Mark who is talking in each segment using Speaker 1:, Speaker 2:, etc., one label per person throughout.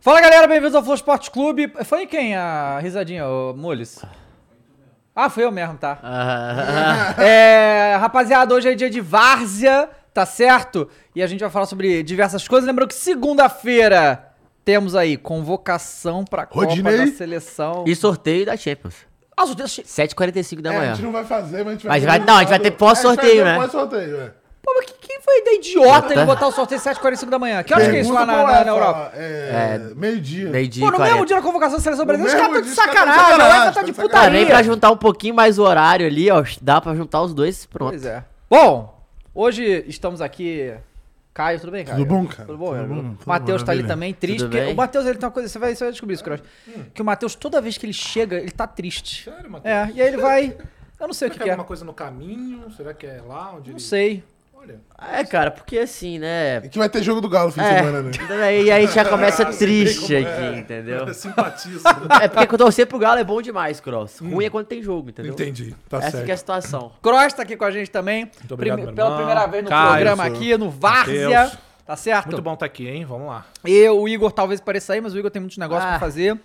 Speaker 1: Fala galera, bem-vindos ao Flow Esporte Clube. Foi quem a risadinha, o Mules? Ah, fui eu mesmo, tá? É, rapaziada, hoje é dia de várzea, tá certo? E a gente vai falar sobre diversas coisas. Lembrando que segunda-feira temos aí convocação pra Copa
Speaker 2: Rodinei?
Speaker 1: da Seleção.
Speaker 3: E sorteio da Champions.
Speaker 1: Ah, o sorteio-
Speaker 3: 7h45 da
Speaker 2: É, a
Speaker 3: manhã.
Speaker 2: gente não vai fazer, mas a gente vai
Speaker 3: Então Mas
Speaker 2: ter
Speaker 3: vai- não, a gente vai ter pós-sorteio, né?
Speaker 2: Pós-sorteio, é.
Speaker 1: Pô, mas que- quem foi da idiota de
Speaker 3: Tá.
Speaker 1: botar o sorteio 7h45 da manhã? Que horas que é isso lá
Speaker 2: Pergunta
Speaker 1: na,
Speaker 2: pra
Speaker 1: na- na
Speaker 2: UEFA,
Speaker 1: Europa?
Speaker 2: É, meio-dia.
Speaker 3: Meio-dia.
Speaker 1: Pô, no
Speaker 3: e
Speaker 1: mesmo
Speaker 3: 40.
Speaker 1: dia da convocação da Seleção Brasileira, os caras
Speaker 2: mesmo
Speaker 1: tão de
Speaker 2: dia, os caras tão de
Speaker 1: sacanagem, a UEFA
Speaker 2: sacanagem,
Speaker 1: tá de
Speaker 2: tão de sacanagem.
Speaker 1: putaria.
Speaker 3: Também pra juntar um pouquinho mais o horário ali, ó. Dá pra juntar os dois, pronto.
Speaker 1: Pois é. Bom, hoje estamos aqui. Caio, tudo bem, Caio?
Speaker 2: Tudo bom, cara?
Speaker 1: Tudo bom,
Speaker 2: Tudo
Speaker 1: Gabriel?
Speaker 2: bom, tudo
Speaker 1: Matheus tá ali
Speaker 2: maravilha.
Speaker 1: também, triste.
Speaker 3: Tudo
Speaker 1: porque
Speaker 3: bem?
Speaker 1: o Matheus, ele tem uma coisa, você vai, você vai descobrir isso, Cross. Que o Matheus, toda vez que ele chega, ele tá triste. Sério, Matheus? É, e aí ele vai. Eu não sei o
Speaker 4: Será
Speaker 1: que,
Speaker 4: que é
Speaker 1: que é.
Speaker 4: alguma coisa no caminho? Será que é lá onde
Speaker 1: Não
Speaker 4: ele...
Speaker 1: sei.
Speaker 4: Olha,
Speaker 3: É, cara, porque assim, né?
Speaker 2: É que vai ter jogo do Galo fim de
Speaker 3: É,
Speaker 2: semana, né?
Speaker 3: e aí já começa triste
Speaker 2: é.
Speaker 3: aqui, entendeu?
Speaker 4: simpatiza.
Speaker 3: É porque quando torcer pro Galo é bom demais, Cross. Ruim é quando tem jogo, entendeu?
Speaker 2: Hum. Entendi, tá
Speaker 3: Essa que é a
Speaker 2: certo.
Speaker 3: situação.
Speaker 1: Cross tá aqui com a gente também.
Speaker 4: obrigado,
Speaker 1: Prime-
Speaker 4: meu
Speaker 1: pela
Speaker 4: irmão.
Speaker 1: primeira vez no
Speaker 4: Caio,
Speaker 1: programa
Speaker 2: sou eu.
Speaker 1: aqui, no Várzea.
Speaker 4: Matheus.
Speaker 1: Tá certo?
Speaker 4: Muito bom estar aqui, hein? Vamos lá.
Speaker 1: Eu, o Igor talvez pareça aí, mas o Igor tem muitos negócios
Speaker 3: Ah.
Speaker 1: pra fazer.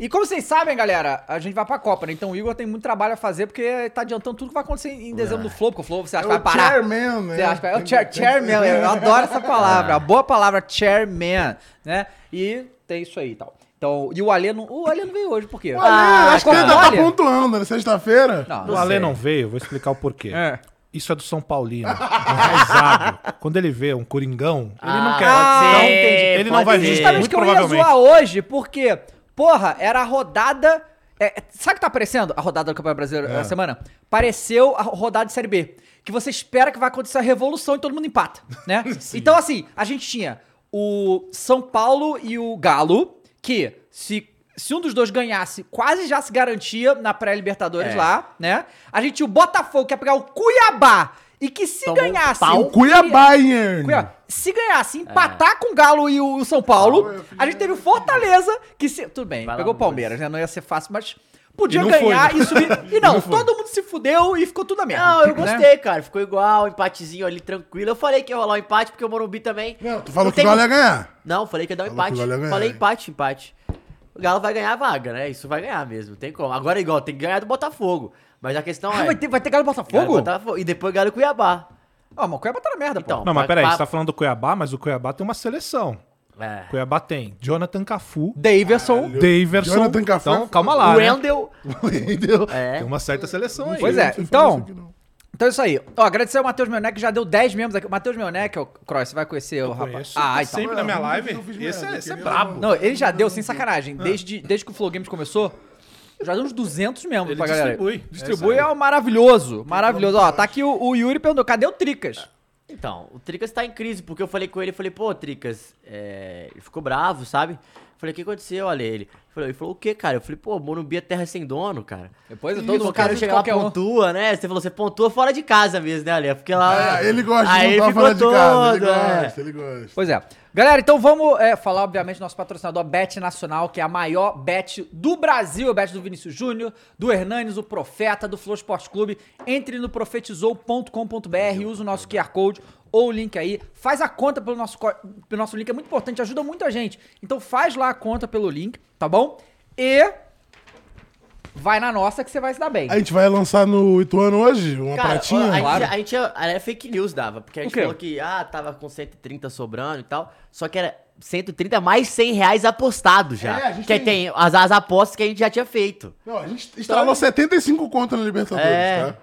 Speaker 1: E como vocês sabem, galera, a gente vai pra Copa, né? Então o Igor tem muito trabalho a fazer, porque tá adiantando tudo que vai acontecer em dezembro do Flow, porque o Flow você acha que vai parar.
Speaker 2: É. chairman, né?
Speaker 1: Você acha que vai- é o chair, chairman, eu adoro essa palavra, a boa palavra chairman, né? E tem isso aí e tal. Então, e o Alê não, o Alê não veio hoje, por quê? Ah,
Speaker 2: Olha, acho que
Speaker 1: como
Speaker 2: ele ainda tá
Speaker 1: olha-
Speaker 2: pontuando, né? Sexta-feira.
Speaker 1: Não,
Speaker 4: O
Speaker 1: não Ah, sei.
Speaker 4: Ale não veio, vou explicar o porquê.
Speaker 1: É.
Speaker 4: Isso é do São Paulino, enraizado. Quando ele vê um coringão, ele não quer.
Speaker 1: Ah,
Speaker 4: Então,
Speaker 1: entendi.
Speaker 4: Ele não vai
Speaker 3: Pode
Speaker 4: vir.
Speaker 3: ser.
Speaker 1: Justamente
Speaker 4: muito
Speaker 1: que eu ia
Speaker 4: provavelmente.
Speaker 1: zoar hoje, porque, porra, era a rodada. é, sabe o que tá aparecendo? A rodada do Campeonato Brasileiro
Speaker 4: É.
Speaker 1: na semana? Pareceu a rodada de Série B. Que você espera que vai acontecer a revolução e todo mundo empata, né? então, assim, a gente tinha o São Paulo e o Galo, que se. Se um dos dois ganhasse, quase já se garantia na pré-Libertadores
Speaker 3: É.
Speaker 1: lá, né? A gente tinha o Botafogo, que ia pegar o Cuiabá. E que se
Speaker 3: Tomou um
Speaker 1: ganhasse.
Speaker 3: pau.
Speaker 2: O Cuiabá, hein?
Speaker 1: Cuiabá. Se ganhasse, empatar com o Galo e o o São Paulo,
Speaker 3: Ah,
Speaker 1: a gente teve o Fortaleza, que se... Tudo bem,
Speaker 3: Vai lá,
Speaker 1: pegou o
Speaker 3: Lucas.
Speaker 1: Palmeiras, né? Não ia ser fácil, mas podia
Speaker 2: E não
Speaker 1: ganhar
Speaker 2: foi,
Speaker 1: e subir. E não, todo mundo se fudeu e ficou tudo a merda.
Speaker 3: Não, eu
Speaker 1: né?
Speaker 3: gostei, cara. Ficou igual, empatezinho ali, tranquilo. Eu falei que ia rolar um empate, porque o Morumbi também.
Speaker 2: Não, tu falou que
Speaker 3: tem
Speaker 2: o Galo ia ganhar.
Speaker 3: Não, falei que ia dar um
Speaker 2: Falou que
Speaker 3: empate.
Speaker 2: o Galo ia ganhar,
Speaker 3: Falei
Speaker 2: hein?
Speaker 3: empate, empate. O Galo vai ganhar a vaga, né? Isso vai ganhar mesmo, tem como. Agora, igual, tem que ganhar do Botafogo. Mas a questão
Speaker 1: Ah,
Speaker 3: é.
Speaker 1: vai ter, vai ter Galo e
Speaker 3: Galo e
Speaker 1: Botafogo?
Speaker 3: Botafogo, e depois Galo e Cuiabá.
Speaker 1: Ah, mas o Cuiabá tá na merda,
Speaker 3: Então.
Speaker 1: pô.
Speaker 4: Não, mas
Speaker 3: Pa-
Speaker 4: peraí,
Speaker 3: pa-
Speaker 4: você tá falando do Cuiabá, mas o Cuiabá tem uma seleção.
Speaker 3: É.
Speaker 4: O Cuiabá tem Jonathan Cafu,
Speaker 1: Daverson.
Speaker 4: Daverson.
Speaker 2: Jonathan Cafu.
Speaker 4: Então, calma lá. né?
Speaker 3: Wendel.
Speaker 2: Entendeu?
Speaker 3: É.
Speaker 4: Tem uma certa seleção aí.
Speaker 1: Pois é,
Speaker 2: Não
Speaker 1: então-
Speaker 2: sei falar isso aqui, não.
Speaker 1: Então é isso aí. Ó, agradecer ao Matheus Melnec, que já deu 10 membros aqui. O Matheus Melnec, o Cross, você vai conhecer o rapaz.
Speaker 4: Conheço,
Speaker 1: Ah,
Speaker 4: tá
Speaker 1: então.
Speaker 4: sempre na minha live.
Speaker 2: eu fiz
Speaker 4: Esse
Speaker 2: merda,
Speaker 4: é, esse é
Speaker 2: queria-
Speaker 4: brabo.
Speaker 1: Não, Ah. ele já deu, sem sacanagem, desde, desde que o Flow Games começou, já deu uns 200 membros
Speaker 4: Ele
Speaker 1: pra galera.
Speaker 4: distribui.
Speaker 1: Distribui é o maravilhoso, maravilhoso. Ó, tá aqui o, o Yuri perguntou, cadê o Tricas?
Speaker 3: Então, o Tricas tá em crise, porque eu falei com ele, eu falei, pô, Tricas, é... ele ficou bravo, sabe? Eu Falei, o que aconteceu? Olha ele. Falei- Ele falou, o que, cara? Eu falei, pô, Morumbi é terra sem dono, cara.
Speaker 1: Depois eu
Speaker 3: Todo mundo, cara, chega lá, pontua, né? Você falou, você pontua fora de casa mesmo, né, Ale? Porque lá...
Speaker 2: Ah, ele gosta
Speaker 3: Aí
Speaker 2: de
Speaker 3: ele
Speaker 2: montar
Speaker 3: ficou
Speaker 2: fora de casa. Ele
Speaker 3: todo, é.
Speaker 2: gosta, ele gosta.
Speaker 1: Pois é. Galera, então vamos é, falar, obviamente, do nosso patrocinador Bet Nacional, que é a maior bet do Brasil. A bet do Vinícius Júnior, do Hernanes, o Profeta, do Flow Esporte Clube. Entre no profetizou.com.br, usa o nosso QR Code ou o link aí. Faz a conta pelo nosso, co- pelo nosso link, é muito importante, ajuda muita gente. Então faz lá a conta pelo link, tá bom? E vai na nossa que você vai se dar bem.
Speaker 2: A gente vai lançar no Ituano hoje uma
Speaker 1: Então,
Speaker 3: Cara,
Speaker 2: pratinha.
Speaker 3: a,
Speaker 1: Claro.
Speaker 3: gente, a gente era fake news, dava. Porque a
Speaker 1: O
Speaker 3: gente
Speaker 1: quê?
Speaker 3: falou que, ah, tava com 130 sobrando e tal. Só que era 130 mais 100 reais apostado já.
Speaker 2: É, a gente
Speaker 3: que
Speaker 2: tem-
Speaker 3: tem as, as apostas que a gente já tinha feito.
Speaker 2: Não, a gente estralou 75 conto na Libertadores,
Speaker 3: Então- É.
Speaker 2: tá?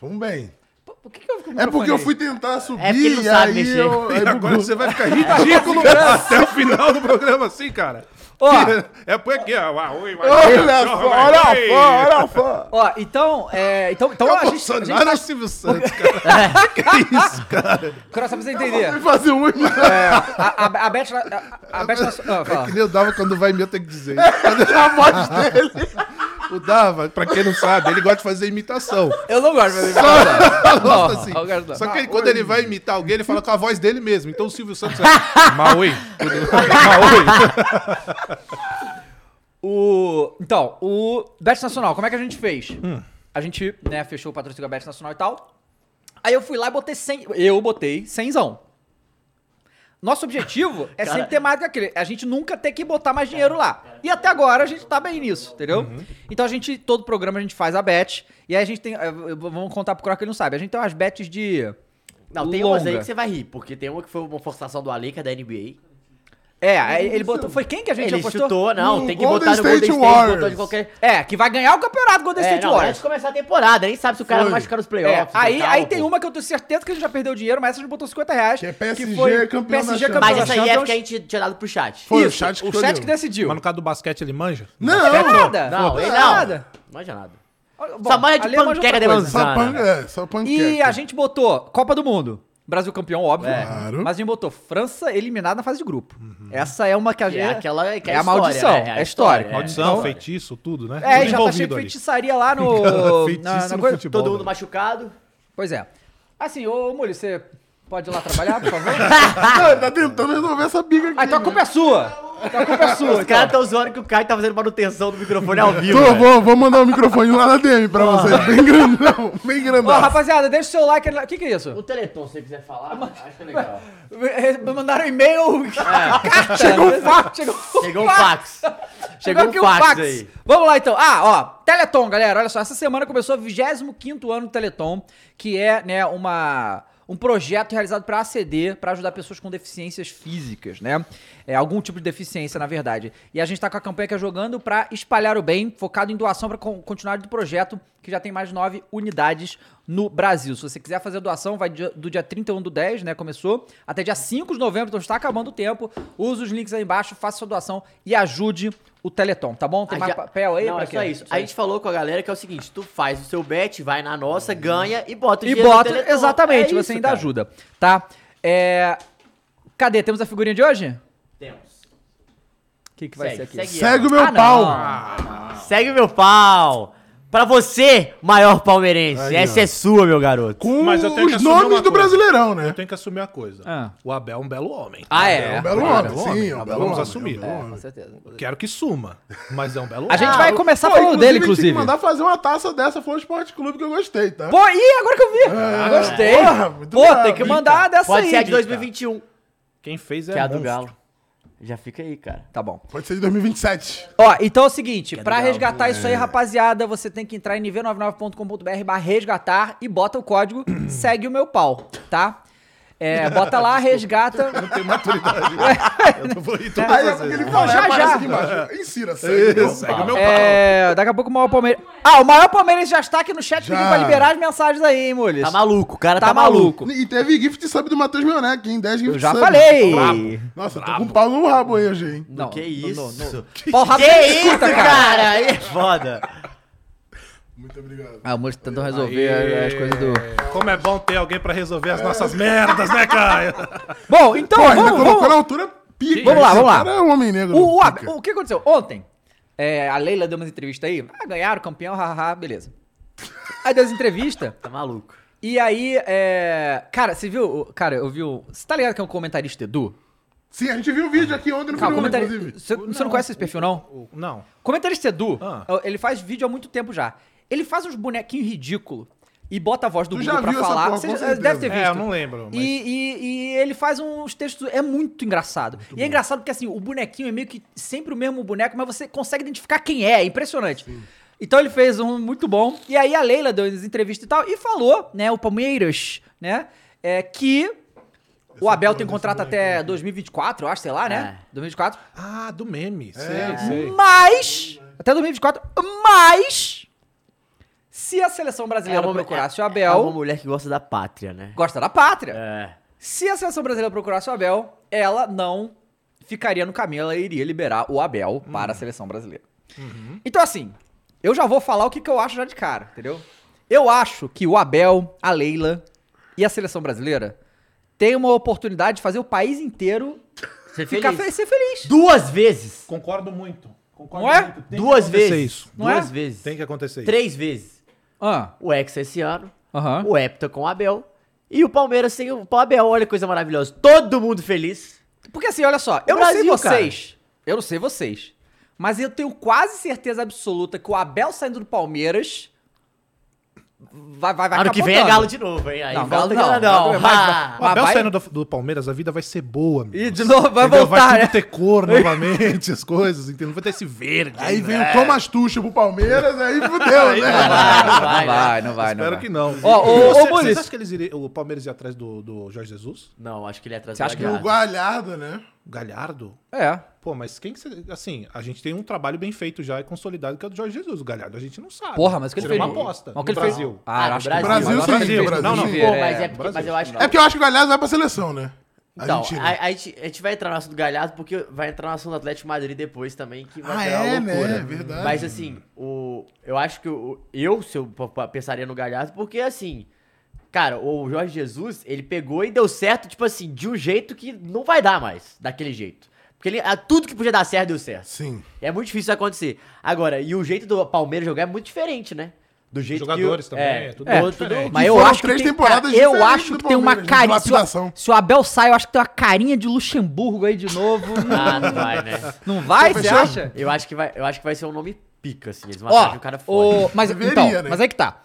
Speaker 2: Vamos bem.
Speaker 1: Por- Por que, que eu fico
Speaker 2: É porque eu fui tentar subir
Speaker 3: É porque ele não
Speaker 2: e
Speaker 3: sabe
Speaker 2: aí
Speaker 3: mexer.
Speaker 1: É
Speaker 2: eu... aí
Speaker 4: Agora
Speaker 2: bugou.
Speaker 4: você vai ficar ridículo até o final do programa assim, cara.
Speaker 1: Ó,
Speaker 5: É porque. ó, oi, vai,
Speaker 2: Olha
Speaker 5: ó,
Speaker 2: só,
Speaker 5: vai,
Speaker 2: olha a
Speaker 5: oi.
Speaker 2: fã, olha a fã.
Speaker 1: ó, então, é, então, então a
Speaker 5: Ô,
Speaker 1: gente, a
Speaker 5: Bolsonaro
Speaker 1: gente tá...
Speaker 5: é o Silvio Santos, cara.
Speaker 1: Cross, só pra você
Speaker 2: Eu
Speaker 1: entender.
Speaker 2: vou fazer um
Speaker 1: É, a, a, a Beth... A, a Beth... Ah, fala.
Speaker 5: Que nem o Dava quando vai meu tem que dizer. A voz dele. O Dava, pra quem não sabe, ele gosta de fazer imitação.
Speaker 1: Eu não gosto de fazer
Speaker 5: Gosta assim.
Speaker 1: eu gosto.
Speaker 5: Só
Speaker 2: Ah,
Speaker 5: que ele- quando ele vai imitar alguém, ele fala com a voz dele mesmo. Então o Silvio Santos é. Maui. Maui.
Speaker 1: O... Então, o Bet Nacional, como é que a gente fez? A gente, né, fechou o patrocínio da Bet Nacional e tal. Aí eu fui lá e botei 100... Eu botei 100zão. Nosso objetivo é sempre ter mais do que aquele. A gente nunca ter que botar mais dinheiro lá. E até agora a gente tá bem nisso, entendeu? Então a gente, todo programa a gente faz a bet. E aí a gente tem... eh, v- Vamos contar pro Croc que ele não sabe. A gente tem umas bets de...
Speaker 3: Não, tem umas aí
Speaker 1: Longa.
Speaker 3: que você vai rir, porque tem uma que foi uma forçação do Ale, que é da NBA.
Speaker 1: É, aí ele botou... Foi quem que a gente
Speaker 3: Ele
Speaker 1: apostou?
Speaker 3: chutou, não,
Speaker 2: No
Speaker 3: tem que
Speaker 2: Golden
Speaker 3: botar no Golden
Speaker 2: State
Speaker 3: State,
Speaker 2: Warriors.
Speaker 3: botou de qualquer...
Speaker 1: É, que vai ganhar o campeonato Golden
Speaker 3: É,
Speaker 1: State
Speaker 3: não,
Speaker 1: Warriors.
Speaker 3: antes de começar a temporada, nem sabe se o cara
Speaker 2: Foi.
Speaker 3: vai ficar nos
Speaker 1: É,
Speaker 3: playoffs.
Speaker 1: aí,
Speaker 3: e tal,
Speaker 1: aí tem
Speaker 3: pô.
Speaker 1: uma que eu tenho certeza que a gente já perdeu dinheiro, mas essa a gente botou 50 reais.
Speaker 2: Que é PSG campeão
Speaker 1: PSG
Speaker 2: da Champions.
Speaker 1: campeão
Speaker 3: Mas
Speaker 1: da
Speaker 3: essa aí é
Speaker 1: Champions.
Speaker 3: que a gente tinha dado pro chat.
Speaker 2: Foi
Speaker 1: Isso,
Speaker 2: o chat que
Speaker 1: o
Speaker 2: escolheu.
Speaker 1: chat que decidiu.
Speaker 4: Mas no caso do basquete ele manja?
Speaker 2: Não,
Speaker 1: é nada.
Speaker 3: Não, ele
Speaker 1: é
Speaker 3: não.
Speaker 1: nada.
Speaker 3: Manja nada.
Speaker 1: Bom,
Speaker 3: Só manja de
Speaker 1: ali é outra
Speaker 3: panqueca de
Speaker 1: coisa.
Speaker 2: Só,
Speaker 3: manzana.
Speaker 2: pan... é, só panqueca.
Speaker 1: E a gente botou Copa do Mundo. Brasil campeão, óbvio.
Speaker 2: Claro.
Speaker 1: Mas a gente botou França eliminada na fase de grupo. Essa é uma que a
Speaker 3: Que
Speaker 1: gente.
Speaker 3: é aquela que
Speaker 1: é a maldição,
Speaker 3: né?
Speaker 1: é
Speaker 3: é.
Speaker 4: Maldição, feitiço, tudo, né?
Speaker 1: É,
Speaker 4: Tudo
Speaker 1: já tá cheio de
Speaker 4: envolvido ali.
Speaker 1: feitiçaria lá no.
Speaker 4: Feitiço
Speaker 1: na- na
Speaker 4: no
Speaker 1: coisa.
Speaker 4: futebol.
Speaker 3: Todo mundo machucado.
Speaker 1: Pois é. Assim, ô Mulho, você pode ir lá trabalhar, por favor?
Speaker 2: Não, tá tentando resolver essa biga aqui. né?
Speaker 1: ah, então a culpa é sua. Então a culpa é sua.
Speaker 3: Os
Speaker 1: então.
Speaker 3: caras estão zoando que o Caio tá fazendo manutenção do microfone ao vivo.
Speaker 2: Tô,
Speaker 3: velho.
Speaker 2: vou, vou mandar o microfone lá na DM pra vocês. Bem grandão, bem
Speaker 1: Ó,
Speaker 2: grandão.
Speaker 1: rapaziada, deixa o seu like. O que, que é
Speaker 3: O
Speaker 1: isso?
Speaker 3: Teleton, se você quiser
Speaker 1: Ah,
Speaker 3: falar, acho que é legal. É.
Speaker 1: Eh, Mandaram e-mail. Chegou um fax. Chegou um
Speaker 3: Chegou um fax. Chegou um
Speaker 1: aqui
Speaker 3: fax, aí.
Speaker 1: Vamos lá então. Ah, ó, Teleton, galera. Olha só, essa semana começou o 25 ano do Teleton, que é, né, uma um projeto realizado para ACD, para ajudar pessoas com deficiências físicas, né? É algum tipo de deficiência, na verdade. E a gente tá com a campanha que é jogando para espalhar o bem, focado em doação para continuar do projeto, que já tem mais de nove unidades no Brasil. Se você quiser fazer a doação, vai dia- do dia 31 do 10, né? Começou, até dia 5 de novembro, então está acabando o tempo. Usa os links aí embaixo, faça sua doação e ajude o Teleton, tá bom? Tem
Speaker 3: Ah,
Speaker 1: mais
Speaker 3: já-
Speaker 1: papel aí
Speaker 3: Não,
Speaker 1: pra
Speaker 3: é
Speaker 1: quê?
Speaker 3: só isso. A gente falou com a galera que é o seguinte, tu faz o seu bet, vai na nossa, ganha e bota o
Speaker 1: Uhum. E
Speaker 3: dinheiro no
Speaker 1: bota,
Speaker 3: Teleton.
Speaker 1: exatamente,
Speaker 3: É
Speaker 1: você
Speaker 3: isso,
Speaker 1: ainda
Speaker 3: cara.
Speaker 1: ajuda, tá? É... Cadê? Temos a figurinha de hoje?
Speaker 3: Temos.
Speaker 1: O que, que vai
Speaker 3: Segue,
Speaker 1: ser aqui?
Speaker 3: segue
Speaker 2: Segue o meu
Speaker 1: Ah, não.
Speaker 2: pau.
Speaker 3: Segue meu pau. Pra você, maior palmeirense,
Speaker 2: Aí,
Speaker 3: essa
Speaker 2: ó.
Speaker 3: é sua, meu garoto.
Speaker 2: Com
Speaker 4: Mas eu tenho que
Speaker 2: os
Speaker 4: assumir
Speaker 2: nomes
Speaker 4: uma
Speaker 2: do
Speaker 4: coisa.
Speaker 2: Brasileirão,
Speaker 4: Eu
Speaker 2: né?
Speaker 4: tenho que assumir uma coisa.
Speaker 1: Ah.
Speaker 4: O Abel é um belo homem.
Speaker 1: Ah, é.
Speaker 2: É um belo
Speaker 4: Claro,
Speaker 2: homem,
Speaker 4: é um homem,
Speaker 2: sim, é um
Speaker 4: é um
Speaker 2: belo
Speaker 4: vamos
Speaker 2: homem,
Speaker 4: assumir.
Speaker 2: é um belo
Speaker 1: É,
Speaker 2: homem.
Speaker 1: com certeza.
Speaker 4: Quero que suma, mas é um belo
Speaker 1: A gente vai começar
Speaker 2: Pô,
Speaker 1: falando dele,
Speaker 2: Tem
Speaker 1: inclusive.
Speaker 2: que mandar fazer uma taça dessa foi o Esporte Clube que eu gostei, tá?
Speaker 1: Pô, ih, agora que eu vi. Gostei.
Speaker 2: porra, muito
Speaker 1: Pô,
Speaker 2: obrigado.
Speaker 1: tem que mandar dessa
Speaker 3: Pode
Speaker 1: aí.
Speaker 3: ser a de 2021,
Speaker 4: Quem fez é,
Speaker 3: que é a do
Speaker 4: monstro.
Speaker 3: um. Galo. Já fica aí, cara.
Speaker 1: Tá bom.
Speaker 2: Pode ser de 2027.
Speaker 1: Ó, então é o seguinte,
Speaker 3: é
Speaker 1: pra
Speaker 3: legal,
Speaker 1: resgatar isso aí, rapaziada, você tem que entrar em nv99.com.br barra resgatar e bota o código segue o meu pau, tá? É, bota lá, resgata.
Speaker 5: Tem maturidade. Eu não vou ir todas
Speaker 2: Aí é
Speaker 5: as
Speaker 2: porque
Speaker 5: vezes.
Speaker 2: ele fala,
Speaker 1: já,
Speaker 2: já,
Speaker 1: já.
Speaker 2: já. Aqui embaixo.
Speaker 4: É.
Speaker 2: Insira, segue. meu
Speaker 5: Segue
Speaker 2: pau.
Speaker 5: o meu pau.
Speaker 1: É, daqui a pouco o maior Palmeiras. Ah, o maior Palmeiras já está aqui no chat
Speaker 2: Já.
Speaker 1: pedindo pra liberar as mensagens aí, hein, Mules?
Speaker 3: Tá maluco, o cara
Speaker 1: Tá
Speaker 3: tá, maluco.
Speaker 2: E teve gift sub do Matheus Mionek, hein? 10 gift
Speaker 1: Eu já
Speaker 2: sub.
Speaker 1: falei.
Speaker 2: Nossa, tô com um pau no rabo aí hoje, hein?
Speaker 1: Não,
Speaker 3: que isso?
Speaker 1: Pau rápido
Speaker 3: Que
Speaker 1: ele
Speaker 3: isso,
Speaker 1: escuta, cara.
Speaker 3: cara? Aí é foda.
Speaker 2: Muito obrigado.
Speaker 1: Ah, o Mules tentou resolver as coisas do.
Speaker 4: Como é bom ter alguém pra resolver as nossas merdas, né, Caio?
Speaker 1: Bom, então,
Speaker 2: Pô, ainda
Speaker 1: vamos,
Speaker 2: colocou
Speaker 1: vamos,
Speaker 2: na altura pica.
Speaker 1: Vamos lá,
Speaker 2: Esse
Speaker 1: vamos lá.
Speaker 2: cara é um homem negro.
Speaker 1: O, o, Ab-
Speaker 2: pica.
Speaker 1: o que aconteceu? Ontem, é, a Leila deu umas entrevistas aí. Ah, ganharam, campeão, haha, beleza. Aí deu as entrevistas.
Speaker 3: Tá maluco.
Speaker 1: E aí, é. Cara, você viu. o- Cara, eu vi. o- Você tá ligado que é um comentarista Edu?
Speaker 2: Sim, a gente viu o vídeo aqui ontem no
Speaker 1: Cara,
Speaker 2: Friuli,
Speaker 1: comentari-
Speaker 2: inclusive.
Speaker 1: Você você não conhece esse perfil, não?
Speaker 4: O- Não.
Speaker 1: Comentarista Edu,
Speaker 4: Ah.
Speaker 1: ele faz vídeo há muito tempo já. Ele faz uns bonequinhos ridículos e bota a voz do
Speaker 2: Tu
Speaker 1: Google
Speaker 2: já
Speaker 1: pra
Speaker 2: viu essa
Speaker 1: falar.
Speaker 2: porra,
Speaker 1: Você
Speaker 2: com
Speaker 1: já-
Speaker 2: certeza.
Speaker 1: deve ter visto.
Speaker 4: É, eu não lembro. Mas...
Speaker 1: E, e- e ele faz uns textos. É muito engraçado. e é engraçado porque, assim, o bonequinho é meio que sempre o mesmo boneco, mas você consegue identificar quem é. É impressionante. Então ele fez um muito bom. E aí a Leila deu as entrevistas e tal. E falou, né, o Palmeiras, né, é, que o
Speaker 2: é
Speaker 1: Abel tem contrato até 2024, eu acho, sei lá, né? 2024.
Speaker 4: Ah, do
Speaker 1: É,
Speaker 4: meme. Sei, sei.
Speaker 1: Mas. Até 2024. Mas. Se a seleção brasileira
Speaker 3: uma-
Speaker 1: procurasse o
Speaker 3: É uma
Speaker 1: Abel.
Speaker 3: mulher que gosta da pátria, né?
Speaker 1: Gosta da pátria.
Speaker 3: É.
Speaker 1: Se a seleção brasileira procurasse o Abel, ela não ficaria no caminho, ela iria liberar o Abel
Speaker 3: Uhum.
Speaker 1: para a seleção brasileira. Então, assim, eu já vou falar o que, que eu acho já de cara, entendeu? Eu acho que o Abel, a Leila e a seleção brasileira têm uma oportunidade de fazer o país inteiro
Speaker 3: Ser
Speaker 1: ficar feliz,
Speaker 3: feliz.
Speaker 1: ser feliz.
Speaker 3: Duas vezes.
Speaker 4: Concordo muito. Concordo
Speaker 1: Não é?
Speaker 4: muito. Tem
Speaker 3: Duas
Speaker 4: que acontecer
Speaker 3: vezes.
Speaker 4: Isso.
Speaker 1: Não
Speaker 3: Duas
Speaker 1: é?
Speaker 3: vezes.
Speaker 4: Tem que acontecer isso.
Speaker 3: Três vezes.
Speaker 1: Ah,
Speaker 3: O Hexa esse ano.
Speaker 1: aham.
Speaker 3: O Hepta com o Abel. E o Palmeiras sem o Abel. Olha que coisa maravilhosa. Todo mundo feliz.
Speaker 1: Porque assim, olha só, eu
Speaker 3: Brasil,
Speaker 1: não sei vocês. Eu não sei vocês. Mas eu tenho quase certeza absoluta que o Abel saindo do Palmeiras vai vai vai
Speaker 3: ano que vem é
Speaker 1: capotando.
Speaker 3: Galo de novo, hein? Aí
Speaker 1: Não,
Speaker 3: volta
Speaker 1: Galo não.
Speaker 3: Galo não.
Speaker 1: Vai- vai-
Speaker 3: Ah.
Speaker 4: O Abel
Speaker 1: Mas vai-
Speaker 4: saindo do, do Palmeiras, a vida vai ser boa, amigo.
Speaker 1: é- E de novo vai
Speaker 4: Entendeu?
Speaker 1: voltar,
Speaker 4: vai
Speaker 1: né?
Speaker 4: tudo ter cor novamente, as coisas, entendeu? Não vai ter esse verde.
Speaker 2: Aí vem
Speaker 1: É,
Speaker 2: o Thomas Tuchel pro Palmeiras, aí fudeu, né?
Speaker 3: Vai,
Speaker 1: Não é
Speaker 3: vai, vai.
Speaker 1: vai, não vai, não
Speaker 4: Espero
Speaker 1: vai.
Speaker 4: que não.
Speaker 1: Ó, ô, ô,
Speaker 4: você, vocês
Speaker 1: Maurício.
Speaker 4: acham que eles iriam- o Palmeiras ia atrás do, do Jorge Jesus?
Speaker 3: Não, acho que ele é atrasado.
Speaker 1: Você acha que
Speaker 2: O Gualhardo, né?
Speaker 4: Galhardo?
Speaker 1: É.
Speaker 4: Pô, mas quem que você. Assim, a gente tem um trabalho bem feito já e consolidado que é o do Jorge Jesus. O Galhardo a gente não sabe.
Speaker 1: Porra, mas o que ele
Speaker 4: Seria
Speaker 1: fez?
Speaker 4: uma aposta.
Speaker 1: Mas o que
Speaker 4: no
Speaker 1: ele fez-
Speaker 4: Brasil.
Speaker 1: Ah,
Speaker 3: Ah, no
Speaker 1: acho que
Speaker 3: Brasil.
Speaker 2: Brasil,
Speaker 1: Agora
Speaker 2: sim,
Speaker 1: ele fez
Speaker 2: Brasil,
Speaker 1: no
Speaker 4: sim.
Speaker 1: River,
Speaker 3: Pô,
Speaker 1: é.
Speaker 3: mas, é porque, mas eu acho que...
Speaker 2: É porque eu acho que o Galhardo vai pra seleção, né?
Speaker 3: Então,
Speaker 2: Argentina.
Speaker 3: a, a gente, a gente vai entrar no assunto do Galhardo porque vai entrar no assunto do Atlético de Madrid depois também, que vai
Speaker 2: Ah,
Speaker 3: ser uma
Speaker 2: é, né?
Speaker 3: loucura.
Speaker 2: É verdade.
Speaker 3: Mas assim, o, eu acho que o, eu, se eu p- p- pensaria no Galhardo, porque assim, cara, o Jorge Jesus, ele pegou e deu certo, tipo assim, de um jeito que não vai dar mais, daquele jeito. Porque ele, a- tudo que podia dar certo deu certo.
Speaker 2: Sim.
Speaker 3: É muito difícil isso acontecer. Agora, e o jeito do Palmeiras jogar é muito diferente, né? Do jeito que o-
Speaker 4: Jogadores também, é tudo muito diferente.
Speaker 1: Mas eu
Speaker 2: Foram
Speaker 1: acho
Speaker 2: três
Speaker 1: que tem,
Speaker 2: temporadas
Speaker 1: cara, eu
Speaker 2: diferentes
Speaker 1: acho
Speaker 2: do
Speaker 1: que tem uma
Speaker 2: Palmeiras, de
Speaker 1: carinha. Se o,
Speaker 2: dilapidação.
Speaker 1: se o Abel sai, eu acho que tem uma carinha de Luxemburgo aí de novo.
Speaker 3: Ah, não vai, né?
Speaker 1: não vai, você
Speaker 2: Fechou?
Speaker 1: acha?
Speaker 3: Eu acho que vai, eu acho que vai ser um nome pica, assim. Eles vão atrás
Speaker 1: Ó,
Speaker 3: de um cara foda.
Speaker 1: o, mas
Speaker 2: Deveria,
Speaker 1: então,
Speaker 2: né?
Speaker 1: mas aí que tá.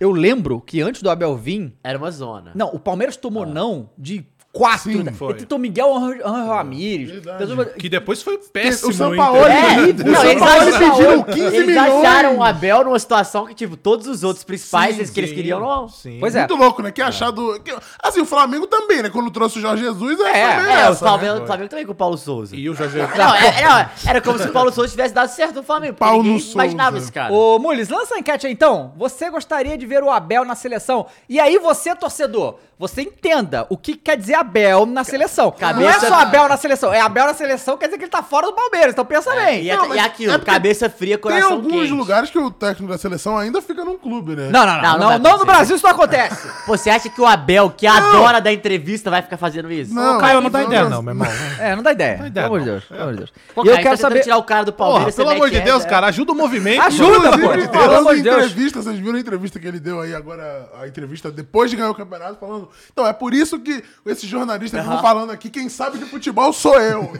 Speaker 1: Eu lembro que antes do Abel vir,
Speaker 3: Era uma zona.
Speaker 1: não, o Palmeiras
Speaker 3: Ah.
Speaker 1: tomou não de quatro.
Speaker 2: Sim,
Speaker 1: né?
Speaker 4: foi.
Speaker 1: Ele tentou Miguel Angel Angel Ramírez. Então,
Speaker 2: Verdade.
Speaker 1: tentou-
Speaker 4: Que depois foi péssimo.
Speaker 2: O São
Speaker 4: hein?
Speaker 2: Paulo
Speaker 3: É,
Speaker 2: o
Speaker 3: não,
Speaker 2: São
Speaker 3: eles
Speaker 2: Paulo
Speaker 3: acharam-
Speaker 2: pediu 15
Speaker 3: eles
Speaker 2: milhões.
Speaker 3: acharam o Abel numa situação que, tipo, todos os outros principais eles que eles
Speaker 4: Sim,
Speaker 3: queriam não.
Speaker 4: Sim.
Speaker 1: Pois é.
Speaker 2: Muito louco, né? Que achado. que- Assim, o Flamengo também, né? Quando trouxe o Jorge Jesus, é,
Speaker 1: É,
Speaker 2: também
Speaker 3: É, o
Speaker 2: essa, né?
Speaker 3: Flamengo, o Flamengo também com o Paulo Souza.
Speaker 4: E o Jorge Jesus.
Speaker 3: Não, é- é- não, era, como se o Paulo Souza tivesse dado certo no Flamengo. porque
Speaker 2: Paulo
Speaker 3: ninguém
Speaker 2: Souza.
Speaker 3: imaginava esse cara.
Speaker 1: Ô, Mules, lança a enquete aí então. Você gostaria de ver o Abel na seleção? E aí, você, torcedor, você entenda o que quer dizer Abel na seleção. Não é
Speaker 3: Cabeça-
Speaker 1: só Abel na seleção, é Abel na seleção quer dizer que ele tá fora do Palmeiras, então pensa bem.
Speaker 3: E, é-
Speaker 2: Não,
Speaker 3: e
Speaker 2: mas
Speaker 3: aquilo,
Speaker 2: é porque
Speaker 3: cabeça fria,
Speaker 2: Tem
Speaker 3: coração
Speaker 2: alguns
Speaker 3: quente.
Speaker 2: lugares que o técnico da seleção ainda fica num clube, né?
Speaker 1: Não, não, não.
Speaker 3: Não, não
Speaker 1: Não,
Speaker 3: vai
Speaker 1: não no
Speaker 3: acontecer.
Speaker 1: Brasil isso não acontece.
Speaker 3: Pô, Você acha que o Abel, que adora dar entrevista, vai ficar fazendo isso?
Speaker 2: Não,
Speaker 4: Ô, Caio, não dá
Speaker 2: não,
Speaker 4: ideia,
Speaker 2: não.
Speaker 4: não, meu irmão.
Speaker 1: É, não dá ideia.
Speaker 4: Dá ideia,
Speaker 1: pelo amor de
Speaker 4: não.
Speaker 1: Deus, pelo amor de Deus.
Speaker 3: Pô,
Speaker 1: e eu quero
Speaker 3: cara, você tá tentando
Speaker 1: saber.
Speaker 3: tirar o cara do Palmeiras,
Speaker 4: Porra,
Speaker 3: você
Speaker 4: pelo
Speaker 3: mete
Speaker 4: amor de
Speaker 3: essa.
Speaker 4: Deus, cara, ajuda o movimento.
Speaker 1: Ajuda,
Speaker 4: mano.
Speaker 1: pô.
Speaker 2: Inclusive,
Speaker 1: Pelo amor
Speaker 2: falando em
Speaker 1: de Deus.
Speaker 2: entrevista, vocês viram a entrevista que ele deu aí agora, a entrevista depois de ganhar o campeonato, falando. Então, é por isso que esses jornalistas ficam falando aqui, quem sabe de futebol sou eu.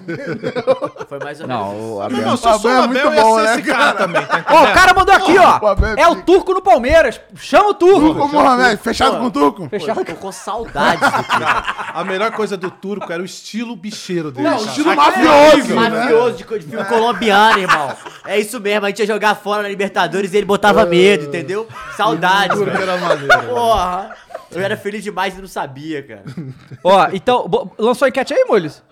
Speaker 3: Foi mais ou menos.
Speaker 1: Não, o
Speaker 4: Meu
Speaker 1: Abel.
Speaker 4: irmão, se eu sou
Speaker 2: O
Speaker 4: o
Speaker 2: Abel é
Speaker 4: Abel,
Speaker 2: muito
Speaker 4: ia
Speaker 2: bom,
Speaker 4: ser
Speaker 2: né,
Speaker 4: esse cara
Speaker 2: cara?
Speaker 4: também. tá
Speaker 1: Ó, o
Speaker 4: entendendo?
Speaker 1: cara mandou aqui,
Speaker 2: O
Speaker 1: ó.
Speaker 2: Abel é
Speaker 1: É o
Speaker 2: pica.
Speaker 1: turco no Palmeiras. Chama o turco.
Speaker 2: Turco Mohamed, fechado com o Turco?
Speaker 3: Pô, eu tô com saudade do cara.
Speaker 4: A melhor coisa do turco era o estilo bicheiro dele.
Speaker 2: Não,
Speaker 4: cara.
Speaker 2: é um estilo
Speaker 3: Esse
Speaker 2: mafioso. né?
Speaker 3: Mafioso de, co- de filme colombiano, irmão. É isso mesmo, a gente ia jogar fora na Libertadores e ele botava medo, entendeu? Saudade.
Speaker 4: Turco
Speaker 3: velho.
Speaker 4: era maneiro.
Speaker 3: Porra. Eu era feliz demais e não sabia, cara.
Speaker 1: Ó, então, bo- lançou a enquete aí, Mules?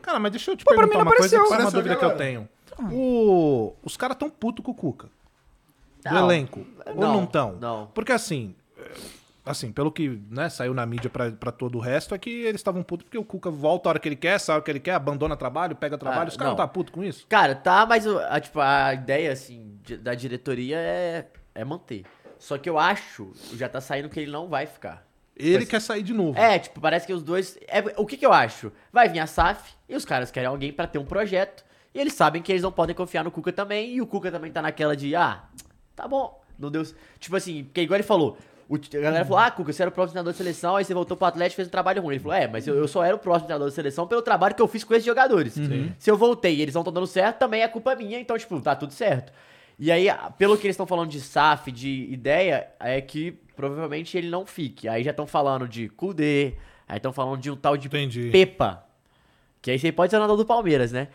Speaker 4: Cara, mas deixa eu te
Speaker 1: Pô, pra
Speaker 4: perguntar
Speaker 1: mim não
Speaker 4: uma coisa, que
Speaker 1: apareceu.
Speaker 4: isso é uma
Speaker 2: Apareceu
Speaker 4: dúvida que eu
Speaker 2: agora.
Speaker 4: tenho. O- Os caras tão puto com o Cuca. Do elenco. ou
Speaker 3: Não,
Speaker 4: não tão?
Speaker 3: não.
Speaker 4: Porque assim... é, Assim, pelo que né, saiu na mídia pra, pra todo o resto, é que eles estavam putos porque o Cuca volta a hora que ele quer, sai a hora que ele quer, abandona trabalho, pega trabalho.
Speaker 3: Ah,
Speaker 4: os caras não
Speaker 3: não.
Speaker 4: tá puto com isso?
Speaker 3: Cara, tá, mas o- a, tipo, a ideia, assim, de- da diretoria é, é manter. Só que eu acho, já tá saindo que ele não vai ficar.
Speaker 4: Ele quer sair de novo.
Speaker 3: É, tipo, parece que os dois. é, o que, que eu acho? Vai vir a SAF e os caras querem alguém pra ter um projeto. E eles sabem que eles não podem confiar no Cuca também. E o Cuca também tá naquela de, ah, tá bom, meu Deus. Tipo assim, porque igual ele falou. o t- a galera falou, ah, Cuca, você era o próximo treinador de seleção, aí você voltou pro Atlético e fez um trabalho ruim. Ele falou, é, mas eu, eu só era o próximo treinador de seleção pelo trabalho que eu fiz com esses jogadores. Se eu voltei e eles não estão dando certo, também é culpa minha, então, tipo, tá tudo certo. E aí, a- pelo que eles estão falando de SAF, de ideia, é que provavelmente ele não fique. Aí já estão falando de Kudê, aí estão falando de um tal de
Speaker 4: Entendi.
Speaker 3: Pepa. Que aí você pode ser nadador do Palmeiras, né?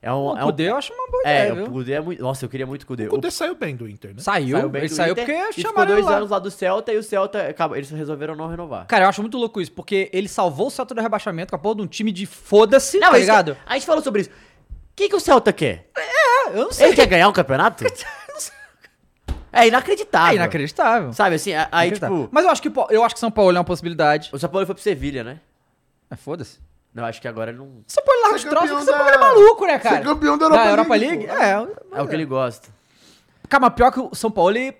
Speaker 3: É um.
Speaker 1: O
Speaker 3: é um-
Speaker 1: Cudê eu acho uma boa
Speaker 3: É,
Speaker 1: ideia,
Speaker 3: o
Speaker 1: viu?
Speaker 3: Kudê é muito. Nossa, eu queria muito Kudê.
Speaker 4: O Cuca saiu bem do Inter, né?
Speaker 1: Saiu, ele
Speaker 3: do
Speaker 1: saiu
Speaker 3: Inter
Speaker 1: porque
Speaker 3: e ficou
Speaker 1: chamaram ele
Speaker 3: dois
Speaker 1: lá.
Speaker 3: anos lá do Celta e o Celta. acabou- eles resolveram não renovar.
Speaker 1: Cara, eu acho muito louco isso, porque ele salvou o Celta do rebaixamento com a porra de um time de foda-se, tá
Speaker 3: isso- é
Speaker 1: ligado? Ah,
Speaker 3: a gente falou sobre isso. O que, que o Celta quer?
Speaker 1: Eu não sei.
Speaker 3: Ele quer ganhar um campeonato? é inacreditável.
Speaker 1: É inacreditável.
Speaker 3: Sabe assim, a- aí
Speaker 1: Inacreditável.
Speaker 3: tipo.
Speaker 1: Mas eu acho que o Pa- eu acho que São Paulo é uma possibilidade.
Speaker 3: O São Paulo foi pro Sevilha, né?
Speaker 1: É, foda-se.
Speaker 3: Não, acho que agora ele não.
Speaker 1: Você pode largar os
Speaker 2: Ser
Speaker 1: troços que
Speaker 2: campeão
Speaker 1: esse bagulho é
Speaker 2: da-
Speaker 1: maluco, né, cara?
Speaker 2: Ser campeão da Europa
Speaker 1: da Europa League.
Speaker 2: League, pô.
Speaker 1: É,
Speaker 3: É o que ele gosta.
Speaker 1: cara, mas pior que o São Paulo, ele...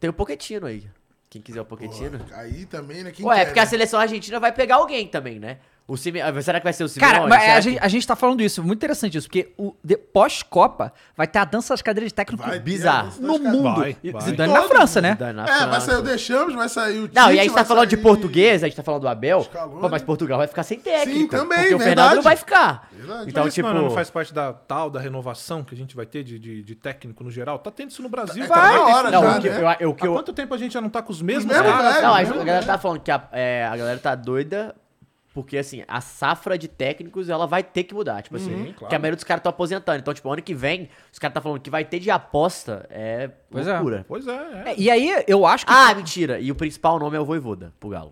Speaker 3: Tem o Poquetino aí. Quem quiser o Poquetino.
Speaker 2: Aí também, né? Quem
Speaker 3: Ué, é
Speaker 2: quer,
Speaker 3: porque a
Speaker 2: né?
Speaker 3: seleção argentina vai pegar alguém também, né? O Sime... ah, Será que vai ser o Simeone?
Speaker 1: Cara, mas
Speaker 2: é
Speaker 3: Será
Speaker 1: a,
Speaker 3: que-
Speaker 1: gente, a gente tá falando isso, muito interessante isso, porque o de- pós-Copa vai ter a dança das cadeiras de técnico
Speaker 2: Vai ter
Speaker 3: bizarro.
Speaker 2: a dança
Speaker 1: no
Speaker 2: das cadeiras.
Speaker 1: mundo.
Speaker 4: Vai,
Speaker 1: E
Speaker 4: vai.
Speaker 1: Zidane na
Speaker 2: Todo
Speaker 1: França, né?
Speaker 3: Da- na
Speaker 2: É, vai
Speaker 3: França.
Speaker 2: sair o Deschamps, vai sair o Tite,
Speaker 3: Não, e aí a gente
Speaker 2: vai
Speaker 3: tá falando de
Speaker 2: sair-
Speaker 3: português, a gente tá falando do Abel.
Speaker 2: Scaloni.
Speaker 3: Pô, mas Portugal vai ficar sem técnico.
Speaker 2: né? também,
Speaker 3: Porque o Fernando
Speaker 2: verdade.
Speaker 3: não vai ficar.
Speaker 2: Verdade.
Speaker 3: Então,
Speaker 4: Mas isso
Speaker 3: tipo.
Speaker 4: não- não faz parte da tal, da renovação que a gente vai ter de, de, de técnico no geral? Tá tendo isso no Brasil.
Speaker 2: É, tá na
Speaker 4: ter isso
Speaker 2: hora
Speaker 4: no
Speaker 3: Não,
Speaker 2: já,
Speaker 3: o que,
Speaker 2: né?
Speaker 3: eu, eu, o que
Speaker 4: Há
Speaker 3: eu,
Speaker 4: quanto tempo a gente já não tá com os mesmos
Speaker 2: Mesmo,
Speaker 4: caras?
Speaker 2: velho.
Speaker 3: Não, a,
Speaker 2: mesmo,
Speaker 3: a galera tá falando que a, é, a galera tá doida porque, assim, a safra de técnicos, ela vai ter que mudar, tipo assim.
Speaker 4: claro.
Speaker 3: Porque a maioria dos caras tá aposentando. Então, tipo, ano que vem, os caras tá falando que vai ter de aposta, é
Speaker 1: Pois é.
Speaker 3: loucura.
Speaker 4: Pois é, é.
Speaker 1: É, E aí, eu acho que...
Speaker 3: Ah, mentira. E o principal nome é o Voivoda, pro Galo.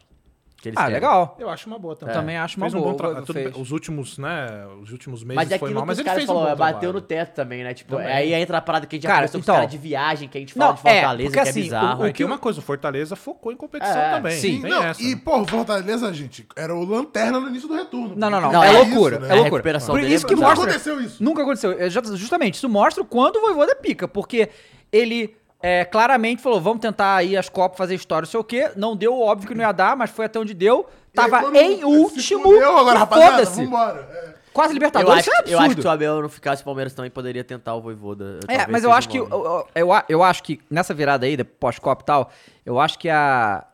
Speaker 3: Que eles
Speaker 1: ah,
Speaker 3: querem.
Speaker 1: legal.
Speaker 4: Eu acho uma boa também.
Speaker 1: Eu também acho uma
Speaker 4: Fez um
Speaker 1: boa,
Speaker 4: bom tra-
Speaker 1: o Voivoda
Speaker 4: tudo bem,
Speaker 1: fez.
Speaker 4: Os últimos, né? Os últimos meses
Speaker 3: Mas é
Speaker 4: foi
Speaker 3: aquilo
Speaker 4: mal,
Speaker 3: que
Speaker 4: mas
Speaker 3: os
Speaker 4: ele
Speaker 3: caras
Speaker 4: fez um
Speaker 3: falaram,
Speaker 4: bom
Speaker 3: é, bateu
Speaker 4: trabalho.
Speaker 3: no teto também, né? Tipo,
Speaker 4: Também.
Speaker 3: aí entra a parada que a gente já
Speaker 1: Cara,
Speaker 3: conversou com
Speaker 1: então-
Speaker 3: os caras de viagem, que a gente
Speaker 1: Não,
Speaker 3: fala de
Speaker 1: é,
Speaker 3: Fortaleza,
Speaker 1: porque
Speaker 3: que é
Speaker 1: assim,
Speaker 3: bizarro.
Speaker 4: Ah,
Speaker 1: o
Speaker 4: é que uma coisa, o Fortaleza focou em competição
Speaker 3: É,
Speaker 4: também.
Speaker 1: sim.
Speaker 4: tem
Speaker 2: Não,
Speaker 4: essa.
Speaker 2: e, pô, Fortaleza, gente, era o lanterna no início do retorno.
Speaker 1: Não, não, não.
Speaker 3: Não,
Speaker 1: é,
Speaker 3: é isso,
Speaker 1: loucura.
Speaker 3: né?
Speaker 1: É
Speaker 3: A
Speaker 1: loucura.
Speaker 3: recuperação
Speaker 1: Por
Speaker 3: dele
Speaker 1: isso
Speaker 3: é
Speaker 1: que
Speaker 3: bizarra.
Speaker 2: Nunca
Speaker 1: mostra.
Speaker 2: aconteceu isso.
Speaker 1: Nunca aconteceu. É, já- Justamente, isso mostra o quanto o Voivoda pica, porque ele é, claramente falou, vamos tentar aí as Copas, fazer história, não sei o quê. Não deu, óbvio que não ia dar, mas foi até onde deu.
Speaker 2: E aí,
Speaker 1: Tava
Speaker 2: quando
Speaker 1: em
Speaker 2: se
Speaker 1: último,
Speaker 2: fudeu agora, rapaziada,
Speaker 1: foda-se.
Speaker 2: vambora. É.
Speaker 1: Quase
Speaker 3: Eu
Speaker 1: Libertadores,
Speaker 3: acho,
Speaker 1: isso é
Speaker 3: que- eu acho que
Speaker 1: absurdo.
Speaker 3: se o Abel não ficasse, o Palmeiras também poderia tentar o Voivoda.
Speaker 1: É,
Speaker 3: talvez
Speaker 1: mas eu
Speaker 3: seja
Speaker 1: acho
Speaker 3: o
Speaker 1: que eu,
Speaker 3: nome.
Speaker 1: eu, eu- eu acho que nessa virada aí, da pós-copa e tal, eu acho que a,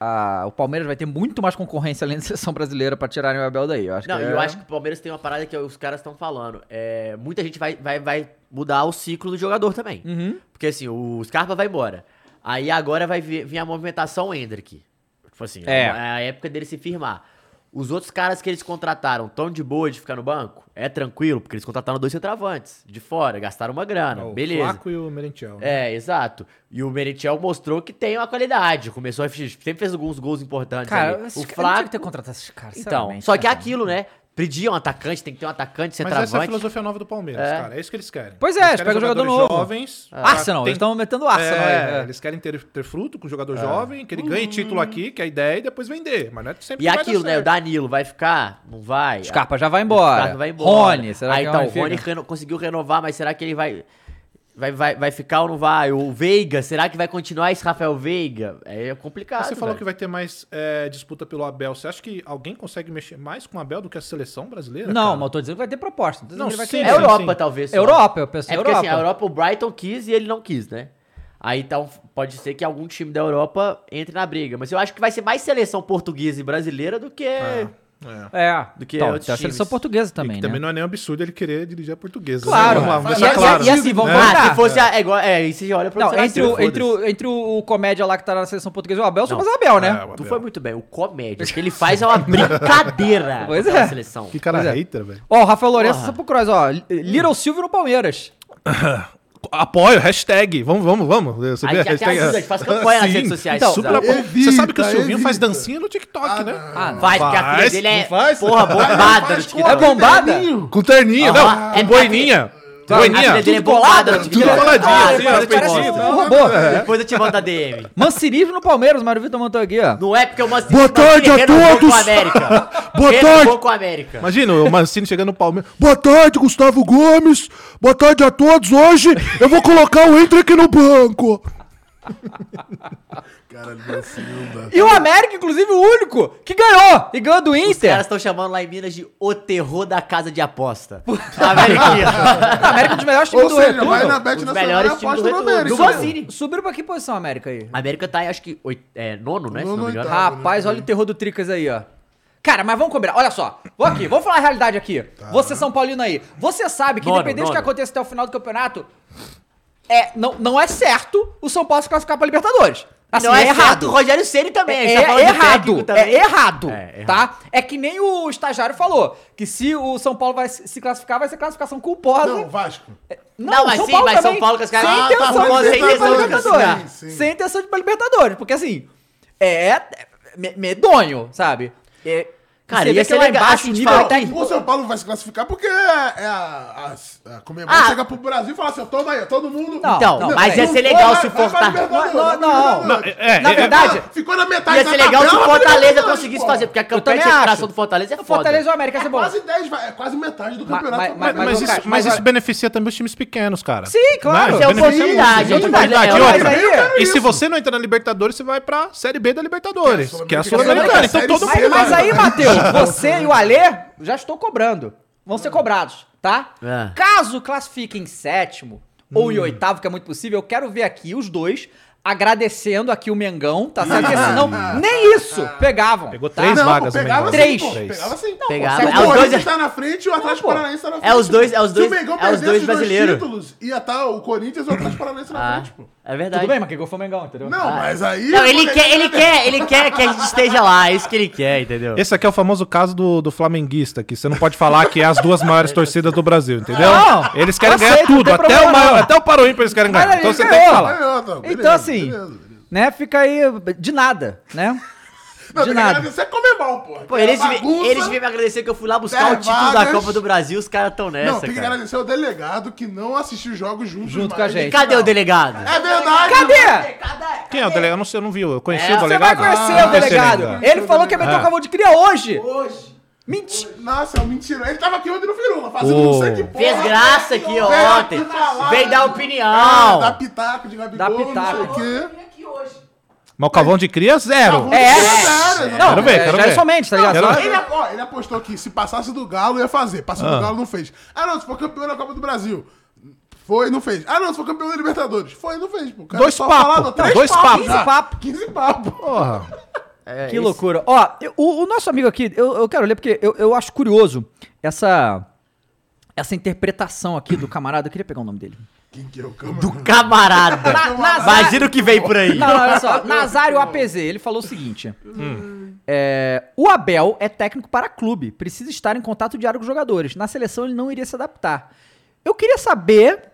Speaker 1: a- o Palmeiras vai ter muito mais concorrência além da seleção brasileira pra tirarem o Abel daí. Eu acho
Speaker 3: Não,
Speaker 1: que
Speaker 3: eu
Speaker 1: é-
Speaker 3: acho que o Palmeiras tem uma parada que os caras estão falando. É, muita gente vai, vai, vai mudar o ciclo do jogador também.
Speaker 1: Uhum.
Speaker 3: Porque assim, o Scarpa vai embora. Aí agora vai vir, vir a movimentação Hendrick. Tipo assim,
Speaker 1: É.
Speaker 3: é. a época dele se firmar. Os outros caras que eles contrataram tão de boa de ficar no banco? É tranquilo, porque eles contrataram dois centroavantes de fora, gastaram uma
Speaker 1: É,
Speaker 3: grana,
Speaker 4: É O
Speaker 3: beleza.
Speaker 4: Flaco e o Merentiel. né?
Speaker 3: É, exato. E o Merentiel mostrou que tem uma qualidade. Começou a sempre fez alguns gols importantes.
Speaker 1: Cara,
Speaker 3: ali.
Speaker 1: esse
Speaker 3: o
Speaker 1: cara não tinha
Speaker 3: Flaco
Speaker 1: que ter contratado esses caras,
Speaker 3: então,
Speaker 1: sinceramente,
Speaker 3: só que é
Speaker 1: cara.
Speaker 3: aquilo, né? Pedir um atacante, tem que ter um atacante,
Speaker 4: Mas essa é a
Speaker 3: centroavante.
Speaker 4: filosofia nova do Palmeiras,
Speaker 3: É.
Speaker 4: cara. É isso que eles querem.
Speaker 1: Pois é,
Speaker 4: Eles
Speaker 1: eles
Speaker 4: querem
Speaker 1: pegam jogador
Speaker 4: jogadores
Speaker 1: novo. Ah.
Speaker 4: jovens. pra-
Speaker 1: Arsenal, eles
Speaker 4: tem-
Speaker 1: estão metendo Arsenal aí.
Speaker 4: é,
Speaker 1: Hum. é.
Speaker 4: Eles querem ter, ter fruto com o jogador jovem, que ele ganhe título aqui, que a ideia é depois vender. Mas não é sempre
Speaker 3: E
Speaker 4: que vai dar
Speaker 3: aquilo, né? O
Speaker 4: certo.
Speaker 3: Danilo vai ficar? Não vai? Ah,
Speaker 1: Scarpa já vai
Speaker 3: O
Speaker 1: embora.
Speaker 3: Scarpa vai embora.
Speaker 1: Rony, será
Speaker 3: Aí,
Speaker 1: que é um
Speaker 3: então,
Speaker 1: Rony
Speaker 3: o Rony
Speaker 1: fica?
Speaker 3: reno- conseguiu renovar, mas será que ele vai... Vai, vai, vai ficar ou não vai? O Veiga, será que vai continuar esse Rafael Veiga? É complicado.
Speaker 4: Você falou
Speaker 3: velho.
Speaker 4: que vai ter mais é, disputa pelo Abel. Você acha que alguém consegue mexer mais com o Abel do que a seleção brasileira?
Speaker 1: Não,
Speaker 4: cara?
Speaker 1: mas eu tô dizendo que vai ter proposta. Não, tô dizendo
Speaker 4: Não,
Speaker 1: que ele vai
Speaker 4: sim.
Speaker 1: querer.
Speaker 3: É
Speaker 4: eu-
Speaker 3: Europa,
Speaker 4: sim.
Speaker 3: talvez. só.
Speaker 1: Europa, eu penso
Speaker 3: É porque
Speaker 1: Europa.
Speaker 3: assim, a Europa o Brighton quis e ele não quis, né? Aí então pode ser que algum time da Europa entre na briga. Mas eu acho que vai ser mais seleção portuguesa e brasileira do que.
Speaker 4: É.
Speaker 1: É,
Speaker 3: do que
Speaker 1: então,
Speaker 3: outros
Speaker 1: tem a seleção
Speaker 3: times.
Speaker 1: portuguesa
Speaker 4: E
Speaker 1: também,
Speaker 4: que
Speaker 1: né?
Speaker 4: também não é nem um absurdo ele querer dirigir a portuguesa.
Speaker 1: Claro.
Speaker 4: né? Vamos lá,
Speaker 2: Mas
Speaker 4: vamos deixar
Speaker 3: e,
Speaker 4: claro.
Speaker 3: e, e assim, vamos
Speaker 1: né?
Speaker 3: lá.
Speaker 1: Cara.
Speaker 3: Se fosse. a- É, igual, é, e você olha pra
Speaker 1: Não,
Speaker 3: você,
Speaker 1: entre
Speaker 3: ah,
Speaker 1: o, entre,
Speaker 3: foda-se.
Speaker 1: o, entre o o comédia lá que tá na seleção portuguesa e o Abel, só
Speaker 3: Não.
Speaker 1: mais Abel, né?
Speaker 4: É, o
Speaker 3: Tu
Speaker 4: Abel.
Speaker 3: foi muito bem. O comédia. O que ele faz é uma brincadeira
Speaker 1: Pois
Speaker 3: com a
Speaker 1: é.
Speaker 3: seleção.
Speaker 4: Que cara hater, velho.
Speaker 1: Ó, o Rafael Lourenço
Speaker 3: Porra.
Speaker 1: só pro Cross, ó. Li- Little Silvio no Palmeiras.
Speaker 4: Apoio, hashtag. Vamos, vamos, vamos. Você
Speaker 3: Aí
Speaker 4: vê
Speaker 3: já tem as duas, faz campanha nas redes sociais,
Speaker 4: Então,
Speaker 3: Zé.
Speaker 4: super apoio.
Speaker 2: Evita,
Speaker 4: Você sabe que o Silvinho faz
Speaker 2: evita.
Speaker 4: dancinha no TikTok, né?
Speaker 1: Ah,
Speaker 3: Faz, porque a filha
Speaker 4: Faz,
Speaker 3: dele é
Speaker 4: não faz?
Speaker 3: porra bombada no
Speaker 2: Faz
Speaker 3: TikTok.
Speaker 1: É bombada?
Speaker 4: Com terninha,
Speaker 3: Aham.
Speaker 4: não.
Speaker 3: É
Speaker 4: Com
Speaker 3: A
Speaker 4: boininha.
Speaker 3: filha dele é
Speaker 4: Boininha.
Speaker 3: bombada no TikTok.
Speaker 4: coladinho,
Speaker 3: Ah,
Speaker 4: assim,
Speaker 3: depois eu te
Speaker 4: parece-
Speaker 3: mostro.
Speaker 1: Um robô.
Speaker 3: Depois eu te mando a DM.
Speaker 1: Mancirismo no Palmeiras, o Mário Vitor montou aqui, ó.
Speaker 3: Não é porque o Mancini
Speaker 4: Boa tarde a
Speaker 3: renovou
Speaker 4: todos.
Speaker 3: com a América.
Speaker 4: Boa
Speaker 3: Renovou
Speaker 4: tarde.
Speaker 3: com a América.
Speaker 4: Imagina o Mancini chegando no Palmeiras. Boa tarde, Gustavo Gomes. Boa tarde a todos. Hoje eu vou colocar o Entre aqui no banco.
Speaker 2: Caralho, dancinho, dá.
Speaker 1: E o América, inclusive, o único que ganhou. E ganhou do
Speaker 3: Os caras
Speaker 1: Inter.
Speaker 3: estão chamando lá em Minas de o terror da casa de aposta. A América.
Speaker 1: A América é um dos melhores times
Speaker 2: Ou
Speaker 1: do
Speaker 2: seja, vai
Speaker 1: retorno.
Speaker 2: na Bet
Speaker 3: Os
Speaker 2: Nacional e
Speaker 3: melhores times do
Speaker 2: aposta no
Speaker 3: retorno.
Speaker 2: América.
Speaker 3: Do
Speaker 2: Isso
Speaker 3: Brasil.
Speaker 2: mesmo.
Speaker 3: Mancini.
Speaker 1: Subiram pra que posição, América, aí?
Speaker 3: A América tá, acho que, oit- é, nono, né? se não
Speaker 2: Nono,
Speaker 3: me engano.
Speaker 2: oitavo.
Speaker 1: Rapaz, olha o terror do Tricas aí, ó. Cara, mas vamos combinar. Olha só. Vou aqui, vamos falar a realidade aqui. Você, São Paulino aí. Você sabe que,
Speaker 3: Nono,
Speaker 1: independente do que
Speaker 3: nono.
Speaker 1: aconteça até o final do campeonato, é, não, não é certo o São Paulo se classificar pra Libertadores. Assim,
Speaker 3: não
Speaker 1: é,
Speaker 3: é, errado. O
Speaker 1: errado.
Speaker 3: Rogério Ceni também. a
Speaker 1: É,
Speaker 3: gente tá falando de
Speaker 1: errado,
Speaker 3: técnico
Speaker 1: é
Speaker 3: também.
Speaker 1: errado,
Speaker 3: É, errado.
Speaker 1: tá? É que nem o estagiário falou, que se o São Paulo vai se se classificar, vai ser classificação culposa.
Speaker 2: Não, Vasco.
Speaker 3: Não, mas sim, mas São Paulo que os caras-
Speaker 1: Sem
Speaker 3: Ah,
Speaker 1: intenção
Speaker 3: tá,
Speaker 1: de
Speaker 3: sem
Speaker 1: ir pra
Speaker 3: intenção de
Speaker 1: Libertadores.
Speaker 2: classificar. Sim, sim.
Speaker 1: Sem intenção de ir pra Libertadores. Porque assim, é me- medonho, sabe? É,
Speaker 3: Cara,
Speaker 1: Você vê
Speaker 3: ia
Speaker 1: que
Speaker 3: ser
Speaker 1: lá
Speaker 3: legal.
Speaker 1: embaixo
Speaker 3: Acho que
Speaker 1: o
Speaker 3: a gente
Speaker 1: nível
Speaker 3: fala,
Speaker 1: tá
Speaker 3: "Ih,
Speaker 2: O São Paulo vai se classificar porque é, é a, a, a Comebol
Speaker 3: Ah.
Speaker 2: chegar pro Brasil e falar assim, toma aí, todo mundo.
Speaker 1: Não,
Speaker 3: Então,
Speaker 1: não,
Speaker 3: mas ia
Speaker 1: peraí.
Speaker 3: ser legal
Speaker 2: Vai,
Speaker 3: se
Speaker 2: vai pra
Speaker 3: Fortaleza.
Speaker 2: Libertadores,
Speaker 1: Não,
Speaker 2: vai pra
Speaker 1: não.
Speaker 2: Libertadores.
Speaker 4: É,
Speaker 1: Na
Speaker 4: é-
Speaker 1: verdade,
Speaker 2: Ah, Ficou na metade
Speaker 3: Ia
Speaker 2: da
Speaker 3: ser legal
Speaker 2: tabela,
Speaker 3: se o
Speaker 2: vai pra
Speaker 3: Fortaleza
Speaker 2: Libertadores,
Speaker 3: conseguisse
Speaker 2: pô.
Speaker 3: fazer, porque a campanha
Speaker 1: também
Speaker 3: de recuperação
Speaker 1: acho.
Speaker 3: do Fortaleza é
Speaker 1: O
Speaker 3: foda.
Speaker 1: Fortaleza e o América
Speaker 2: É
Speaker 1: Cebola.
Speaker 2: quase 10, vai- é quase metade do
Speaker 1: Mas-
Speaker 2: campeonato.
Speaker 1: mas-
Speaker 2: brasileiro.
Speaker 4: Mas,
Speaker 1: ô,
Speaker 4: isso,
Speaker 1: Cássio,
Speaker 4: mas
Speaker 1: mas
Speaker 4: isso
Speaker 1: a-
Speaker 4: beneficia também os times pequenos, cara. Né?
Speaker 1: Sim, claro.
Speaker 3: Isso é
Speaker 4: Beneficia
Speaker 3: oportunidade,
Speaker 4: isso, é
Speaker 3: é
Speaker 4: oportunidade.
Speaker 3: oportunidade,
Speaker 4: E
Speaker 3: mas
Speaker 4: outra,
Speaker 1: aí é-
Speaker 4: e se você não entrar na Libertadores, você vai pra Série B da Libertadores,
Speaker 2: Que é a
Speaker 4: que é a
Speaker 2: Sul-Americana.
Speaker 4: Sul-Americana. Então todo
Speaker 2: Série
Speaker 1: Mas,
Speaker 2: C,
Speaker 4: mundo vai.
Speaker 1: mas aí, Matheus, você e o Alê, já estou cobrando. Vão ser cobrados, tá?
Speaker 3: É.
Speaker 1: Caso classifique em sétimo ou
Speaker 2: Hum.
Speaker 1: em oitavo, que é muito possível, eu quero ver aqui os dois agradecendo aqui o Mengão, tá certo? Porque senão nem isso pegavam.
Speaker 4: Pegou
Speaker 1: tá?
Speaker 4: três
Speaker 2: Ah. Não, pô,
Speaker 4: vagas, o
Speaker 2: pegava
Speaker 4: Mengão.
Speaker 2: assim,
Speaker 1: Três.
Speaker 2: pô,
Speaker 4: Três.
Speaker 2: Pegava assim.
Speaker 1: Não,
Speaker 3: Pegava.
Speaker 1: consegue-
Speaker 3: É os
Speaker 2: o
Speaker 3: dois-
Speaker 2: Corinthians tá na frente e o Atlético
Speaker 1: pô.
Speaker 2: Paranaense tá na
Speaker 3: É
Speaker 2: frente.
Speaker 3: os dois- é os dois-
Speaker 2: Se o Mengão
Speaker 3: é os
Speaker 2: perdesse
Speaker 3: dois
Speaker 2: os
Speaker 3: brasileiros.
Speaker 2: títulos, ia estar o Corinthians e o Atlético Paranaense na
Speaker 3: Ah,
Speaker 2: frente, pô.
Speaker 3: é
Speaker 1: Tudo
Speaker 3: verdade.
Speaker 1: bem, mas é quem gol foi o Mengão, entendeu?
Speaker 2: Não, mas aí...
Speaker 3: Não, ele quer, ele quer, ele quer que a gente esteja lá, é isso que ele quer, entendeu?
Speaker 4: Esse aqui é o famoso caso do, do flamenguista, que você não pode falar que é as duas maiores torcidas do Brasil, entendeu?
Speaker 1: Não,
Speaker 4: eles querem
Speaker 1: eu
Speaker 4: ganhar
Speaker 1: sei, não
Speaker 4: tudo,
Speaker 1: tem
Speaker 4: até
Speaker 1: problema
Speaker 4: o, maior,
Speaker 1: não.
Speaker 4: até o Paroímpa eles querem
Speaker 1: Mas
Speaker 4: ganhar.
Speaker 1: ele
Speaker 4: Então você
Speaker 1: ganhou.
Speaker 4: tem que falar.
Speaker 1: Então, assim, né? Fica aí de nada, né?
Speaker 2: Não,
Speaker 1: de
Speaker 2: tem que
Speaker 1: nada.
Speaker 2: agradecer a Comebol, pô.
Speaker 3: Pô, eles,
Speaker 2: É
Speaker 3: vi-
Speaker 2: bagunça.
Speaker 3: eles vêm me agradecer que eu fui lá buscar
Speaker 2: dez
Speaker 3: o título da
Speaker 2: vagas.
Speaker 3: Copa do Brasil, os caras estão
Speaker 2: Não,
Speaker 3: nessa,
Speaker 2: tem que
Speaker 3: cara.
Speaker 2: agradecer ao é delegado que não assistiu jogos junto,
Speaker 1: Junto com a gente.
Speaker 3: Cadê o delegado?
Speaker 2: É verdade.
Speaker 1: Cadê?
Speaker 4: Quem é o delegado? Eu não sei, eu não vi. Eu conheci
Speaker 3: É,
Speaker 4: o
Speaker 3: você
Speaker 1: Você vai
Speaker 4: delegado.
Speaker 1: conhecer
Speaker 4: Ah,
Speaker 1: o delegado.
Speaker 4: conheci
Speaker 1: Ele falou que ia
Speaker 4: Ah.
Speaker 1: meter o cavalo de cria hoje.
Speaker 2: Hoje.
Speaker 1: Mentira.
Speaker 2: Nossa, é um mentiroso. Ele tava aqui ontem no Firula, fazendo
Speaker 4: Ô.
Speaker 2: não sei que porra.
Speaker 3: Fez graça aqui
Speaker 2: Veio
Speaker 3: ontem.
Speaker 2: aqui falar.
Speaker 3: Veio dar
Speaker 2: Ah, dá
Speaker 3: opinião.
Speaker 2: pitaco de
Speaker 1: Dá
Speaker 2: Gabigol, não
Speaker 1: pitaco.
Speaker 2: sei o quê.
Speaker 4: Mas o Cavão de Cria, zero.
Speaker 2: Tá
Speaker 1: É.
Speaker 2: muito zero.
Speaker 1: Não,
Speaker 4: Quero ver, quero
Speaker 1: já é
Speaker 4: ver.
Speaker 1: somente, tá ligado?
Speaker 4: Quero
Speaker 1: Só-
Speaker 4: ver.
Speaker 2: Ele, ó, ele apostou que se passasse do Galo ia fazer. Passou do Galo, não fez. Ah, não, se for campeão da Copa do Brasil. Foi, não fez. Ah, não, se for campeão da Libertadores. Foi, não fez. Pô. O cara
Speaker 4: Dois
Speaker 2: só
Speaker 4: papo.
Speaker 2: falado,
Speaker 4: Não,
Speaker 2: três
Speaker 4: dois
Speaker 2: papos
Speaker 4: papo.
Speaker 2: já.
Speaker 1: Quinze papo.
Speaker 2: 15 papo.
Speaker 4: Porra.
Speaker 3: É,
Speaker 1: Que
Speaker 3: isso.
Speaker 1: loucura. Ó, eu- o, o nosso amigo aqui, eu, eu quero ler porque eu, eu acho curioso essa essa interpretação aqui do camarada. Eu queria pegar o nome dele.
Speaker 2: Quem que é o câmera?
Speaker 3: Camarada.
Speaker 1: Na- Nazar-
Speaker 3: Imagina o que veio por aí.
Speaker 1: Não, não, olha só. Nazário APZ, ele falou o seguinte.
Speaker 4: Hum.
Speaker 1: é, o Abel é técnico para clube, precisa estar em contato diário com os jogadores. Na seleção ele não iria se adaptar. Eu queria saber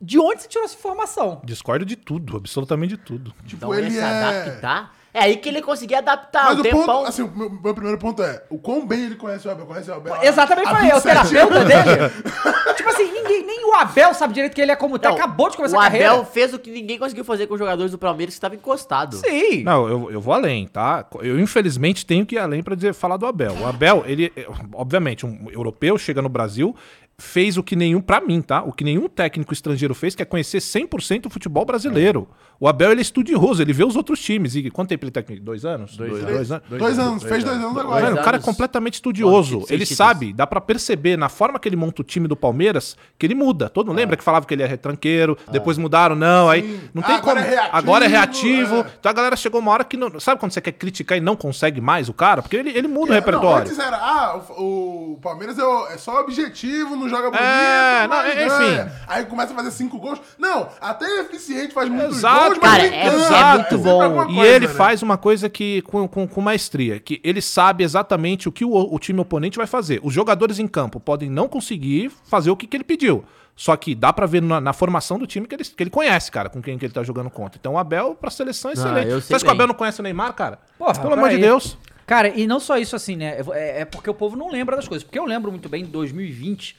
Speaker 1: de onde você tirou essa informação.
Speaker 4: Discordo de tudo, absolutamente de tudo.
Speaker 2: Tipo,
Speaker 3: Então ele
Speaker 2: ele
Speaker 3: se
Speaker 2: é...
Speaker 3: adaptar. É aí que ele conseguia adaptar
Speaker 2: Mas
Speaker 3: um
Speaker 2: o ponto,
Speaker 3: tempão.
Speaker 2: assim, o meu, meu primeiro ponto é o quão bem ele conhece o Abel. Conhece o Abel há-
Speaker 1: Exatamente,
Speaker 2: há
Speaker 1: falei, é o
Speaker 2: 27
Speaker 1: terapeuta
Speaker 2: anos.
Speaker 1: dele. tipo assim, ninguém, nem o Abel sabe direito que ele é como tá.
Speaker 3: Não,
Speaker 1: Acabou de começar
Speaker 3: o
Speaker 1: a carreira.
Speaker 3: Abel fez o que ninguém conseguiu fazer com os jogadores do Palmeiras que estavam encostados.
Speaker 1: Sim.
Speaker 4: Não, eu, eu vou além, tá? Eu, infelizmente, tenho que ir além pra dizer, falar do Abel. O Abel, ele, é, obviamente, um europeu, chega no Brasil, fez o que nenhum, pra mim, tá? O que nenhum técnico estrangeiro fez, que é conhecer 100% o futebol brasileiro. O Abel, ele é estudioso, ele vê os outros times. E quanto tempo ele tá aqui? Dois anos? Dois, anos. Dois anos.
Speaker 2: Dois anos, fez dois anos agora.
Speaker 4: Mano, o cara é
Speaker 3: anos.
Speaker 4: completamente estudioso.
Speaker 3: Mano, seis
Speaker 4: ele
Speaker 3: títulos.
Speaker 4: sabe, dá pra perceber na forma que ele monta o time do Palmeiras que ele muda. Todo mundo lembra que falava que ele é retranqueiro, depois mudaram, não. Aí não
Speaker 2: Ah,
Speaker 4: tem
Speaker 2: agora
Speaker 4: como.
Speaker 2: é reativo,
Speaker 4: agora é reativo.
Speaker 2: é.
Speaker 4: Então a galera chegou uma hora que. não- sabe quando você quer criticar e não consegue mais o cara? Porque ele, ele muda o
Speaker 2: É, Não,
Speaker 4: repertório.
Speaker 2: antes era, ah, o, o Palmeiras é, o- é só objetivo, não joga bonito.
Speaker 4: É, não,
Speaker 2: mas
Speaker 4: é,
Speaker 2: ganha.
Speaker 4: enfim.
Speaker 2: Aí começa a fazer cinco gols. Não, até é eficiente, faz muitos
Speaker 4: Exato,
Speaker 2: gols, mas
Speaker 3: cara,
Speaker 2: nem
Speaker 3: é-
Speaker 2: tanto.
Speaker 3: é muito
Speaker 2: sempre
Speaker 3: bom.
Speaker 2: alguma
Speaker 4: E
Speaker 2: coisa,
Speaker 4: ele
Speaker 2: né?
Speaker 4: faz uma coisa que com, com, com maestria, que ele sabe exatamente o que o, o time oponente vai fazer. Os jogadores em campo podem não conseguir fazer o que, que ele pediu. Só que dá pra ver na, na formação do time que ele, que ele conhece, cara, com quem que ele tá jogando contra. Então o Abel pra seleção é
Speaker 3: Ah,
Speaker 4: excelente.
Speaker 3: eu sei
Speaker 4: Você acha que o
Speaker 3: bem.
Speaker 4: Abel não conhece o Neymar, cara?
Speaker 1: Porra,
Speaker 4: Pelo amor de
Speaker 1: peraí.
Speaker 4: Deus.
Speaker 1: Cara, e não só isso assim, né? Eu vou- É, é porque o povo não lembra das coisas. Porque eu lembro muito bem, em 2020,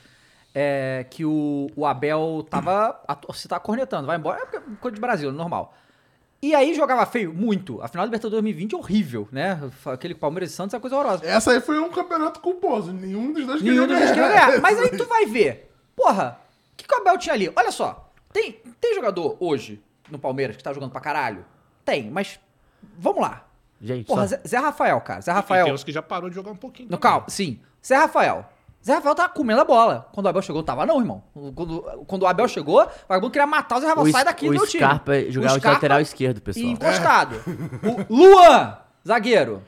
Speaker 1: é, que o, o Abel tava. A torcida tava cornetando, vai embora. É porque é coisa de Brasil, normal. E aí jogava feio, muito. A final do Libertadores 2020 é horrível, né? Aquele Palmeiras e Santos é coisa horrorosa.
Speaker 2: Essa aí foi um campeonato culposo. Nenhum dos dois
Speaker 1: Nenhum dos dois queria ganhar.
Speaker 2: ganhar.
Speaker 1: Mas aí tu vai ver. Porra, o que, que o Abel tinha ali? Olha só, tem, tem jogador hoje no Palmeiras que tá jogando pra caralho? Tem, mas vamos lá.
Speaker 3: Gente,
Speaker 1: Porra,
Speaker 3: só-
Speaker 1: Zé, Zé Rafael, cara. Zé
Speaker 4: E
Speaker 1: Rafael.
Speaker 4: tem uns que já parou de jogar um pouquinho.
Speaker 1: No calma, sim. Zé Rafael. Zé Rafael tava comendo a bola. Quando o Abel chegou, tava não, irmão. Quando, quando o Abel chegou, o vagabundo queria matar o Zé Rafael.
Speaker 3: o
Speaker 1: Sai
Speaker 3: S-
Speaker 1: daqui,
Speaker 3: o
Speaker 1: meu time.
Speaker 3: Scarpa jogava de
Speaker 1: Scarpa Então-
Speaker 3: lateral esquerdo,
Speaker 1: E
Speaker 3: pessoal.
Speaker 1: encostado. O Luan, zagueiro.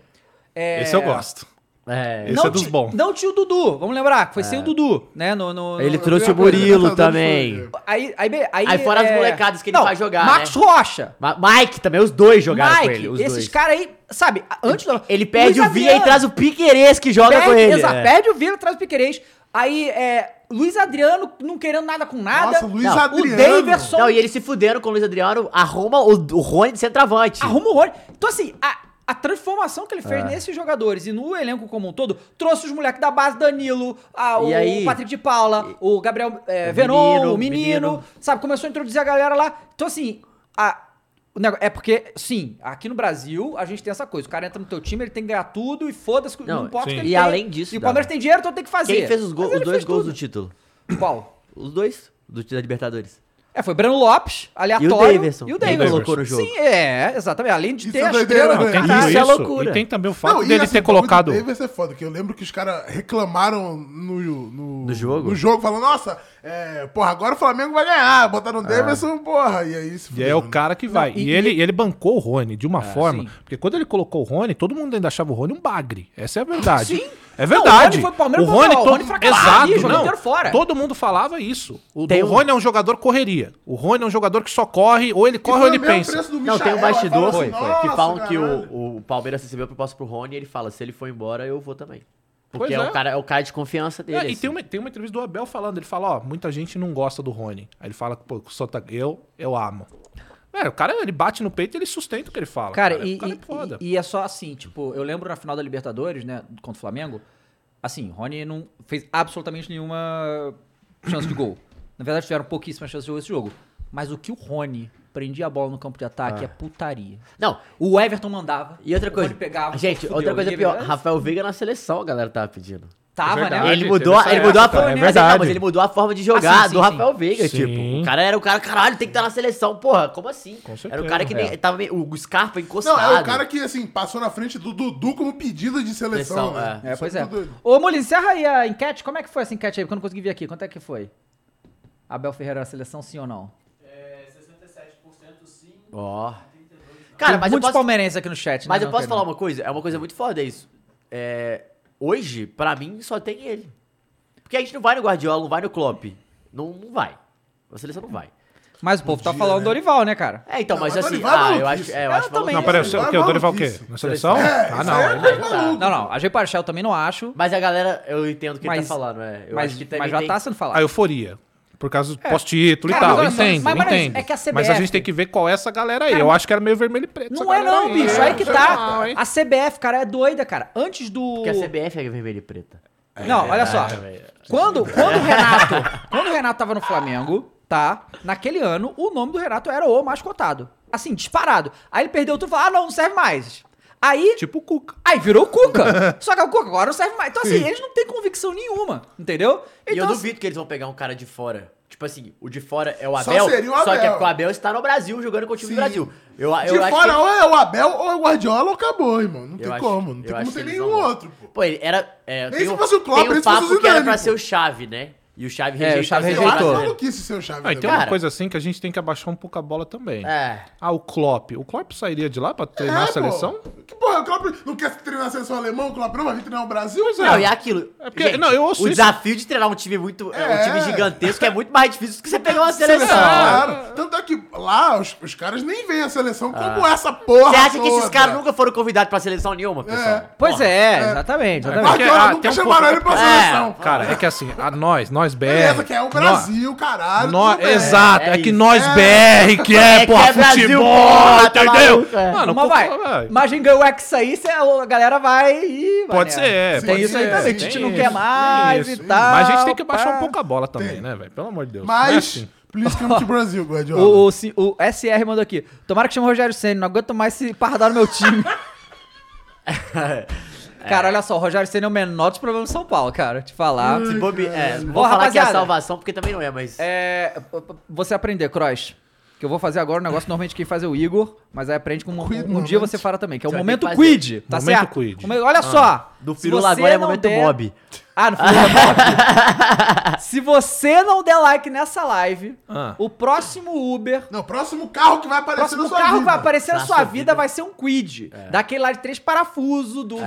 Speaker 1: É,
Speaker 4: Esse eu gosto.
Speaker 3: É.
Speaker 4: Esse é dos
Speaker 1: ti-
Speaker 4: bons.
Speaker 1: Não tinha o Dudu, vamos lembrar, que foi sem o Dudu, né? No, no,
Speaker 3: Ele
Speaker 1: no-
Speaker 3: trouxe o
Speaker 2: ganhei a Copa
Speaker 3: Murilo
Speaker 2: Libertadores,
Speaker 3: também.
Speaker 2: foi-
Speaker 1: Aí, aí, be- aí,
Speaker 3: Aí fora as molecadas que ele faz jogar,
Speaker 1: Max
Speaker 3: né?
Speaker 1: Rocha.
Speaker 3: Ma- Mike também, os dois jogaram com
Speaker 1: Mike,
Speaker 3: ele. Os
Speaker 1: esses
Speaker 3: dois.
Speaker 1: caras aí, sabe, antes do-
Speaker 3: Ele perde
Speaker 1: Luiz
Speaker 3: o Vinha e
Speaker 1: Adriano.
Speaker 3: traz o Piquerez que joga
Speaker 1: perde,
Speaker 3: com ele.
Speaker 1: Exato,
Speaker 3: É.
Speaker 1: perde o Vila, traz o Piquerez. Aí, é, Luiz Adriano não querendo nada com nada.
Speaker 2: Nossa, Luiz
Speaker 3: Não, o
Speaker 2: Adriano.
Speaker 1: O Daverson
Speaker 3: Não, e eles se fuderam com o Luiz Adriano, arruma É. o, o Rony de centroavante.
Speaker 1: arruma o Rony. Então, assim, a- A transformação que ele fez nesses jogadores e no elenco como um todo, trouxe os moleques da base, Danilo, a-
Speaker 3: E
Speaker 1: o
Speaker 3: aí-
Speaker 1: Patrick de Paula, o Gabriel é,
Speaker 3: O
Speaker 1: Veron,
Speaker 3: menino,
Speaker 1: o menino,
Speaker 3: menino.
Speaker 1: sabe? Começou a introduzir a galera lá. Então, assim, a- o nego- é porque, sim, aqui no Brasil a gente tem essa coisa. O cara entra no teu time, ele tem que ganhar tudo e foda-se, não,
Speaker 3: Não,
Speaker 1: importa o que
Speaker 3: sim.
Speaker 1: ele
Speaker 3: E
Speaker 1: tem.
Speaker 3: além disso,
Speaker 1: E o Palmeiras
Speaker 3: Dava,
Speaker 1: tem dinheiro, então tem que fazer.
Speaker 3: Quem fez os, go-
Speaker 1: Mas ele
Speaker 3: os dois
Speaker 1: fez
Speaker 3: gols
Speaker 1: tudo.
Speaker 3: do título?
Speaker 1: Qual?
Speaker 3: Os dois? Do título da Libertadores.
Speaker 1: É, foi Breno Lopes, aleatório.
Speaker 3: Daverson.
Speaker 1: E o
Speaker 3: Quem
Speaker 1: Daverson.
Speaker 3: colocou no jogo.
Speaker 1: Sim, é, exatamente. Além de
Speaker 2: Isso
Speaker 1: ter
Speaker 2: é
Speaker 1: a
Speaker 2: doideira,
Speaker 1: estrela do
Speaker 2: né?
Speaker 4: Tem
Speaker 3: Isso
Speaker 1: caralho.
Speaker 3: é loucura.
Speaker 4: E tem também o fato
Speaker 2: Não, e
Speaker 4: dele
Speaker 2: assim,
Speaker 4: ter
Speaker 2: o bagulho
Speaker 4: colocado.
Speaker 2: do Davis é foda, que eu lembro que os caras reclamaram no, no,
Speaker 3: No jogo?
Speaker 2: No jogo, falando, nossa, é, porra, agora o Flamengo vai ganhar. Botaram o Davidson, porra. E aí se
Speaker 4: E aí é
Speaker 2: fuderam,
Speaker 4: o
Speaker 2: né?
Speaker 4: cara que vai.
Speaker 1: Não,
Speaker 4: e,
Speaker 1: e- É,
Speaker 4: ele, ele bancou o Rony de uma forma.
Speaker 1: sim.
Speaker 4: Porque quando ele colocou o Rony, todo mundo ainda achava o Rony um bagre. Essa é a verdade.
Speaker 1: Sim.
Speaker 4: É verdade.
Speaker 1: Não, o Rony foi pro Palmeiras
Speaker 4: O
Speaker 1: pra
Speaker 4: Rony,
Speaker 1: falar, o
Speaker 4: todo-
Speaker 1: Rony fracassado,
Speaker 4: Exato,
Speaker 1: ih, jogo
Speaker 4: não.
Speaker 1: inteiro fora.
Speaker 4: Todo mundo falava isso. O,
Speaker 3: Tem
Speaker 4: o
Speaker 3: um-
Speaker 4: Rony é um jogador correria. O Rony é um jogador que só corre, ou ele
Speaker 2: E
Speaker 4: corre
Speaker 2: foi
Speaker 4: ou ele
Speaker 2: o mesmo
Speaker 4: pensa.
Speaker 2: preço do
Speaker 3: Não, tem
Speaker 2: Michael,
Speaker 3: um
Speaker 2: aí
Speaker 3: bastidor
Speaker 2: fala assim,
Speaker 3: que
Speaker 2: "Nossa,
Speaker 3: falam que
Speaker 2: caralho."
Speaker 3: o, o Palmeiras recebeu a proposta pro Rony e ele fala: se ele for embora, eu vou também. Porque
Speaker 4: Pois
Speaker 3: é.
Speaker 4: é.
Speaker 3: o cara, é o cara de confiança dele.
Speaker 4: É, e
Speaker 3: assim.
Speaker 4: tem uma, tem uma entrevista do Abel falando, ele fala, ó, muita gente não gosta do Rony. Aí ele fala, pô, só tá, eu, eu amo. Velho, o cara, ele bate no peito e ele sustenta o que ele fala.
Speaker 1: Cara,
Speaker 4: O
Speaker 1: e,
Speaker 4: cara
Speaker 1: e-
Speaker 4: é foda.
Speaker 1: e- e é só assim, tipo, eu lembro na final da Libertadores, né, contra o Flamengo, assim, Rony não fez absolutamente nenhuma chance de gol. Na verdade, tiveram pouquíssimas chances de gol esse jogo. Mas o que o Rony prendia a bola no campo de ataque é putaria.
Speaker 3: Não,
Speaker 1: O Everton mandava.
Speaker 3: Ah. e outra
Speaker 1: o
Speaker 3: coisa.
Speaker 1: Rony pegava,
Speaker 3: gente,
Speaker 1: fudeu,
Speaker 3: outra coisa
Speaker 1: ninguém-
Speaker 3: pior: é Rafael Veiga na seleção, a galera tava pedindo.
Speaker 1: Tava,
Speaker 4: verdade.
Speaker 1: né?
Speaker 3: ele
Speaker 4: teve
Speaker 3: mudou,
Speaker 4: Ah, essa
Speaker 3: ele mudou a
Speaker 4: época,
Speaker 3: forma,
Speaker 4: é
Speaker 3: mas
Speaker 4: verdade.
Speaker 3: ele- mas ele mudou a forma de jogar
Speaker 1: Ah, sim,
Speaker 3: do
Speaker 1: sim,
Speaker 3: Rafael Veiga,
Speaker 4: Sim.
Speaker 3: tipo. O cara era o cara, caralho, tem que estar na seleção. Porra, como assim?
Speaker 4: certeza.
Speaker 3: era o cara que nem,
Speaker 4: É.
Speaker 3: tava meio, o Scarpa encostado.
Speaker 2: Não, é o cara que, assim, passou na frente do Dudu como pedido de seleção, né?
Speaker 3: Seleção,
Speaker 1: É,
Speaker 2: Isso
Speaker 1: pois é.
Speaker 2: tudo-
Speaker 1: Ô, Molina, encerra aí a enquete. Como é que foi essa enquete aí? Porque eu não consegui ver aqui. Quanto é que foi? Abel Ferreira na seleção, sim ou não?
Speaker 3: Ó. Cara,
Speaker 1: Tem
Speaker 3: mas eu
Speaker 1: muitos
Speaker 3: posso,
Speaker 1: palmeirenses aqui no chat, né?
Speaker 3: mas eu
Speaker 1: Não,
Speaker 3: posso
Speaker 1: Pedro?
Speaker 3: falar uma coisa? É uma coisa muito foda isso. É, hoje, pra mim, só tem ele. Porque a gente não vai no Guardiola, não vai no Klopp. Não, não vai. A seleção não vai.
Speaker 1: Mas o povo tá
Speaker 2: dia,
Speaker 1: falando
Speaker 2: né?
Speaker 1: do Orival, né, cara?
Speaker 3: É, então,
Speaker 2: Não,
Speaker 3: mas
Speaker 2: mas
Speaker 3: assim,
Speaker 2: Dorival é
Speaker 3: ah, eu
Speaker 2: maluquice.
Speaker 3: acho, é, eu
Speaker 1: Eu
Speaker 3: acho
Speaker 1: também
Speaker 4: Não,
Speaker 3: maluquice.
Speaker 4: peraí, o seu- o que? O Dorival o quê?
Speaker 2: Isso.
Speaker 4: Na seleção?
Speaker 1: é
Speaker 4: ah, não. ele-
Speaker 3: Tá.
Speaker 1: Não, não. A G Parchel também não acho.
Speaker 3: Mas a galera, eu entendo o que
Speaker 1: Mas-
Speaker 3: ele tá falando, é. Eu
Speaker 1: mas,
Speaker 3: acho que também
Speaker 1: mas já
Speaker 3: tem-
Speaker 1: tá sendo falado.
Speaker 4: a euforia. Por causa do pós-título e
Speaker 1: É. Cara,
Speaker 4: tal.
Speaker 1: mas olha só,
Speaker 4: Entendo,
Speaker 1: mas- mas
Speaker 4: entendo.
Speaker 1: é que a CBF
Speaker 4: Mas a gente tem que ver qual é essa galera aí. Eu acho que era meio vermelho e preto.
Speaker 1: Não
Speaker 4: essa
Speaker 1: é
Speaker 4: galera
Speaker 1: não, bicho.
Speaker 3: né?
Speaker 1: Aí que
Speaker 4: Isso
Speaker 1: tá.
Speaker 4: hein?
Speaker 1: A CBF, cara, é doida, cara. Antes do...
Speaker 3: Porque a CBF é vermelha e preta. é
Speaker 1: Não, olha só. Quando, quando o Renato, quando o Renato tava no Flamengo, tá? Naquele ano, o nome do Renato era o mais cotado. Assim, disparado. Aí ele perdeu tudo e falou: "Ah, não, não serve mais". Aí,
Speaker 4: Tipo o Cuca.
Speaker 1: aí virou o Cuca. Só que o Cuca agora não serve mais. Então assim, eles não têm convicção nenhuma, entendeu?
Speaker 3: e eu
Speaker 1: Então, assim,
Speaker 3: duvido que eles vão pegar um cara de fora. Tipo assim, o de fora é o
Speaker 2: Só
Speaker 3: Abel. Só,
Speaker 2: seria o
Speaker 3: que é
Speaker 2: Abel.
Speaker 3: porque o Abel está no Brasil jogando com o time
Speaker 2: Sim.
Speaker 3: do Brasil. Eu, eu
Speaker 2: De
Speaker 3: acho
Speaker 2: fora,
Speaker 3: que...
Speaker 2: ou é o Abel, ou é o Guardiola, ou acabou, irmão. Não
Speaker 3: Eu
Speaker 2: tem
Speaker 3: acho-
Speaker 2: como. Não
Speaker 3: eu
Speaker 2: tem
Speaker 3: acho
Speaker 2: como ter
Speaker 3: que eles
Speaker 2: nenhum
Speaker 3: não vão.
Speaker 2: outro, pô.
Speaker 3: Pô, ele era. É,
Speaker 2: Nem
Speaker 3: tem
Speaker 2: se
Speaker 3: um-
Speaker 2: fosse o Klopp,
Speaker 3: tem
Speaker 2: nem
Speaker 3: um
Speaker 2: se fosse o
Speaker 3: papo que era
Speaker 2: Zidane,
Speaker 3: pra
Speaker 2: pô.
Speaker 3: ser o Chave, né? E o Chave
Speaker 1: É, o
Speaker 3: rejeitou.
Speaker 1: Xavi
Speaker 2: Eu
Speaker 3: a seleção
Speaker 2: acho
Speaker 1: rejeitou.
Speaker 3: brasileira.
Speaker 2: maluquice seu chave.
Speaker 4: Ah, e tem
Speaker 2: também.
Speaker 4: uma
Speaker 3: Cara.
Speaker 4: coisa assim que a gente tem que abaixar um pouco a bola também.
Speaker 3: É.
Speaker 4: Ah, o Klopp. O Klopp sairia de lá pra treinar
Speaker 2: É,
Speaker 4: a
Speaker 2: pô.
Speaker 4: seleção?
Speaker 2: Que porra, o Klopp não quer treinar a seleção alemã, o Klopp não vai vir treinar o Brasil? cara?
Speaker 3: Não, e aquilo.
Speaker 4: É porque- não, eu ouço
Speaker 3: o
Speaker 4: isso.
Speaker 3: desafio de treinar um time muito. É. Um
Speaker 2: É.
Speaker 3: time gigantesco é muito mais difícil do que você pegar uma seleção.
Speaker 2: Claro. Tanto é que lá os, os caras nem veem a seleção como
Speaker 4: Ah.
Speaker 2: essa porra.
Speaker 3: Você acha que esses
Speaker 2: toda.
Speaker 3: caras nunca foram convidados pra seleção nenhuma, pessoal?
Speaker 1: pois é, exatamente, exatamente.
Speaker 4: porque,
Speaker 2: Guardiola
Speaker 4: ah,
Speaker 2: nunca
Speaker 4: tem um
Speaker 2: chamaram
Speaker 4: pouco-
Speaker 2: ele pra
Speaker 3: É,
Speaker 2: seleção.
Speaker 4: Cara, é que assim, a nós, nós BR.
Speaker 2: Beleza, que é o
Speaker 4: nó-
Speaker 2: Brasil, caralho.
Speaker 4: nó-
Speaker 2: tudo bem.
Speaker 4: exato, é,
Speaker 3: É
Speaker 4: que
Speaker 3: isso.
Speaker 4: nós BR, que é,
Speaker 3: É que
Speaker 4: porra,
Speaker 3: é Brasil,
Speaker 4: futebol,
Speaker 3: porra, tá
Speaker 4: entendeu?
Speaker 3: maluco, é.
Speaker 4: Mano,
Speaker 1: Mas
Speaker 4: pô,
Speaker 1: vai, imagina ganhou o Hexa aí, cê- a galera vai e... vai
Speaker 4: Pode
Speaker 1: nela.
Speaker 4: ser.
Speaker 1: Tem
Speaker 4: pode
Speaker 1: isso aí
Speaker 4: ser,
Speaker 1: também, que a
Speaker 4: tem
Speaker 1: gente não
Speaker 4: isso,
Speaker 1: quer
Speaker 4: tem
Speaker 1: mais e
Speaker 4: isso.
Speaker 1: tal.
Speaker 4: Mas a gente tem que baixar
Speaker 1: pá.
Speaker 4: um pouco a bola também, né, velho? Pelo amor de Deus. Não é
Speaker 2: Mas,
Speaker 4: assim.
Speaker 2: please come to Brasil, Guardiola.
Speaker 1: O, o, si- o SR mandou aqui. Tomara que chame o Rogério Senna, não aguento mais se pardar no meu time. É. Cara, olha só, o Rogério Senna é o menor dos problemas do São Paulo, cara. Te falar.
Speaker 3: Se bobe... É, não
Speaker 1: Bom,
Speaker 3: vou falar que é a
Speaker 1: rapaziada.
Speaker 3: salvação, porque também não é, mas.
Speaker 1: É, p- p- você aprender, Cross. Que eu vou fazer agora um negócio normalmente quem faz é o Igor, mas aí aprende que um,
Speaker 2: Quid
Speaker 1: um, um
Speaker 2: moment.
Speaker 1: dia você fará também, que é o
Speaker 3: Você vai
Speaker 1: momento
Speaker 3: ter que fazer.
Speaker 1: quid, tá
Speaker 4: Momento
Speaker 1: certo?
Speaker 4: quid.
Speaker 1: Momento-
Speaker 2: Ah,
Speaker 1: Olha só!
Speaker 3: Do
Speaker 1: se
Speaker 3: Pirula
Speaker 1: você
Speaker 3: agora é
Speaker 1: não
Speaker 3: momento
Speaker 1: der-
Speaker 3: mob.
Speaker 1: Ah, no Pirula Mob. Se você não der like nessa live,
Speaker 4: Ah.
Speaker 1: o próximo Uber
Speaker 2: Não, próximo carro que vai
Speaker 1: O
Speaker 2: aparecer na
Speaker 1: próximo
Speaker 2: sua
Speaker 1: carro que
Speaker 2: vida.
Speaker 1: vai aparecer na
Speaker 3: Na
Speaker 1: sua
Speaker 3: sua
Speaker 1: vida
Speaker 3: vida. É.
Speaker 1: vai ser um quid. Daquele lá de três parafusos, do, do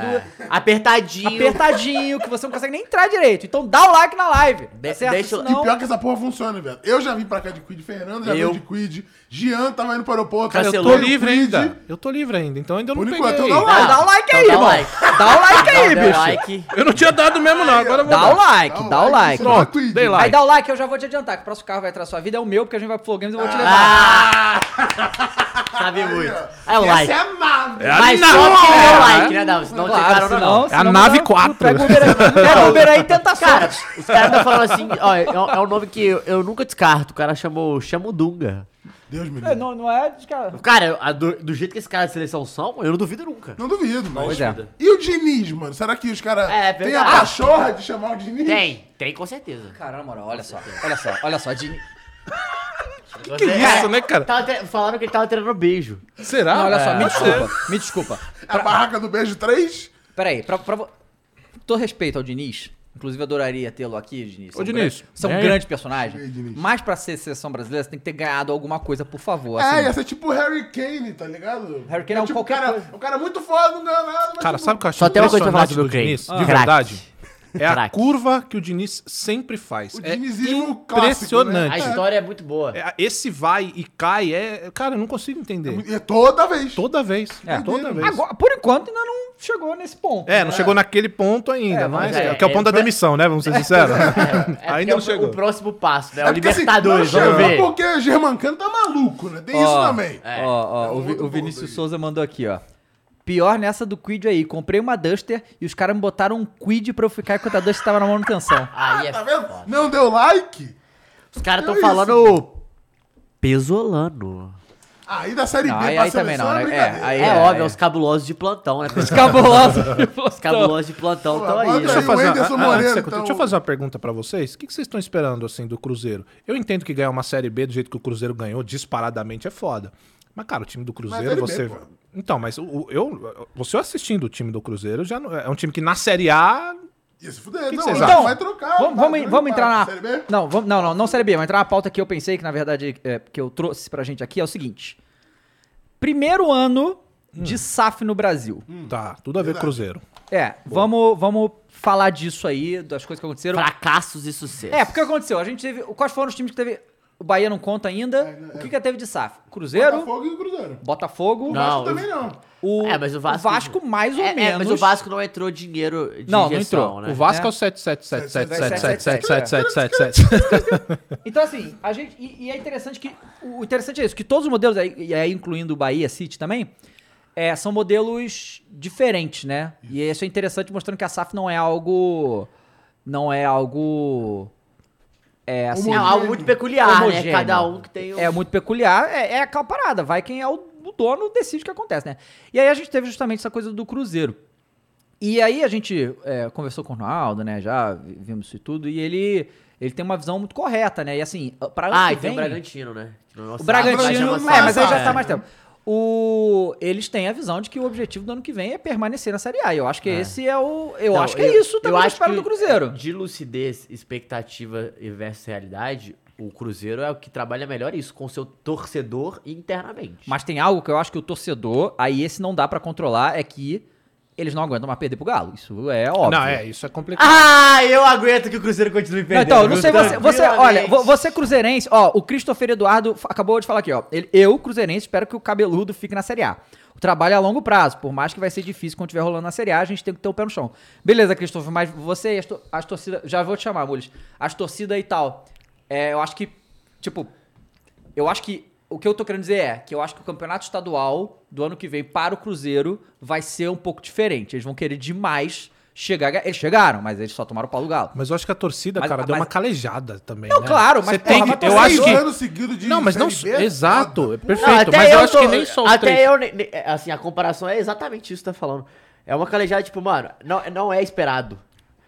Speaker 3: Apertadinho.
Speaker 1: apertadinho, que você não consegue nem entrar direito. Então dá o like na live. Tá
Speaker 3: De-
Speaker 1: certo?
Speaker 3: deixa o-
Speaker 2: E
Speaker 1: Senão-
Speaker 2: pior que essa porra funciona, velho. Eu já vim pra cá de Quid, Fernando já veio
Speaker 3: Eu.
Speaker 2: de Quid, Jean tava indo pro aeroporto.
Speaker 3: Cara, eu
Speaker 4: Eu
Speaker 3: Cancelou.
Speaker 4: tô
Speaker 3: Pelo
Speaker 4: livre
Speaker 2: Quid.
Speaker 4: ainda. Eu tô livre ainda, então ainda eu não
Speaker 2: Por enquanto,
Speaker 4: peguei.
Speaker 2: não
Speaker 1: Ah, dá o like
Speaker 3: Então
Speaker 1: aí,
Speaker 3: dá o
Speaker 1: irmão.
Speaker 3: like.
Speaker 1: Dá o like aí,
Speaker 3: Dá o
Speaker 1: bicho.
Speaker 3: like.
Speaker 4: Eu não tinha dado mesmo, não. Agora eu vou
Speaker 1: Dá
Speaker 4: dar.
Speaker 1: o like, dá o like.
Speaker 2: senão é
Speaker 4: Pronto,
Speaker 2: Quid.
Speaker 4: dei like.
Speaker 1: Aí dá o like, eu já vou te adiantar que o próximo carro vai entrar na sua vida é o meu, porque a gente vai pro Flow Games e eu vou te levar.
Speaker 3: Ah! Sabe muito. É o
Speaker 2: Essa
Speaker 3: like.
Speaker 2: é a nave.
Speaker 4: É a
Speaker 3: Mas
Speaker 4: nave!
Speaker 3: só quem deu like, né, Davi? Senão
Speaker 1: Claro,
Speaker 3: não tem carona, não.
Speaker 1: senão-
Speaker 4: É a nave 4.
Speaker 1: Pega o Uber aí, pega o Uber aí e tenta a
Speaker 3: Cara,
Speaker 1: sorte.
Speaker 3: os caras estão falando assim, ó, é, é um nome que eu, eu nunca descarto. O cara chamou, chama o Dunga.
Speaker 2: Deus me
Speaker 1: É,
Speaker 2: livre.
Speaker 1: Não, não é, cara.
Speaker 3: Cara, a do, do jeito que esses caras de seleção são, eu não duvido nunca.
Speaker 2: Não duvido, mas.
Speaker 1: Pois é.
Speaker 2: E o Diniz, mano? Será que os caras
Speaker 3: É,
Speaker 2: têm a
Speaker 3: verdade.
Speaker 2: pachorra de chamar o Diniz?
Speaker 3: Tem, tem com certeza.
Speaker 1: Cara, na moral, olha só, olha só, olha só. Dini...
Speaker 4: Que isso, né, cara?
Speaker 3: Tava tre- Falaram que ele tava treinando beijo.
Speaker 4: Será?
Speaker 1: Não, olha só, me
Speaker 4: é. Pode ser.
Speaker 1: desculpa, me desculpa.
Speaker 2: A barraca do beijo 3?
Speaker 1: Peraí, pra, pra... vo- Todo respeito ao Diniz, inclusive adoraria tê-lo aqui, Diniz.
Speaker 4: Ô, Diniz,
Speaker 1: São
Speaker 4: vem
Speaker 1: um
Speaker 4: aí.
Speaker 1: grande personagem.
Speaker 2: Ei, Diniz.
Speaker 1: mas pra ser seleção brasileira, você tem que ter ganhado alguma coisa, por favor.
Speaker 2: É,
Speaker 1: assim.
Speaker 2: ia ser tipo o Harry Kane, tá ligado?
Speaker 1: Harry Kane é um
Speaker 2: tipo,
Speaker 1: qualquer
Speaker 2: cara,
Speaker 1: coisa.
Speaker 2: O cara é muito foda, não ganha nada, mas
Speaker 4: Cara,
Speaker 2: tipo,
Speaker 4: sabe o que eu acho
Speaker 3: Só tem uma coisa pra falar
Speaker 4: impressionante
Speaker 3: sobre o
Speaker 4: do
Speaker 3: Craig.
Speaker 4: Diniz? De
Speaker 1: Ah.
Speaker 3: Crack.
Speaker 4: verdade. É a
Speaker 3: Crack.
Speaker 4: curva que o Diniz sempre faz.
Speaker 2: O
Speaker 4: é
Speaker 2: dinizismo clássico, né?
Speaker 3: A
Speaker 4: impressionante.
Speaker 3: história é muito boa.
Speaker 4: É, esse vai e cai é. Cara, eu não consigo entender.
Speaker 2: E é toda vez.
Speaker 4: Toda vez.
Speaker 1: É.
Speaker 4: toda vez.
Speaker 1: Agora, por enquanto, ainda não chegou nesse ponto.
Speaker 4: É, não chegou naquele ponto ainda,
Speaker 1: É,
Speaker 4: mas.
Speaker 3: mas é,
Speaker 4: que é o
Speaker 3: é,
Speaker 4: ponto da
Speaker 3: pra-
Speaker 4: demissão, né? Vamos ser sinceros.
Speaker 3: É, é
Speaker 4: ainda não
Speaker 3: o,
Speaker 4: chegou.
Speaker 3: o próximo passo, né? o
Speaker 2: porque, assim,
Speaker 3: Libertadores,
Speaker 2: não
Speaker 3: vamos
Speaker 2: chama
Speaker 3: ver.
Speaker 2: Porque o Germancano tá maluco, né? Tem isso
Speaker 1: Ó,
Speaker 2: também.
Speaker 3: É.
Speaker 1: Ó, ó,
Speaker 2: É um
Speaker 1: o, Vi-
Speaker 2: outro
Speaker 1: o Vinícius
Speaker 2: ponto aí.
Speaker 1: Souza mandou aqui, ó. Pior nessa do Quid aí. Comprei uma Duster e os caras me botaram um Quid pra eu ficar enquanto a Duster tava na manutenção.
Speaker 3: Aí é
Speaker 2: Tá vendo?
Speaker 3: foda.
Speaker 2: Não deu like?
Speaker 3: Os caras
Speaker 2: É
Speaker 3: estão
Speaker 2: isso.
Speaker 3: falando pesolano.
Speaker 2: Aí da Série
Speaker 1: Não,
Speaker 2: B
Speaker 1: aí,
Speaker 2: pra
Speaker 1: aí também
Speaker 2: seleção
Speaker 1: não,
Speaker 2: é
Speaker 1: né? É,
Speaker 2: brincadeira.
Speaker 1: aí
Speaker 3: É,
Speaker 1: é,
Speaker 3: óbvio,
Speaker 1: aí
Speaker 3: os cabulosos de plantão, né?
Speaker 1: é. cabulosos.
Speaker 3: Os cabulosos de plantão
Speaker 2: Pô,
Speaker 3: estão aí.
Speaker 2: bota
Speaker 3: né?
Speaker 4: Deixa eu,
Speaker 2: o
Speaker 4: fazer,
Speaker 2: Anderson
Speaker 4: ah, ah,
Speaker 2: Moreira,
Speaker 4: antes da-
Speaker 2: então-
Speaker 4: deixa eu fazer uma pergunta pra vocês. O que que vocês estão esperando assim do Cruzeiro? Eu entendo que ganhar uma série B do jeito que o Cruzeiro ganhou disparadamente é foda. Mas cara, o time do Cruzeiro
Speaker 2: Série B,
Speaker 4: você
Speaker 2: pô.
Speaker 4: Então, mas o- o- eu você assistindo o time do Cruzeiro já não- é um time que na série A
Speaker 2: Isso, fudeu.
Speaker 4: que
Speaker 2: Não,
Speaker 4: vocês
Speaker 2: então,
Speaker 4: acham?
Speaker 2: vai trocar.
Speaker 1: Vamos,
Speaker 2: tá?
Speaker 1: vamos, vamos entrar na.
Speaker 2: Série B?
Speaker 1: Não, vamos, não, não, não série B, vamos entrar na pauta que eu pensei que, na verdade, é, que eu trouxe pra gente aqui é o seguinte: primeiro ano
Speaker 2: Hum.
Speaker 1: de SAF no Brasil.
Speaker 4: tá, tudo a ver com o Cruzeiro.
Speaker 1: É, vamos, vamos falar disso aí, das coisas que aconteceram.
Speaker 3: Fracassos e sucessos.
Speaker 1: É, porque aconteceu? A gente teve. Quais foram os times que teve. O Bahia não conta ainda. O que, que teve de SAF? Cruzeiro,
Speaker 2: Botafogo e o Cruzeiro.
Speaker 1: Botafogo,
Speaker 3: Não,
Speaker 2: Vasco também não.
Speaker 1: o,
Speaker 3: É, mas o Vasco-
Speaker 1: mais ou
Speaker 3: É,
Speaker 1: menos.
Speaker 3: é, mas o Vasco não entrou dinheiro de
Speaker 1: Não, não
Speaker 3: injeção,
Speaker 1: entrou.
Speaker 3: né?
Speaker 4: O Vasco é,
Speaker 1: É.
Speaker 4: o
Speaker 1: 777.
Speaker 4: 777777777.
Speaker 1: Então, assim, a gente. E, e é interessante que. O interessante é isso, que todos os modelos, aí- e aí incluindo o Bahia City também, é, são modelos diferentes, né? E isso é interessante, mostrando que a SAF não é algo. Não é algo. É assim.
Speaker 3: É algo muito peculiar, né?
Speaker 1: Homogêneo.
Speaker 3: Cada um que tem um...
Speaker 1: É muito peculiar, é, é aquela parada, vai quem é o, o dono decide o que acontece, né? E aí a gente teve justamente essa coisa do Cruzeiro. E aí a gente é, conversou com o Ronaldo, né? Já vi- vimos isso e tudo, e ele, ele tem uma visão muito correta, né? E assim, pra ano
Speaker 3: Ah,
Speaker 1: que
Speaker 3: e tem o
Speaker 1: vem-
Speaker 3: Bragantino, né? Que não é
Speaker 1: o
Speaker 3: SAF, mas
Speaker 1: Bragantino.
Speaker 3: chama
Speaker 2: Ah,
Speaker 1: É,
Speaker 2: Bragantino
Speaker 3: SAF.
Speaker 1: mas aí já
Speaker 2: é.
Speaker 1: está mais tempo. O, eles têm a visão de que o objetivo do ano que vem é permanecer na Série A. E Eu acho que esse é o. Eu
Speaker 3: Não,
Speaker 1: acho que é isso também eu
Speaker 3: acho
Speaker 1: espero
Speaker 3: que
Speaker 1: do Cruzeiro.
Speaker 3: De lucidez, expectativa e versus realidade, o Cruzeiro é o que trabalha melhor isso, com seu torcedor internamente.
Speaker 1: Mas tem algo que eu acho que o torcedor, aí esse não dá pra controlar, é que eles não aguentam mais perder pro Galo. Isso é óbvio.
Speaker 4: Não, é, isso é complicado.
Speaker 3: Ah, eu aguento que o Cruzeiro continue
Speaker 1: Não,
Speaker 3: perdendo.
Speaker 1: então, eu não sei
Speaker 3: viu?
Speaker 1: você, você, olha,
Speaker 3: Tranquilamente.
Speaker 1: vo- você cruzeirense, ó, o Christopher Eduardo f- acabou de falar aqui, ó, ele- eu, cruzeirense, espero que o cabeludo fique na Série A. O trabalho é a longo prazo, por mais que vai ser difícil quando estiver rolando na Série A, a gente tem que ter o pé no chão. Beleza, Christopher, mas você e as, to- as torcidas, já vou te chamar, Mules, as torcidas e tal, é, eu acho que, tipo, eu acho que, o que eu tô querendo dizer é que eu acho que o campeonato estadual do ano que vem para o Cruzeiro vai ser um pouco diferente, eles vão querer demais chegar, eles chegaram, mas eles só tomaram o Paulo Galo.
Speaker 4: Mas eu acho que a torcida,
Speaker 1: Mas-
Speaker 4: cara, deu
Speaker 1: mas-
Speaker 4: uma calejada também.
Speaker 1: Não,
Speaker 4: né?
Speaker 1: claro, mas,
Speaker 4: Você
Speaker 1: porra,
Speaker 4: tem
Speaker 1: mas
Speaker 4: que,
Speaker 1: tô
Speaker 4: eu acho
Speaker 2: Seis
Speaker 4: que
Speaker 2: tá anos seguidos de
Speaker 4: Não, mas não.
Speaker 2: Série B é
Speaker 4: Exato,
Speaker 2: foda.
Speaker 4: é
Speaker 3: Não,
Speaker 4: perfeito.
Speaker 3: até
Speaker 4: Mas eu
Speaker 3: eu
Speaker 4: acho
Speaker 3: tô-
Speaker 4: que nem só os
Speaker 3: Até
Speaker 4: três.
Speaker 3: eu, ne- ne- assim, a comparação é exatamente isso que você tá falando. É uma calejada, tipo, mano, não, não é esperado.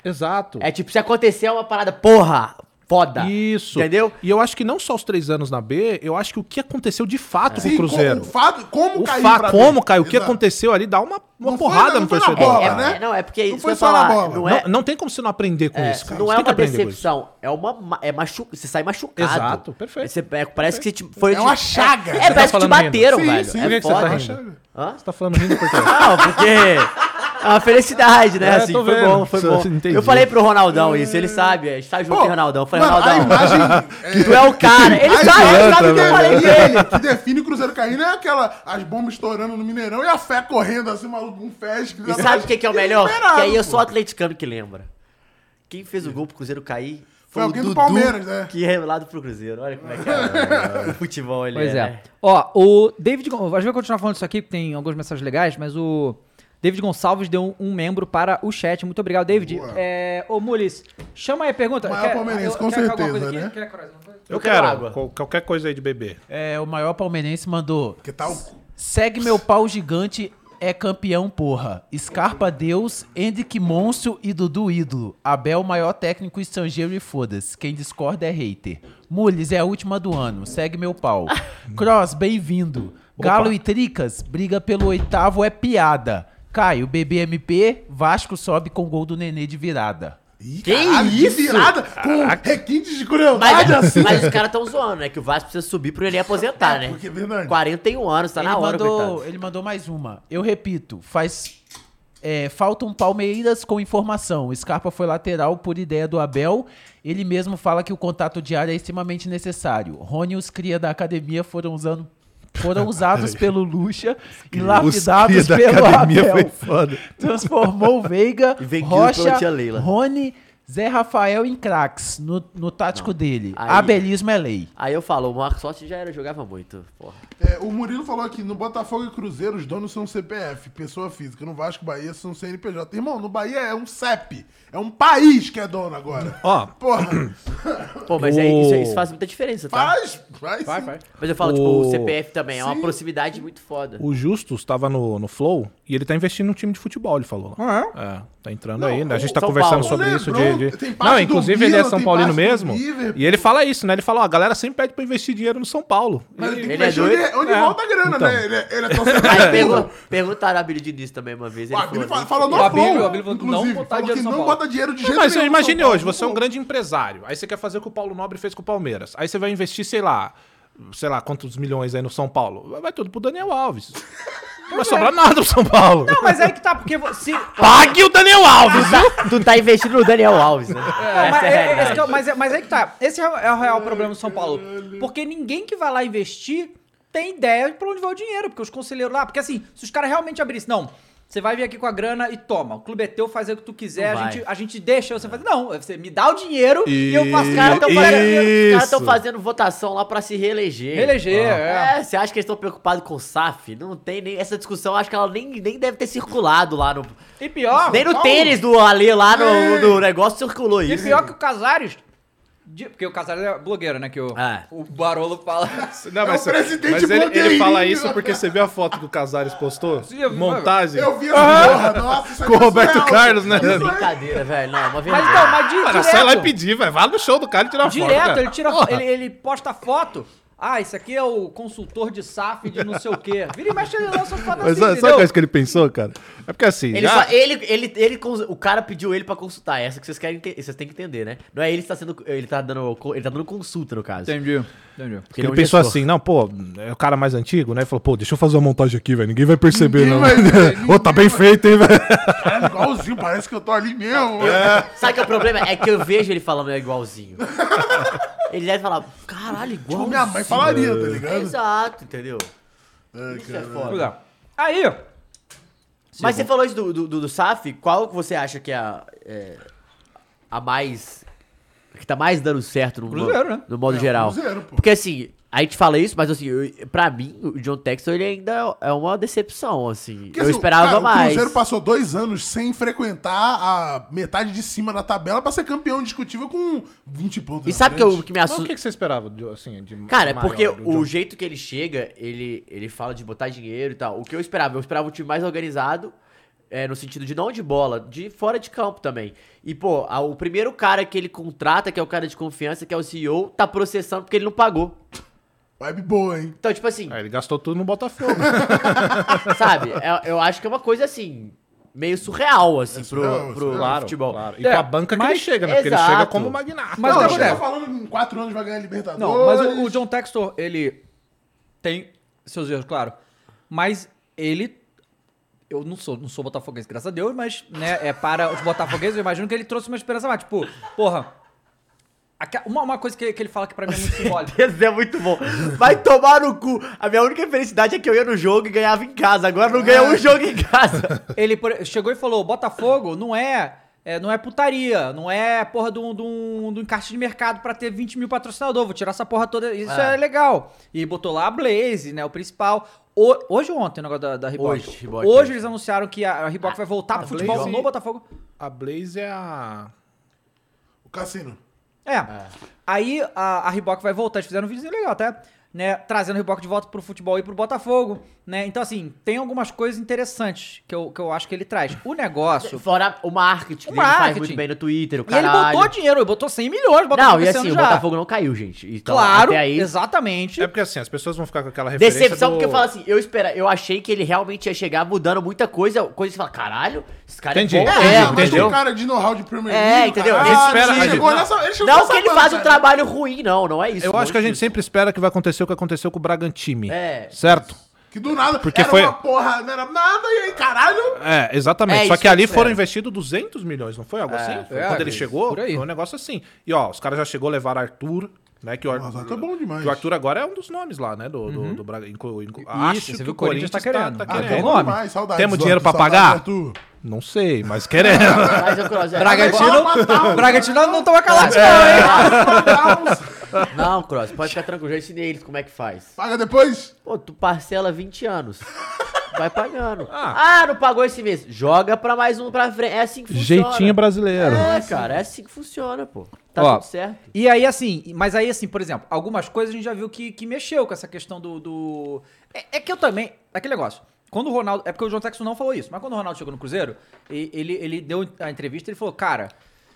Speaker 4: Exato.
Speaker 3: É tipo, se acontecer é uma parada, porra, foda.
Speaker 4: Isso.
Speaker 3: Entendeu?
Speaker 4: E eu acho que não só os três anos na B, eu acho que o que aconteceu de fato com
Speaker 2: Sim,
Speaker 4: o Cruzeiro.
Speaker 2: com- Tá o fato, como
Speaker 4: o
Speaker 2: caiu
Speaker 4: fa
Speaker 2: pra
Speaker 4: como
Speaker 2: mim.
Speaker 4: caiu, o que
Speaker 2: Exato.
Speaker 4: aconteceu ali dá uma, uma
Speaker 2: Não foi
Speaker 4: porrada
Speaker 2: na-
Speaker 4: no
Speaker 2: não foi na
Speaker 4: torcedor.
Speaker 2: bola,
Speaker 3: É,
Speaker 4: cara.
Speaker 2: né?
Speaker 3: é, não, é porque
Speaker 2: Não
Speaker 3: isso
Speaker 2: foi
Speaker 3: que eu ia
Speaker 2: só na
Speaker 3: falar,
Speaker 2: bola.
Speaker 3: Não
Speaker 4: Não,
Speaker 3: é,
Speaker 4: não tem como você não aprender com
Speaker 3: É,
Speaker 4: isso, cara.
Speaker 3: não
Speaker 4: Você
Speaker 3: é
Speaker 4: tem que
Speaker 3: uma
Speaker 4: aprender com isso.
Speaker 3: decepção, é uma ma- é machu... você sai machucado.
Speaker 4: Exato, perfeito.
Speaker 3: Você- é, parece que você te- foi
Speaker 2: É uma chaga.
Speaker 3: É,
Speaker 2: Você tá
Speaker 3: parece que te
Speaker 4: falando
Speaker 3: bateram,
Speaker 2: rindo. Sim,
Speaker 3: velho.
Speaker 2: sim.
Speaker 3: É
Speaker 4: Por que, que você tá
Speaker 3: foda.
Speaker 4: rindo?
Speaker 3: Hã?
Speaker 4: Você tá falando rindo por quê?
Speaker 3: Não, porque é uma felicidade, né?
Speaker 4: É,
Speaker 3: assim,
Speaker 4: tô
Speaker 3: foi
Speaker 4: vendo.
Speaker 3: bom, foi
Speaker 4: Só
Speaker 3: bom.
Speaker 4: entendi.
Speaker 3: Eu falei pro Ronaldão isso, ele sabe, a gente tá junto,
Speaker 2: Pô,
Speaker 3: hein, Ronaldão. Eu falei,
Speaker 2: mano,
Speaker 3: Ronaldão,
Speaker 2: a imagem-
Speaker 3: tu é
Speaker 4: um-
Speaker 3: o cara. Ele
Speaker 2: Ai,
Speaker 3: sabe, ele sabe o que eu
Speaker 4: né?
Speaker 2: Cara,
Speaker 3: falei
Speaker 2: e
Speaker 3: pra ele.
Speaker 2: ele que define o Cruzeiro caindo é aquela, as bombas estourando no Mineirão e a fé correndo assim, maluco, um fest.
Speaker 3: E
Speaker 2: é
Speaker 3: sabe o que, que é o melhor? Que aí eu sou o
Speaker 2: só
Speaker 3: atleticano que lembra. Quem fez o gol pro Cruzeiro cair
Speaker 2: Foi
Speaker 3: o
Speaker 2: alguém do
Speaker 3: Dudu
Speaker 2: Palmeiras, né?
Speaker 3: Que é lado pro Cruzeiro. Olha como é que é o futebol ali.
Speaker 1: Pois é.
Speaker 3: né?
Speaker 1: Ó, o David. Gon- A gente vai continuar falando isso aqui, porque tem algumas mensagens legais, mas o. David Gonçalves deu um, um membro para o chat. Muito obrigado, David. É, ô, Mules, chama aí a pergunta.
Speaker 2: Maior palmeirense, com
Speaker 1: jogar alguma
Speaker 2: certeza,
Speaker 1: coisa
Speaker 2: né?
Speaker 1: Quer, Corazon, alguma coisa?
Speaker 4: Eu
Speaker 3: quero
Speaker 4: quero
Speaker 3: água.
Speaker 4: qual- qualquer coisa aí de beber.
Speaker 6: É, o maior palmeirense mandou.
Speaker 2: Que tal?
Speaker 6: Segue meu pau gigante, é campeão, porra. Scarpa Deus, Henrique Monstro e Dudu ídolo. Abel, maior técnico estrangeiro e foda-se. Quem discorda é hater. Mules, é a última do ano. Segue meu pau. Cross, bem-vindo. Galo e Tricas, briga pelo oitavo é piada. Caio, BBMP, Vasco sobe com gol do Nenê de virada.
Speaker 2: Ih,
Speaker 3: Que
Speaker 2: de
Speaker 3: isso?
Speaker 2: virada com requintes de
Speaker 3: Mas,
Speaker 2: curiosidade assim.
Speaker 3: mas os caras estão zoando, né? Que o Vasco precisa subir pro ele aposentar, né?
Speaker 2: Porque é verdade.
Speaker 3: 41 anos, tá
Speaker 6: ele,
Speaker 3: na hora,
Speaker 6: mandou,
Speaker 3: coitado.
Speaker 6: ele mandou mais uma. Eu repito, faz. É, faltam Palmeiras com informação. O Scarpa foi lateral por ideia do Abel. Ele mesmo fala que o contato diário é extremamente necessário. Rony e os cria da academia foram usando. Foram usados pelo Lucha e lapidados
Speaker 5: Os cria da
Speaker 6: pelo
Speaker 5: academia
Speaker 6: Abel.
Speaker 5: foi foda.
Speaker 6: Transformou o Veiga,
Speaker 3: E vendido pela
Speaker 6: Rocha,
Speaker 3: tia Leila.
Speaker 6: Rony, Zé Rafael em craques no, no tático dele.
Speaker 3: Aí-
Speaker 6: Abelismo é lei.
Speaker 3: Aí eu falo, o Marcos Rossi já era, jogava muito, porra.
Speaker 2: É, o Murilo falou aqui, no Botafogo e Cruzeiro, os donos são CPF, pessoa física. No Vasco e Bahia são CNPJ. Irmão, no Bahia é um CEP. É um país que é dono agora.
Speaker 4: Ó,
Speaker 2: Porra,
Speaker 3: Pô, mas é, isso, isso faz muita diferença, tá?
Speaker 2: faz, faz sim.
Speaker 3: Mas eu falo, tipo,
Speaker 4: O-
Speaker 3: o CPF também, é uma proximidade muito foda.
Speaker 4: o Justus tava no, no Flow e ele tá investindo num time de futebol, ele falou. Ah, é? tá entrando aí, né? A gente tá
Speaker 3: São
Speaker 4: conversando
Speaker 3: Paulo.
Speaker 4: sobre isso
Speaker 2: Lembrou,
Speaker 4: de. de-
Speaker 2: tem parte
Speaker 4: Não,
Speaker 2: do
Speaker 4: inclusive ele
Speaker 2: Milan,
Speaker 4: é São
Speaker 2: tem
Speaker 4: Paulino
Speaker 2: parte do
Speaker 4: mesmo.
Speaker 2: Liverpool.
Speaker 4: E ele fala isso, né? Ele fala, ó, a galera sempre pede pra investir dinheiro no São Paulo.
Speaker 2: Mas ele tem que
Speaker 3: Ele é
Speaker 2: mexer onde,
Speaker 3: doido?
Speaker 2: onde
Speaker 4: É.
Speaker 2: volta a grana,
Speaker 4: Então.
Speaker 2: né? Ele é, ele é
Speaker 3: Aí
Speaker 2: torcedor.
Speaker 3: pergu- perguntaram a Billy Diniz também uma vez.
Speaker 2: O
Speaker 3: Ele
Speaker 2: Abílio fala-
Speaker 3: falou,
Speaker 2: falou
Speaker 1: O
Speaker 2: no
Speaker 1: Abílio-
Speaker 2: Flow,
Speaker 1: o Abílio falou que não
Speaker 2: inclusive,
Speaker 1: botar
Speaker 2: falou
Speaker 1: dinheiro
Speaker 2: que
Speaker 1: no São
Speaker 2: não
Speaker 1: Paulo.
Speaker 2: bota dinheiro de
Speaker 4: Não,
Speaker 2: jeito
Speaker 4: mas
Speaker 2: nenhum no
Speaker 4: imagine
Speaker 2: São Paulo.
Speaker 4: hoje, você é um grande empresário. Aí você quer fazer o que o Paulo Nobre fez com o Palmeiras. Aí você vai investir, sei lá, sei lá, quantos milhões aí no São Paulo. Vai tudo pro Daniel Alves. Não vai sobrar nada pro São Paulo.
Speaker 1: Não, mas aí que tá, porque você.
Speaker 4: Pague o Daniel Alves!
Speaker 3: tá- tu tá investindo no Daniel Alves, né?
Speaker 1: Não, mas,
Speaker 3: Essa é
Speaker 1: é- é-
Speaker 3: a realidade.
Speaker 1: esse que é o- mas é- mas aí que tá. Esse é o é o real problema do São Paulo. Porque ninguém que vai lá investir tem ideia de pra onde vai o dinheiro. Porque os conselheiros lá. Porque assim, se os caras realmente abrissem. Não, você vai vir aqui com a grana e toma. O clube é teu, faz o que tu quiser.
Speaker 3: Não
Speaker 1: A
Speaker 3: vai.
Speaker 1: gente, a gente deixa você fazer. Não, você me dá o dinheiro e, eu faço
Speaker 3: Os caras
Speaker 1: cara então
Speaker 3: estão
Speaker 1: tão
Speaker 4: Isso.
Speaker 3: fazendo, os caras tão fazendo votação lá pra se reeleger.
Speaker 1: Eleger, é.
Speaker 3: É, você acha que eles estão preocupados com o SAF? Não tem nem. Essa discussão, acho que ela nem, nem deve ter circulado lá no.
Speaker 1: E pior.
Speaker 3: nem no
Speaker 1: Paulo,
Speaker 3: tênis do Ale lá no, no negócio circulou
Speaker 1: É. E
Speaker 3: isso.
Speaker 1: pior que o Casares. de- Porque o Casares é blogueiro, né? Que o,
Speaker 3: Ah.
Speaker 1: o Barolo fala.
Speaker 4: Não, mas,
Speaker 2: É o presidente
Speaker 4: mas ele- ele,
Speaker 2: blogueirinho.
Speaker 4: fala isso porque você viu a foto que o Casares postou?
Speaker 1: Sim, eu vi,
Speaker 4: Montagem.
Speaker 2: Eu vi essa porra, nossa, isso
Speaker 4: Com o
Speaker 2: é
Speaker 4: Roberto
Speaker 2: surreal.
Speaker 4: Carlos, né?
Speaker 2: Isso é-
Speaker 3: Brincadeira, velho. Não, uma vez.
Speaker 1: Mas então, mas de,
Speaker 4: Cara,
Speaker 1: direto,
Speaker 4: sai lá e pedir, velho. Vai no show do cara e tira a foto.
Speaker 1: direto,
Speaker 4: cara.
Speaker 1: ele tira
Speaker 4: Porra.
Speaker 1: ele, ele posta foto. Ah, esse aqui é o consultor de SAF de não sei o quê. Vira e mexe, ele lança foto
Speaker 5: Mas sabe,
Speaker 1: assim,
Speaker 5: sabe
Speaker 4: é
Speaker 1: entendeu?
Speaker 5: a coisa que ele pensou, cara? É porque assim.
Speaker 3: Ele,
Speaker 4: Já-
Speaker 3: só- ele, ele, ele cons- o cara pediu ele pra consultar. É Essa que vocês querem, ente- vocês têm que entender, né? Não é ele que tá sendo, ele tá dando, co- ele tá dando consulta no caso.
Speaker 1: Entendi, entendi.
Speaker 3: Porque
Speaker 4: Ele,
Speaker 3: é um gestor.
Speaker 4: pensou assim, não, pô, é o cara mais antigo, né? Ele falou, pô, deixa eu fazer uma montagem aqui, velho. Ninguém vai perceber,
Speaker 2: Ninguém
Speaker 4: não.
Speaker 2: vai ver,
Speaker 4: Ô, tá bem feito, hein, velho.
Speaker 2: Caralho, É igualzinho, parece que eu tô ali mesmo.
Speaker 3: Sabe que é o problema? É que eu vejo ele falando é igualzinho. ele deve falar, caralho, igual.
Speaker 2: Como minha mãe falaria, tá ligado?
Speaker 3: Exato, entendeu?
Speaker 2: Ai,
Speaker 3: Isso é
Speaker 2: cara.
Speaker 3: foda.
Speaker 1: Aí,
Speaker 3: Mas você falou isso do, do, do, do SAF, qual que você acha que é a, é a mais. que tá mais dando certo no,
Speaker 1: Cruzeiro, né?
Speaker 3: no modo geral?
Speaker 2: É, Cruzeiro, pô.
Speaker 3: Porque assim, a gente fala isso, mas assim, eu, pra mim, o John Texton ele ainda é uma decepção, assim.
Speaker 2: Porque,
Speaker 3: eu
Speaker 2: assim,
Speaker 3: esperava
Speaker 2: cara, O
Speaker 3: mais.
Speaker 2: Cruzeiro passou dois anos sem frequentar a metade de cima da tabela pra ser campeão discutível com 20 pontos.
Speaker 3: E
Speaker 2: na
Speaker 3: sabe que,
Speaker 2: frente.
Speaker 3: eu,
Speaker 1: Tá
Speaker 3: que me
Speaker 4: Mas o
Speaker 3: assusta?
Speaker 4: que, que você esperava, de- assim, de
Speaker 3: Cara, é
Speaker 4: maior
Speaker 3: porque
Speaker 4: do
Speaker 3: o
Speaker 4: John?
Speaker 3: jeito que ele chega, ele, ele fala de botar dinheiro e tal. O que eu esperava? Eu esperava um time mais organizado, é, no sentido de não de bola, de fora de campo também. E, pô, a- o primeiro cara que ele contrata, que é o cara de confiança, que é o CEO, tá processando porque ele não pagou.
Speaker 2: Vibe boa, hein?
Speaker 3: Então, tipo assim,
Speaker 4: É, ele gastou tudo no Botafogo.
Speaker 3: sabe? É- Eu, acho que é uma coisa assim, meio surreal,
Speaker 4: É,
Speaker 3: assim,
Speaker 2: surreal,
Speaker 3: pro, pro
Speaker 2: surreal.
Speaker 3: futebol.
Speaker 4: E
Speaker 1: É,
Speaker 4: com a banca que ele chega, né? Porque ele
Speaker 3: exato.
Speaker 4: chega como magnata.
Speaker 1: Mas
Speaker 2: Mas não,
Speaker 1: o
Speaker 2: eu
Speaker 1: que
Speaker 2: tava
Speaker 1: acontece?
Speaker 2: falando que em 4 anos vai ganhar Libertadores.
Speaker 1: Não, mas o, o John Textor, ele tem seus erros, claro. Mas ele. Eu não sou, não sou botafoguense, graças a Deus, mas, né, é para os botafoguenses, eu imagino que ele trouxe uma esperança mais. Tipo, porra. aqua- Uma, uma coisa que, que ele fala que pra mim é muito simbólica.
Speaker 3: Esse é muito bom. Vai tomar no cu. A minha única felicidade é que eu ia no jogo e É. ganhava em casa. Agora não ganha um jogo em casa.
Speaker 1: Ele por- chegou e falou: Botafogo não é É, não é putaria, não é porra de um, de um- de um encaixe de mercado pra ter 20 mil patrocinador. Vou tirar essa porra toda. Isso é, legal. E botou lá a Blaze, né? O principal. O- hoje ou ontem o negócio da, da Reebok?
Speaker 3: Hoje, Reebok,
Speaker 1: Hoje
Speaker 3: hoje.
Speaker 1: eles anunciaram que a, a Reebok vai voltar pro futebol
Speaker 4: Blaze-
Speaker 1: no Botafogo.
Speaker 4: A Blaze é a.
Speaker 2: O cassino.
Speaker 1: É. Aí a, a Reebok vai voltar, eles fizeram um videozinho legal até, né? Trazendo a Reebok de volta pro futebol e pro Botafogo, né? Então, assim, tem algumas coisas interessantes que eu, que eu acho que ele traz. O negócio.
Speaker 3: Fora o marketing,
Speaker 1: O
Speaker 3: que ele faz
Speaker 1: marketing.
Speaker 3: muito bem no Twitter, o
Speaker 1: e ele
Speaker 3: caralho.
Speaker 1: botou dinheiro, ele botou 100 milhões,
Speaker 3: Não, e
Speaker 1: esse ano
Speaker 3: assim, o
Speaker 1: já.
Speaker 3: Botafogo não caiu, gente. Então,
Speaker 1: Claro,
Speaker 3: até aí,
Speaker 1: exatamente.
Speaker 4: É porque assim, as pessoas vão ficar com aquela referência.
Speaker 3: Decepção,
Speaker 4: do-
Speaker 3: porque eu falo assim, eu espera, eu achei que ele realmente ia chegar mudando muita coisa, coisa que você fala, caralho, esse cara
Speaker 4: Entendi,
Speaker 3: é bom.
Speaker 4: entendi,
Speaker 3: é,
Speaker 2: mas tem
Speaker 4: entendeu?
Speaker 2: um cara de know-how de Premier
Speaker 3: É,
Speaker 2: League,
Speaker 3: entendeu?
Speaker 2: caralho,
Speaker 4: Ele espera-
Speaker 2: ele chegou
Speaker 4: Não,
Speaker 2: nessa- ele chegou
Speaker 3: Não
Speaker 2: nessa
Speaker 3: que ele
Speaker 2: banda,
Speaker 3: faz um
Speaker 2: cara.
Speaker 3: trabalho ruim, não, não é isso.
Speaker 4: Eu acho que a gente
Speaker 3: sempre.
Speaker 4: sempre espera que vai acontecer o que aconteceu com o Bragantime.
Speaker 3: É.
Speaker 4: Certo?
Speaker 2: Que do nada
Speaker 4: Porque
Speaker 2: era
Speaker 4: foi-
Speaker 2: uma porra, não era nada, e aí, caralho.
Speaker 4: É,
Speaker 3: É
Speaker 4: exatamente. Só
Speaker 3: isso
Speaker 4: que ali
Speaker 3: que eu
Speaker 4: foram
Speaker 3: espero.
Speaker 4: investidos 200 milhões, não foi algo assim? Foi
Speaker 1: é,
Speaker 4: quando ele
Speaker 1: é,
Speaker 4: chegou,
Speaker 1: por aí.
Speaker 4: foi um negócio assim. E ó, os caras já chegou a levar Arthur, né? Que o Arthur,
Speaker 2: Arthur é bom demais.
Speaker 4: que o Arthur agora é um dos nomes lá, né? Do, do, do Braga- inclu- inclu-
Speaker 1: você
Speaker 4: Acho
Speaker 1: viu
Speaker 4: que
Speaker 1: que
Speaker 4: o Corinthians tá querendo.
Speaker 1: Ah,
Speaker 2: Ah,
Speaker 1: bom
Speaker 2: bom
Speaker 1: nome.
Speaker 2: demais, saudades
Speaker 4: Temos
Speaker 2: do
Speaker 4: dinheiro
Speaker 2: Arthur,
Speaker 4: pra pagar?
Speaker 2: saudades do Arthur.
Speaker 4: Não sei, mas querendo.
Speaker 3: Mas eu Kroos, é-
Speaker 1: Bragantino,
Speaker 2: Matar o-
Speaker 1: um- Bragantino não tava calado, não, hein?
Speaker 3: Não, Cross, pode ficar tranquilo, já ensinei eles como é que faz.
Speaker 2: Paga depois?
Speaker 3: Pô, tu parcela 20 anos. Vai pagando. Ah, não pagou esse mês. Joga pra mais um pra frente. É assim que funciona.
Speaker 4: Jeitinho brasileiro.
Speaker 3: É, cara, é assim que funciona, pô. Tá
Speaker 1: Ó.
Speaker 3: tudo certo.
Speaker 1: E aí, assim, mas aí, assim, por exemplo, algumas coisas a gente já viu que, que mexeu com essa questão do. do... É, é que eu também. Aquele negócio. Quando o Ronaldo. É porque o John Texton não falou isso, mas quando o Ronaldo chegou no Cruzeiro, e- ele, ele deu a entrevista ele falou, cara.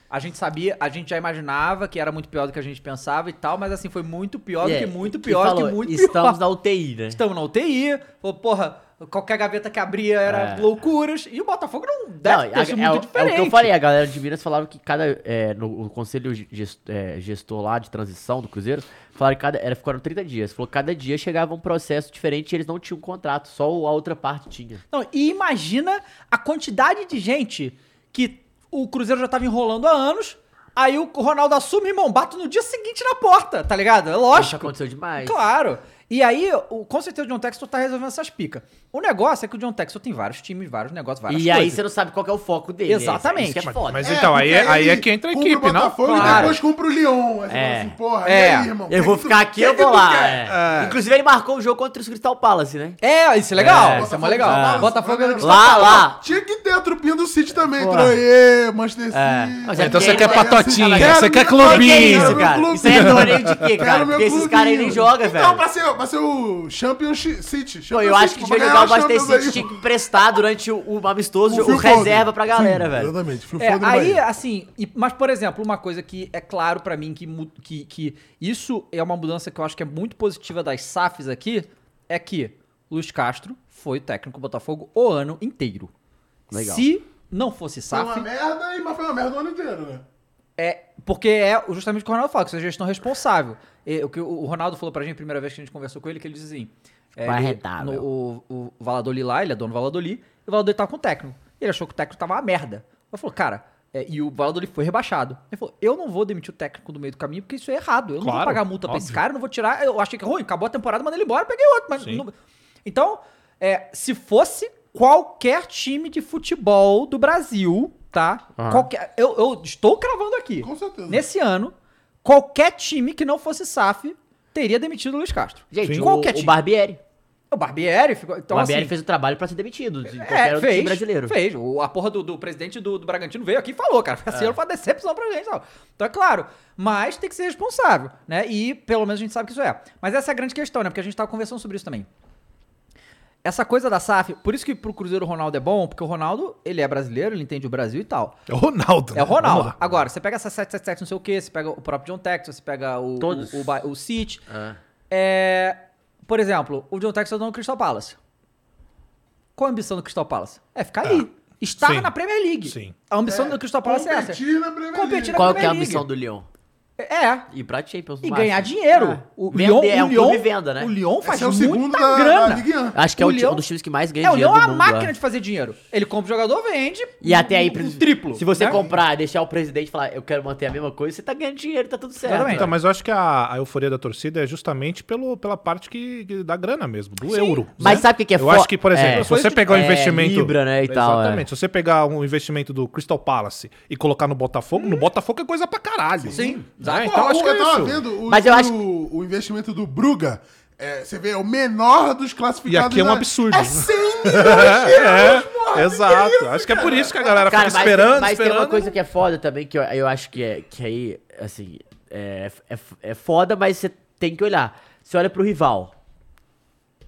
Speaker 1: A gente sabia, a gente já imaginava que era muito pior do que a gente pensava e tal, mas assim, foi muito pior do
Speaker 3: É,
Speaker 1: que muito
Speaker 3: e
Speaker 1: pior do
Speaker 3: falou,
Speaker 1: que muito
Speaker 3: Estamos
Speaker 1: pior.
Speaker 3: na UTI, né?
Speaker 1: Estamos na UTI, falou, porra, qualquer gaveta que abria era
Speaker 3: É.
Speaker 1: loucuras, e o Botafogo não
Speaker 3: Não,
Speaker 1: deve
Speaker 3: é,
Speaker 1: ter sido
Speaker 3: é o-
Speaker 1: muito
Speaker 3: é o
Speaker 1: diferente.
Speaker 3: que eu falei, a galera de Minas falava que cada. é, no, o conselho ges- é, gestor lá de transição do Cruzeiro falaram que cada. Era, ficaram 30 dias. Falou que cada dia chegava um processo diferente e eles não tinham um contrato, só a outra parte tinha.
Speaker 1: Não, e imagina a quantidade de gente que o Cruzeiro já tava enrolando há anos, aí o Ronaldo assume, irmão, bato no dia seguinte na porta, tá ligado? É
Speaker 3: Isso
Speaker 1: lógico.
Speaker 3: aconteceu demais.
Speaker 1: Claro. E aí, o, com certeza o John Texton tá resolvendo essas picas. O negócio é que o John Texton tem vários times, vários negócios, várias
Speaker 3: E aí
Speaker 1: coisas.
Speaker 3: você não sabe qual que é o foco dele. né?
Speaker 1: Exatamente.
Speaker 3: Isso que é foda.
Speaker 4: Mas então, aí,
Speaker 2: porque
Speaker 4: é- aí
Speaker 2: ele
Speaker 4: é que entra a
Speaker 2: cumpre
Speaker 4: equipe,
Speaker 2: o
Speaker 4: não?
Speaker 2: Botafogo E
Speaker 1: Claro.
Speaker 2: depois cumpra o Lyon. Aí você
Speaker 3: É.
Speaker 2: fala assim, porra,
Speaker 1: É.
Speaker 2: e aí, irmão?
Speaker 3: eu
Speaker 2: Quem
Speaker 3: vou
Speaker 2: que tu-
Speaker 3: ficar aqui,
Speaker 2: quem
Speaker 3: eu
Speaker 2: que
Speaker 3: vou
Speaker 2: tu
Speaker 3: lá.
Speaker 2: quer?
Speaker 3: é. Inclusive, ele marcou o jogo contra o Crystal Palace, né?
Speaker 1: É, isso é legal. isso é mó
Speaker 2: Botafogo
Speaker 1: legal.
Speaker 2: de São Paulo,
Speaker 1: Botafogo
Speaker 2: São Paulo.
Speaker 1: é
Speaker 3: Lá, lá.
Speaker 2: Tinha que ter a trupinha do City também. Troie, Manchester City.
Speaker 3: Mas é
Speaker 4: Então
Speaker 3: porque
Speaker 4: você quer
Speaker 3: ele-
Speaker 4: patotinha,
Speaker 2: Quero
Speaker 4: você quer
Speaker 2: meu
Speaker 3: Mas que é
Speaker 4: clubinho.
Speaker 3: isso,
Speaker 2: Quero meu
Speaker 3: cara?
Speaker 2: clube.
Speaker 3: Isso aí é torneio de quê,
Speaker 2: Quero
Speaker 3: cara?
Speaker 2: meu
Speaker 3: Porque esses
Speaker 2: clubinho.
Speaker 3: caras aí nem
Speaker 1: Então,
Speaker 3: jogam,
Speaker 2: Não,
Speaker 3: velho.
Speaker 2: pra ser, pra ser o Championship City.
Speaker 3: Pô, eu
Speaker 2: Champions
Speaker 3: acho
Speaker 2: City,
Speaker 3: que
Speaker 2: pra
Speaker 3: devia
Speaker 2: ganhar
Speaker 3: jogar o
Speaker 2: a
Speaker 3: Master
Speaker 2: Champions
Speaker 3: City,
Speaker 2: aí.
Speaker 3: tinha que prestar durante o, o amistoso, o,
Speaker 2: Phil Foden.
Speaker 3: reserva pra galera,
Speaker 2: Sim,
Speaker 3: velho.
Speaker 2: Exatamente. Phil
Speaker 1: É,
Speaker 2: Foden do
Speaker 1: aí,
Speaker 2: Bahia.
Speaker 1: assim, e- mas por exemplo, uma coisa que é claro pra mim que, mu- que, que isso é uma mudança que eu acho que é muito positiva das SAFs aqui, é que Luiz Castro foi o técnico do Botafogo o ano inteiro.
Speaker 3: Legal.
Speaker 1: Se não fosse
Speaker 2: Foi uma
Speaker 1: SAF,
Speaker 2: merda, e- mas foi uma merda o ano inteiro, né?
Speaker 1: é porque é justamente o que o Ronaldo fala, que isso é gestão responsável. E o que o o Ronaldo falou pra gente a primeira vez que a gente conversou com ele, que ele diz assim... é,
Speaker 3: Vai
Speaker 1: ele-
Speaker 3: rentável.
Speaker 1: no- o, o Valladolid lá, ele é dono do Valladolid, e o Valladolid tava com o técnico. Ele achou que o técnico tava uma merda. Ele falou, cara, é, e o Valladolid foi rebaixado. Ele falou, eu não vou demitir o técnico do meio do caminho, porque isso é errado. Eu não vou
Speaker 4: Claro,
Speaker 1: pagar multa pra esse
Speaker 4: óbvio.
Speaker 1: cara, eu não vou tirar. Eu achei que é ruim, acabou a temporada, mandei ele embora, peguei outro. Mas
Speaker 4: Sim.
Speaker 1: não- Então, é, se fosse qualquer time de futebol do Brasil, tá? Qualquer, eu, eu estou cravando aqui.
Speaker 2: Com certeza.
Speaker 1: Nesse ano, qualquer time que não fosse SAF teria demitido o Luiz Castro.
Speaker 3: Gente, o,
Speaker 1: qualquer
Speaker 3: o
Speaker 1: time.
Speaker 3: Barbieri.
Speaker 1: O Barbieri ficou. Então,
Speaker 3: o Barbieri
Speaker 1: assim,
Speaker 3: fez o trabalho pra ser demitido de qualquer
Speaker 1: é,
Speaker 3: outro
Speaker 1: fez,
Speaker 3: time brasileiro.
Speaker 1: Fez. O, a porra do, do presidente do, do Bragantino veio aqui e falou, cara. Assim, é. foi uma decepção pra gente. Tal. Então é claro. Mas tem que ser responsável, né? E pelo menos a gente sabe que isso é. Mas essa é a grande questão, né? Porque a gente tava conversando sobre isso também. Essa coisa da SAF, por isso que pro Cruzeiro o Ronaldo é bom, porque o Ronaldo, ele é brasileiro, ele entende o Brasil e tal.
Speaker 4: É o Ronaldo.
Speaker 3: Então,
Speaker 1: É o
Speaker 4: né?
Speaker 1: Ronaldo. Agora, você pega essa 777 não sei o quê, você pega o próprio John Texas, você pega o,
Speaker 3: Todos.
Speaker 1: o, o, Ba- o City.
Speaker 3: Ah.
Speaker 1: É, por exemplo, o John Texas é dono do Crystal Palace. Qual a ambição do Crystal Palace? É ficar ali. Estar
Speaker 4: Ah, Sim.
Speaker 1: na Premier League.
Speaker 4: Sim.
Speaker 1: A ambição do Crystal Palace é essa.
Speaker 2: Competir na Premier
Speaker 1: Competir
Speaker 2: League.
Speaker 1: na
Speaker 3: Qual que é
Speaker 1: Premier
Speaker 3: a
Speaker 1: League.
Speaker 3: missão do Lyon?
Speaker 1: É.
Speaker 3: E pra Champions
Speaker 1: E
Speaker 3: no
Speaker 1: ganhar
Speaker 3: máximo.
Speaker 1: dinheiro.
Speaker 3: É.
Speaker 1: O
Speaker 3: Vender,
Speaker 1: Lyon,
Speaker 3: é
Speaker 1: o
Speaker 3: um
Speaker 1: Lyon,
Speaker 3: clube venda, né?
Speaker 1: O Lyon faz
Speaker 2: Esse é o segundo
Speaker 1: muita
Speaker 2: da,
Speaker 1: grana.
Speaker 2: da Ligue 1.
Speaker 3: Acho que é
Speaker 1: o
Speaker 3: o, time,
Speaker 1: Lyon-
Speaker 3: um dos times que mais
Speaker 1: É,
Speaker 3: ganha
Speaker 1: o
Speaker 3: dinheiro
Speaker 1: Lyon
Speaker 3: do
Speaker 1: é
Speaker 3: mundo.
Speaker 1: uma máquina
Speaker 3: é.
Speaker 1: de fazer dinheiro. Ele compra o jogador, vende.
Speaker 3: E até aí,
Speaker 1: um triplo.
Speaker 3: se você
Speaker 1: né?
Speaker 3: comprar, deixar o presidente falar, eu quero manter a mesma coisa, você tá ganhando dinheiro, tá tudo certo.
Speaker 1: Exatamente.
Speaker 4: Então, mas eu acho que a, a euforia da torcida é justamente pelo, pela parte que, que dá grana mesmo, do euro. né?
Speaker 3: mas sabe o que que é
Speaker 4: Eu
Speaker 3: fo-
Speaker 4: acho que, por exemplo,
Speaker 3: é,
Speaker 4: se você
Speaker 3: é,
Speaker 4: pegar o investimento.
Speaker 3: Libra, né, e tal,
Speaker 4: Exatamente. Se você pegar um investimento do Crystal Palace e colocar no Botafogo, no Botafogo é coisa pra caralho.
Speaker 1: Sim.
Speaker 4: Né?
Speaker 2: Ó,
Speaker 4: Então acho
Speaker 2: o-
Speaker 4: que é
Speaker 2: eu tava
Speaker 4: isso.
Speaker 2: vendo o,
Speaker 3: Mas eu acho-
Speaker 2: o- o investimento do Bruga. é, você vê, é o menor dos classificados.
Speaker 4: E aqui é um
Speaker 2: da-
Speaker 4: absurdo.
Speaker 2: É 100 milhões de euros, porra,
Speaker 4: É, exato. acho que é por isso que a galera
Speaker 3: Cara,
Speaker 4: fica
Speaker 3: mas,
Speaker 4: esperando,
Speaker 3: mas
Speaker 4: esperando. né?
Speaker 3: tem uma coisa que é foda também, que eu, eu acho que é que aí, assim, é, é, é foda, mas você tem que olhar. Você olha pro rival.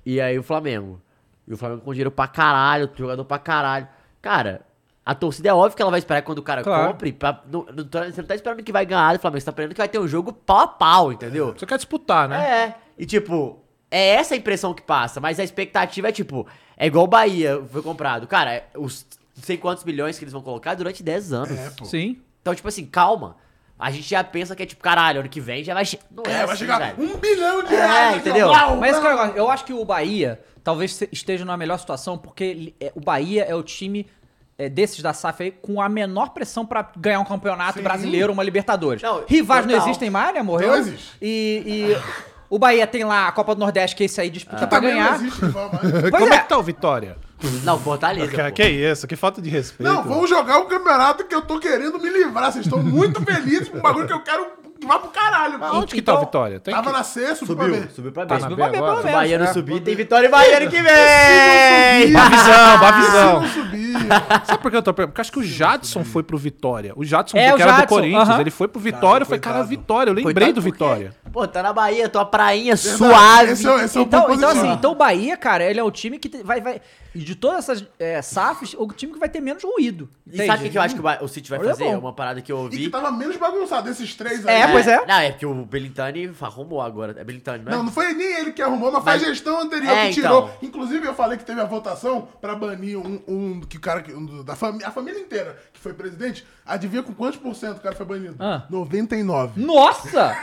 Speaker 3: E aí o Flamengo. E o Flamengo com dinheiro pra caralho, jogador pra caralho. Cara, a torcida é óbvio que ela vai esperar quando o cara
Speaker 4: Claro.
Speaker 3: compre. pra- não- não tá- você não tá esperando que vai ganhar do Flamengo, você tá esperando que vai ter um jogo pau a pau, entendeu?
Speaker 4: Você quer disputar, né?
Speaker 3: É. E tipo, é essa a impressão que passa, mas a expectativa é tipo, é igual o Bahia foi comprado. Cara, é os não sei quantos milhões que eles vão colocar durante 10 anos.
Speaker 4: Sim.
Speaker 3: Então, tipo assim, calma. A gente já pensa que é tipo, caralho, ano que vem já vai chegar. Não é,
Speaker 2: É, vai
Speaker 3: assim,
Speaker 2: chegar
Speaker 3: velho.
Speaker 2: um bilhão de
Speaker 3: É,
Speaker 2: reais. assim, ó,
Speaker 3: entendeu?
Speaker 2: uau,
Speaker 1: Mas esse
Speaker 2: uau.
Speaker 1: negócio, eu acho que é o Bahia talvez se- esteja numa melhor situação, porque ele- é, o Bahia é o time é, desses da SAF aí com a menor pressão pra ganhar um campeonato brasileiro, uma Libertadores.
Speaker 3: Não,
Speaker 1: Rivais não
Speaker 3: total.
Speaker 1: existem mais, né? Morreu.
Speaker 2: Não existe.
Speaker 1: E, e o Bahia tem lá a Copa do Nordeste, que esse aí
Speaker 3: Ah.
Speaker 1: disputa pra ganhar.
Speaker 2: Não, existe futebol mais.
Speaker 1: Pois
Speaker 4: Como é.
Speaker 1: é.
Speaker 4: que tá o Vitória?
Speaker 3: Não, Fortaleza.
Speaker 4: Que,
Speaker 3: pô.
Speaker 4: que isso? Que falta de respeito.
Speaker 2: Não, vão jogar o campeonato que eu tô querendo me livrar. Vocês estão muito felizes com um bagulho que eu quero que vá pro caralho.
Speaker 4: Mas
Speaker 2: mano.
Speaker 4: onde que tá o Vitória? Tem
Speaker 2: Tava
Speaker 4: que...
Speaker 2: na sexta,
Speaker 3: Subiu, subiu pra
Speaker 4: Tá
Speaker 3: baixo.
Speaker 4: na B
Speaker 1: Bahia, pelo
Speaker 4: agora?
Speaker 3: o
Speaker 1: menos. né?
Speaker 3: Bahia não subir, né? tem Vitória e Bahia ano que vem!
Speaker 4: Dá visão, dá
Speaker 2: Não
Speaker 4: visão.
Speaker 2: subiu.
Speaker 4: Sabe por que eu tô perguntando? Porque acho que o Jadson foi pro Vitória. O Jadson,
Speaker 1: É,
Speaker 4: que
Speaker 1: o
Speaker 4: era do
Speaker 1: Jadson,
Speaker 4: Corinthians,
Speaker 1: aham.
Speaker 4: ele foi pro Vitória. Eu falei, cara, Vitória. Eu lembrei
Speaker 3: Coitado
Speaker 4: do
Speaker 3: por quê?
Speaker 4: Vitória.
Speaker 3: Pô, tá na Bahia, tua prainha suave.
Speaker 2: Esse é, esse é o
Speaker 1: Então,
Speaker 2: ponto
Speaker 1: então,
Speaker 2: positivo.
Speaker 1: assim, então o Bahia, cara, ele é o time que te- vai. vai e de todas essas é, SAFs, o time que vai ter menos ruído.
Speaker 3: E sabe o que, que eu acho que o Ba- o City vai
Speaker 1: Olha, é
Speaker 3: fazer?
Speaker 1: bom.
Speaker 3: É uma parada que eu
Speaker 2: E
Speaker 3: ouvi.
Speaker 2: que tá- tava menos bagunçado desses três aí.
Speaker 1: É, pois é.
Speaker 3: Não, é porque o Belintani arrumou agora. É Belintani, não é?
Speaker 2: Não, não foi nem ele que arrumou, mas foi a
Speaker 3: Mas-
Speaker 2: gestão anterior
Speaker 3: É,
Speaker 2: que tirou.
Speaker 3: então.
Speaker 2: Inclusive, eu falei que teve a votação pra banir um, um que o cara que- um do- da família, a família inteira que foi presidente. Adivinha com quantos por cento o cara foi banido?
Speaker 1: Ah.
Speaker 3: Hum?
Speaker 2: 99.
Speaker 1: Nossa!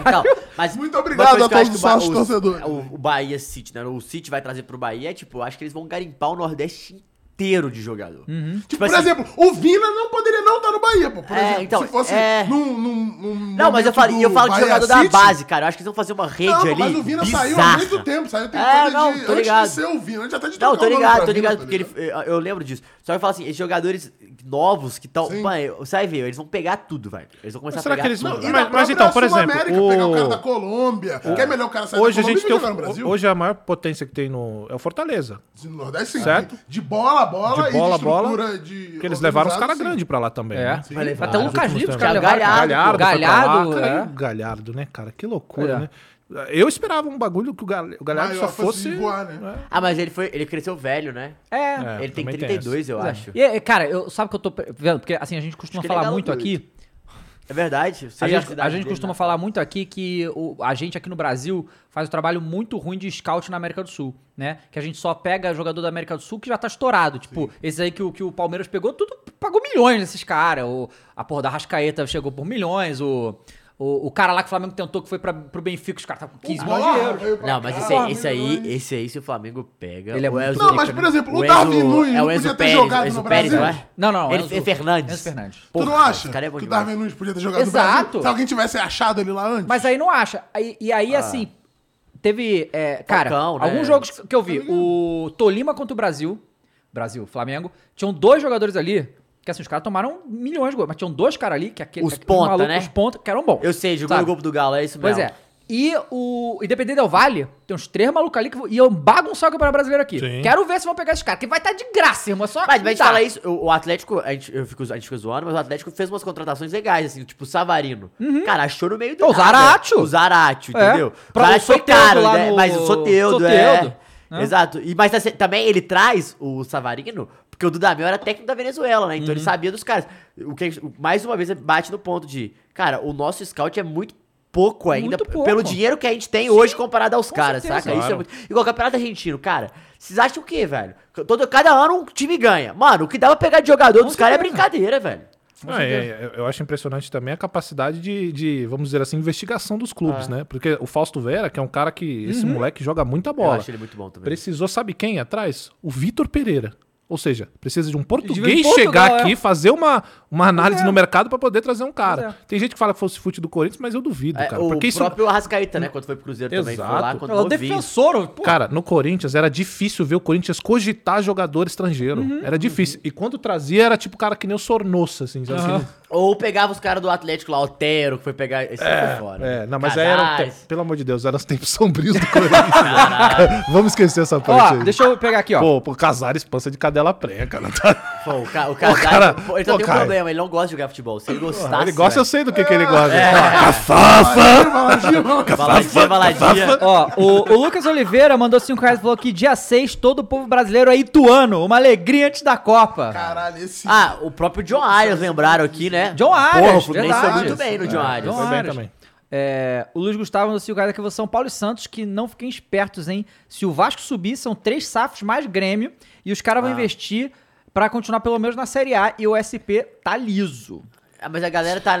Speaker 3: Então, mas,
Speaker 2: Muito obrigado
Speaker 3: mas
Speaker 2: a
Speaker 3: por isso
Speaker 2: todos
Speaker 3: que eu
Speaker 2: os
Speaker 3: acho que o Ba-
Speaker 2: nossos torcedores.
Speaker 3: O, o Bahia City, né? O City vai trazer pro Bahia, é, tipo, eu acho que eles vão garimpar o Nordeste inteiro de jogador. Tipo,
Speaker 2: Por
Speaker 3: assim,
Speaker 2: exemplo, o Vina não poderia não estar no Bahia, pô. Por
Speaker 3: É,
Speaker 2: exemplo,
Speaker 3: então,
Speaker 2: se fosse
Speaker 3: é.
Speaker 2: num, num, num
Speaker 3: Não, mas eu
Speaker 2: momento
Speaker 3: falo,
Speaker 2: do
Speaker 3: e eu falo de
Speaker 2: Bahia
Speaker 3: jogador da
Speaker 2: City-
Speaker 3: base, cara. Eu acho que eles vão fazer uma rede
Speaker 2: Não,
Speaker 3: ali.
Speaker 2: mas o Vina saiu há
Speaker 3: bizarra.
Speaker 2: muito tempo, saiu tem
Speaker 3: É,
Speaker 2: coisa
Speaker 3: não, tô
Speaker 2: de antes
Speaker 3: ligado.
Speaker 2: de ser o Vina, antes até de trocar
Speaker 3: Não, tô
Speaker 2: o nome
Speaker 3: ligado,
Speaker 2: pra
Speaker 3: tô
Speaker 2: Vina,
Speaker 3: ligado,
Speaker 2: tá
Speaker 3: porque ele, eu, eu lembro disso. Só que eu falo assim, esses jogadores novos que estão. Mano, você vai ver, eles vão pegar tudo, velho. Eles vão começar
Speaker 4: Será
Speaker 3: a pegar
Speaker 4: que eles
Speaker 3: tudo.
Speaker 4: vão-
Speaker 2: E
Speaker 3: velho.
Speaker 2: na
Speaker 4: Mas- mas
Speaker 2: própria
Speaker 4: então, por
Speaker 2: Sul-América,
Speaker 4: exemplo,
Speaker 2: pegar o cara
Speaker 4: o-
Speaker 2: da Colômbia, que é melhor o cara sair
Speaker 4: Hoje a
Speaker 2: da Colômbia
Speaker 4: gente
Speaker 2: e
Speaker 4: tem.
Speaker 2: vir
Speaker 4: o-
Speaker 2: jogar no
Speaker 3: um-
Speaker 2: Brasil.
Speaker 4: Hoje a maior potência que tem no. É o Fortaleza.
Speaker 2: De Nordeste, sim.
Speaker 4: Certo.
Speaker 2: De bola a bola
Speaker 4: De bola a bola,
Speaker 2: estrutura de.
Speaker 4: Porque eles levaram os
Speaker 2: organizado,
Speaker 4: caras
Speaker 2: sim.
Speaker 4: grandes pra lá também.
Speaker 1: É.
Speaker 4: né?
Speaker 3: Vai levar.
Speaker 1: Até o Lucas Lima, os caras
Speaker 3: Thiago
Speaker 1: levaram.
Speaker 4: Galhardo, foi pra
Speaker 1: Galhardo,
Speaker 4: lá. Cara,
Speaker 1: é.
Speaker 4: e o Galhardo, né, cara? Que loucura,
Speaker 1: É.
Speaker 4: né? Eu esperava um bagulho que o Gal- o Galhardo
Speaker 2: Maior,
Speaker 4: só
Speaker 2: fosse
Speaker 4: fosse.
Speaker 2: voar, né?
Speaker 3: Ah, mas ele foi. Ele cresceu velho, né?
Speaker 1: É.
Speaker 4: É,
Speaker 3: ele tem
Speaker 4: também
Speaker 3: 32, eu
Speaker 1: Pois é.
Speaker 3: acho.
Speaker 1: E, é, cara, eu, sabe que eu tô pe- vendo? Porque assim, a gente costuma
Speaker 3: Acho que ele é
Speaker 1: falar muito
Speaker 3: garoto,
Speaker 1: aqui.
Speaker 3: É verdade.
Speaker 1: A
Speaker 3: seja
Speaker 1: gente, a
Speaker 3: cidade
Speaker 1: gente
Speaker 3: dele,
Speaker 1: costuma
Speaker 3: né?
Speaker 1: falar muito aqui que o- a gente aqui no Brasil faz um trabalho muito ruim de scout na América do Sul, né? Que a gente só pega jogador da América do Sul que já tá estourado. Tipo, esse aí que, o- que o Palmeiras pegou, tudo pagou milhões nesses caras. O- A porra da Rascaeta chegou por milhões. O, o, o cara lá que o Flamengo tentou que foi pra, pro Benfica, os caras estavam com 15 milhões de
Speaker 2: Borra
Speaker 1: euros.
Speaker 2: veio pra
Speaker 3: Não, mas
Speaker 2: cá,
Speaker 3: esse, aí-
Speaker 2: Borra
Speaker 3: esse aí,
Speaker 2: veio-
Speaker 3: esse aí, se o Flamengo pega.
Speaker 1: Ele é
Speaker 3: o
Speaker 1: muito
Speaker 3: Enzo-
Speaker 2: Não, mas, por exemplo, o
Speaker 3: Enzo-
Speaker 2: Darwin Nunes
Speaker 3: é
Speaker 2: não
Speaker 3: o Enzo
Speaker 2: podia ter
Speaker 3: Pérez,
Speaker 2: jogado
Speaker 3: o Enzo
Speaker 2: no
Speaker 3: Pérez,
Speaker 2: Brasil.
Speaker 3: não é?
Speaker 1: Não, não,
Speaker 3: Ele,
Speaker 1: Enzo-
Speaker 3: é Fernandes.
Speaker 1: Enzo Fernandes. Tu
Speaker 2: Tu
Speaker 3: Porra,
Speaker 2: não acha
Speaker 3: esse cara é bom
Speaker 2: que o
Speaker 3: demais.
Speaker 2: Darwin Nunes podia ter jogado
Speaker 1: Exato.
Speaker 2: no Brasil? Se alguém tivesse achado ele lá antes.
Speaker 1: Mas aí não acha. Aí- e aí, assim, teve. é, cara,
Speaker 3: Ah. Falcão, né?
Speaker 1: alguns jogos que eu vi. O Tolima contra o Brasil. Brasil, Flamengo. Tinham dois jogadores ali. Que assim, os caras tomaram milhões de gols. Mas tinham dois caras ali, que aquele.
Speaker 3: Os
Speaker 1: aquele
Speaker 3: ponta, né?
Speaker 1: Os ponta, que eram bons.
Speaker 3: Eu sei, jogou
Speaker 1: sabe?
Speaker 3: no grupo do Galo, é isso mesmo.
Speaker 1: Pois é. E o Independente Del Vale, tem uns três malucos ali que iam bagunçar o campeonato brasileiro aqui.
Speaker 4: Sim.
Speaker 1: Quero ver se vão pegar esses caras, que vai estar de graça, irmão. é Só
Speaker 3: Mas, mas a gente
Speaker 1: dá.
Speaker 3: fala isso, o o Atlético, a gente, eu fico, a gente fica zoando, mas o Atlético fez umas contratações legais, assim, tipo o Savarino. Cara, achou no meio do.
Speaker 1: Pô, Uhum. É, o
Speaker 3: nada.
Speaker 1: Zaratio.
Speaker 3: O Zaratio,
Speaker 1: É.
Speaker 3: entendeu? O
Speaker 1: Pra-
Speaker 3: Zaratio
Speaker 1: o
Speaker 3: foi
Speaker 1: Soteudo
Speaker 3: caro,
Speaker 1: lá
Speaker 3: né?
Speaker 1: no-
Speaker 3: Mas o Soteudo, é.
Speaker 1: Soteudo, né?
Speaker 3: Exato. E, mas assim, também ele traz o Savarino, porque o Dudamel era técnico da Venezuela, né? Então
Speaker 1: Uhum.
Speaker 3: ele sabia dos caras. O que, o- mais uma vez, bate no ponto de, cara, o nosso scout é muito pouco ainda,
Speaker 1: Muito pouco.
Speaker 3: pelo dinheiro que a gente tem hoje comparado aos caras,
Speaker 1: certeza.
Speaker 3: saca? Isso é muito. Igual o Campeonato Argentino, cara. Vocês acham o quê, velho? Todo, cada ano um time ganha. Mano, o que dá pra pegar de jogador dos caras é brincadeira, velho.
Speaker 4: Ah, é, é, eu acho impressionante também a capacidade de, de, vamos dizer assim, investigação dos
Speaker 1: É.
Speaker 4: clubes, né? Porque o Fausto Vera, que é um cara que. Esse
Speaker 1: Uhum.
Speaker 4: moleque joga muita
Speaker 3: Eu
Speaker 4: bola.
Speaker 3: acho ele muito bom também.
Speaker 4: Precisou, sabe quem atrás? O Vitor Pereira. Ou seja, precisa de um português
Speaker 1: Portugal,
Speaker 4: chegar
Speaker 1: é.
Speaker 4: aqui, fazer uma, uma análise no mercado pra poder trazer um cara.
Speaker 1: Pois é.
Speaker 4: Tem gente que fala que fosse fute do Corinthians, mas eu duvido,
Speaker 3: É,
Speaker 4: cara.
Speaker 3: o
Speaker 4: Porque isso.
Speaker 3: próprio Arrascaeta, né? Quando foi pro Cruzeiro também. Foi lá
Speaker 4: Exato.
Speaker 3: quando
Speaker 1: Ela é o
Speaker 3: novinho.
Speaker 1: defensor, pô.
Speaker 4: Cara, no Corinthians era difícil ver o Corinthians cogitar jogador estrangeiro.
Speaker 1: Uhum,
Speaker 4: Era difícil. E quando trazia, era tipo cara que nem o Sornossa, assim. assim
Speaker 3: Ou pegava os caras do Atlético lá, Otero, que foi pegar. Esse foi fora.
Speaker 4: É,
Speaker 3: né?
Speaker 4: não, mas aí era.
Speaker 3: Casares.
Speaker 4: Pelo amor de Deus, eram os tempos sombrios do Corinthians. Vamos esquecer essa parte
Speaker 1: Ó,
Speaker 4: aí.
Speaker 1: deixa eu pegar aqui, ó.
Speaker 4: Pô, pô, Casares pança de cadela pré, cara. Tá-
Speaker 3: Pô, o, ca o Casares-
Speaker 4: cara-
Speaker 3: pô, ele só
Speaker 4: pô,
Speaker 3: tem um
Speaker 4: cara.
Speaker 3: problema, ele não gosta de jogar futebol. Se ele gostasse.
Speaker 4: Ele gosta, eu sei do que, que ele gosta.
Speaker 3: de Baladia, baladia.
Speaker 1: Ó, o, o Lucas Oliveira mandou 5 reais e falou que dia 6 todo o povo brasileiro é ituano. Uma alegria antes da Copa.
Speaker 2: Caralho, esse.
Speaker 3: Ah, o próprio John Arias lembraram aqui, né?
Speaker 1: John
Speaker 3: Porra, o
Speaker 1: Arias,
Speaker 3: Fluminense foi
Speaker 1: verdade.
Speaker 3: muito bem no John Arias.
Speaker 1: John
Speaker 4: Foi bem
Speaker 1: Ares.
Speaker 4: também.
Speaker 1: É, o Luiz Gustavo mandou 5 reais aqui, falou, São Paulo e Santos, que não fiquem espertos, hein? Se o Vasco subir, são três safos mais Grêmio e os caras
Speaker 4: Ah.
Speaker 1: vão investir pra continuar pelo menos na Série A e o SP tá liso.
Speaker 3: Ah, Mas a galera tá.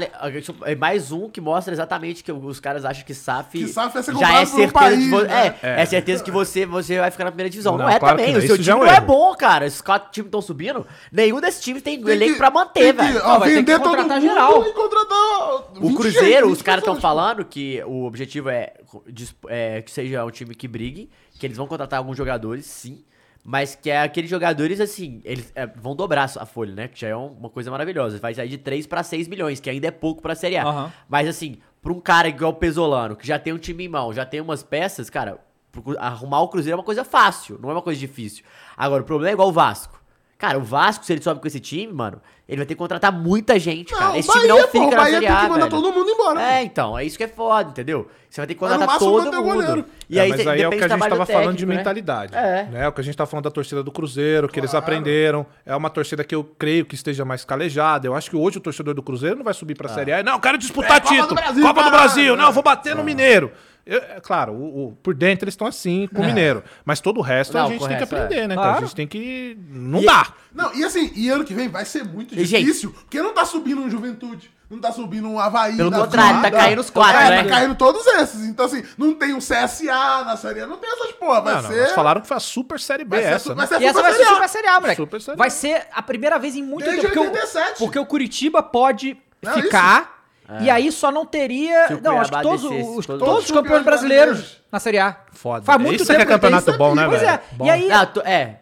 Speaker 3: É mais um que mostra exatamente que os caras acham que SAF.
Speaker 2: Que SAF é ser
Speaker 3: já é
Speaker 2: comprado por um
Speaker 3: certeza
Speaker 2: país,
Speaker 3: que vo-
Speaker 2: né?
Speaker 3: é, é certeza que você, você vai ficar na primeira divisão. Não,
Speaker 4: Não,
Speaker 3: é
Speaker 4: claro que
Speaker 3: também.
Speaker 4: não,
Speaker 3: O seu
Speaker 4: isso já
Speaker 3: time
Speaker 4: é um
Speaker 3: não é
Speaker 4: erro.
Speaker 3: bom, cara. Esses quatro times estão subindo. Nenhum desses times tem,
Speaker 2: Tem
Speaker 3: elenco
Speaker 2: que-
Speaker 3: é pra
Speaker 2: tem
Speaker 3: manter,
Speaker 2: que,
Speaker 3: velho.
Speaker 2: ó,
Speaker 1: vai ter
Speaker 2: vender
Speaker 1: que
Speaker 2: todo
Speaker 1: contratar
Speaker 2: mundo
Speaker 1: geral.
Speaker 2: e contratar.
Speaker 3: O
Speaker 2: 20
Speaker 3: Cruzeiro,
Speaker 2: gente,
Speaker 3: os caras estão
Speaker 2: 20 pessoas.
Speaker 3: falando que o objetivo é, dis- é que seja um time que brigue, que eles vão contratar alguns jogadores, sim. Mas que é aqueles jogadores, assim, eles é, vão dobrar a folha, né? Que já é um- uma coisa maravilhosa. Vai sair de 3 pra 6 milhões, que ainda é pouco pra Série A.
Speaker 1: Aham.
Speaker 3: Mas, assim, pra um cara igual o Pesolano, que já tem um time em mão, já tem umas peças, cara, pro Cru- arrumar o Cruzeiro é uma coisa fácil, não é uma coisa difícil. Agora, o problema é igual o Vasco. Cara, o Vasco, se ele sobe com esse time, mano, ele vai ter que contratar muita gente, cara.
Speaker 2: Não,
Speaker 3: Esse
Speaker 2: Bahia,
Speaker 3: time não
Speaker 2: pô,
Speaker 3: fica na
Speaker 2: Bahia
Speaker 3: Série
Speaker 2: tem que
Speaker 3: A,
Speaker 2: mandar
Speaker 3: velho.
Speaker 2: todo mundo embora.
Speaker 3: É, então, é isso que é foda, entendeu? Você vai ter que
Speaker 2: Mas no
Speaker 3: contratar
Speaker 2: máximo
Speaker 3: todo
Speaker 2: manter o
Speaker 3: mundo.
Speaker 2: goleiro.
Speaker 3: E
Speaker 4: É,
Speaker 3: aí,
Speaker 4: mas aí é o que a gente tava falando de mentalidade.
Speaker 3: É.
Speaker 4: Né? O que a gente tava falando da torcida do Cruzeiro, que eles aprenderam. É uma torcida que eu creio que esteja mais calejada. Eu acho que hoje o torcedor do Cruzeiro não vai subir pra Série A. e, Não, eu quero disputar
Speaker 2: Copa do
Speaker 4: título.
Speaker 2: Brasil,
Speaker 4: É, Copa do
Speaker 2: caralho."
Speaker 4: Brasil. Não, eu vou bater no Mineiro. Eu- é claro, o- o- por dentro eles estão assim com o Mineiro. Mas todo o resto
Speaker 3: Não,
Speaker 4: a gente
Speaker 3: com o
Speaker 4: tem que
Speaker 3: resto,
Speaker 4: aprender, né? cara?
Speaker 1: Claro.
Speaker 4: A gente tem que. Não dá.
Speaker 2: Não, e assim, e ano que vem vai ser muito
Speaker 3: E, gente-
Speaker 2: difícil, porque não tá subindo um Juventude, não tá subindo um Havaí.
Speaker 3: Pelo
Speaker 2: da
Speaker 3: contrário,
Speaker 2: vida.
Speaker 3: tá caindo os quatro,
Speaker 2: É,
Speaker 3: né?
Speaker 2: tá caindo todos esses. Então, assim, não tem um CSA na série, A, não tem essas porra, vai
Speaker 4: Não, não,
Speaker 2: ser...
Speaker 4: eles falaram que foi a Super Série B
Speaker 2: vai ser,
Speaker 4: essa.
Speaker 2: su-
Speaker 4: né?
Speaker 2: vai ser
Speaker 1: E essa
Speaker 2: É Super
Speaker 1: vai ser
Speaker 2: Série A.
Speaker 1: super Série A, moleque.
Speaker 4: Super Série A.
Speaker 1: Vai ser a primeira vez em muito
Speaker 2: Desde
Speaker 1: tempo. Porque, o-
Speaker 2: 87.
Speaker 1: porque o Curitiba pode
Speaker 2: Não,
Speaker 1: ficar. E aí só não teria.
Speaker 3: É. Se o
Speaker 1: Não, acho que
Speaker 3: Cuiabá
Speaker 1: todos,
Speaker 3: descesse,
Speaker 1: os,
Speaker 3: todos-
Speaker 1: todos os campeões
Speaker 2: campeões
Speaker 1: brasileiros
Speaker 2: brasileiros.
Speaker 1: na Série A.
Speaker 4: Foda.
Speaker 1: Faz muito
Speaker 4: isso
Speaker 1: tempo
Speaker 4: que é
Speaker 2: que tem
Speaker 4: campeonato
Speaker 2: isso
Speaker 4: bom,
Speaker 2: aqui.
Speaker 4: né,
Speaker 1: Pois
Speaker 4: velho?
Speaker 1: é. E aí.
Speaker 3: Ah, to- é,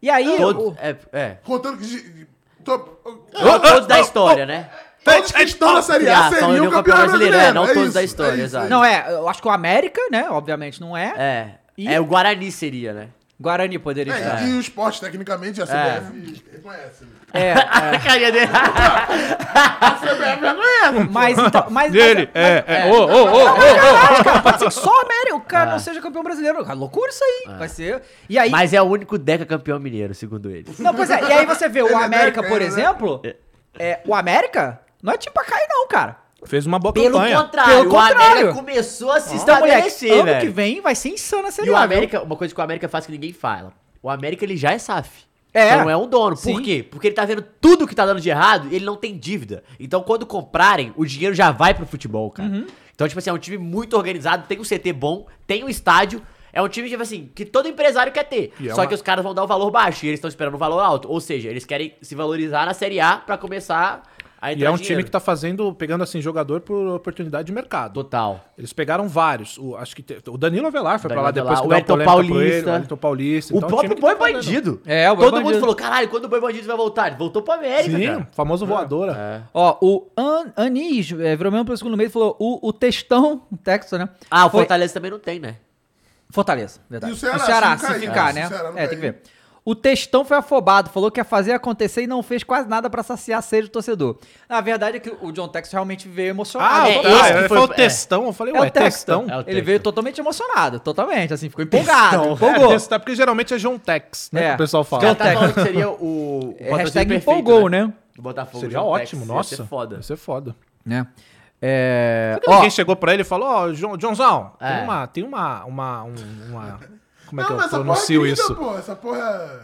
Speaker 1: E aí.
Speaker 3: todo, é, é.
Speaker 2: Contando que... de- de- Tô...
Speaker 3: Não todos da história, né?
Speaker 2: Todos que estão na Série A
Speaker 3: São
Speaker 2: seriam
Speaker 3: nenhum
Speaker 2: o campeão brasileiro.
Speaker 3: é, não todos
Speaker 2: isso,
Speaker 3: da história,
Speaker 2: isso,
Speaker 3: exato.
Speaker 2: isso.
Speaker 1: Não, é. Eu acho que o América, né? Obviamente não é.
Speaker 3: É.
Speaker 1: E-
Speaker 3: É, o Guarani seria, né?
Speaker 1: Guarani poderia estar.
Speaker 2: É, E o esporte, tecnicamente, a CBF reconhece. né?
Speaker 1: É.
Speaker 3: A carinha dele.
Speaker 1: Mas então. Mas,
Speaker 4: Dele,
Speaker 1: mas-
Speaker 4: é, é. Ô, ô, ô, ô.
Speaker 1: Pode ser que só o América o cara não seja campeão brasileiro. Cara, loucura isso aí. Vai ser. E aí.
Speaker 3: É. Mas é o único Deca campeão mineiro, segundo ele.
Speaker 1: Não, pois é. E aí você vê o
Speaker 2: Ele é
Speaker 1: América,
Speaker 2: América,
Speaker 1: por
Speaker 2: né?
Speaker 1: exemplo. É, o América não é time pra cair, não, cara.
Speaker 2: Ah,
Speaker 4: Fez uma boa
Speaker 3: Pelo
Speaker 4: campanha.
Speaker 3: contrário,
Speaker 1: Pelo
Speaker 3: o América
Speaker 1: contrário.
Speaker 3: começou a se
Speaker 1: Então, moleque,
Speaker 3: estabelecer,
Speaker 1: ano que
Speaker 3: velho.
Speaker 1: vem vai ser insana a
Speaker 3: E
Speaker 1: Série
Speaker 3: o
Speaker 1: A, viu?
Speaker 3: América, uma coisa que o América faz que ninguém fala. O América, ele já é SAF.
Speaker 1: É.
Speaker 3: Então é um dono. Por
Speaker 1: Sim.
Speaker 3: quê? Porque ele tá vendo tudo que tá dando de errado e ele não tem dívida. Então, quando comprarem, o dinheiro já vai pro futebol, cara.
Speaker 4: Uhum.
Speaker 3: Então, tipo assim, é um time muito organizado, tem um CT bom, tem um estádio. É um time, tipo assim, que todo empresário quer ter.
Speaker 4: E é
Speaker 3: Só
Speaker 4: uma-
Speaker 3: que os caras vão dar um valor baixo e eles estão esperando um valor alto. Ou seja, eles querem se valorizar na Série A pra começar a
Speaker 4: E
Speaker 3: entrar
Speaker 4: é um time
Speaker 3: dinheiro.
Speaker 4: que tá fazendo, pegando assim, jogador por oportunidade de mercado.
Speaker 3: Total.
Speaker 4: Eles pegaram vários. O, acho que te- o Danilo Avelar foi
Speaker 3: Danilo
Speaker 4: pra lá depois
Speaker 3: Avelar,
Speaker 4: que
Speaker 3: o
Speaker 4: deu a
Speaker 3: Elton
Speaker 4: polêmica pro
Speaker 3: Paulista.
Speaker 4: ele, o Elton Paulista.
Speaker 3: O
Speaker 4: Então,
Speaker 3: próprio
Speaker 4: time que tá
Speaker 3: Boi
Speaker 4: fazendo.
Speaker 3: Bandido.
Speaker 1: É, o Boi
Speaker 3: Todo mundo
Speaker 1: Bandido.
Speaker 3: falou, caralho, quando o Boi Bandido vai voltar? Ele voltou pro América,
Speaker 4: Sim,
Speaker 3: né, cara.
Speaker 4: famoso voadora.
Speaker 1: Ó, o An Anis é, virou mesmo pelo segundo meio e falou o, o textão, o texto, né?
Speaker 3: Ah, o
Speaker 1: Foi-
Speaker 3: Fortaleza também não tem, né?
Speaker 1: Fortaleza, verdade.
Speaker 2: E o Ceará,
Speaker 1: se,
Speaker 2: se não cair,
Speaker 1: ficar,
Speaker 2: se
Speaker 1: né?
Speaker 2: o Ceará não
Speaker 1: É, tem que
Speaker 2: cair.
Speaker 1: ver. O textão foi afobado, falou que ia fazer acontecer e não fez quase nada pra saciar a sede do torcedor. Na verdade é que o John Tex realmente veio emocionado.
Speaker 4: Ah,
Speaker 3: é,
Speaker 4: o-
Speaker 3: esse
Speaker 4: ah,
Speaker 3: que
Speaker 4: foi,
Speaker 3: foi-
Speaker 4: o
Speaker 3: é.
Speaker 4: textão. Eu falei,
Speaker 1: é
Speaker 4: ué,
Speaker 1: o textão.
Speaker 4: textão.
Speaker 3: É o
Speaker 1: Ele
Speaker 3: textão.
Speaker 1: veio totalmente emocionado, totalmente, assim, ficou empolgado, empolgou.
Speaker 4: É, textão, porque geralmente é John Tex, né?
Speaker 1: É.
Speaker 4: Que o pessoal
Speaker 3: O
Speaker 4: fala.
Speaker 3: cara
Speaker 1: John
Speaker 3: tá
Speaker 1: Tex.
Speaker 3: falando que seria o. o
Speaker 1: É,
Speaker 3: patrocínio
Speaker 1: hashtag
Speaker 3: perfeito,
Speaker 1: empolgou, né?
Speaker 3: Do Botafogo.
Speaker 4: Seria
Speaker 3: John Tex,
Speaker 4: ótimo,
Speaker 3: ia
Speaker 4: nossa.
Speaker 3: ser foda.
Speaker 4: Ia ser foda.
Speaker 1: Né? É,
Speaker 4: Porque
Speaker 1: ó,
Speaker 4: Ninguém chegou pra ele e falou, ó, John, Johnzão,
Speaker 3: É.
Speaker 4: tem uma, tem uma, uma, um- uma... Como é
Speaker 2: Não, mas
Speaker 4: que eu
Speaker 2: essa porra é
Speaker 4: pronuncio
Speaker 2: gringa,
Speaker 4: isso?
Speaker 2: pô, essa porra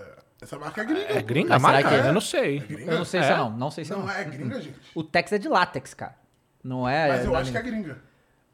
Speaker 2: é... Essa marca é gringa.
Speaker 4: É
Speaker 2: pô.
Speaker 4: gringa?
Speaker 3: Mas será
Speaker 4: marca?
Speaker 3: que é?
Speaker 4: Eu não sei.
Speaker 1: Eu não sei se é não, não sei se é não.
Speaker 2: Não, é gringa, gente.
Speaker 1: O Tex é de látex, cara. Não é.
Speaker 2: Mas eu
Speaker 1: da
Speaker 2: acho que
Speaker 1: minha-
Speaker 2: é gringa.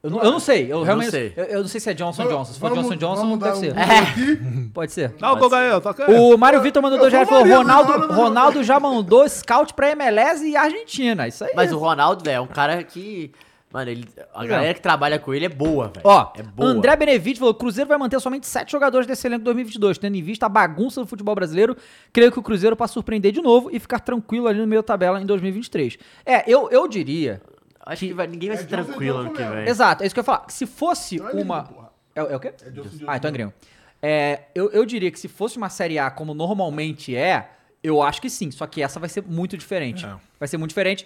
Speaker 1: eu, não, eu não sei, eu, realmente.
Speaker 3: sei.
Speaker 1: Eu, eu não sei se é Johnson
Speaker 2: Vamos-
Speaker 1: Johnson. Se for
Speaker 2: vamos-
Speaker 1: Johnson Johnson, não
Speaker 2: vamos
Speaker 1: deve
Speaker 2: dar
Speaker 1: ser. É.
Speaker 2: um aqui.
Speaker 1: Pode ser.
Speaker 4: Dá o gol, Gael, toca.
Speaker 1: O Mário Vitor mandou dois reais e falou:
Speaker 2: faria,
Speaker 1: Ronaldo,
Speaker 2: não, não, não.
Speaker 1: Ronaldo já mandou scout pra MLS e Argentina. Isso aí.
Speaker 3: Mas o Ronaldo, velho, é um cara que. Mano, ele, a galera que trabalha com ele é boa, velho.
Speaker 1: Ó,
Speaker 3: é boa.
Speaker 1: André Benevides falou: Cruzeiro vai manter somente sete jogadores desse elenco 2022, tendo em vista a bagunça do futebol brasileiro. Creio que o Cruzeiro para surpreender de novo e ficar tranquilo ali no meio da tabela em 2023. É, eu, eu diria.
Speaker 3: Acho que, vai- ninguém vai ser
Speaker 2: É de um
Speaker 3: tranquilo ano que
Speaker 2: mesmo.
Speaker 3: vem.
Speaker 1: Exato, é isso que eu ia falar. Se fosse
Speaker 2: Não é gringo,
Speaker 1: uma.
Speaker 2: porra.
Speaker 1: é, é o quê?
Speaker 2: É Johnson Johnson.
Speaker 1: ah, então é gringo. É, eu, eu diria que se fosse uma Série A como normalmente é, eu acho que sim. Só que essa vai ser muito diferente.
Speaker 3: É.
Speaker 1: Vai ser muito diferente.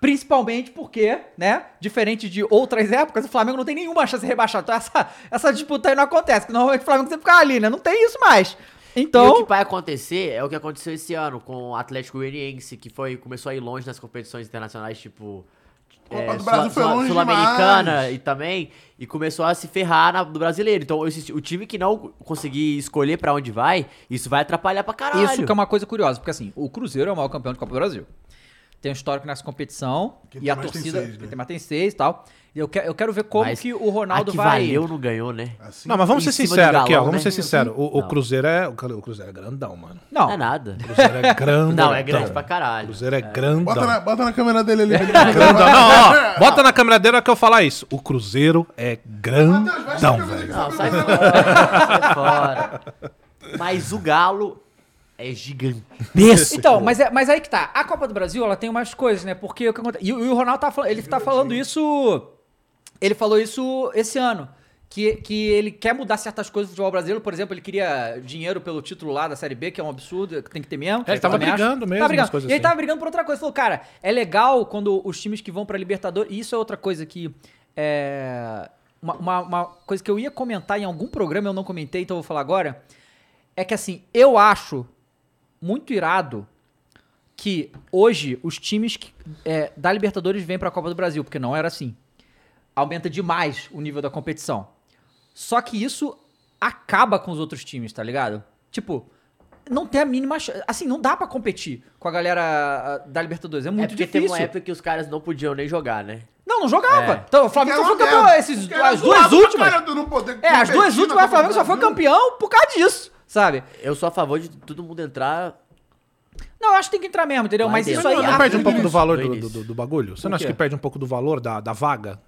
Speaker 1: Principalmente porque, né, diferente de outras épocas, o Flamengo não tem nenhuma chance de rebaixar. Então essa, essa disputa aí não acontece. Que normalmente o Flamengo sempre fica ali, né? Não tem isso mais.
Speaker 3: E o
Speaker 1: Então.
Speaker 3: que vai acontecer é o que aconteceu esse ano com o Atlético Goianiense, que foi, começou a ir longe nas competições internacionais, tipo.
Speaker 2: Copa
Speaker 1: é,
Speaker 2: do Brasil foi longe
Speaker 3: Sul-Americana
Speaker 2: demais.
Speaker 3: e também, e começou a se ferrar na- do brasileiro. Então, esse- o time que não conseguir escolher pra onde vai, isso vai atrapalhar pra caralho.
Speaker 1: Isso que é uma coisa curiosa, porque assim, o Cruzeiro é o maior campeão de Copa do Brasil. Tem um histórico nessa competição
Speaker 2: Quem
Speaker 1: e
Speaker 2: tem
Speaker 1: a
Speaker 2: mais tem
Speaker 1: torcida.
Speaker 2: seis, né?
Speaker 1: Quem tem mais tem seis e tal. E eu, que, eu quero ver como
Speaker 3: Mas
Speaker 1: que o Ronaldo
Speaker 3: a que
Speaker 1: vai.
Speaker 3: valeu não ganhou, né?
Speaker 2: Assim.
Speaker 4: Não, mas vamos
Speaker 3: Em
Speaker 4: ser
Speaker 3: cima do
Speaker 4: sinceros aqui, ó.
Speaker 3: galão,
Speaker 4: Vamos
Speaker 3: né?
Speaker 4: ser sinceros. O, o
Speaker 3: Não.
Speaker 4: Cruzeiro é. O Cruzeiro é grandão, mano.
Speaker 1: Não,
Speaker 3: Não é nada.
Speaker 4: O Cruzeiro é grandão.
Speaker 3: Não, é grande pra
Speaker 4: O
Speaker 3: caralho.
Speaker 4: Cruzeiro é grandão.
Speaker 2: Bota
Speaker 1: então.
Speaker 2: na, bota na câmera dele ali.
Speaker 4: Grandão. Não, ó. Bota na câmera dele na hora que eu falar isso. O Cruzeiro é
Speaker 2: Matheus, veste a
Speaker 4: grandão,
Speaker 2: camisa
Speaker 4: velho.
Speaker 2: que
Speaker 3: Não,
Speaker 2: você
Speaker 3: sai
Speaker 2: pegou.
Speaker 3: fora, sai fora. Mas o Galo é gigantesco.
Speaker 1: Então, mas, é, mas aí que tá. A Copa do Brasil, ela tem umas coisas, né? Porque o que acontece. E, o- e o Ronaldo tá falando. Ele tá falando isso. Ele falou isso esse ano. Que, que ele quer mudar certas coisas do futebol brasileiro. Por exemplo, ele queria dinheiro pelo título lá da Série B, que é um absurdo, que tem que ter mesmo.
Speaker 4: É, ele tava
Speaker 1: Também acho.
Speaker 4: brigando mesmo,
Speaker 1: Tava brigando.
Speaker 4: umas coisas
Speaker 1: E ele
Speaker 4: assim.
Speaker 1: tava brigando por outra coisa. Falou, cara, é legal quando os times que vão pra Libertadores. E isso é outra coisa que. É. Uma, uma- uma coisa que eu ia comentar em algum programa, eu não comentei, então eu vou falar agora. É que assim, eu acho muito irado que hoje os times que, é, da Libertadores vêm pra Copa do Brasil, porque não era assim. Aumenta demais o nível da competição. Só que isso acaba com os outros times, tá ligado? Tipo, não tem a mínima chance. Assim, não dá pra competir com a galera ah, da Libertadores. É
Speaker 3: É
Speaker 1: muito
Speaker 3: porque teve
Speaker 1: difícil.
Speaker 3: uma época que os caras não podiam nem jogar, né?
Speaker 1: Não, não jogava. Então, o Flamengo só foi
Speaker 2: Porque era uma
Speaker 1: campeão.
Speaker 2: merda.
Speaker 1: Esses,
Speaker 2: Porque era
Speaker 1: as duas
Speaker 2: zoado pra
Speaker 1: últimas.
Speaker 2: caralho, tu não poder tá
Speaker 1: É, as
Speaker 2: competir
Speaker 1: duas
Speaker 2: na
Speaker 1: últimas, o
Speaker 2: Copa do
Speaker 1: Flamengo só foi
Speaker 2: Brasil.
Speaker 1: campeão por causa disso, sabe?
Speaker 3: Eu sou a favor de todo mundo entrar.
Speaker 1: Não, eu acho que tem que entrar mesmo, entendeu?
Speaker 3: Vai
Speaker 1: Mas
Speaker 3: dentro.
Speaker 1: isso aí.
Speaker 4: Não,
Speaker 1: ah,
Speaker 4: não perde um pouco do
Speaker 3: início,
Speaker 4: valor
Speaker 3: do
Speaker 4: do,
Speaker 3: início.
Speaker 4: do- do bagulho? Você
Speaker 1: O
Speaker 4: não acha
Speaker 1: quê?
Speaker 4: que perde um pouco do valor da, da vaga?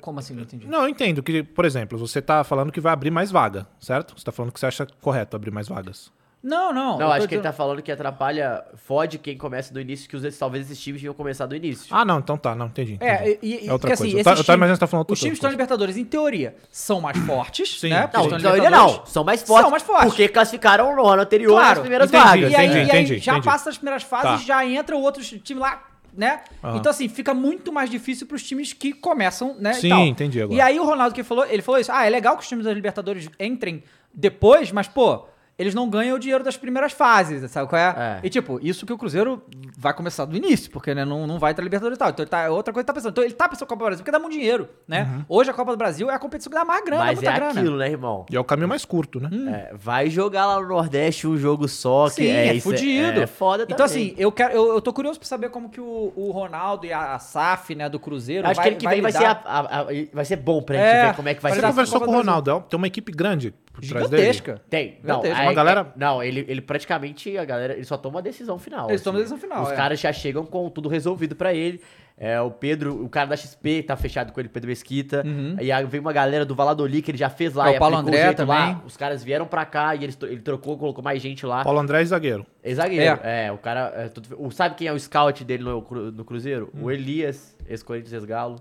Speaker 1: Como assim? Não entendi.
Speaker 4: Não, eu entendo que, por exemplo, você tá falando que vai abrir mais vaga, certo? Você tá falando que você acha correto abrir mais vagas.
Speaker 1: Não, não.
Speaker 3: Não,
Speaker 1: eu
Speaker 3: acho
Speaker 1: tô
Speaker 3: que
Speaker 1: dizendo-
Speaker 3: ele tá falando que atrapalha, fode quem começa do início, que os, talvez esses times deviam começar do início.
Speaker 4: Ah, não, então tá, não, entendi.
Speaker 1: É,
Speaker 4: entendi.
Speaker 1: e, e,
Speaker 4: é outra
Speaker 1: que,
Speaker 4: coisa.
Speaker 1: assim,
Speaker 4: eu, tá,
Speaker 1: esses
Speaker 4: eu tava
Speaker 1: times-
Speaker 4: imaginando que você tá falando outra
Speaker 1: Os times que estão na
Speaker 4: coisa.
Speaker 1: Libertadores, em teoria, são mais fortes,
Speaker 4: Sim.
Speaker 1: né? Porque estão
Speaker 3: não, não,
Speaker 1: na
Speaker 3: ainda
Speaker 1: Libertadores.
Speaker 3: não. São mais fortes.
Speaker 1: São mais fortes.
Speaker 3: Porque classificaram no ano anterior nas
Speaker 1: Claro.
Speaker 3: primeiras
Speaker 4: Entendi,
Speaker 3: vagas.
Speaker 1: e aí,
Speaker 4: entendi,
Speaker 1: e aí
Speaker 4: entendi,
Speaker 1: já
Speaker 4: entendi.
Speaker 1: passa as primeiras fases,
Speaker 4: Tá.
Speaker 1: já entra o outro time lá, né?
Speaker 4: Aham.
Speaker 1: Então, assim, fica muito mais difícil pros times que começam, né? e
Speaker 4: Sim,
Speaker 1: tal.
Speaker 4: entendi agora.
Speaker 1: E aí o Ronaldo que falou, ele falou isso. Ah, é legal que os times da Libertadores entrem depois, mas, pô, eles não ganham o dinheiro das primeiras fases, sabe qual é?
Speaker 3: É.
Speaker 1: E, tipo, isso que o Cruzeiro vai começar do início, porque né, não, não vai ter Libertadores e tal. Então, ele tá, é outra coisa que ele tá pensando. Então, ele tá pensando na Copa do Brasil, porque dá muito dinheiro, né? Hoje, a Copa do Brasil é a competição que dá mais grana,
Speaker 3: Uhum. Mas é
Speaker 1: muita grana.
Speaker 3: aquilo, né, irmão?
Speaker 4: E é o caminho mais curto, né?
Speaker 1: Hum,
Speaker 3: É, vai jogar lá no Nordeste um jogo só, que
Speaker 1: Sim, é,
Speaker 3: isso
Speaker 1: fudido.
Speaker 3: É, foda
Speaker 1: Então,
Speaker 3: também.
Speaker 1: assim, eu, quero, eu, eu tô curioso pra saber como que o, o Ronaldo e a, a SAF, né, do Cruzeiro.
Speaker 3: acho
Speaker 1: vai,
Speaker 3: que ano que vem vai ser,
Speaker 1: lidar.
Speaker 3: a- a- a- vai ser bom pra gente
Speaker 1: É,
Speaker 3: ver como é que vai
Speaker 1: vai
Speaker 3: ser.
Speaker 4: Você
Speaker 1: dar-
Speaker 4: conversou
Speaker 1: Copa
Speaker 4: com o
Speaker 1: do
Speaker 4: Ronaldo, é um- tem uma equipe grande por trás dele.
Speaker 1: gigantesca.
Speaker 3: Tem.
Speaker 1: Meu
Speaker 3: Não,
Speaker 1: Deus,
Speaker 3: aí- é,
Speaker 4: uma galera-
Speaker 3: Não, ele, ele praticamente, a galera, ele só toma a decisão final. assim.
Speaker 1: Eles tomam a decisão final,
Speaker 3: Os
Speaker 1: é.
Speaker 3: caras já chegam com tudo resolvido pra ele. É, o Pedro, o cara da XP tá fechado com ele, Pedro Mesquita. E aí vem uma galera do Valladolid que ele já fez lá.
Speaker 1: Uhum. É, o
Speaker 3: e
Speaker 1: Paulo
Speaker 3: aplicou
Speaker 1: André
Speaker 3: jeito Lá.
Speaker 1: também.
Speaker 3: Os caras vieram pra cá e ele, ele trocou, colocou mais gente lá.
Speaker 4: Paulo André é zagueiro.
Speaker 3: É zagueiro. É, o cara. é tudo- o, sabe quem é o scout dele no, Cru- no Cruzeiro?
Speaker 1: Hum.
Speaker 3: O Elias, ex-Corinthians, ex-Galo.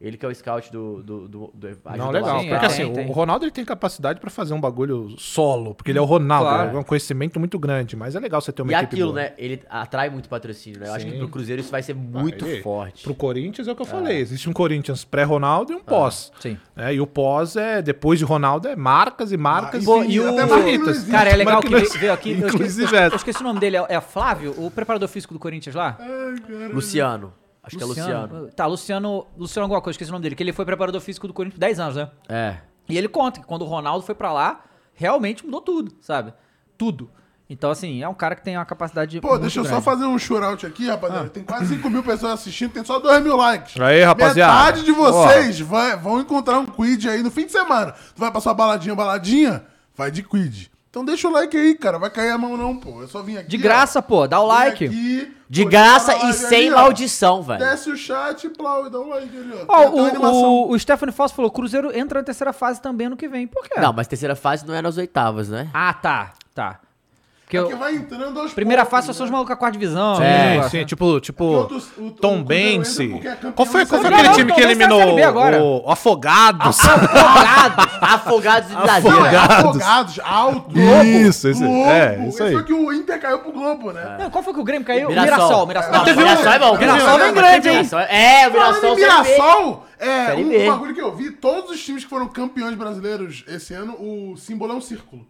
Speaker 3: Ele que é o scout do. do, do, do ajuda
Speaker 4: Não,
Speaker 3: lá
Speaker 4: legal.
Speaker 3: no
Speaker 1: Sim,
Speaker 4: porque
Speaker 1: é,
Speaker 3: scout.
Speaker 1: tem,
Speaker 4: assim,
Speaker 1: tem.
Speaker 4: o- o Ronaldo ele tem capacidade pra fazer um bagulho solo, porque ele é o Ronaldo,
Speaker 1: Claro.
Speaker 4: é um conhecimento muito grande, mas é legal você ter uma
Speaker 3: E
Speaker 4: equipe
Speaker 3: aquilo,
Speaker 4: boa.
Speaker 3: né? Ele atrai muito patrocínio, né? Eu acho que
Speaker 4: Sim.
Speaker 3: pro Cruzeiro isso vai ser muito
Speaker 4: ele-
Speaker 3: forte.
Speaker 4: Pro Corinthians é o que eu falei, existe um Corinthians pré-Ronaldo
Speaker 1: Ah.
Speaker 4: e um pós.
Speaker 1: sim.
Speaker 4: né? e o pós é, depois de Ronaldo, é marcas e marcas
Speaker 2: Ah, e
Speaker 4: e,
Speaker 2: o-
Speaker 4: até
Speaker 2: Marca não
Speaker 4: marcas.
Speaker 2: existe.
Speaker 1: Cara, é legal que
Speaker 4: Marca não
Speaker 1: veio veio aqui. Eu esqueci,
Speaker 4: Inclusive
Speaker 1: eu
Speaker 4: essa.
Speaker 1: esqueci o nome dele, é, é Flávio, o preparador físico do Corinthians lá?
Speaker 2: É.
Speaker 3: Luciano. Acho que é Luciano.
Speaker 1: Tá, Luciano. Luciano alguma coisa, esqueci o nome dele, que ele foi preparador físico do Corinthians por 10 anos, né?
Speaker 3: É.
Speaker 1: E ele conta que quando o Ronaldo foi pra lá, realmente mudou tudo, sabe? Tudo. Então, assim, é um cara que tem uma capacidade.
Speaker 2: Pô,
Speaker 1: muito
Speaker 2: deixa eu só
Speaker 1: grande. Ah.
Speaker 2: fazer um shootout aqui, rapaziada. Tem quase 5 mil pessoas assistindo, tem só 2 mil likes.
Speaker 4: Aí, rapaziada.
Speaker 2: Metade de vocês vai- vão encontrar um quid aí no fim de semana. Tu vai pra sua baladinha, baladinha? Vai de quid. Então deixa o like aí, cara. Vai cair a mão não, pô. Eu só vim aqui.
Speaker 1: De graça, pô, dá o
Speaker 2: ó.
Speaker 1: like.
Speaker 2: Vim aqui,
Speaker 3: um De
Speaker 2: pô, deixa
Speaker 3: graça e
Speaker 2: a tá live
Speaker 3: sem
Speaker 2: ó.
Speaker 3: maldição, velho.
Speaker 2: Desce o chat e plau, e dá um like ali, ó.
Speaker 1: Ó,
Speaker 2: Tem até uma
Speaker 1: o,
Speaker 2: animação.
Speaker 1: o, o Stephanie Foss falou: Cruzeiro entra na terceira fase também ano que vem. Por quê?
Speaker 3: Não, mas terceira fase não é nas oitavas, né?
Speaker 1: Ah, tá, tá. Porque
Speaker 2: É
Speaker 1: eu-
Speaker 2: que vai entrando aos
Speaker 1: primeira
Speaker 2: poucos,
Speaker 1: fase só são
Speaker 2: né?
Speaker 1: os malucos da quarta divisão.
Speaker 4: É,
Speaker 1: né?
Speaker 4: sim, tipo, tipo
Speaker 2: Porque o do- o- o
Speaker 4: Tom
Speaker 2: Cruzeiro
Speaker 4: Bense.
Speaker 2: entra porque é campeão
Speaker 4: Qual foi,
Speaker 2: da
Speaker 4: qual
Speaker 2: Série
Speaker 4: foi
Speaker 2: B.
Speaker 4: aquele
Speaker 1: Não,
Speaker 4: time
Speaker 1: Tom
Speaker 4: que
Speaker 1: Bense é a Série
Speaker 4: eliminou
Speaker 1: B agora.
Speaker 4: o Afogados?
Speaker 3: Tá Afogados de
Speaker 2: Pô,
Speaker 3: Brasília.
Speaker 2: é Afogados, alto,
Speaker 4: Isso, isso aí. É, isso aí.
Speaker 2: Só que o Inter caiu pro Globo,
Speaker 3: É.
Speaker 2: né?
Speaker 1: Não, qual foi que o Grêmio caiu? Mirassol,
Speaker 3: Mirassol.
Speaker 1: Mirassol.
Speaker 3: Não,
Speaker 2: Teve um-
Speaker 3: Mirassol é bom.
Speaker 2: Teve um-
Speaker 3: Mirassol é bom,
Speaker 2: grande,
Speaker 3: mas Mirassol é- É, o
Speaker 2: Falando
Speaker 3: Mirassol
Speaker 2: em
Speaker 3: Série B.
Speaker 2: Mirassol, é,
Speaker 3: Série
Speaker 2: um
Speaker 3: B.
Speaker 2: bagulho que eu vi, todos os times que foram campeões brasileiros esse ano, o símbolo é um círculo.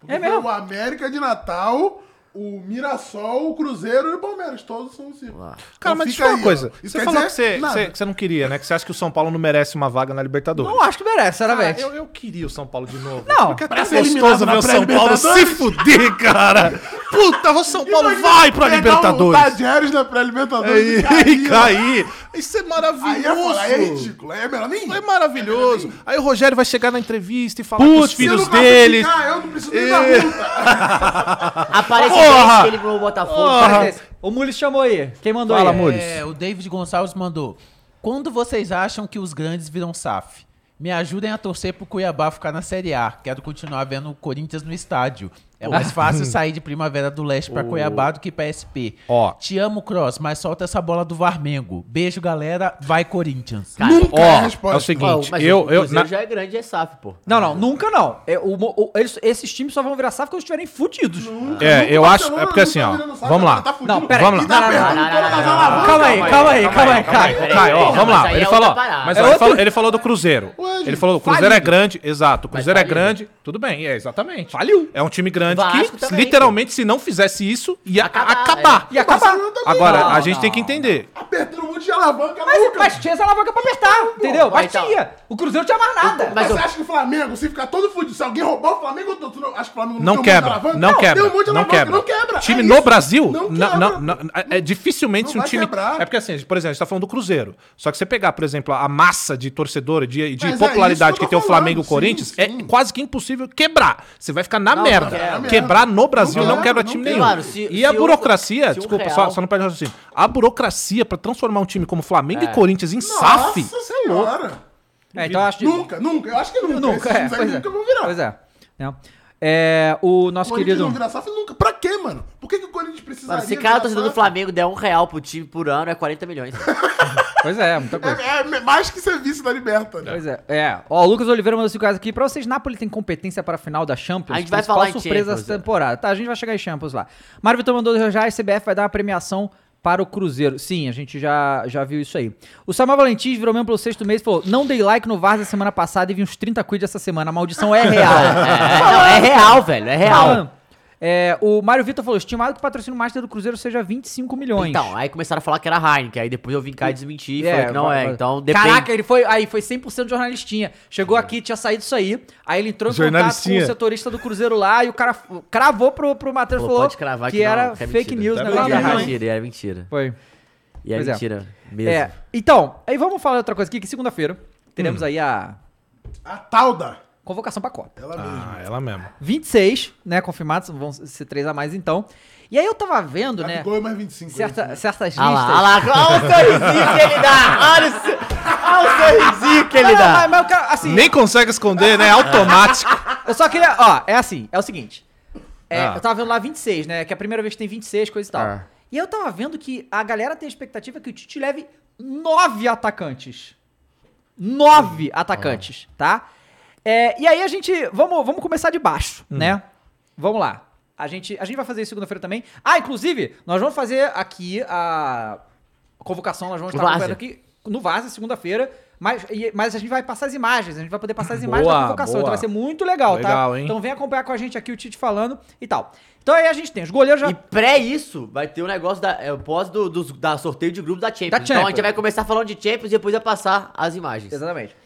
Speaker 2: Porque
Speaker 1: É
Speaker 2: foi
Speaker 1: mesmo?
Speaker 2: o América de Natal, o Mirassol, o Cruzeiro e o Palmeiras, todos são um círculo.
Speaker 4: Cara,
Speaker 2: Então
Speaker 4: mas deixa
Speaker 2: fica
Speaker 4: eu falar
Speaker 2: aí,
Speaker 4: uma coisa.
Speaker 2: ó. Isso
Speaker 4: Você
Speaker 2: quer
Speaker 4: falou que
Speaker 2: dizer
Speaker 4: você,
Speaker 2: nada.
Speaker 4: você, que você não queria, né? Que você acha que o São Paulo não merece uma vaga na Libertadores.
Speaker 1: Não acho que merece,
Speaker 4: Ah,
Speaker 1: sinceramente.
Speaker 4: eu, eu queria o São Paulo de novo.
Speaker 1: Não,
Speaker 4: porque é
Speaker 2: pra
Speaker 4: tão
Speaker 2: ser eliminado
Speaker 4: gostoso
Speaker 2: na
Speaker 4: ver o São Paulo se
Speaker 2: pré-Libertadores.
Speaker 4: fuder, cara. Puta, o São Paulo
Speaker 2: Imagina
Speaker 4: Então vai pra
Speaker 2: pegar um
Speaker 4: Libertadores.
Speaker 2: O Tadieres na pré-Libertadores
Speaker 4: Aí,
Speaker 2: né, e cair, ó.
Speaker 4: cair. Isso é
Speaker 2: Aí
Speaker 4: maravilhoso.
Speaker 2: é, foda, aí é ridículo, aí é melhor nem
Speaker 4: É maravilhoso. Aí o Rogério vai chegar na entrevista e falar
Speaker 6: Putz,
Speaker 4: com os
Speaker 2: Se eu
Speaker 4: filhos
Speaker 2: não
Speaker 4: deles. É.
Speaker 2: classificar, Eu não preciso nem da multa.
Speaker 3: Aparece
Speaker 4: Porra!
Speaker 3: esse que ele no Botafogo.
Speaker 1: Olha esse. O Mules chamou aí. Quem mandou
Speaker 4: Fala,
Speaker 1: aí?
Speaker 4: Mules.
Speaker 6: É, o David Gonçalves mandou. Quando vocês acham que os grandes viram SAF? Me ajudem a torcer pro Cuiabá ficar na Série A. Quero continuar vendo o Corinthians no estádio. É mais fácil sair de Primavera do Leste pra Cuiabá do que pra SP.
Speaker 4: Ó.
Speaker 6: Te amo, Cross, mas solta essa bola do Varmengo. Beijo, galera. Vai, Corinthians.
Speaker 3: Cara,
Speaker 2: Nunca é a
Speaker 4: Ó, é o
Speaker 2: resposta.
Speaker 4: seguinte,
Speaker 3: mas
Speaker 4: eu...
Speaker 3: o
Speaker 4: eu
Speaker 3: Cruzeiro
Speaker 4: na-
Speaker 3: já é grande, é SAF, pô.
Speaker 1: Não, não, nunca não. É, o Mo- o- eles- esses times só vão virar SAF quando estiverem fudidos.
Speaker 4: É, eu
Speaker 2: O
Speaker 4: acho...
Speaker 2: Barcelona
Speaker 4: É porque
Speaker 2: não
Speaker 4: assim,
Speaker 2: tá
Speaker 4: ó.
Speaker 2: virando saco,
Speaker 4: Vamos
Speaker 2: agora
Speaker 4: lá.
Speaker 2: tá fudido.
Speaker 1: Não, peraí.
Speaker 4: Vamos
Speaker 2: E tá
Speaker 1: Não, não, não,
Speaker 2: perdendo
Speaker 3: não,
Speaker 2: todas
Speaker 3: não,
Speaker 2: as
Speaker 3: não,
Speaker 2: alavancas.
Speaker 1: Ah,
Speaker 2: Tá
Speaker 1: Calma aí, calma aí, calma aí, calma aí.
Speaker 3: Peraí,
Speaker 4: Caio, ó,
Speaker 3: peraí,
Speaker 4: vamos
Speaker 3: mas
Speaker 4: lá.
Speaker 3: aí
Speaker 4: Ele
Speaker 3: é
Speaker 4: falou,
Speaker 3: outra parada.
Speaker 4: mas
Speaker 1: É
Speaker 4: ó, ele,
Speaker 1: outro-
Speaker 4: falou, ele falou do Cruzeiro.
Speaker 2: gente,
Speaker 4: ele falou, o Cruzeiro é
Speaker 1: falido.
Speaker 4: grande, exato. O Cruzeiro é
Speaker 3: falido.
Speaker 4: grande, tudo bem, é exatamente. Faliu. É um time grande
Speaker 3: Vasco
Speaker 4: que,
Speaker 3: também,
Speaker 4: literalmente, se não fizesse isso, ia acabar.
Speaker 3: Acabar, é.
Speaker 4: acabar.
Speaker 1: E acabar.
Speaker 2: é
Speaker 4: Agora,
Speaker 1: Não,
Speaker 4: a gente
Speaker 1: não,
Speaker 4: tem que entender.
Speaker 2: Tá perdendo um monte de alavanca
Speaker 1: Mas,
Speaker 2: nunca.
Speaker 1: mas tinha essa alavanca pra apertar, entendeu?
Speaker 3: Vai,
Speaker 1: Mas
Speaker 3: então.
Speaker 1: tinha. O Cruzeiro não tinha mais nada.
Speaker 3: Mas
Speaker 2: Mas
Speaker 3: eu-
Speaker 2: você acha que o Flamengo, se ficar todo fudido, se alguém roubar o Flamengo, eu tô- tu não- acho que o Flamengo
Speaker 4: Não
Speaker 2: tem um monte de
Speaker 4: quebra,
Speaker 2: alavanca?
Speaker 4: não
Speaker 2: tem
Speaker 4: quebra,
Speaker 2: um monte de
Speaker 4: não
Speaker 2: alavanca,
Speaker 4: quebra.
Speaker 2: Não quebra.
Speaker 4: Time
Speaker 2: é
Speaker 4: no
Speaker 2: isso.
Speaker 4: Brasil,
Speaker 2: Não
Speaker 4: não,
Speaker 2: quebra.
Speaker 4: não, não, é dificilmente
Speaker 2: Não
Speaker 4: se um
Speaker 2: vai
Speaker 4: time...
Speaker 2: quebrar.
Speaker 4: É porque assim, por exemplo, a gente tá falando do Cruzeiro. Só que você pegar, por exemplo, a massa de torcedor, de, de
Speaker 2: Mas é
Speaker 4: popularidade
Speaker 2: isso
Speaker 4: que,
Speaker 2: que eu
Speaker 4: tem
Speaker 2: tô
Speaker 4: o Flamengo e o
Speaker 2: falando,
Speaker 4: Corinthians,
Speaker 2: sim,
Speaker 4: é
Speaker 2: sim.
Speaker 4: quase que impossível quebrar. Você vai ficar na merda.
Speaker 3: quebra.
Speaker 4: Quebrar no Brasil não,
Speaker 2: Não
Speaker 4: quebra
Speaker 2: quebra,
Speaker 4: time
Speaker 2: não
Speaker 4: nenhum.
Speaker 2: quebra.
Speaker 3: Claro, se-
Speaker 4: e
Speaker 3: se
Speaker 4: a
Speaker 3: o-
Speaker 4: burocracia,
Speaker 3: se o
Speaker 4: desculpa,
Speaker 3: Real-
Speaker 4: só, só não perde o raciocínio. A burocracia pra transformar um time como
Speaker 3: É.
Speaker 4: Flamengo e Corinthians em SAF...
Speaker 2: Nossa senhora.
Speaker 1: É, então eu acho que.
Speaker 2: Nunca, nunca. Eu acho que nunca.
Speaker 1: Nunca,
Speaker 2: Esses
Speaker 1: é.
Speaker 2: times aí
Speaker 1: Pois é.
Speaker 2: nunca vão virar.
Speaker 1: Pois é. Não. É, o
Speaker 2: O
Speaker 1: nosso
Speaker 2: Corinthians
Speaker 1: querido.
Speaker 2: não vira SAF nunca. Pra quê, mano? Por que, que o Corinthians precisa
Speaker 3: Mano, se
Speaker 2: é
Speaker 3: cada torcedor do Flamengo der um real pro time por ano, é 40 milhões.
Speaker 1: Pois é, muita coisa.
Speaker 2: É, é mais que serviço da Liberta, né?
Speaker 1: Pois é. É. Ó, o Lucas Oliveira mandou 5 reais aqui. Pra vocês, Napoli tem competência para a final da Champions?
Speaker 3: A gente vai
Speaker 1: Principal
Speaker 3: falar em
Speaker 1: surpresa
Speaker 3: Champions,
Speaker 1: essa
Speaker 3: é.
Speaker 1: temporada. Tá, a gente vai chegar em Champions lá. Mário Vitor mandou 2 reais. CBF vai dar uma premiação para o Cruzeiro. Sim, a gente já, já viu isso aí. O Samuel Valentim virou mesmo pelo sexto mês e falou: Não dei like no VAR da semana passada e vi uns 30 quid essa semana. A maldição é real.
Speaker 3: É, não, é real, velho, é real.
Speaker 1: Falando. É, o Mário Vitor falou: Estimado que o patrocínio master do Cruzeiro seja 25 milhões.
Speaker 3: Então, aí começaram a falar que era Heineken, aí depois eu vim cá e desmenti,
Speaker 1: É,
Speaker 3: falei que não
Speaker 1: vai-
Speaker 3: é,
Speaker 1: vai-
Speaker 3: então depende.
Speaker 1: Caraca, ele foi. Aí foi 100% jornalistinha. Chegou aqui, tinha saído isso aí. Aí ele entrou em contato com
Speaker 4: Jornalistinha.
Speaker 1: o setorista do Cruzeiro lá e o cara f- cravou pro, pro Matheus e
Speaker 3: Falou,
Speaker 1: falou
Speaker 3: pode cravar
Speaker 1: que,
Speaker 3: que não,
Speaker 1: era
Speaker 3: que é
Speaker 1: fake
Speaker 3: mentira.
Speaker 1: news, né,
Speaker 3: Tá
Speaker 1: negócio
Speaker 3: E
Speaker 1: da
Speaker 3: era
Speaker 1: Heineken.
Speaker 3: mentira, e era mentira.
Speaker 1: Foi.
Speaker 3: E era
Speaker 1: Pois é.
Speaker 3: mentira mesmo.
Speaker 1: É, então, aí vamos falar outra coisa aqui, que segunda-feira teremos
Speaker 3: Hum.
Speaker 1: aí a
Speaker 2: A Talda.
Speaker 1: convocação pra Copa.
Speaker 2: Ela mesma.
Speaker 4: Ah, ela mesmo.
Speaker 1: 26, né, confirmados, vão ser três a mais então. E aí eu tava vendo, né,
Speaker 2: Gabigol é mais 25.
Speaker 1: certa- certas listas...
Speaker 3: Olha Ah lá, olha lá, olha o sorrisinho que ele dá! Olha o, so- olha o sorrisinho que
Speaker 1: Não,
Speaker 3: ele
Speaker 1: não,
Speaker 3: dá!
Speaker 1: mas- mas eu quero, assim,
Speaker 4: Nem consegue esconder, né? Automático.
Speaker 1: Eu só queria. Ó, é assim, é o seguinte. É,
Speaker 4: Ah. É.
Speaker 1: Eu tava vendo lá 26, né? Que é a primeira vez que tem 26, coisa e tal.
Speaker 3: Ah.
Speaker 1: E eu tava vendo que a galera tem a expectativa que o Tite leve nove atacantes. Nove atacantes, tá? É, e aí a gente. Vamos, vamos começar de baixo,
Speaker 4: Hum.
Speaker 1: né? Vamos lá. A gente, a gente vai fazer isso segunda-feira também. Ah, inclusive, nós vamos fazer aqui a convocação, nós vamos estar
Speaker 3: Várzea.
Speaker 1: convocando aqui no Vaza, segunda-feira. Mas, e- mas a gente vai passar as imagens, a gente vai poder passar as imagens
Speaker 4: Boa,
Speaker 1: da convocação.
Speaker 4: boa.
Speaker 1: Então vai ser muito legal, tá?
Speaker 4: Legal, hein?
Speaker 1: Então vem acompanhar com a gente aqui o Tite falando e tal. Então aí a gente tem os goleiros já.
Speaker 3: E pré isso, vai ter o negócio da, é, o pós do, dos- da sorteio de grupo da Champions.
Speaker 1: Da
Speaker 3: Então a gente
Speaker 1: Champions.
Speaker 3: vai começar falando de Champions e depois vai passar as imagens.
Speaker 1: Exatamente.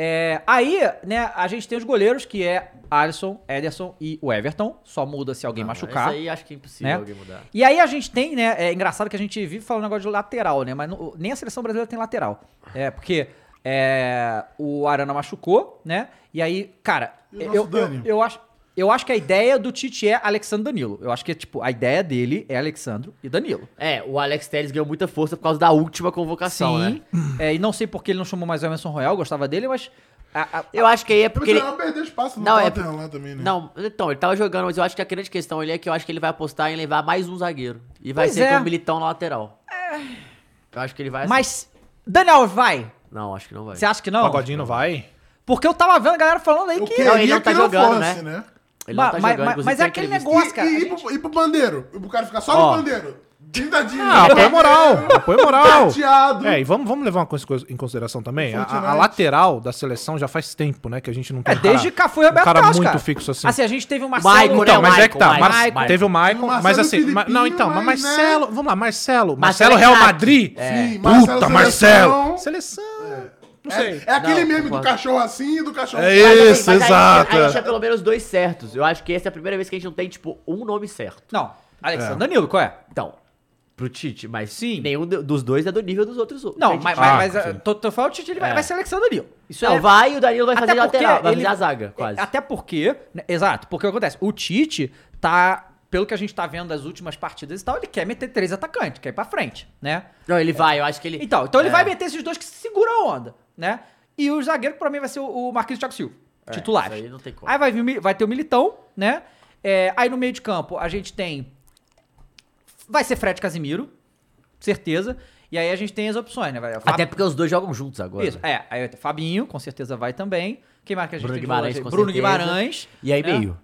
Speaker 1: É, aí, né, a gente tem os goleiros, que é Alisson, Ederson e o Everton. Só muda se alguém machucar.
Speaker 3: Isso aí acho que é impossível
Speaker 1: né?
Speaker 3: alguém mudar.
Speaker 1: E aí a gente tem, né? É engraçado que a gente vive falando negócio de lateral, né? Mas não- nem a seleção brasileira tem lateral. É, porque é, o Arana machucou, né? E aí, cara,
Speaker 2: E o
Speaker 1: eu,
Speaker 2: nosso
Speaker 1: eu,
Speaker 2: Dani?
Speaker 1: eu acho. Eu acho que a ideia do Tite é Alexandre Danilo. Eu acho que, tipo, a ideia dele é Alexandre e Danilo.
Speaker 3: É, o Alex Telles ganhou muita força por causa da última convocação, né?
Speaker 1: É, e não sei por que ele não chamou mais o Emerson Royal, eu gostava dele, mas. a- a-
Speaker 3: Eu acho que aí é porque
Speaker 2: Porque
Speaker 3: ele...
Speaker 2: não perder espaço no
Speaker 3: Não, é
Speaker 2: Tottenham lá também, né?
Speaker 3: Não, então, ele tava jogando, mas eu acho que a grande questão ali é que eu acho que ele vai apostar em levar mais um zagueiro. E vai
Speaker 1: Pois
Speaker 3: ser
Speaker 1: é.
Speaker 3: com o Militão na lateral. Eu acho que ele vai... assim.
Speaker 1: mas. Daniel Alves vai!
Speaker 3: Não, acho que não vai.
Speaker 1: Você acha que não?
Speaker 4: Pagodinho não vai?
Speaker 1: Porque eu tava vendo a galera falando aí
Speaker 2: Eu
Speaker 1: que. é,
Speaker 2: queria
Speaker 3: ele não tá
Speaker 2: que
Speaker 3: jogando,
Speaker 2: não fosse,
Speaker 3: né?
Speaker 2: né?
Speaker 3: Ele não
Speaker 1: Ma-
Speaker 3: tá
Speaker 1: mas-
Speaker 3: jogando,
Speaker 1: mas-
Speaker 3: inclusive,
Speaker 1: mas é
Speaker 3: tem
Speaker 1: aquele
Speaker 3: entrevista.
Speaker 1: negócio, cara,
Speaker 2: e,
Speaker 1: a
Speaker 2: e, ir
Speaker 1: gente-
Speaker 2: pro, ir pro bandeiro. O cara ficar só
Speaker 3: Ó.
Speaker 2: no bandeiro. 30 dias.
Speaker 4: Ah, apoio moral, apoio moral.
Speaker 2: tá Chateado.
Speaker 4: É, e vamos, vamos levar uma coisa coisa em consideração também. A, a- a
Speaker 2: Fortnite.
Speaker 4: lateral da seleção já faz tempo, né? Que a gente não tem
Speaker 1: É, desde Cafu e
Speaker 4: um
Speaker 1: Roberto
Speaker 4: cara
Speaker 1: Carlos,
Speaker 4: muito
Speaker 1: cara.
Speaker 4: fixo assim.
Speaker 1: Assim, a gente teve o
Speaker 3: Michael,
Speaker 1: Marcelo.
Speaker 3: né?
Speaker 4: Então, mas
Speaker 3: Michael,
Speaker 4: é que tá.
Speaker 3: Michael,
Speaker 4: Mas-
Speaker 3: Michael.
Speaker 4: Teve o Michael,
Speaker 2: O Marcelo
Speaker 4: mas
Speaker 2: e o
Speaker 4: assim. ma- não,
Speaker 2: Filipinho,
Speaker 4: então, mas
Speaker 2: mas, né?
Speaker 4: Marcelo. Vamos lá,
Speaker 3: Marcelo
Speaker 4: Marcelo. Marcelo é Real
Speaker 3: Renato.
Speaker 4: Madrid.
Speaker 2: Sim,
Speaker 4: Puta,
Speaker 2: Seleção.
Speaker 4: Marcelo. Seleção. Não sei.
Speaker 2: É aquele
Speaker 3: Não,
Speaker 2: meme
Speaker 3: concordo.
Speaker 2: do cachorro assim e do cachorro
Speaker 4: É
Speaker 3: Mas, assim,
Speaker 4: isso,
Speaker 3: mas
Speaker 4: exato.
Speaker 3: A gente tinha pelo menos dois certos. Eu acho que essa é a primeira vez que a gente não tem, tipo, um nome certo.
Speaker 1: Não, Alexandre Danilo, qual é?
Speaker 3: Então, pro Tite, mas
Speaker 1: Sim.
Speaker 3: nenhum do- dos dois é do nível dos outros.
Speaker 1: Não,
Speaker 3: Gente,
Speaker 1: mas,
Speaker 4: Ah,
Speaker 1: mas, mas,
Speaker 4: sim.
Speaker 1: tô, tô falando que ele vai,
Speaker 3: É.
Speaker 1: vai ser Alexandre Danilo. Isso
Speaker 3: Não, vai e o Danilo vai fazer de lateral, vai
Speaker 1: ele- é,
Speaker 3: fazer a zaga, quase.
Speaker 1: Até porque, né, exato, porque o que acontece, o Tite tá, pelo que a gente tá vendo das últimas partidas e tal, ele quer meter três atacantes, quer ir pra frente, né?
Speaker 3: Não, ele vai, eu acho que ele...
Speaker 1: Então, então ele
Speaker 3: É.
Speaker 1: vai meter esses dois que seguram a onda, né? E o zagueiro pra mim vai ser o o Marquinhos Thiago Silva, titular.
Speaker 3: É, isso aí não tem como.
Speaker 1: Aí vai, vir o Mi- vai ter o Militão, né? É, aí no meio de campo a gente tem vai ser Fred Casimiro, certeza. E aí a gente tem as opções, né? Vai, o Fábio-
Speaker 3: Até porque os dois jogam juntos agora.
Speaker 1: Isso, é. Aí vai ter Fabinho, com certeza vai também. Quem mais que a gente
Speaker 3: Bruno
Speaker 1: tem de
Speaker 3: Guimarães,
Speaker 1: volante aí?
Speaker 3: com
Speaker 1: Bruno
Speaker 3: certeza.
Speaker 1: Guimarães.
Speaker 3: E aí
Speaker 1: né?
Speaker 3: meio.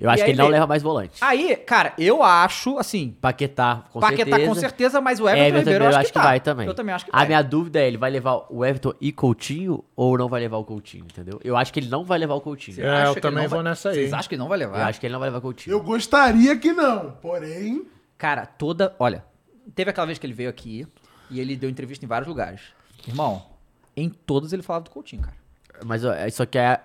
Speaker 3: Eu
Speaker 1: E
Speaker 3: acho
Speaker 1: aí
Speaker 3: que ele não
Speaker 1: meio.
Speaker 3: leva mais volante.
Speaker 1: Aí, cara, eu acho, assim,
Speaker 3: Paquetá, com
Speaker 1: Paquetá
Speaker 3: certeza. É,
Speaker 1: com certeza, mas o Everton, Ribeiro eu acho que, tá.
Speaker 3: vai também.
Speaker 1: Eu também acho que
Speaker 3: A
Speaker 1: vai.
Speaker 3: minha dúvida é, ele vai levar o Everton e Coutinho ou não vai levar o Coutinho, entendeu? Eu acho que ele não vai levar o Coutinho.
Speaker 4: É,
Speaker 1: Acha
Speaker 4: eu
Speaker 1: que
Speaker 4: também
Speaker 1: ele não
Speaker 4: vou
Speaker 1: vai-
Speaker 4: nessa aí.
Speaker 1: Vocês acham que ele não vai levar?
Speaker 3: Eu acho que ele não vai levar o Coutinho.
Speaker 2: Eu gostaria que não, porém.
Speaker 1: Cara, toda. Olha, teve aquela vez que ele veio aqui e ele deu entrevista em vários lugares. Irmão, em todas ele falava do Coutinho, cara.
Speaker 3: Mas ó, isso aqui é...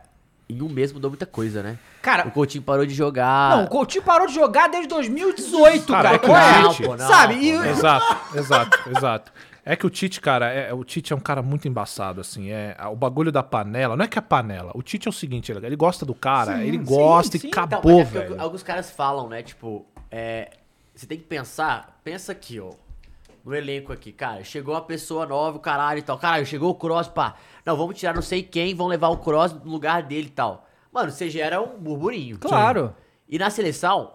Speaker 3: Em um mês mudou muita coisa, né?
Speaker 1: Cara,
Speaker 3: O Coutinho parou de jogar.
Speaker 1: não, o Coutinho parou de jogar desde 2018, cara.
Speaker 4: Cara, é que
Speaker 1: Qual é?
Speaker 4: o
Speaker 3: Tite- Não, pô, não,
Speaker 1: Sabe?
Speaker 3: pô,
Speaker 1: e,
Speaker 3: não.
Speaker 4: né? é- Exato, exato, exato. É que o Tite, cara, é, o Tite é um cara muito embaçado, assim. É, o bagulho da panela, não é que é panela. O Tite é o seguinte, ele, ele gosta do cara, ele gosta
Speaker 1: sim,
Speaker 4: e
Speaker 1: então,
Speaker 3: Então,
Speaker 4: acabou,
Speaker 3: mas é porque
Speaker 4: velho.
Speaker 3: Alguns caras falam, né? Tipo, é, você tem que pensar, pensa aqui, ó. No elenco aqui, cara, chegou uma pessoa nova, o caralho e tal. Caralho, chegou o Cross, pá. Não, vamos tirar não sei quem, vão levar o Cross no lugar dele e tal. Mano, você gera um burburinho.
Speaker 1: Claro.
Speaker 3: Sim. E na seleção,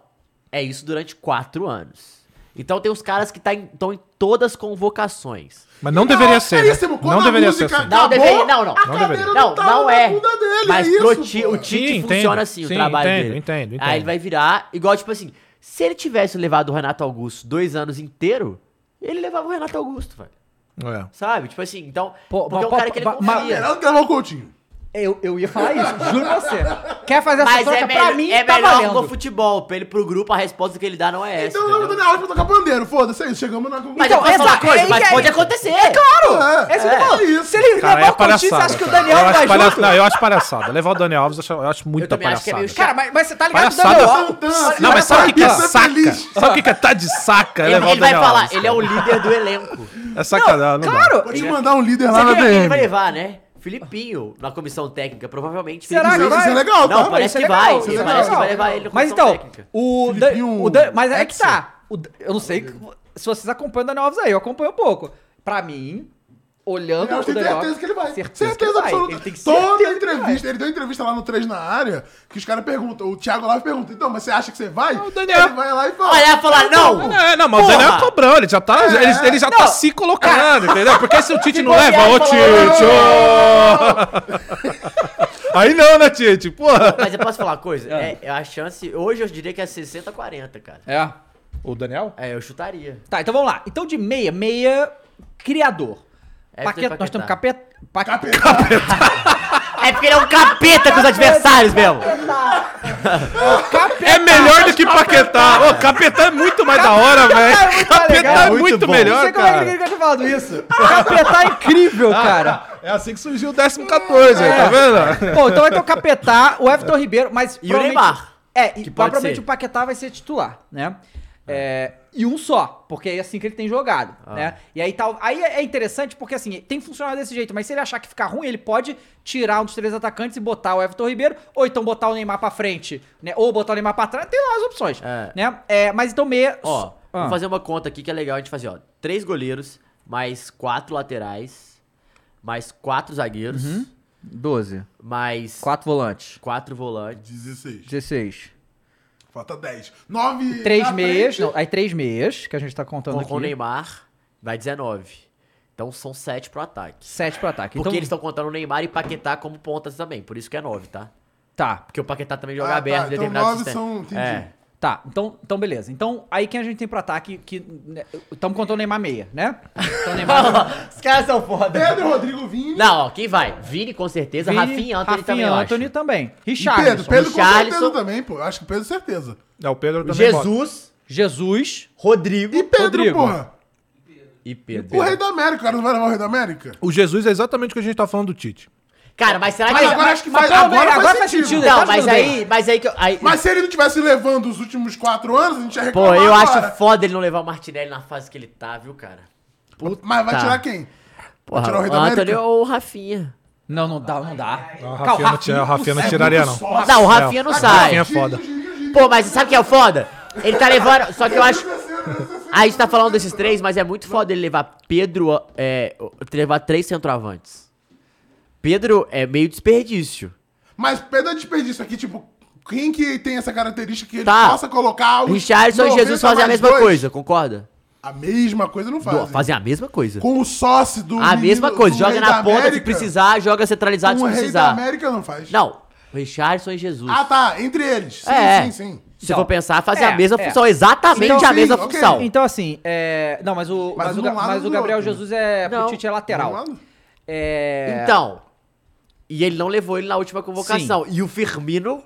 Speaker 3: é isso durante quatro anos. Então tem os caras que estão em todas as convocações.
Speaker 4: Mas não deveria ser, né?
Speaker 2: Caríssimo, quando
Speaker 4: Não
Speaker 2: a
Speaker 4: deveria ser
Speaker 2: música
Speaker 4: assim.
Speaker 3: Não,
Speaker 2: Acabou,
Speaker 3: deveria, não, não.
Speaker 2: a
Speaker 4: cadeira
Speaker 3: deveria.
Speaker 2: do
Speaker 3: Não,
Speaker 2: tava
Speaker 3: não
Speaker 2: na
Speaker 3: é.
Speaker 2: bunda dele,
Speaker 3: mas
Speaker 2: é
Speaker 3: pro
Speaker 2: isso,
Speaker 3: ti,
Speaker 2: pô.
Speaker 3: o Tite
Speaker 4: Sim, entendo,
Speaker 3: funciona assim, o
Speaker 4: sim,
Speaker 3: trabalho
Speaker 4: entendo,
Speaker 3: dele.
Speaker 4: entendo, entendo.
Speaker 3: Aí ele vai virar, igual, tipo assim, se ele tivesse levado o Renato Augusto dois anos inteiro, ele levava o Renato Augusto, velho.
Speaker 4: É.
Speaker 3: Sabe? Tipo assim, então.
Speaker 1: Pô,
Speaker 3: porque é
Speaker 1: pô,
Speaker 3: um cara
Speaker 1: pô,
Speaker 3: que ele
Speaker 1: pô, mas-
Speaker 3: confia.
Speaker 2: Melhor do que levar o Coutinho.
Speaker 1: eu, eu ia falar isso, juro você. Quer fazer essa
Speaker 3: Mas
Speaker 1: troca pra
Speaker 3: é, melhor-
Speaker 1: mim?
Speaker 3: é
Speaker 1: tá
Speaker 3: melhor
Speaker 1: valendo.
Speaker 3: no futebol. Pra ele pro grupo, a resposta que ele dá não é essa.
Speaker 2: Então leva o
Speaker 3: entendeu?
Speaker 2: Daniel Alves pra tocar bandeiro, foda-se, é isso, chegamos na
Speaker 3: Mas
Speaker 2: conclusão.
Speaker 3: eu
Speaker 1: Então,
Speaker 3: posso falar uma
Speaker 1: exa-
Speaker 3: coisa,
Speaker 1: é-
Speaker 3: mas
Speaker 1: é-
Speaker 3: pode acontecer.
Speaker 1: Claro! É, isso que eu tô falando.
Speaker 2: isso.
Speaker 1: Se ele
Speaker 4: Cara,
Speaker 1: levar
Speaker 4: é
Speaker 1: o Coutinho, você
Speaker 4: palhaçada.
Speaker 1: acha que o
Speaker 4: cara.
Speaker 1: Daniel
Speaker 4: eu acho
Speaker 1: vai
Speaker 4: palha...
Speaker 1: junto?
Speaker 4: Não, eu acho palhaçada. Levar o Daniel Alves eu acho, eu acho muita
Speaker 3: também acho que é
Speaker 4: palhaçada.
Speaker 1: Cara,
Speaker 3: meio
Speaker 1: mas, mas você tá ligado que o
Speaker 4: Palhaçada.
Speaker 1: Daniel...
Speaker 4: Palhaçada. Não, mas sabe o que, que é saca? Sabe o que, que é tá de saca?
Speaker 3: Ele,
Speaker 4: levar o
Speaker 3: ele vai
Speaker 4: Daniel
Speaker 3: falar,
Speaker 4: Alves,
Speaker 3: ele é
Speaker 4: cara.
Speaker 3: o líder do elenco.
Speaker 4: É sacanagem. não dá.
Speaker 1: Claro!
Speaker 2: Vou te mandar um líder lá
Speaker 3: Sabe
Speaker 2: na
Speaker 3: quem é que ele vai
Speaker 2: DM.
Speaker 3: levar, né? Filipinho, na comissão técnica, provavelmente.
Speaker 1: Será
Speaker 3: Filipinho
Speaker 1: que
Speaker 2: Isso
Speaker 1: vai?
Speaker 2: é legal,
Speaker 3: Não,
Speaker 2: tá?
Speaker 3: parece
Speaker 1: Isso é
Speaker 3: que
Speaker 1: legal,
Speaker 3: vai.
Speaker 1: isso é
Speaker 3: parece que
Speaker 1: legal.
Speaker 3: vai levar ele na
Speaker 1: Mas
Speaker 3: comissão
Speaker 1: então,
Speaker 3: técnica.
Speaker 1: o, Dan-
Speaker 2: Filipinho
Speaker 1: o Dan- Mas é que
Speaker 2: Edson.
Speaker 1: tá. O Dan- eu não sei que- se vocês acompanham o Daniel Alves aí. Eu acompanho um pouco. Pra mim, olhando
Speaker 2: Eu
Speaker 1: o
Speaker 2: tenho
Speaker 1: Daniel
Speaker 2: certeza
Speaker 1: Alves...
Speaker 2: que ele vai. Certeza,
Speaker 1: que ele vai.
Speaker 2: absoluta.
Speaker 1: Ele tem certeza que
Speaker 2: Toda
Speaker 1: ele vai.
Speaker 2: entrevista, ele deu entrevista lá no 3 na área, que os caras perguntam, o Thiago lá pergunta, então, mas você acha que você vai?
Speaker 4: o Daniel-
Speaker 2: Ele vai lá e fala.
Speaker 3: Olha, ela falar, não!
Speaker 4: É, não, mas
Speaker 3: Porra!
Speaker 4: o Daniel é cobrão, ele já tá,
Speaker 2: É,
Speaker 4: ele, ele já tá se colocando, entendeu? Porque se o Tite não
Speaker 3: bobear,
Speaker 4: leva, ô
Speaker 3: falou,
Speaker 4: Tite! ô! Aí não, né, Tite? Porra!
Speaker 3: Mas eu posso falar uma coisa?
Speaker 2: Ah.
Speaker 3: É, é a chance. Hoje eu diria que é 60-40, cara.
Speaker 1: É.
Speaker 4: O Daniel?
Speaker 3: É, eu chutaria.
Speaker 1: Tá, então vamos lá. Então de meia, meia criador.
Speaker 3: É,
Speaker 1: Paqueta,
Speaker 3: tem
Speaker 1: nós temos
Speaker 3: Paquetá.
Speaker 1: capeta... Paqueta.
Speaker 3: É porque ele é um capeta com os adversários mesmo.
Speaker 4: É melhor do que Paquetá! Ô, Capetá é muito mais da hora, velho!
Speaker 1: muito
Speaker 4: Capeta
Speaker 1: cara,
Speaker 4: é muito,
Speaker 5: muito bom.
Speaker 1: Não
Speaker 4: melhor,
Speaker 1: sei como é que
Speaker 4: cara.
Speaker 1: ninguém tinha falado isso. Capetá é incrível,
Speaker 2: Ah.
Speaker 1: cara.
Speaker 4: É assim que surgiu o 14, aí, tá vendo?
Speaker 1: Bom, então vai ter o Capetá, o Everton Ribeiro, mas.
Speaker 3: E o
Speaker 1: provavelmente-
Speaker 3: Neymar,
Speaker 1: É, e
Speaker 3: que pode
Speaker 1: provavelmente
Speaker 3: ser.
Speaker 1: o Paquetá vai ser titular, né? É, e um só, porque é assim que ele tem jogado,
Speaker 3: Ah.
Speaker 1: né? E aí tal. Aí é é interessante porque assim, tem funcionado desse jeito, mas se ele achar que ficar ruim, ele pode tirar um dos três atacantes e botar o Everton Ribeiro, ou então botar o Neymar pra frente, né? Ou botar o Neymar pra trás, tem lá as opções,
Speaker 3: É.
Speaker 1: né? É, mas então meia.
Speaker 3: Ó,
Speaker 1: Ah.
Speaker 3: vou fazer uma conta aqui que é legal a gente fazer, ó. Três goleiros, mais quatro laterais, mais quatro zagueiros,
Speaker 2: Uhum.
Speaker 1: 12.
Speaker 3: mais
Speaker 1: Quatro volantes.
Speaker 3: quatro volantes.
Speaker 2: 16.
Speaker 1: 16.
Speaker 2: Falta 10. 9.
Speaker 1: Três meias. Não, é aí três meias, que a gente tá contando
Speaker 3: Com, com o
Speaker 1: aqui.
Speaker 3: Neymar, vai 19. Então são sete pro ataque.
Speaker 1: Sete pro ataque.
Speaker 3: Porque
Speaker 1: então,
Speaker 3: eles estão contando o Neymar e Paquetá como pontas também, por isso que é nove, tá?
Speaker 1: Tá,
Speaker 3: Porque o Paquetá também joga
Speaker 2: Ah, tá,
Speaker 3: aberto em
Speaker 2: então
Speaker 3: determinado
Speaker 2: nove
Speaker 3: sistema.
Speaker 2: são- entendi.
Speaker 3: É.
Speaker 1: Tá, então, então beleza. Então, aí quem a gente tem pro ataque que. Estamos contando o Neymar meia, né? Então, o Neymar.
Speaker 3: Os caras são foda.
Speaker 2: Pedro, Rodrigo, Vini.
Speaker 3: Não, ó, quem vai? Vini com certeza, Rafinha e Anthony também, eu acho.
Speaker 1: Anthony também.
Speaker 2: E Pedro,
Speaker 1: Richardson.
Speaker 2: Pedro com certeza
Speaker 3: Richarlison.
Speaker 2: também, pô. Acho que Pedro certeza.
Speaker 4: É, o Pedro também bota.
Speaker 3: Jesus,
Speaker 1: Jesus.
Speaker 3: Rodrigo
Speaker 2: E Pedro,
Speaker 1: Rodrigo.
Speaker 2: porra.
Speaker 3: e Pedro.
Speaker 2: O Rei da América, cara, não vai levar o Rei da América?
Speaker 4: O Jesus é exatamente o que a gente tá falando do Tite.
Speaker 3: Cara, mas será que...
Speaker 2: Mas agora acho que
Speaker 1: mas
Speaker 2: faz,
Speaker 1: pelo
Speaker 2: agora,
Speaker 1: menos
Speaker 2: faz
Speaker 1: agora faz
Speaker 2: sentido.
Speaker 1: sentido.
Speaker 3: Não,
Speaker 1: Tá
Speaker 3: mas
Speaker 1: ajudando.
Speaker 3: aí, mas aí que eu... Aí...
Speaker 2: Mas se ele não tivesse levando os últimos quatro anos, a gente ia
Speaker 3: Pô,
Speaker 2: reclamar
Speaker 3: eu
Speaker 2: agora.
Speaker 3: acho foda ele não levar o Martinelli na fase que ele tá, viu, cara?
Speaker 2: Mas vai
Speaker 3: Tá.
Speaker 2: tirar quem?
Speaker 3: Porra,
Speaker 2: tirar o Rei
Speaker 3: o
Speaker 2: da
Speaker 3: Anthony
Speaker 2: América?
Speaker 3: ou o Rafinha.
Speaker 1: Não, não dá, não dá.
Speaker 4: Ah,
Speaker 1: Calma,
Speaker 4: O
Speaker 2: é-
Speaker 1: é
Speaker 4: Rafinha, não, tira- o Rafinha não tiraria, não. É,
Speaker 2: Só
Speaker 3: Não, o Rafinha não sai.
Speaker 4: Rafinha é foda.
Speaker 3: Pô, mas sabe o que é o foda? Ele tá levando. Só que eu acho. A gente tá falando desses três, mas é muito foda ele levar Pedro. É, levar três centroavantes. Pedro é meio desperdício.
Speaker 2: Mas perda de desperdício aqui, tipo, quem que tem essa característica que ele
Speaker 3: Tá.
Speaker 2: possa colocar os
Speaker 3: Richardson e
Speaker 2: 90
Speaker 3: Jesus fazem a
Speaker 2: mais
Speaker 3: mesma
Speaker 2: dois?
Speaker 3: coisa, concorda?
Speaker 2: A mesma coisa não
Speaker 3: Do-
Speaker 2: faz.
Speaker 3: Fazem a mesma coisa.
Speaker 2: Com o sócio do.
Speaker 3: A
Speaker 2: menino-
Speaker 3: mesma coisa.
Speaker 2: do
Speaker 3: Joga
Speaker 2: Rei
Speaker 3: na
Speaker 2: da
Speaker 3: ponta se
Speaker 2: América,
Speaker 3: precisar, joga centralizado
Speaker 2: Com o
Speaker 3: se
Speaker 2: Rei da
Speaker 3: precisar.
Speaker 2: América não faz.
Speaker 3: Não, Richardson e Jesus.
Speaker 2: Ah, tá. Entre eles. Sim,
Speaker 3: É.
Speaker 2: sim, sim.
Speaker 3: Se for pensar, fazem
Speaker 1: É,
Speaker 3: a mesma
Speaker 1: é.
Speaker 3: função, exatamente
Speaker 2: Então,
Speaker 3: a mesma
Speaker 2: sim, ok.
Speaker 3: função.
Speaker 1: Então, assim, é. Não, mas o,
Speaker 2: Mas
Speaker 1: mas
Speaker 2: um
Speaker 1: o, Ga-
Speaker 2: lado
Speaker 1: mas
Speaker 2: do
Speaker 1: o Gabriel
Speaker 2: outro.
Speaker 1: Jesus é.
Speaker 3: Não.
Speaker 1: Pro Tite é lateral. É.
Speaker 3: Então. E ele não levou ele na última convocação. E o Firmino.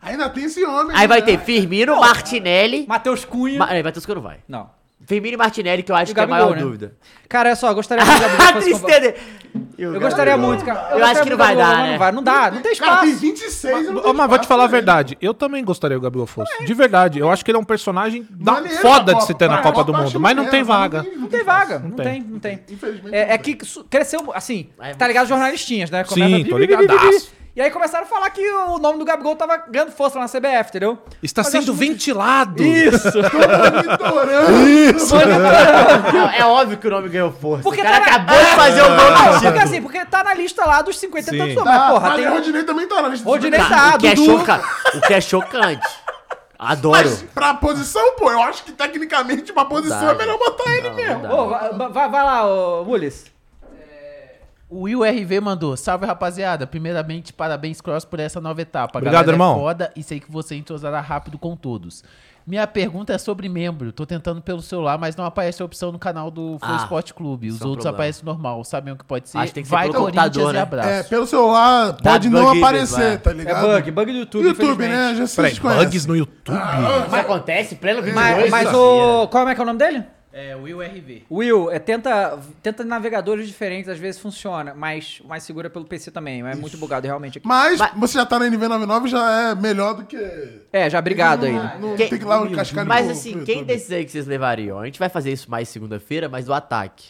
Speaker 2: Ainda tem esse homem.
Speaker 3: Aí
Speaker 2: né?
Speaker 3: vai ter Firmino, Martinelli.
Speaker 1: Matheus
Speaker 2: é.
Speaker 1: Cunha.
Speaker 3: Ma... Aí vai ter os que não vai.
Speaker 1: Não.
Speaker 3: Firmino e Martinelli, que eu acho
Speaker 1: E
Speaker 3: que é a
Speaker 1: Gabigol,
Speaker 3: maior
Speaker 1: né?
Speaker 3: dúvida.
Speaker 1: Cara, olha só, eu gostaria muito que o Gabriel
Speaker 3: A
Speaker 1: fosse convocado.
Speaker 3: tristeza.
Speaker 1: Eu gostaria muito, cara.
Speaker 3: Eu acho que não vai dar, né?
Speaker 1: Não vai, não dá, não tem
Speaker 2: Cara, tem
Speaker 1: espaço.
Speaker 2: 26 eu não
Speaker 4: Ô,
Speaker 2: tenho
Speaker 4: mas vou te
Speaker 2: espaço
Speaker 4: falar a
Speaker 2: pra ele.
Speaker 4: verdade. Eu também gostaria que o Gabriel fosse. De verdade. Eu acho que ele é um personagem da
Speaker 2: Maneiro
Speaker 4: foda
Speaker 2: na
Speaker 4: de se ter na
Speaker 2: Pra
Speaker 4: Copa do
Speaker 2: eu
Speaker 4: Mundo.
Speaker 2: acho
Speaker 4: Mas não tem
Speaker 2: maneiro,
Speaker 4: vaga.
Speaker 2: né? tem-
Speaker 1: Não tem vaga, não
Speaker 4: tem.
Speaker 1: tem, não tem.
Speaker 2: Infelizmente,
Speaker 1: É,
Speaker 2: não
Speaker 1: é
Speaker 2: tem.
Speaker 1: que su- cresceu, assim,
Speaker 3: Aí,
Speaker 1: tá ligado? Jornalistinhas, né?
Speaker 4: Sim, tô ligadaço.
Speaker 1: E aí começaram a falar que o nome do Gabigol tava ganhando força lá na CBF, entendeu?
Speaker 4: Está sendo ventilado.
Speaker 3: Não, é óbvio que o nome ganhou força.
Speaker 1: Porque
Speaker 3: o cara
Speaker 1: tá na-
Speaker 3: acabou de fazer um o
Speaker 1: Não,
Speaker 3: gol do
Speaker 1: porque
Speaker 3: título.
Speaker 1: assim, porque tá na lista lá dos 50 e
Speaker 4: Sim.
Speaker 1: tantos nomes,
Speaker 2: Tá,
Speaker 1: mas porra,
Speaker 2: mas
Speaker 1: tem...
Speaker 2: o Rodinei também tá na lista. dos
Speaker 1: Rodinei
Speaker 2: 50.
Speaker 1: tá,
Speaker 3: o, que é
Speaker 1: Dudu.
Speaker 3: choca... o que é chocante. Adoro.
Speaker 2: Mas pra posição, pô, eu acho que tecnicamente pra posição
Speaker 3: dá,
Speaker 2: é melhor botar ele
Speaker 3: não
Speaker 2: mesmo.
Speaker 3: dá.
Speaker 1: Ô, vai, vai- vai lá, ô, Mules.
Speaker 6: O Will RV mandou. Salve, rapaziada. Primeiramente, parabéns, Cross, por essa nova etapa.
Speaker 4: Obrigado,
Speaker 6: Galera,
Speaker 4: irmão.
Speaker 6: É foda e sei que você entrosará rápido com todos. Minha pergunta é sobre membro. Tô tentando pelo celular, mas não aparece a opção no canal do Flow
Speaker 3: Ah,
Speaker 6: Sport Clube. Os
Speaker 3: isso é um
Speaker 6: outros
Speaker 3: problema.
Speaker 6: aparecem normal. Sabem o que pode ser?
Speaker 3: Acho que tem que ser
Speaker 6: Vai,
Speaker 3: pelo
Speaker 6: Corinthians
Speaker 3: computador,
Speaker 6: e
Speaker 3: né?
Speaker 6: abraço.
Speaker 2: É, pelo celular pode
Speaker 3: bug
Speaker 2: não
Speaker 3: aí,
Speaker 2: aparecer,
Speaker 3: vai.
Speaker 2: tá
Speaker 1: É
Speaker 2: ligado?
Speaker 1: bug, bug do YouTube,
Speaker 2: YouTube,
Speaker 1: infelizmente.
Speaker 2: né? Já
Speaker 4: Peraí,
Speaker 2: se
Speaker 4: bugs no YouTube.
Speaker 3: Isso acontece pleno 22.
Speaker 1: Mas, mas o... Como é que é o nome dele?
Speaker 6: É, Will RV.
Speaker 1: Will, é, tenta, tenta navegadores diferentes, às vezes funciona, mas, mas segura pelo PC também, é muito bugado realmente. aqui.
Speaker 2: Mas
Speaker 3: Mas-
Speaker 2: você já tá na NV99, já é melhor do que.
Speaker 1: É, já obrigado aí.
Speaker 2: Não, não
Speaker 3: Quem-
Speaker 2: tem que ir lá no cascalho
Speaker 3: Mas
Speaker 2: pro-
Speaker 3: assim,
Speaker 2: pro
Speaker 3: quem
Speaker 2: YouTube.
Speaker 3: desses aí que vocês levariam? A gente vai fazer isso mais segunda-feira, mas do ataque.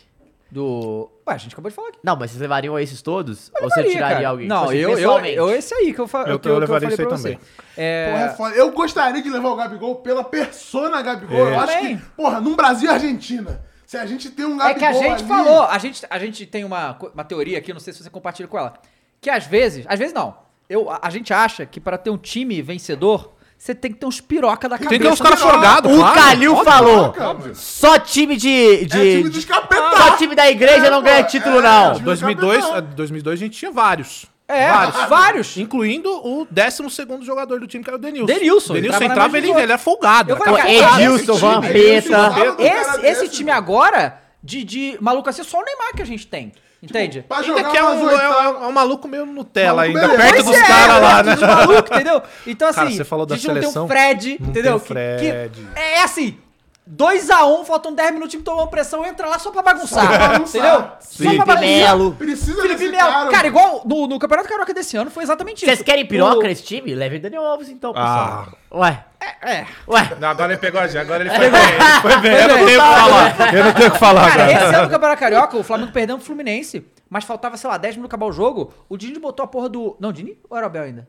Speaker 1: Do. Ué, a gente acabou de falar aqui.
Speaker 3: Não, mas vocês levariam esses todos? ou você
Speaker 1: Faria,
Speaker 3: tiraria
Speaker 1: cara.
Speaker 3: alguém?
Speaker 1: Não,
Speaker 3: Tipo assim,
Speaker 1: eu, eu,
Speaker 3: pessoalmente.
Speaker 1: eu esse aí que eu, fa...
Speaker 4: Eu-
Speaker 1: que eu,
Speaker 4: eu
Speaker 1: que eu
Speaker 4: levaria
Speaker 1: falei pra
Speaker 4: esse aí
Speaker 1: você.
Speaker 4: também.
Speaker 2: Porra, é
Speaker 1: É...
Speaker 2: foda. Eu gostaria de levar o Gabigol pela persona Gabigol.
Speaker 4: É.
Speaker 2: Eu acho
Speaker 1: Também.
Speaker 2: que, porra, num Brasil e Argentina, se a gente tem um
Speaker 1: é
Speaker 2: Gabigol.
Speaker 1: que a gente
Speaker 2: ali-
Speaker 1: falou, a gente, a gente tem uma, co- uma teoria aqui, não sei se você compartilha com ela, que às vezes, às vezes não, eu, a, a gente acha que para ter um time vencedor, você tem que ter uns piroca da cabeça.
Speaker 4: Tem que ter uns caras
Speaker 2: Não,
Speaker 4: forgados,
Speaker 3: O
Speaker 4: claro.
Speaker 3: Calil falou!
Speaker 2: Cara, mano.
Speaker 3: Só time de. de
Speaker 2: É time dos capetá.
Speaker 3: Só time da igreja não ganha título, não.
Speaker 2: time do
Speaker 4: 2002,
Speaker 2: campeonato.
Speaker 4: a- 2002 a gente tinha vários.
Speaker 1: É, vários.
Speaker 4: Incluindo o 12 jogador do time, que era o Denilson.
Speaker 1: Denilson,
Speaker 4: Denilson
Speaker 1: entrava na
Speaker 4: entrava,
Speaker 1: mesa
Speaker 4: ele,
Speaker 1: dos
Speaker 4: ele era folgado.
Speaker 1: Eu
Speaker 4: era
Speaker 1: falei,
Speaker 4: aquela-
Speaker 1: cara,
Speaker 3: Edilson,
Speaker 2: esse time,
Speaker 3: Vampeta.
Speaker 2: esse time, um cara
Speaker 1: Esse, esse
Speaker 2: desse,
Speaker 1: time é- agora, de, de maluco assim, é só o Neymar que a gente tem, entende?
Speaker 2: Pra
Speaker 4: Ainda
Speaker 2: jogar
Speaker 4: que é
Speaker 2: umas
Speaker 4: um, é
Speaker 2: oitavas.
Speaker 4: um- é um maluco meio Nutella,
Speaker 2: Maluco
Speaker 4: ainda
Speaker 2: beleza.
Speaker 4: perto
Speaker 2: Pois
Speaker 4: dos caras lá, né?
Speaker 1: é, Dos malucos, entendeu? Então assim,
Speaker 4: Cara, você falou da
Speaker 1: a gente não tem
Speaker 4: seleção,
Speaker 1: um Fred, entendeu?
Speaker 4: tem o
Speaker 1: Que- que-
Speaker 4: Fred.
Speaker 1: é assim, 2x1, faltam 10 minutos, o time tomou pressão, entra lá só pra bagunçar. entendeu? só pra
Speaker 3: Felipe Melo.
Speaker 2: Precisa
Speaker 1: Felipe
Speaker 2: desse
Speaker 1: Melo.
Speaker 2: cara.
Speaker 1: Cara, igual no, no Campeonato Carioca desse ano foi exatamente isso.
Speaker 3: Vocês querem piroca
Speaker 1: Tipo, O-
Speaker 3: nesse time? Levem o Daniel Alves então,
Speaker 4: Ah.
Speaker 3: pessoal. Ué.
Speaker 1: é.
Speaker 3: Ué.
Speaker 4: Não, agora ele pegou a gente, agora ele foi bem, ele foi bem. Eu não tenho o que falar. Eu não tenho o que falar
Speaker 1: Cara,
Speaker 4: agora.
Speaker 1: esse é ano do Campeonato Carioca, o Flamengo perdeu pro Fluminense, mas faltava, sei lá, 10 minutos acabar o jogo. O Dini botou a porra do. Não, Dini ou era o Abel ainda?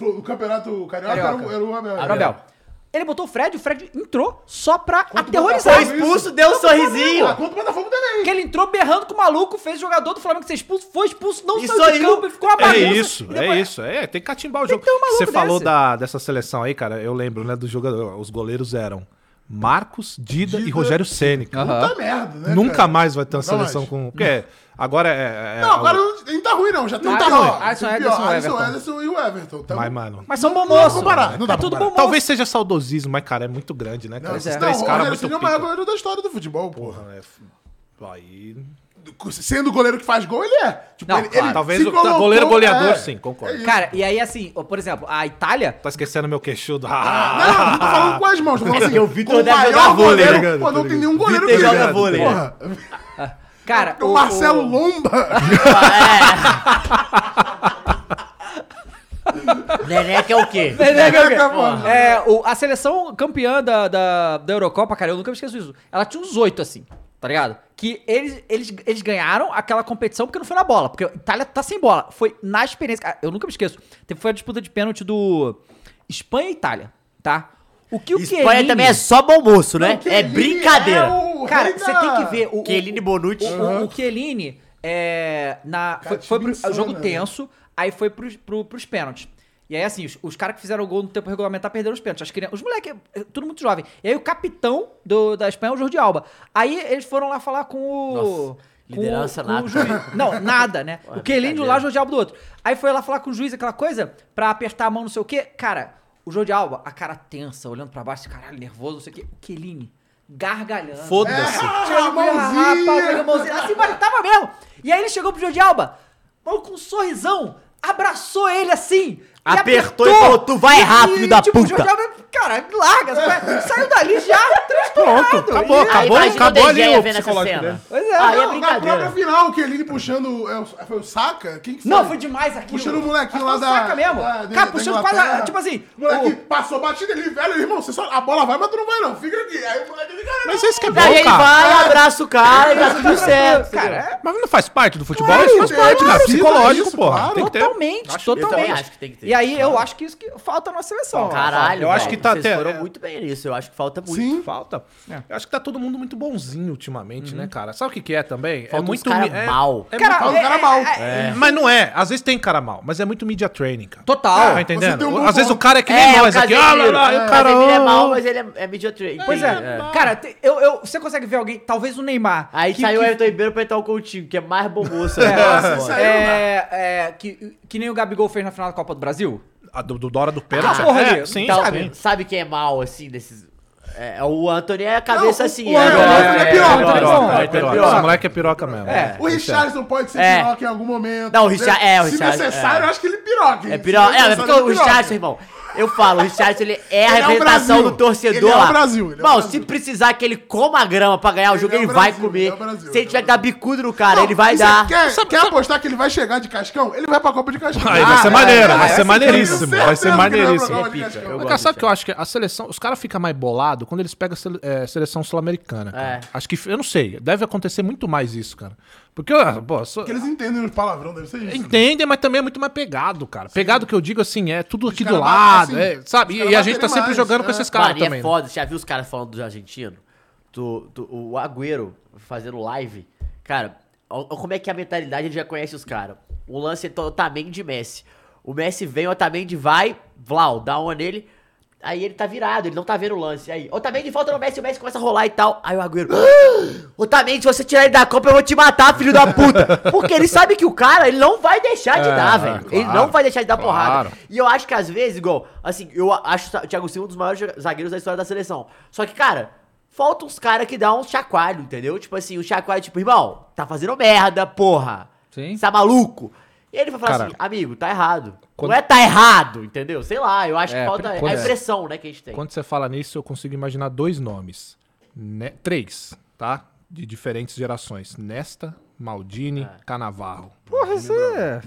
Speaker 2: O campeonato carioca,
Speaker 1: Carioca.
Speaker 2: Era, o, era o Abel.
Speaker 1: Era o Ah, Abel. Ele botou o Fred, o Fred entrou só pra aterrorizar.
Speaker 3: Foi expulso, deu um sorrisinho.
Speaker 2: Ah, contra o Botafogo também.
Speaker 1: Porque ele entrou berrando com o maluco, fez o jogador do Flamengo ser expulso, foi expulso, não
Speaker 3: E
Speaker 1: saiu de
Speaker 3: saiu.
Speaker 1: campo, e ficou uma
Speaker 4: É
Speaker 1: bagunça.
Speaker 4: isso,
Speaker 1: E
Speaker 4: é
Speaker 1: depois-
Speaker 4: isso. É, tem que catimbar o jogo.
Speaker 1: ter um maluco
Speaker 4: Você falou
Speaker 1: desse.
Speaker 4: da, dessa seleção aí, cara. Eu lembro, né, do jogador. Os goleiros eram Marcos, Dida, e
Speaker 2: Dida.
Speaker 4: Rogério Ceni. cara.
Speaker 2: Puta merda, né?
Speaker 4: Ah. Nunca
Speaker 2: cara?
Speaker 4: mais vai ter uma
Speaker 2: Nunca
Speaker 4: seleção
Speaker 2: mais.
Speaker 4: com. Porque agora é. é-
Speaker 2: Não, agora
Speaker 4: é-
Speaker 2: não, nem tá ruim, não. Já tem
Speaker 1: Não
Speaker 2: o
Speaker 1: tá
Speaker 2: pior.
Speaker 1: ruim. Alisson,
Speaker 2: Tem o
Speaker 1: Ederson,
Speaker 2: pior. Alisson,
Speaker 1: Everton.
Speaker 2: Ederson e o Everton. Tá
Speaker 4: Mas,
Speaker 2: bom.
Speaker 4: mano.
Speaker 1: Mas são bom moço.
Speaker 2: comparar, não dá
Speaker 1: é
Speaker 2: pra
Speaker 1: tudo bom
Speaker 2: comparar.
Speaker 1: moço.
Speaker 4: Talvez seja saudosismo, mas, cara, é muito grande, né, cara?
Speaker 2: Não,
Speaker 4: Esses
Speaker 2: não,
Speaker 4: três
Speaker 2: o
Speaker 4: caras
Speaker 2: Rogério
Speaker 4: muito
Speaker 2: Ceni é o maior
Speaker 4: pica.
Speaker 2: goleiro da história do futebol, porra.
Speaker 4: É, f- Aí.
Speaker 2: Sendo o goleiro que faz gol, ele é. Tipo,
Speaker 1: Não,
Speaker 2: ele,
Speaker 1: claro.
Speaker 2: ele
Speaker 4: Talvez
Speaker 2: se
Speaker 4: o goleiro goleador,
Speaker 2: é.
Speaker 4: sim, concordo.
Speaker 2: É isso.
Speaker 1: Cara, e aí assim, ó, por exemplo, a Itália.
Speaker 4: Tá esquecendo meu queixudo. ah,
Speaker 2: Não, não tô falando com as mãos, tô falando assim.
Speaker 3: o Vitor
Speaker 2: com
Speaker 3: deve
Speaker 2: maior
Speaker 3: jogar vôlei,
Speaker 2: goleiro,
Speaker 4: né, cara?
Speaker 2: Pô, não tem nenhum
Speaker 3: Vitor
Speaker 2: goleiro que
Speaker 3: joga
Speaker 2: ele é,
Speaker 3: vôlei.
Speaker 2: Porra,
Speaker 1: Cara,
Speaker 2: o Marcelo
Speaker 1: o-
Speaker 2: Lomba.
Speaker 3: Neneca é o quê?
Speaker 1: né, É, o- a seleção campeã da, da, da Eurocopa, cara, eu nunca me esqueço disso. Ela tinha uns oito, assim, tá ligado? Que eles, eles, eles ganharam aquela competição porque não foi na bola. Porque a Itália tá sem bola. Foi na experiência. Cara, eu nunca me esqueço. Teve- Foi a disputa de pênalti do Espanha e Itália, tá? O que o
Speaker 3: Espanha
Speaker 1: Chiellini-
Speaker 3: também é só bom moço, né?
Speaker 2: Porque
Speaker 3: É
Speaker 2: ele
Speaker 3: brincadeira.
Speaker 2: é o
Speaker 1: Cara,
Speaker 2: rei
Speaker 1: você
Speaker 2: da-
Speaker 1: tem que ver. O, o-
Speaker 3: Chiellini e Bonucci.
Speaker 1: O, o, o Chiellini, é, na, foi,
Speaker 2: Cara,
Speaker 1: foi pro
Speaker 2: insano,
Speaker 1: jogo
Speaker 2: né?
Speaker 1: tenso, aí foi pros, pro, pros pênaltis. E aí, assim, os, os caras que fizeram o gol no tempo regulamentar perderam os pênaltis. As crianças, os moleques, tudo muito jovem. E aí, o capitão do, da Espanha é o Jordi Alba. Aí, eles foram lá falar com o.
Speaker 3: Nossa,
Speaker 1: com o-
Speaker 3: liderança
Speaker 1: com o
Speaker 3: nata.
Speaker 1: juiz. Não, nada, né?
Speaker 3: Ué,
Speaker 1: o Chiellini de um lado,
Speaker 3: brincadeira.
Speaker 1: o Jordi Alba do outro. Aí foi lá falar com o juiz aquela coisa, pra apertar a mão, não sei o quê. Cara, o Jordi Alba, a cara tensa, olhando pra baixo, caralho, nervoso, não sei o quê. O Chiellini, gargalhando.
Speaker 3: Foda-se.
Speaker 1: Tirou
Speaker 2: Ah,
Speaker 1: a mãozinha.
Speaker 2: mãozinha.
Speaker 1: a mãozinha. Assim, mas tava mesmo. E aí ele chegou pro Jordi Alba, mano, com um sorrisão, abraçou ele assim. e
Speaker 3: Apertou e falou, "Tu vai errar, filho da
Speaker 1: tipo, o
Speaker 3: puta."
Speaker 1: Jordi Alba, cara, larga. sabe? Saiu dali já transtornado.
Speaker 4: Pronto, acabou,
Speaker 1: E-
Speaker 4: acabou,
Speaker 3: Aí imagina
Speaker 4: acabou
Speaker 3: o
Speaker 4: ali
Speaker 3: DG
Speaker 4: o
Speaker 3: vendo essa
Speaker 4: psicológico né?
Speaker 3: cena.
Speaker 4: dele.
Speaker 1: Pois é.
Speaker 3: Aí é
Speaker 2: Não, na
Speaker 3: brincadeira.
Speaker 2: própria final, que ele puxando. é, o- foi o Saca? Quem que foi?
Speaker 1: Não, foi demais aqui.
Speaker 2: Puxando o molequinho lá
Speaker 1: Mas foi
Speaker 2: da.
Speaker 1: Saca mesmo.
Speaker 2: da-
Speaker 1: cara,
Speaker 2: da
Speaker 1: puxando quase.
Speaker 2: Inglaterra.
Speaker 1: a- Tipo assim.
Speaker 2: O moleque
Speaker 1: o-
Speaker 2: passou batida, ele, velho, irmão, você só, a bola vai, mas tu não vai não, fica aqui. Aí o moleque, ele, cara,
Speaker 4: Mas isso que é bom,
Speaker 3: Aí ele
Speaker 4: cara.
Speaker 3: vai, abraça o cara e tá tudo certo.
Speaker 1: Cara,
Speaker 3: entendeu?
Speaker 1: é
Speaker 4: Mas não faz parte do futebol?
Speaker 2: Claro,
Speaker 4: isso faz parte,
Speaker 3: né?
Speaker 2: claro,
Speaker 4: cara.
Speaker 2: isso,
Speaker 4: Psicológico,
Speaker 2: isso,
Speaker 4: porra.
Speaker 2: claro.
Speaker 4: Tem que ter.
Speaker 1: totalmente, totalmente.
Speaker 3: também um- acho que tem que ter.
Speaker 1: E aí eu acho que isso que falta na seleção.
Speaker 3: Caralho,
Speaker 4: Eu acho
Speaker 3: velho,
Speaker 4: que tá
Speaker 3: vocês
Speaker 4: até-
Speaker 3: foram
Speaker 4: é.
Speaker 3: muito bem nisso. Eu acho que falta muito.
Speaker 2: Sim.
Speaker 4: um-
Speaker 2: É.
Speaker 4: Falta. Eu acho que tá todo mundo muito bonzinho ultimamente,
Speaker 2: Uhum.
Speaker 4: né, cara? Sabe o que, que é também?
Speaker 3: Falta
Speaker 4: é
Speaker 3: uns
Speaker 4: muito.
Speaker 3: cara
Speaker 4: mi- é-
Speaker 3: mal.
Speaker 4: é
Speaker 1: Cara,
Speaker 4: muito-
Speaker 2: Fala o cara
Speaker 1: é-
Speaker 2: mal.
Speaker 4: É. Mas não é. Às vezes tem cara mal, mas é muito media training, cara.
Speaker 1: Total.
Speaker 3: Ah,
Speaker 4: Tá
Speaker 2: Você tem
Speaker 4: entendendo?
Speaker 2: um bom
Speaker 4: Às vezes o
Speaker 2: ponto.
Speaker 4: cara é que nem nós aqui. Ah, lá, lá, e o
Speaker 3: O
Speaker 4: cara.
Speaker 3: Casemiro é
Speaker 4: oh.
Speaker 3: mal, mas ele é, é media trade.
Speaker 1: Pois é. Cara, te- eu, eu- você consegue ver alguém, talvez o Neymar.
Speaker 3: Aí
Speaker 1: que,
Speaker 3: saiu o
Speaker 1: que-
Speaker 3: Everton Ribeiro pra entrar o Coutinho, que é mais bom moço.
Speaker 1: É,
Speaker 3: né? Nossa,
Speaker 2: isso
Speaker 3: mano.
Speaker 2: aí
Speaker 1: é, é, que, que nem o Gabigol fez na final da Copa do Brasil.
Speaker 4: A do, do Dora do
Speaker 1: Ah,
Speaker 4: Pênalti.
Speaker 1: porra,
Speaker 4: é,
Speaker 1: ali.
Speaker 4: sim,
Speaker 3: Então,
Speaker 4: sim.
Speaker 3: sabe quem é mal, assim, desses... É, o Anthony é a cabeça
Speaker 2: Não,
Speaker 3: assim.
Speaker 2: o Anthony-
Speaker 3: agora,
Speaker 2: o Anthony é pior, o Anthony é
Speaker 3: agora.
Speaker 1: bom.
Speaker 4: Piroca,
Speaker 1: É,
Speaker 4: é piroca.
Speaker 1: piroca.
Speaker 4: Esse moleque é piroca mesmo.
Speaker 1: É.
Speaker 2: O Richardson pode ser
Speaker 3: É.
Speaker 2: piroca em algum momento.
Speaker 3: Não, o Richar- é, o
Speaker 2: Se
Speaker 3: Richardo-
Speaker 2: necessário,
Speaker 3: é.
Speaker 2: eu acho que ele piroca. hein?
Speaker 3: É
Speaker 2: Se
Speaker 3: pior. É, mas
Speaker 2: necessário,
Speaker 3: porque o
Speaker 2: ele piroca.
Speaker 3: Richardson, irmão. Eu falo, o Richardson, ele
Speaker 2: Ele
Speaker 3: é a
Speaker 2: é o
Speaker 3: representação
Speaker 2: Brasil.
Speaker 3: do torcedor.
Speaker 2: Ele é o
Speaker 3: lá.
Speaker 2: Brasil, ele é o
Speaker 3: Irmão,
Speaker 2: Brasil.
Speaker 3: se precisar que ele coma a grama pra ganhar o
Speaker 2: Ele
Speaker 3: jogo,
Speaker 2: é o
Speaker 3: ele
Speaker 2: Brasil,
Speaker 3: vai comer.
Speaker 2: ele é o Brasil,
Speaker 3: se
Speaker 2: ele é
Speaker 3: ele
Speaker 2: o
Speaker 3: tiver que dar bicudo no cara,
Speaker 2: Não, é
Speaker 3: ele vai
Speaker 2: e você
Speaker 3: dar.
Speaker 2: Quer, quer apostar que ele vai chegar de cascão? Ele vai pra Copa de cascão. Ah,
Speaker 4: Aí vai ser maneiro,
Speaker 1: é,
Speaker 4: vai
Speaker 1: é,
Speaker 4: ser
Speaker 1: assim,
Speaker 4: maneiríssimo. Vai ser maneiríssimo.
Speaker 2: Copa de Cascão.
Speaker 3: Eu
Speaker 4: Mas,
Speaker 3: gosto
Speaker 4: cara, sabe
Speaker 3: disso
Speaker 4: o que eu acho que a seleção, os caras ficam mais bolados quando eles pegam a sele- eh, seleção sul-americana. cara.
Speaker 3: É.
Speaker 4: Acho que, eu não sei, deve acontecer muito mais isso, cara. Porque, ó, pô, sou-
Speaker 2: Porque eles entendem os palavrão, deve ser isso.
Speaker 4: entendem, mas também é muito mais pegado, cara. Pegado que eu digo assim, é tudo aqui
Speaker 2: caras
Speaker 4: do lado,
Speaker 2: batem, assim,
Speaker 4: é, sabe?
Speaker 2: os
Speaker 4: E,
Speaker 2: caras
Speaker 4: e a gente tá
Speaker 2: batem
Speaker 4: sempre
Speaker 2: demais,
Speaker 4: jogando com
Speaker 2: é.
Speaker 4: esses
Speaker 3: Cara,
Speaker 4: caras também.
Speaker 3: é
Speaker 4: né?
Speaker 3: foda. Você já viu os caras falando dos argentinos? Do, do- o Agüero fazendo live. Cara, ó- ó como é que é a mentalidade ele já conhece os caras. O lance é to- Otamendi e Messi. O Messi vem, o Otamendi vai, Vlau, dá uma nele. Aí ele tá virado, ele não tá vendo o lance. Aí, Otamendi volta no Messi, o Messi começa a rolar e tal. Aí o Agüero, "Ah! Otamendi, se você tirar ele da Copa, eu vou te matar, filho da puta. Porque ele sabe que o cara, ele não vai deixar de
Speaker 4: É,
Speaker 3: dar, velho. ele
Speaker 4: claro,
Speaker 3: não vai deixar de dar porrada.
Speaker 4: claro.
Speaker 3: E eu acho que às vezes, igual, assim, eu acho o Thiago Silva um dos maiores joga- zagueiros da história da seleção. Só que, cara, falta uns caras que dão um chacoalho, entendeu? Tipo assim, o chacoalho, tipo, irmão, tá fazendo merda, porra.
Speaker 1: Sim.
Speaker 3: Você Tá maluco? E ele vai falar
Speaker 4: Cara,
Speaker 3: assim, amigo, tá errado.
Speaker 4: quando-
Speaker 3: Não é tá errado, entendeu? Sei lá, eu acho
Speaker 1: É,
Speaker 3: que falta
Speaker 4: quando-
Speaker 3: a impressão, né, que a gente tem.
Speaker 4: Quando você fala nisso, eu consigo imaginar dois nomes. Ne- Três, tá? De diferentes gerações. Nesta,
Speaker 3: É.
Speaker 4: Maldini, Canavarro.
Speaker 1: Porra, isso é.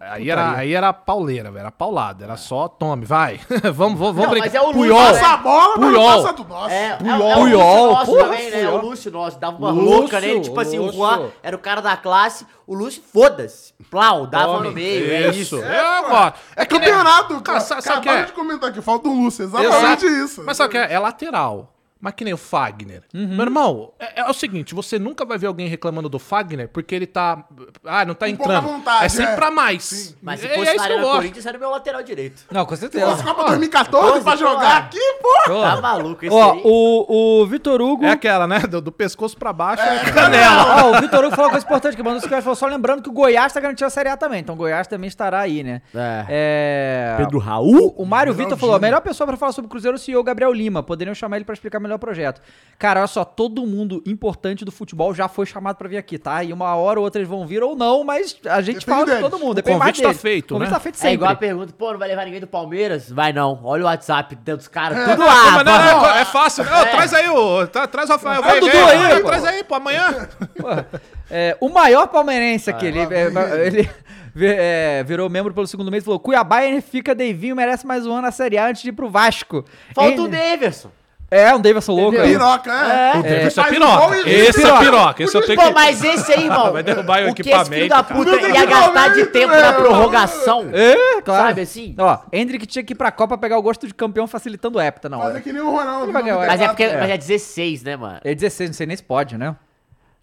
Speaker 4: Aí era, aí era pauleira, velho. Era paulada. Era só tome, vai. vamos, vamos, vamos
Speaker 3: Não,
Speaker 4: brincar.
Speaker 3: mas é o Lula,
Speaker 4: Puyol.
Speaker 3: né?
Speaker 2: Passa a bola, tá mas não
Speaker 4: Puyol.
Speaker 2: passa do nosso.
Speaker 3: É, é,
Speaker 4: Puyol,
Speaker 3: é o Lúcio
Speaker 4: Puyol,
Speaker 3: nosso
Speaker 4: porra,
Speaker 3: também, né? É o
Speaker 4: Puyol.
Speaker 3: Lúcio nosso. Dava uma
Speaker 1: Lúcio,
Speaker 3: louca nele, tipo assim, o
Speaker 1: Lúcio.
Speaker 3: Juan era o cara da classe, o Lúcio, foda-se. Plau, dava no meio, é isso.
Speaker 4: É, eu gosto.
Speaker 2: É campeonato,
Speaker 4: Cara,
Speaker 2: cara.
Speaker 4: sa- sabe
Speaker 2: Acabaram
Speaker 4: que
Speaker 2: de
Speaker 4: é?
Speaker 2: comentar aqui, falta um Lúcio,
Speaker 4: Tá
Speaker 2: exatamente
Speaker 4: Exato.
Speaker 2: isso.
Speaker 4: Mas sabe o que é? É lateral. Mas que nem o Fagner. Meu irmão, é, é o seguinte, você nunca vai ver alguém reclamando do Fagner porque ele tá... Ah, não tá
Speaker 2: Com pouca
Speaker 4: entrando.
Speaker 2: vontade,
Speaker 4: é sempre
Speaker 2: é.
Speaker 4: pra mais.
Speaker 3: Mas se
Speaker 4: é,
Speaker 3: fosse
Speaker 4: é
Speaker 3: é
Speaker 4: isso que eu
Speaker 3: Arena
Speaker 4: gosto.
Speaker 3: Corinthians, era o meu lateral direito.
Speaker 1: Não, com
Speaker 2: Nossa,
Speaker 1: certeza.
Speaker 2: Copa 2014 pra
Speaker 3: Coisa,
Speaker 2: jogar
Speaker 3: cara.
Speaker 2: aqui, pô.
Speaker 3: Tá maluco esse
Speaker 1: Ó,
Speaker 3: aí.
Speaker 1: o, o Vitor Hugo.
Speaker 4: É aquela, né? Do, do pescoço pra baixo é,
Speaker 1: Ó, o Vitor Hugo falou uma coisa importante que mandou os caras falou só lembrando que o Goiás tá garantindo a Série A também. Então o Goiás também estará aí, né? É.
Speaker 3: Pedro Raul?
Speaker 1: O Mário Vitor falou: a melhor pessoa pra falar sobre o Cruzeiro é o CEO Gabriel Lima. Poderiam chamar ele pra explicar melhor o projeto. Cara, olha só, todo mundo importante do futebol já foi chamado pra vir aqui, tá? E uma hora ou outra eles vão vir ou não, mas a gente
Speaker 2: Depende
Speaker 1: fala de
Speaker 2: deles.
Speaker 1: todo mundo.
Speaker 4: O convite tá feito,
Speaker 1: O convite
Speaker 4: né?
Speaker 1: tá feito
Speaker 3: É
Speaker 1: sempre.
Speaker 3: igual a pergunta, pô, não vai levar ninguém do Palmeiras? Vai não, olha o WhatsApp dos caras, tudo
Speaker 4: Ah,
Speaker 3: lá.
Speaker 4: mas não,
Speaker 3: pô.
Speaker 4: não, é fácil. Ô, Traz aí o. tra- traz o Rafael.
Speaker 1: Dudu aí, pô.
Speaker 4: traz aí, pô, amanhã.
Speaker 1: Porra. É, o maior palmeirense
Speaker 2: Ah,
Speaker 1: aqui, ele, é, ele vi- é, virou membro pelo segundo mês e falou: Cuiabá é, fica Deivinho, merece mais um ano na Série A antes de ir pro Vasco.
Speaker 3: Falta
Speaker 1: Ele-
Speaker 3: o Daverson.
Speaker 1: É, um Davidson louco aí.
Speaker 2: Piroca, é.
Speaker 4: Puta, esse é
Speaker 2: Faz um gol
Speaker 4: piroca.
Speaker 2: e-
Speaker 4: Esse é piroca. Esse eu tenho
Speaker 3: Pô,
Speaker 4: que.
Speaker 3: mas esse aí, irmão.
Speaker 4: Vai derrubar o
Speaker 3: o que esse filho
Speaker 4: equipamento,
Speaker 3: da
Speaker 4: cara.
Speaker 3: puta
Speaker 2: Não tem
Speaker 3: ia gastar de
Speaker 2: equipamento,
Speaker 3: tempo na
Speaker 2: é.
Speaker 3: prorrogação.
Speaker 1: É, claro.
Speaker 3: Sabe assim?
Speaker 1: Ó, Hendrick tinha que ir pra Copa pegar o gosto de campeão facilitando o hepta na
Speaker 2: Fazer
Speaker 1: hora.
Speaker 2: que nem o Ronaldo.
Speaker 1: Ele vai ganhar,
Speaker 3: Mas é porque
Speaker 1: É.
Speaker 3: mas é 16, né, mano?
Speaker 1: É 16, não sei nem se pode, né?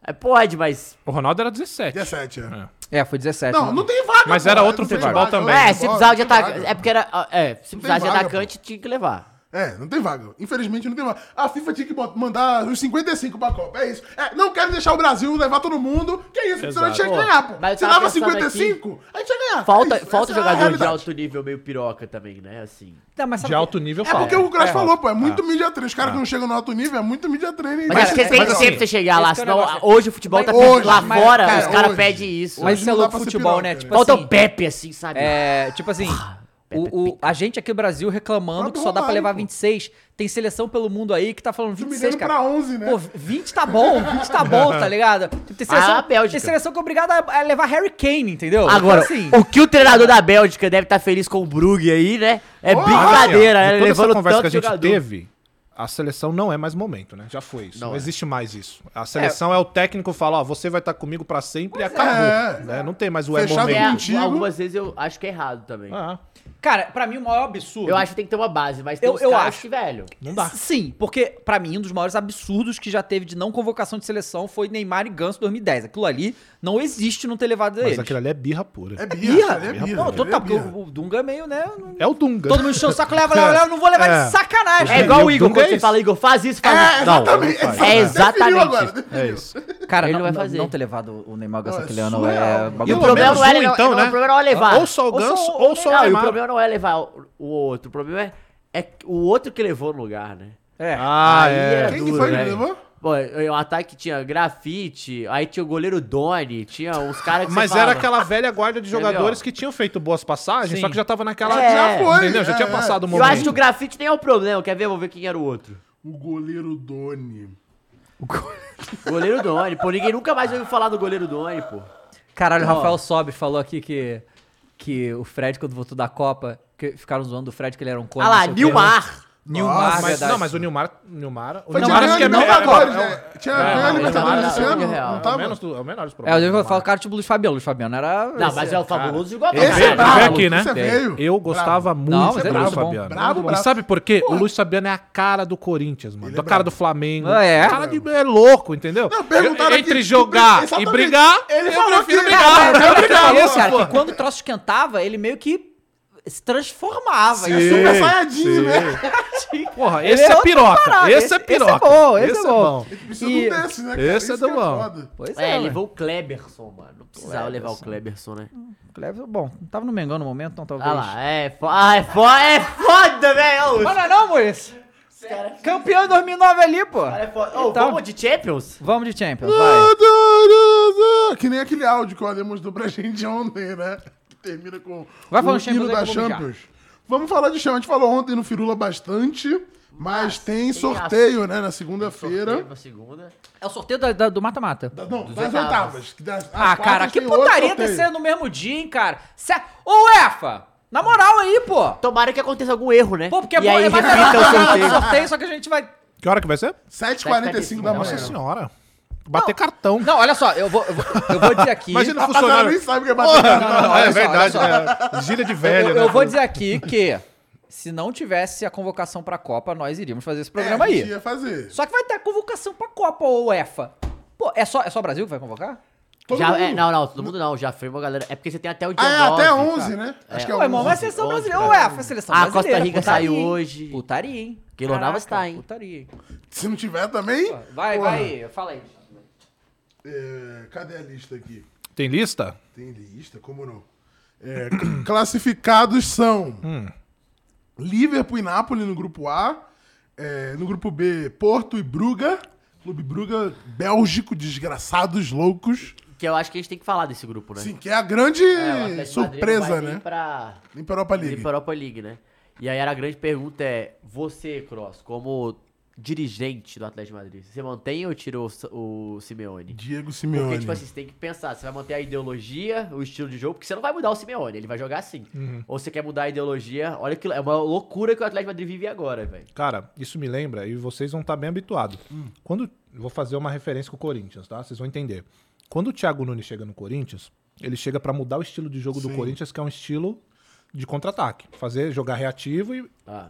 Speaker 3: É, pode, mas.
Speaker 4: O Ronaldo era 17.
Speaker 2: 17, é.
Speaker 1: É, foi 17.
Speaker 2: Não, não tem vaga.
Speaker 4: Mas
Speaker 2: pô,
Speaker 4: era
Speaker 2: não
Speaker 4: outro
Speaker 2: tem
Speaker 4: futebol
Speaker 2: vaga,
Speaker 4: também.
Speaker 2: não tem
Speaker 3: É, se
Speaker 2: bola,
Speaker 3: precisava de
Speaker 2: não tem
Speaker 3: ataque.
Speaker 2: vaga.
Speaker 3: É porque era. É, se precisasse de
Speaker 2: vaga,
Speaker 3: atacante, tinha que levar.
Speaker 2: É, não tem vaga. Infelizmente não tem vaga. A FIFA tinha que bot- mandar os 55 pra Copa. É isso. É, não quero deixar o Brasil levar todo mundo. Que é isso, senão a gente ia
Speaker 3: Exato.
Speaker 2: ganhar, pô.
Speaker 3: Mas eu
Speaker 2: Se
Speaker 3: tava
Speaker 2: dava
Speaker 3: pensando
Speaker 2: 55, a gente ia ganhar.
Speaker 3: Falta,
Speaker 2: É isso.
Speaker 3: falta
Speaker 2: Essa é a
Speaker 3: jogador de
Speaker 2: realidade.
Speaker 3: alto nível meio piroca também, né? Assim.
Speaker 1: Não, Tá, mas sabe
Speaker 4: De
Speaker 1: o que-
Speaker 4: alto nível
Speaker 2: É
Speaker 4: fala.
Speaker 2: porque o Crash falou, pô. É muito mídia 3. Os caras que não chegam no alto nível é muito mídia 3.
Speaker 3: Mas, é porque tem
Speaker 4: mas
Speaker 3: sempre
Speaker 4: assim,
Speaker 3: você chegar lá,
Speaker 1: esse que é o
Speaker 3: senão
Speaker 1: negócio.
Speaker 3: hoje o futebol tá
Speaker 1: Mas
Speaker 3: pedindo
Speaker 2: hoje,
Speaker 3: lá
Speaker 2: mas,
Speaker 3: fora,
Speaker 2: cara,
Speaker 3: os caras
Speaker 2: hoje.
Speaker 3: pedem isso.
Speaker 1: Mas isso é
Speaker 2: Não dá
Speaker 1: louco
Speaker 2: pra ser
Speaker 1: futebol,
Speaker 2: piroca,
Speaker 1: né?
Speaker 2: né?
Speaker 1: Tipo
Speaker 3: Falta
Speaker 1: assim,
Speaker 3: o Pepe, assim, sabe?
Speaker 1: É, tipo assim, o, o- a gente aqui no Brasil reclamando
Speaker 2: Fala
Speaker 1: que
Speaker 2: do
Speaker 1: só dá pra
Speaker 2: Romário,
Speaker 1: levar
Speaker 2: pô.
Speaker 1: 26. Tem seleção pelo mundo aí que tá falando 26,
Speaker 2: Diminuindo
Speaker 1: cara.
Speaker 2: pra 11, né?
Speaker 1: Pô, 20 tá bom, 20 tá bom, tá ligado? Tipo, Tem seleção,
Speaker 3: Ah, a Bélgica.
Speaker 1: tem seleção que é obrigada a a levar Harry Kane, entendeu?
Speaker 3: Agora,
Speaker 1: Então, assim,
Speaker 3: o que o treinador da Bélgica deve estar feliz com o Brugge aí, né? É brincadeira, né?
Speaker 4: Toda essa
Speaker 3: Levando
Speaker 4: conversa
Speaker 3: tanto
Speaker 4: que a gente
Speaker 3: jogador.
Speaker 4: teve, a seleção não é mais momento, né? Já foi isso. Não,
Speaker 3: Não é.
Speaker 4: existe mais isso. A seleção é, o técnico fala, ó, você vai estar comigo pra sempre e acabou.
Speaker 2: é.
Speaker 4: né? Não tem mais o é
Speaker 2: Fechado
Speaker 4: momento.
Speaker 3: É,
Speaker 2: Contigo.
Speaker 3: algumas vezes eu acho que é errado também.
Speaker 4: Ah,
Speaker 1: cara, pra mim o maior absurdo.
Speaker 3: Eu acho que tem que ter uma base, mas tem
Speaker 1: Eu-
Speaker 3: uns
Speaker 1: eu
Speaker 3: caras
Speaker 1: acho.
Speaker 3: que, velho.
Speaker 4: não dá.
Speaker 1: Sim, porque pra mim um dos maiores absurdos que já teve de não convocação de seleção foi Neymar e Ganso 2010. Aquilo ali não existe não ter levado
Speaker 4: Mas
Speaker 1: eles.
Speaker 4: aquilo ali é birra pura.
Speaker 2: É
Speaker 4: É,
Speaker 2: birra, é birra.
Speaker 1: Não,
Speaker 2: ele é
Speaker 3: tá
Speaker 1: total, porque
Speaker 2: birra.
Speaker 1: o, o Dunga é meio, né? não-
Speaker 4: o Dunga.
Speaker 1: Todo mundo encheu o saco, leva, leva, leva, eu não vou levar
Speaker 4: É.
Speaker 1: de sacanagem.
Speaker 3: É igual o
Speaker 4: e o
Speaker 3: Igor,
Speaker 4: Dunga é
Speaker 3: quando você
Speaker 4: isso.
Speaker 3: fala, Igor, faz isso, faz
Speaker 2: É,
Speaker 3: isso. Não,
Speaker 2: exatamente.
Speaker 3: não faz. É
Speaker 2: Definiu
Speaker 3: exatamente.
Speaker 2: agora,
Speaker 3: isso.
Speaker 4: É
Speaker 2: definiu.
Speaker 1: Cara,
Speaker 3: Ele
Speaker 1: não,
Speaker 3: vai
Speaker 1: não-
Speaker 3: fazer.
Speaker 1: não ter levado o Neymar Ganso
Speaker 2: Não, é
Speaker 1: aquele ano
Speaker 2: surreal.
Speaker 1: é
Speaker 2: E o
Speaker 1: bagulho.
Speaker 3: O problema
Speaker 4: menos
Speaker 3: não é
Speaker 4: um,
Speaker 3: levar-
Speaker 4: então,
Speaker 3: não,
Speaker 4: né?
Speaker 3: O problema não é levar.
Speaker 4: Ou só o Ganso,
Speaker 1: o-
Speaker 4: ou só o
Speaker 3: Não, e o
Speaker 4: Neymar.
Speaker 3: problema não é levar o, o outro. O problema é, é o outro que levou no lugar, né?
Speaker 1: É.
Speaker 4: Ah,
Speaker 3: Aí
Speaker 4: é.
Speaker 3: era
Speaker 2: Quem que
Speaker 3: duro,
Speaker 2: foi que
Speaker 3: né?
Speaker 2: levou?
Speaker 3: Pô, o ataque tinha grafite, aí tinha o goleiro Doni, tinha uns caras que você
Speaker 4: Mas era
Speaker 3: falava,
Speaker 4: aquela velha guarda de jogadores
Speaker 3: Entendeu?
Speaker 4: que tinham feito boas passagens,
Speaker 1: Sim.
Speaker 4: só que já tava naquela.
Speaker 3: É.
Speaker 2: Já foi,
Speaker 4: Entendeu? Já
Speaker 2: é,
Speaker 4: tinha
Speaker 2: é.
Speaker 4: passado o
Speaker 3: Eu
Speaker 4: momento.
Speaker 3: acho que o grafite nem é o problema. Quer ver? Vou ver quem era o outro.
Speaker 2: O goleiro Doni.
Speaker 3: Goleiro Doni. Pô, ninguém nunca mais ouviu falar do goleiro Doni, pô.
Speaker 1: Caralho, o
Speaker 3: Ó.
Speaker 1: Rafael Sobe falou aqui que, que o Fred, quando voltou da Copa, que ficaram zoando o Fred que ele era um corno.
Speaker 3: Ah lá, Nilmar.
Speaker 1: Nilmar,
Speaker 4: mas,
Speaker 1: verdade.
Speaker 4: não, mas o Nilmar. Nilmar o
Speaker 2: Foi
Speaker 1: Não,
Speaker 4: Nilmar
Speaker 1: mas
Speaker 4: acho que é
Speaker 1: não
Speaker 4: me- é-
Speaker 2: Libertadores,
Speaker 4: é-
Speaker 2: né? Tinha ganho a
Speaker 3: não,
Speaker 2: Libertadores
Speaker 3: não,
Speaker 2: esse
Speaker 3: não,
Speaker 2: ano?
Speaker 3: não,
Speaker 2: Não
Speaker 4: É o
Speaker 2: tava?
Speaker 4: menos, do- é o menor dos
Speaker 1: É,
Speaker 4: problemas.
Speaker 1: eu devo
Speaker 4: Nilmar.
Speaker 1: falar, cara, tipo o Luiz Fabiano. Luiz Fabiano era.
Speaker 3: Não, mas é o fabuloso igual
Speaker 4: Esse
Speaker 2: Esse é
Speaker 4: Vem
Speaker 2: brabo,
Speaker 4: aqui, né?
Speaker 2: Esse é veio.
Speaker 4: Eu
Speaker 1: Não,
Speaker 4: gostava muito
Speaker 1: mas é
Speaker 4: do Luiz
Speaker 1: brabo, bom.
Speaker 4: Fabiano.
Speaker 2: Brabo,
Speaker 4: e
Speaker 2: brabo.
Speaker 4: sabe por quê? O Luiz Fabiano é a cara do Corinthians, mano. a cara do Flamengo.
Speaker 1: Ah, é?
Speaker 4: Cara de, é louco, entendeu?
Speaker 2: Não, perguntaram
Speaker 4: Eu- Entre
Speaker 2: aqui-
Speaker 4: jogar e
Speaker 2: Exatamente.
Speaker 4: brigar,
Speaker 2: Ele
Speaker 4: eu
Speaker 2: falou
Speaker 4: prefiro
Speaker 2: que-
Speaker 4: brigar.
Speaker 2: Cara,
Speaker 4: Eu
Speaker 1: Ele é
Speaker 4: brigar.
Speaker 1: falou, cara,
Speaker 4: pô.
Speaker 1: que quando o troço esquentava, ele meio que se transformava.
Speaker 2: É
Speaker 1: Isso.
Speaker 2: Super Saiyajin, né?
Speaker 4: Porra,
Speaker 1: Ele
Speaker 4: esse
Speaker 1: é
Speaker 4: é
Speaker 1: outra
Speaker 4: piroca.
Speaker 1: parada,
Speaker 4: Esse é
Speaker 1: esse- esse é
Speaker 4: piroca.
Speaker 1: bom, esse é bom.
Speaker 2: Precisa
Speaker 1: E-
Speaker 2: de um desse, né, cara?
Speaker 4: Esse é
Speaker 2: Isso
Speaker 4: do
Speaker 2: que
Speaker 4: bom.
Speaker 2: foda.
Speaker 1: Pois
Speaker 3: É,
Speaker 1: é,
Speaker 3: ele
Speaker 1: ele
Speaker 3: levou o Kleberson, mano. Não precisava levar o Kleberson, né?
Speaker 1: Bom, não tava no Mengão no momento, então talvez.
Speaker 3: Ah lá, é, fo ah, é, fo é foda, velho.
Speaker 1: Mas não é não, Maurício. Campeão em 2009 ali, pô.
Speaker 3: É foda. Ô,
Speaker 1: Então-
Speaker 3: vamos de Champions?
Speaker 1: Vamos de Champions, vai.
Speaker 2: é. Que nem aquele áudio que o Ale mostrou pra gente ontem, né? Que termina com
Speaker 1: Vai
Speaker 2: o
Speaker 1: falando Champions
Speaker 2: hino
Speaker 1: aí
Speaker 2: da
Speaker 1: que eu vou mijar.
Speaker 2: Champions. Vamos falar de Champions. A gente falou ontem no Firula bastante. Mas tem
Speaker 3: tem
Speaker 2: sorteio, né? Na
Speaker 3: Tem sorteio
Speaker 2: segunda-feira.
Speaker 3: Na segunda.
Speaker 7: É o sorteio da- da- do mata-mata.
Speaker 2: Da- Não,
Speaker 3: Dos
Speaker 2: das
Speaker 3: oitavas.
Speaker 2: oitavas. que das- as
Speaker 7: Ah,
Speaker 2: quartas
Speaker 7: cara, que
Speaker 2: tem outro
Speaker 4: tá
Speaker 7: putaria
Speaker 2: sorteio.
Speaker 7: ter sido no mesmo dia, hein, cara? Cê... Ô, UEFA! Na moral aí, pô!
Speaker 3: Tomara que aconteça algum erro, né?
Speaker 7: Pô, porque
Speaker 3: e
Speaker 7: é
Speaker 3: aí
Speaker 7: é mais
Speaker 3: repita o
Speaker 7: sorteio.
Speaker 3: sorteio.
Speaker 7: sorteio, só que a gente vai.
Speaker 4: Que hora que vai ser?
Speaker 2: 7h45 da
Speaker 4: Nossa
Speaker 2: manhã.
Speaker 4: senhora. é Bater cartão.
Speaker 7: Não, olha só, eu vou, eu vou, eu vou dizer aqui.
Speaker 4: Imagina o
Speaker 2: Rapaziada,
Speaker 4: funcionário.
Speaker 2: nem sabe o que é bater cartão.
Speaker 7: não, olha
Speaker 4: é
Speaker 7: só,
Speaker 4: verdade.
Speaker 7: olha
Speaker 4: é. Gíria de
Speaker 7: Eu-
Speaker 4: velha.
Speaker 7: eu,
Speaker 4: né?
Speaker 7: vou dizer aqui que se não tivesse a convocação pra Copa, nós iríamos fazer esse programa
Speaker 2: É, a gente
Speaker 7: aí.
Speaker 2: ia fazer.
Speaker 7: Só que vai ter a convocação pra Copa ou UEFA. Pô, é só, é só o Brasil que vai convocar?
Speaker 2: Todo
Speaker 3: Já, é,
Speaker 2: mundo.
Speaker 3: não, não, todo mundo não. Já foi uma galera. É porque você tem até o dia
Speaker 2: Ah, é até
Speaker 3: 9,
Speaker 2: 11,
Speaker 3: cara.
Speaker 2: né? Acho
Speaker 3: É,
Speaker 2: que é
Speaker 7: Ué, irmão,
Speaker 2: 11.
Speaker 7: mas é seleção
Speaker 3: 11,
Speaker 4: né?
Speaker 7: brasileira. Ou
Speaker 3: cara.
Speaker 7: UEFA, é seleção
Speaker 3: Ah,
Speaker 7: brasileira. tá
Speaker 3: Costa Rica
Speaker 7: putaria,
Speaker 3: saiu
Speaker 7: hein?
Speaker 3: hoje.
Speaker 7: Putaria, hein?
Speaker 3: Keylor
Speaker 7: Caraca,
Speaker 3: Navas tá, hein?
Speaker 7: Putaria, hein?
Speaker 2: Se não tiver também.
Speaker 7: Vai,
Speaker 2: porra.
Speaker 7: vai, fala aí.
Speaker 2: É, cadê a lista aqui?
Speaker 4: Tem lista?
Speaker 2: Tem lista? Como não? É, c- classificados são
Speaker 7: Hum.
Speaker 2: Liverpool e Nápoles no grupo A. é, no grupo B, Porto e Bruga. Clube Bruga, Bélgico, desgraçados, loucos.
Speaker 3: Que eu acho que a gente tem que falar desse grupo, né?
Speaker 2: Sim, que é a grande
Speaker 3: É, o Atlético de Madrid não
Speaker 2: surpresa,
Speaker 3: vai nem
Speaker 2: né?
Speaker 3: Pra...
Speaker 2: Nem pra Europa
Speaker 3: League.
Speaker 2: League.
Speaker 3: Pra Europa League, né? E aí era a grande pergunta é, você, Cross, como dirigente do Atlético de Madrid, você mantém ou tira o, S- o Simeone?
Speaker 2: Diego
Speaker 3: Porque,
Speaker 2: Simeone.
Speaker 3: tipo assim, você tem que pensar, você vai manter a ideologia, o estilo de jogo, porque você não vai mudar o Simeone, ele vai jogar assim. Ou você quer mudar a ideologia, olha que é uma loucura que o Atlético de Madrid vive agora, velho.
Speaker 4: Cara, isso me lembra, e vocês vão estar bem habituados. Quando. Vou fazer uma referência com o Corinthians, tá? Vocês vão entender. Quando o Thiago Nunes chega no Corinthians, ele chega pra mudar o estilo de jogo do Corinthians, que é um estilo de contra-ataque. Fazer, jogar reativo e.
Speaker 3: Ah,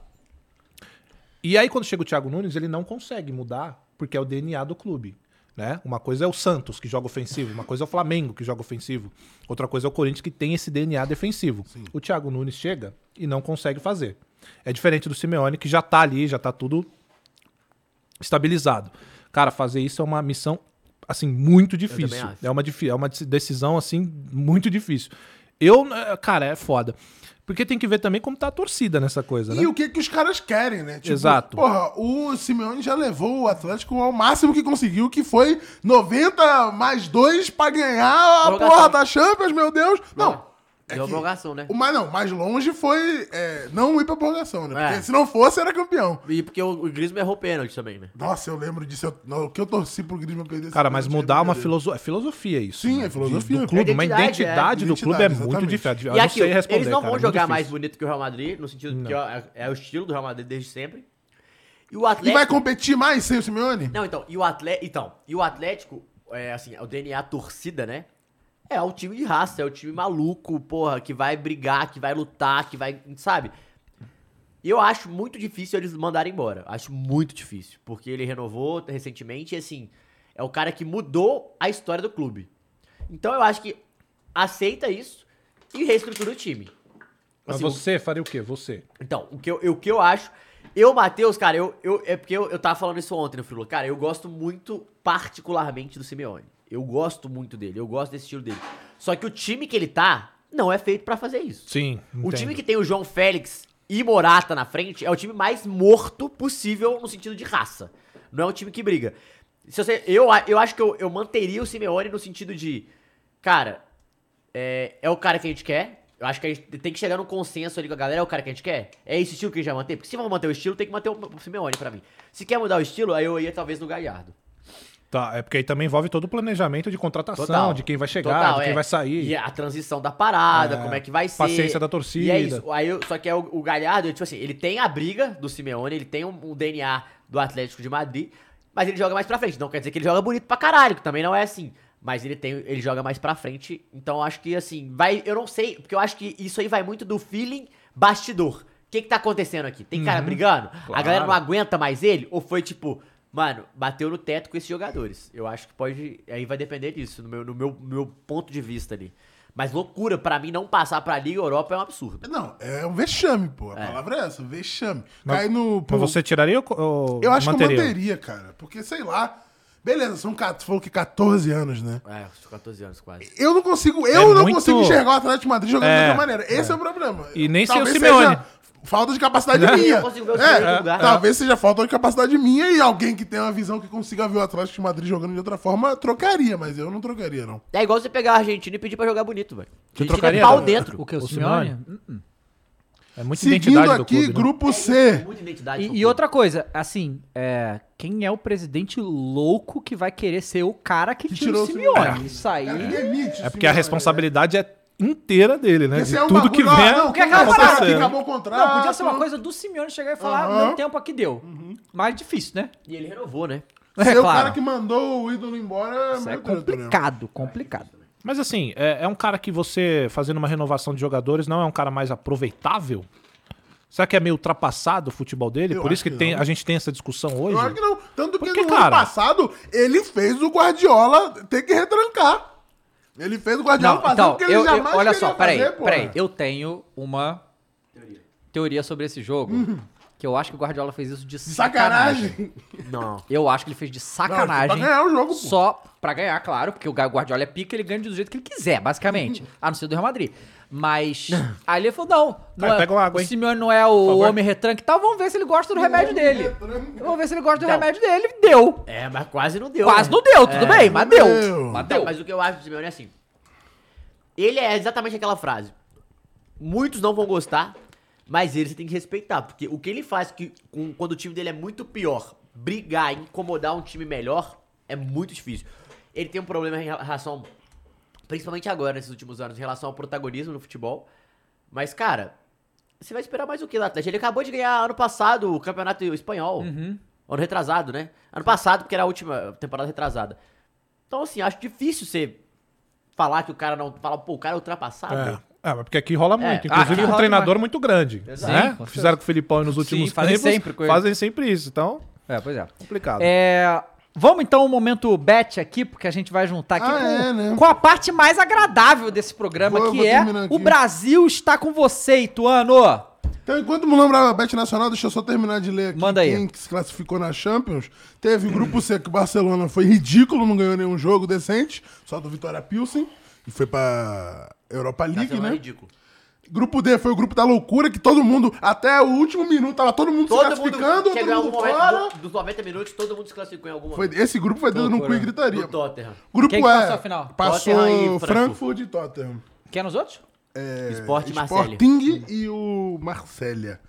Speaker 4: E aí, quando chega o Thiago Nunes, ele não consegue mudar, porque é o DNA do clube. Né? Uma coisa é o Santos, que joga ofensivo, uma coisa é o Flamengo, que joga ofensivo, outra coisa é o Corinthians, que tem esse DNA defensivo. O Thiago Nunes chega e não consegue fazer. É diferente do Simeone, que já tá ali, já tá tudo estabilizado. Cara, fazer isso é uma missão assim muito difícil.
Speaker 3: acho.
Speaker 4: É uma, difi- é uma deci- decisão assim muito difícil. Eu, eh, cara, é foda. Porque tem que ver também como tá a torcida nessa coisa, né?
Speaker 2: E o que, que os caras querem, né? Tipo,
Speaker 4: Exato.
Speaker 2: Porra, o Simeone já levou o Atlético ao máximo que conseguiu, que foi 90 mais 2 pra ganhar a
Speaker 3: Prorrogação.
Speaker 2: porra da Champions, meu Deus. Não. é
Speaker 3: deu
Speaker 2: que-
Speaker 3: prorrogação, né?
Speaker 2: O mais, não, mais longe foi é, não ir pra prorrogação, né?
Speaker 3: É.
Speaker 2: Porque se não fosse, era campeão.
Speaker 3: E porque o, o Griezmann errou pênalti também, né?
Speaker 2: Nossa, eu lembro disso. Eu, não, o que eu torci pro Griezmann perder. esse
Speaker 4: Cara, mas
Speaker 2: pênalti é
Speaker 4: mudar uma
Speaker 2: brincadeira.
Speaker 4: filosofia. É filosofia isso.
Speaker 2: Sim,
Speaker 4: né?
Speaker 2: é
Speaker 4: De-
Speaker 2: filosofia.
Speaker 4: Do clube, uma
Speaker 3: Identidade,
Speaker 4: identidade,
Speaker 3: é.
Speaker 4: do
Speaker 2: Identidade,
Speaker 4: clube é
Speaker 2: exatamente.
Speaker 4: muito diferente. Eu
Speaker 3: e
Speaker 4: não
Speaker 3: aqui,
Speaker 4: sei responder.
Speaker 3: eles não
Speaker 4: cara, é
Speaker 3: vão
Speaker 4: muito
Speaker 3: jogar
Speaker 4: difícil.
Speaker 3: mais bonito que o Real Madrid, no sentido que ó, é, é o estilo do Real Madrid desde sempre. E o
Speaker 2: E
Speaker 3: Atlético.
Speaker 2: vai competir mais sem o Simeone?
Speaker 3: Não, então, e o Atlético. Então, e o Atlético, é assim, é o DNA torcida, né? É o time de raça, é o time maluco, porra, que vai brigar, que vai lutar, que vai. Sabe? E eu acho muito difícil eles mandarem embora. Acho muito difícil. Porque ele renovou recentemente e, assim, é o cara que mudou a história do clube. Então eu acho que aceita isso e reestrutura o time.
Speaker 4: Mas
Speaker 3: Assim,
Speaker 4: você faria o quê? Você.
Speaker 3: então, o que eu, eu- o que eu acho. Eu, Matheus, cara, eu, eu, é porque eu, eu tava falando isso ontem no Frilo. Cara, eu gosto muito, particularmente, do Simeone. Eu gosto muito dele, eu gosto desse estilo dele. Só que o time que ele tá não é feito pra fazer isso.
Speaker 4: Sim.
Speaker 3: O time que tem o João Félix e Morata na frente é o time mais morto possível no sentido de raça. Não é um time que briga. Se você, eu, a- eu acho que eu, eu manteria o Simeone no sentido de, cara, é, é o cara que a gente quer. Eu acho que a gente tem que chegar num consenso ali com a galera, é o cara que a gente quer. É esse estilo que a gente vai manter. Porque se for manter o estilo, tem que manter o Simeone pra mim. Se quer mudar o estilo, aí eu ia talvez no Galhardo.
Speaker 4: Tá, é porque aí também envolve todo o planejamento de contratação, de quem vai chegar,
Speaker 3: Total,
Speaker 4: de quem
Speaker 3: é.
Speaker 4: vai sair.
Speaker 3: E a transição da parada,
Speaker 4: É.
Speaker 3: como é que vai ser.
Speaker 4: Paciência da torcida.
Speaker 3: E é isso. Aí, eu- só que é o, o Galhardo, tipo assim, ele tem a briga do Simeone, ele tem um, um DNA do Atlético de Madrid, mas ele joga mais pra frente. Não quer dizer que ele joga bonito pra caralho, que também não é assim. Mas ele tem, ele joga mais pra frente. Então eu acho que assim, vai. Eu não sei, porque eu acho que isso aí vai muito do feeling bastidor. O que, que tá acontecendo aqui? Tem cara brigando? A
Speaker 4: claro.
Speaker 3: galera não aguenta mais ele? Ou foi tipo, mano, bateu no teto com esses jogadores? Eu acho que pode. Aí vai depender disso, no meu, no meu, meu ponto de vista ali. Mas loucura, pra mim não passar pra Liga Europa é um absurdo.
Speaker 2: Não, é um vexame, pô. A palavra é essa, vexame.
Speaker 4: Mas-
Speaker 2: Cai no. pro-
Speaker 4: Mas você tiraria ou, ou
Speaker 2: Eu acho
Speaker 4: manteria?
Speaker 2: que eu manteria, cara. Porque, sei lá. Beleza, são, ca- você falou que 14 anos, né?
Speaker 3: É, eu sou 14 anos quase.
Speaker 2: Eu não consigo, eu não
Speaker 4: É muito-
Speaker 2: consigo enxergar o Atlético de Madrid jogando
Speaker 4: É,
Speaker 2: de outra maneira. Esse é, o problema.
Speaker 4: E nem sem o
Speaker 2: Talvez
Speaker 4: Simeone.
Speaker 2: seja Falta de capacidade
Speaker 4: Né?
Speaker 2: minha.
Speaker 3: Eu consigo ver o
Speaker 2: É,
Speaker 3: Simeone em outro lugar.
Speaker 2: Talvez seja falta de capacidade minha e alguém que tenha uma visão que consiga ver o Atlético de Madrid jogando de outra forma trocaria, mas eu não trocaria, não.
Speaker 3: É igual você pegar a Argentina e pedir pra jogar bonito, velho. A Argentina
Speaker 4: trocaria,
Speaker 3: é pau
Speaker 4: né?
Speaker 3: dentro.
Speaker 7: O que? O,
Speaker 4: O
Speaker 7: Simeone?
Speaker 4: Simeone?
Speaker 7: Hum, hum.
Speaker 4: É muita
Speaker 2: Seguindo
Speaker 4: identidade do
Speaker 2: aqui,
Speaker 4: clube, né?
Speaker 2: grupo C.
Speaker 3: Muita é identidade.
Speaker 1: E, e outra coisa, assim, é, quem é o presidente louco que vai querer ser o cara que tirou o Simeone? Isso aí.
Speaker 4: É porque a responsabilidade é inteira dele, né?
Speaker 2: Esse
Speaker 4: De
Speaker 2: é um
Speaker 4: tudo que
Speaker 2: bagulho, ó,
Speaker 4: vem.
Speaker 2: não,
Speaker 1: que acaba
Speaker 2: contrato
Speaker 4: acontecendo.
Speaker 2: aqui, acabou o contrato.
Speaker 1: Ah, Não, podia ser uma coisa do Simeone chegar e falar,
Speaker 2: Aham.
Speaker 1: meu tempo aqui deu. Mais difícil, né?
Speaker 3: E ele renovou, né?
Speaker 2: Ser
Speaker 1: É
Speaker 2: o
Speaker 1: claro.
Speaker 2: cara que mandou o ídolo embora,
Speaker 1: Isso é
Speaker 2: meu Deus, Daniel.
Speaker 1: complicado, complicado.
Speaker 4: Mas assim, é, é um cara que você, fazendo uma renovação de jogadores, não é um cara mais aproveitável? Será que é meio ultrapassado o futebol dele?
Speaker 2: Eu
Speaker 4: Por isso
Speaker 2: acho
Speaker 4: que,
Speaker 2: que
Speaker 4: tem,
Speaker 2: não.
Speaker 4: a gente tem essa discussão hoje?
Speaker 2: Eu acho que não. Tanto que
Speaker 4: Porque,
Speaker 2: no
Speaker 4: cara-
Speaker 2: ano passado, ele fez o Guardiola ter que retrancar. Ele fez o Guardiola
Speaker 1: Não,
Speaker 2: fazer
Speaker 1: então,
Speaker 2: o que ele
Speaker 1: eu, eu-
Speaker 2: jamais
Speaker 1: olha
Speaker 2: queria
Speaker 1: só, peraí,
Speaker 2: fazer, porra.
Speaker 1: peraí. Eu tenho uma teoria sobre esse jogo, que eu acho que o Guardiola fez isso Uhum. de
Speaker 2: De
Speaker 1: sacanagem.
Speaker 2: Sacanagem.
Speaker 3: Não.
Speaker 1: Eu acho que ele fez de
Speaker 2: Não,
Speaker 1: sacanagem.
Speaker 2: pra ganhar o jogo, pô.
Speaker 1: Só pra ganhar, claro, porque o Guardiola é pica, ele ganha do jeito que ele quiser, basicamente. A não ser do Real Madrid. Mas aí ele falou: não, não
Speaker 4: Vai,
Speaker 1: é-
Speaker 4: pega uma água,
Speaker 1: o
Speaker 4: hein?
Speaker 1: Simeone não é o homem retranque e tal, vamos ver se ele gosta do remédio
Speaker 2: é
Speaker 1: dele. Vamos ver se ele gosta do remédio dele. Deu.
Speaker 3: É, mas quase não deu.
Speaker 1: Quase
Speaker 3: né?
Speaker 1: não deu, tudo bem, mas deu.
Speaker 2: É, deu.
Speaker 1: Mas
Speaker 3: Então,
Speaker 1: deu.
Speaker 3: mas o que eu acho do Simeone é assim. Ele é exatamente aquela frase. Muitos não vão gostar, mas ele você tem que respeitar. Porque o que ele faz que, com- quando o time dele é muito pior, brigar, incomodar um time melhor, é muito difícil. Ele tem um problema em relação, principalmente agora, nesses últimos anos, em relação ao protagonismo no futebol. Mas, cara, você vai esperar mais o que do Atlético? Ele acabou de ganhar ano passado o campeonato espanhol. Ano retrasado, né? Ano passado, porque era a última temporada retrasada. Então, assim, acho difícil você falar que o cara não. Fala, pô, o cara é ultrapassado.
Speaker 4: É. Ah, mas porque aqui rola muito,
Speaker 1: aqui
Speaker 4: inclusive com
Speaker 1: rola
Speaker 4: um treinador muito grande.
Speaker 1: Exato.
Speaker 4: né?
Speaker 1: Sim, com
Speaker 4: Fizeram com o Filipão aí nos últimos
Speaker 1: fazem
Speaker 4: tempos,
Speaker 1: sempre com ele.
Speaker 4: Fazem sempre isso, então
Speaker 1: É, pois é.
Speaker 4: complicado.
Speaker 1: É, Vamos então ao momento bet aqui, porque a gente vai juntar aqui
Speaker 2: Ah,
Speaker 1: com,
Speaker 2: é, né?
Speaker 1: com a parte mais agradável desse programa,
Speaker 2: Vou-
Speaker 1: que
Speaker 2: vou
Speaker 1: é
Speaker 2: terminar
Speaker 1: o
Speaker 2: aqui.
Speaker 1: Brasil está com você, Ituano.
Speaker 2: Então, enquanto não lembrar a Bet Nacional, deixa eu só terminar de ler aqui
Speaker 1: Manda aí.
Speaker 2: quem que se classificou na Champions. Teve o grupo C que o Barcelona foi ridículo, não ganhou nenhum jogo decente, só do Vitória Pilsen, e foi pra Europa League,
Speaker 3: Barcelona
Speaker 2: né?
Speaker 3: é ridículo.
Speaker 2: Grupo D foi o grupo da loucura, que todo mundo, até o último minuto, tava todo mundo se
Speaker 3: Todo mundo
Speaker 2: classificando, tá
Speaker 3: chegou em
Speaker 2: todo
Speaker 3: algum
Speaker 2: mundo
Speaker 3: momento
Speaker 2: fora.
Speaker 3: do- dos 90 minutos, todo mundo se classificou em algum
Speaker 2: Foi,
Speaker 3: momento.
Speaker 2: esse grupo foi dedo no cu e gritaria.
Speaker 3: Do Tottenham.
Speaker 2: Grupo
Speaker 1: Quem
Speaker 2: E.
Speaker 1: que passou a final?
Speaker 2: Passou
Speaker 3: Tottenham e
Speaker 2: Frankfurt e Tottenham.
Speaker 1: Quer nos outros?
Speaker 2: É,
Speaker 3: Sport e Marseille. Hum.
Speaker 2: Sporting e o Marselha.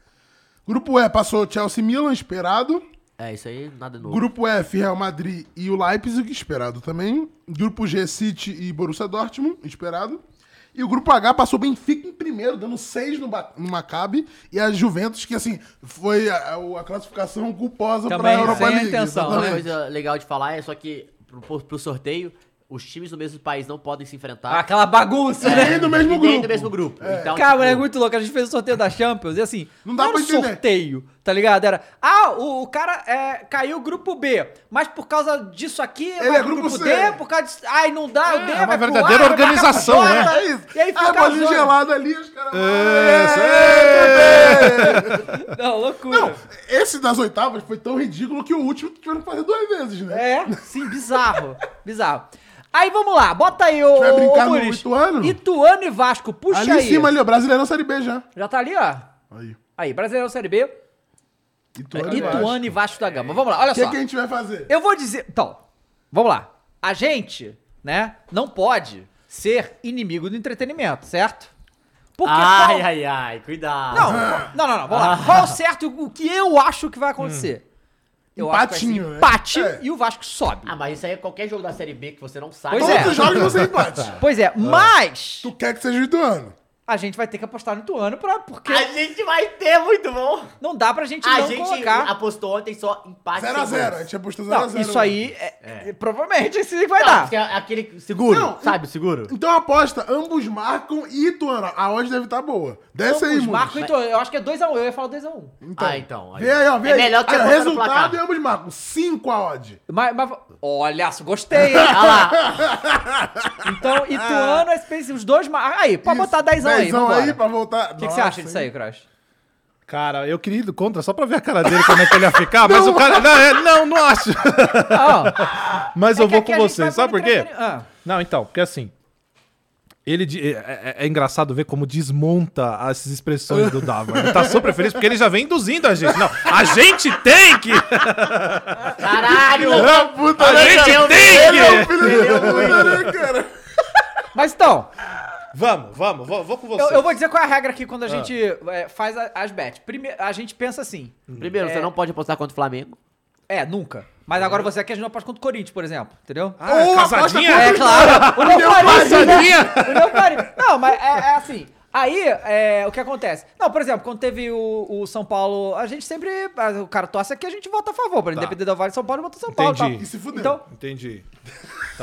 Speaker 2: Grupo E passou Chelsea e Milan, esperado.
Speaker 3: É, isso aí, nada novo.
Speaker 2: Grupo F, Real Madrid e o Leipzig, esperado também. Grupo G, City e Borussia Dortmund, esperado. E o grupo H passou Benfica em primeiro, dando seis no, Ba- no Maccabi. E a Juventus, que assim, foi a, a classificação culposa para
Speaker 1: Também,
Speaker 2: a Europa
Speaker 1: sem a
Speaker 2: League.
Speaker 1: intenção, né?
Speaker 3: Então, é Uma
Speaker 2: exatamente.
Speaker 3: coisa legal de falar é só que pro, pro sorteio, os times do mesmo país não podem se enfrentar.
Speaker 1: Aquela bagunça,
Speaker 2: tá? É, um
Speaker 1: né?
Speaker 2: do mesmo
Speaker 3: Ninguém
Speaker 2: grupo.
Speaker 3: do mesmo grupo. Então,
Speaker 1: Cara, é
Speaker 3: tipo,
Speaker 1: muito louco. A gente fez o sorteio da Champions e assim,
Speaker 2: Não dá
Speaker 1: era
Speaker 2: pra
Speaker 1: um
Speaker 2: entender.
Speaker 1: sorteio, tá ligado? Era, ah, o, o cara é, caiu grupo B, mas por causa disso aqui, vai
Speaker 2: é
Speaker 1: pro
Speaker 2: grupo C.
Speaker 1: D, por causa disso, ai, não dá, o D
Speaker 4: uma
Speaker 1: vai pro A,
Speaker 4: verdadeira
Speaker 1: vai pra
Speaker 4: organização,
Speaker 1: J,
Speaker 4: né?
Speaker 2: É isso.
Speaker 1: E aí fica
Speaker 2: a bolinha
Speaker 1: zona. É.
Speaker 2: gelada ali, os caras... é.
Speaker 4: É,
Speaker 1: Não, loucura.
Speaker 2: Não, esse das oitavas foi tão ridículo que o último tiveram que fazer duas vezes, né?
Speaker 1: É, sim, bizarro. bizarro. Aí vamos lá, bota aí o.
Speaker 2: vai brincar
Speaker 1: o
Speaker 2: no
Speaker 1: Muricy.
Speaker 2: Ituano?
Speaker 1: Ituano e Vasco, puxa
Speaker 2: ali
Speaker 1: aí.
Speaker 2: em cima, ali, ó, Brasileirão Série B já.
Speaker 1: Já tá ali, ó.
Speaker 2: Aí,
Speaker 1: Aí, Brasileirão Série B,
Speaker 2: Ituano, e Vasco.
Speaker 1: Ituano É, e Vasco da Gama. Vamos lá, olha
Speaker 2: O que, é
Speaker 1: só.
Speaker 2: que a gente vai fazer?
Speaker 1: Eu vou dizer. Então, vamos lá. A gente, né, não pode ser inimigo do entretenimento, certo? Porque. é qual-
Speaker 3: Ai, ai, ai, cuidado.
Speaker 1: Não, não, não, não, vamos lá. Qual é o certo o que eu acho que vai acontecer? Eu
Speaker 2: Empatinho,
Speaker 1: acho
Speaker 2: né?
Speaker 1: que vai ser empate
Speaker 2: É.
Speaker 1: e o Vasco sobe.
Speaker 3: Ah, mas isso aí é qualquer jogo da Série B que você não sabe.
Speaker 1: Pois
Speaker 2: Todos
Speaker 1: é.
Speaker 2: os jogos vão ser empate.
Speaker 1: Pois é, mas
Speaker 2: Tu quer que seja o Ituano?
Speaker 1: a gente vai ter que apostar no Ituano pra, porque
Speaker 3: A gente vai ter, muito bom.
Speaker 1: não dá pra gente
Speaker 3: A
Speaker 1: não
Speaker 3: gente
Speaker 1: colocar.
Speaker 3: apostou ontem só empate.
Speaker 2: 0x0. A, né? gente apostou 0x0.
Speaker 1: Não, isso aí é- é- provavelmente é isso aí que vai
Speaker 3: Não,
Speaker 1: dar.
Speaker 3: porque é aquele seguro,
Speaker 2: Não,
Speaker 3: sabe, seguro.
Speaker 2: Então aposta, ambos marcam e Ituano. A odd deve estar boa. Desce aí,
Speaker 1: Os
Speaker 2: Mundo.
Speaker 1: Marcos, então, eu acho que é 2x1, eu ia falar 2x1.
Speaker 3: ah, então.
Speaker 2: Vê aí, ó. Vê
Speaker 3: é
Speaker 2: aí.
Speaker 3: melhor que
Speaker 2: Aí, ó,
Speaker 3: apostar no placar.
Speaker 2: Resultado e ambos marcam. 5 a odd.
Speaker 1: Mas, mas- olha, só gostei, hein?
Speaker 3: Ah lá,
Speaker 1: Então, Ituano, Space, os dois. mar- Aí, pode
Speaker 2: Isso,
Speaker 1: botar 10 aí.
Speaker 2: Dezão aí
Speaker 1: O
Speaker 2: pra voltar. O
Speaker 1: que, que você acha disso aí, Crash?
Speaker 4: Cara, eu queria ir do contra só pra ver a cara dele, como é que ele ia ficar, mas o cara. Não, é- não, não acho.
Speaker 1: Ah,
Speaker 4: Mas
Speaker 1: é
Speaker 4: eu
Speaker 1: que
Speaker 4: vou
Speaker 1: aqui
Speaker 4: com
Speaker 1: a gente
Speaker 4: você,
Speaker 1: vai
Speaker 4: sabe por quê?
Speaker 1: entretenimento. Ah,
Speaker 4: Não, então, porque assim. Ele de- é, é- é engraçado ver como desmonta as expressões do Dava. Ele tá super feliz porque ele já vem induzindo a gente. Não, a gente tem que! É,
Speaker 3: caralho!
Speaker 2: Ah, puta,
Speaker 4: A
Speaker 2: né,
Speaker 4: gente
Speaker 2: cara?
Speaker 4: tem
Speaker 2: Ele é o
Speaker 4: que!
Speaker 2: filho da puta, né, cara?
Speaker 1: mas então,
Speaker 8: Vamos, vamos, vou, vou com você.
Speaker 1: Eu, eu vou dizer qual é a regra aqui quando a gente é, faz a- as bets. Primeiro, a gente pensa assim.
Speaker 3: Primeiro, você não pode apostar contra o Flamengo.
Speaker 1: É, nunca. Mas agora você aqui a gente não aposta contra o Corinthians, por exemplo, entendeu?
Speaker 8: Ah, casadinha?
Speaker 1: É claro. O meu parecido, né? O meu parecido. Não, mas é, é assim. Aí, é, o que acontece? Não, por exemplo, quando teve o, o São Paulo, a gente sempre. O cara torce aqui, a gente vota a favor. Pra independer do Vale São Paulo, vota São Paulo.
Speaker 4: Tá. Entendi. Tá.
Speaker 1: tal.
Speaker 2: E se fudeu.
Speaker 1: Então,
Speaker 4: Entendi.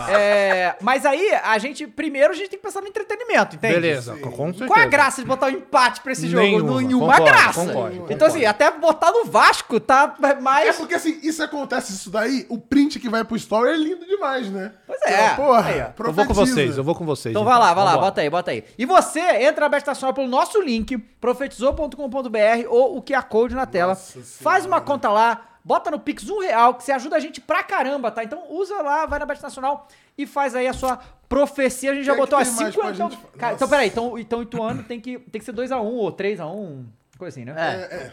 Speaker 1: é, mas aí, a gente. Primeiro a gente tem que pensar no entretenimento, entende?
Speaker 4: Beleza, com com certeza.
Speaker 1: Qual a graça de botar um empate pra esse jogo?
Speaker 4: Nenhuma,
Speaker 1: Nenhuma
Speaker 4: concordo,
Speaker 1: graça.
Speaker 4: concordo, concordo.
Speaker 1: Então, assim, até botar no Vasco tá
Speaker 2: É
Speaker 1: mais.
Speaker 2: porque assim, isso acontece, isso daí, o print que vai pro story é lindo demais, né?
Speaker 1: Pois é.
Speaker 2: Porra,
Speaker 1: Aí, ó.
Speaker 4: Eu vou com
Speaker 2: profetiza.
Speaker 4: vocês, eu vou com vocês.
Speaker 1: Então
Speaker 2: tá,
Speaker 1: vai lá, vai lá,
Speaker 4: Vambora.
Speaker 1: bota aí, bota aí. E você entra na Besta Nacional pelo nosso link, profetizou.com.br ou o QR Code na tela. Faz uma conta lá, bota no Pix um real, que você ajuda a gente pra caramba, tá? Então usa lá, vai na Besta Nacional e faz aí a sua profecia. A gente já
Speaker 2: Quem é que
Speaker 1: botou a
Speaker 2: tem mais
Speaker 1: 50.
Speaker 2: pra
Speaker 1: Então,
Speaker 2: gente fa-
Speaker 1: cara, então
Speaker 2: Nossa.
Speaker 1: peraí, então, então Ituano tem que, tem que ser 2x1 ou 3x1, coisa assim, né?
Speaker 3: É,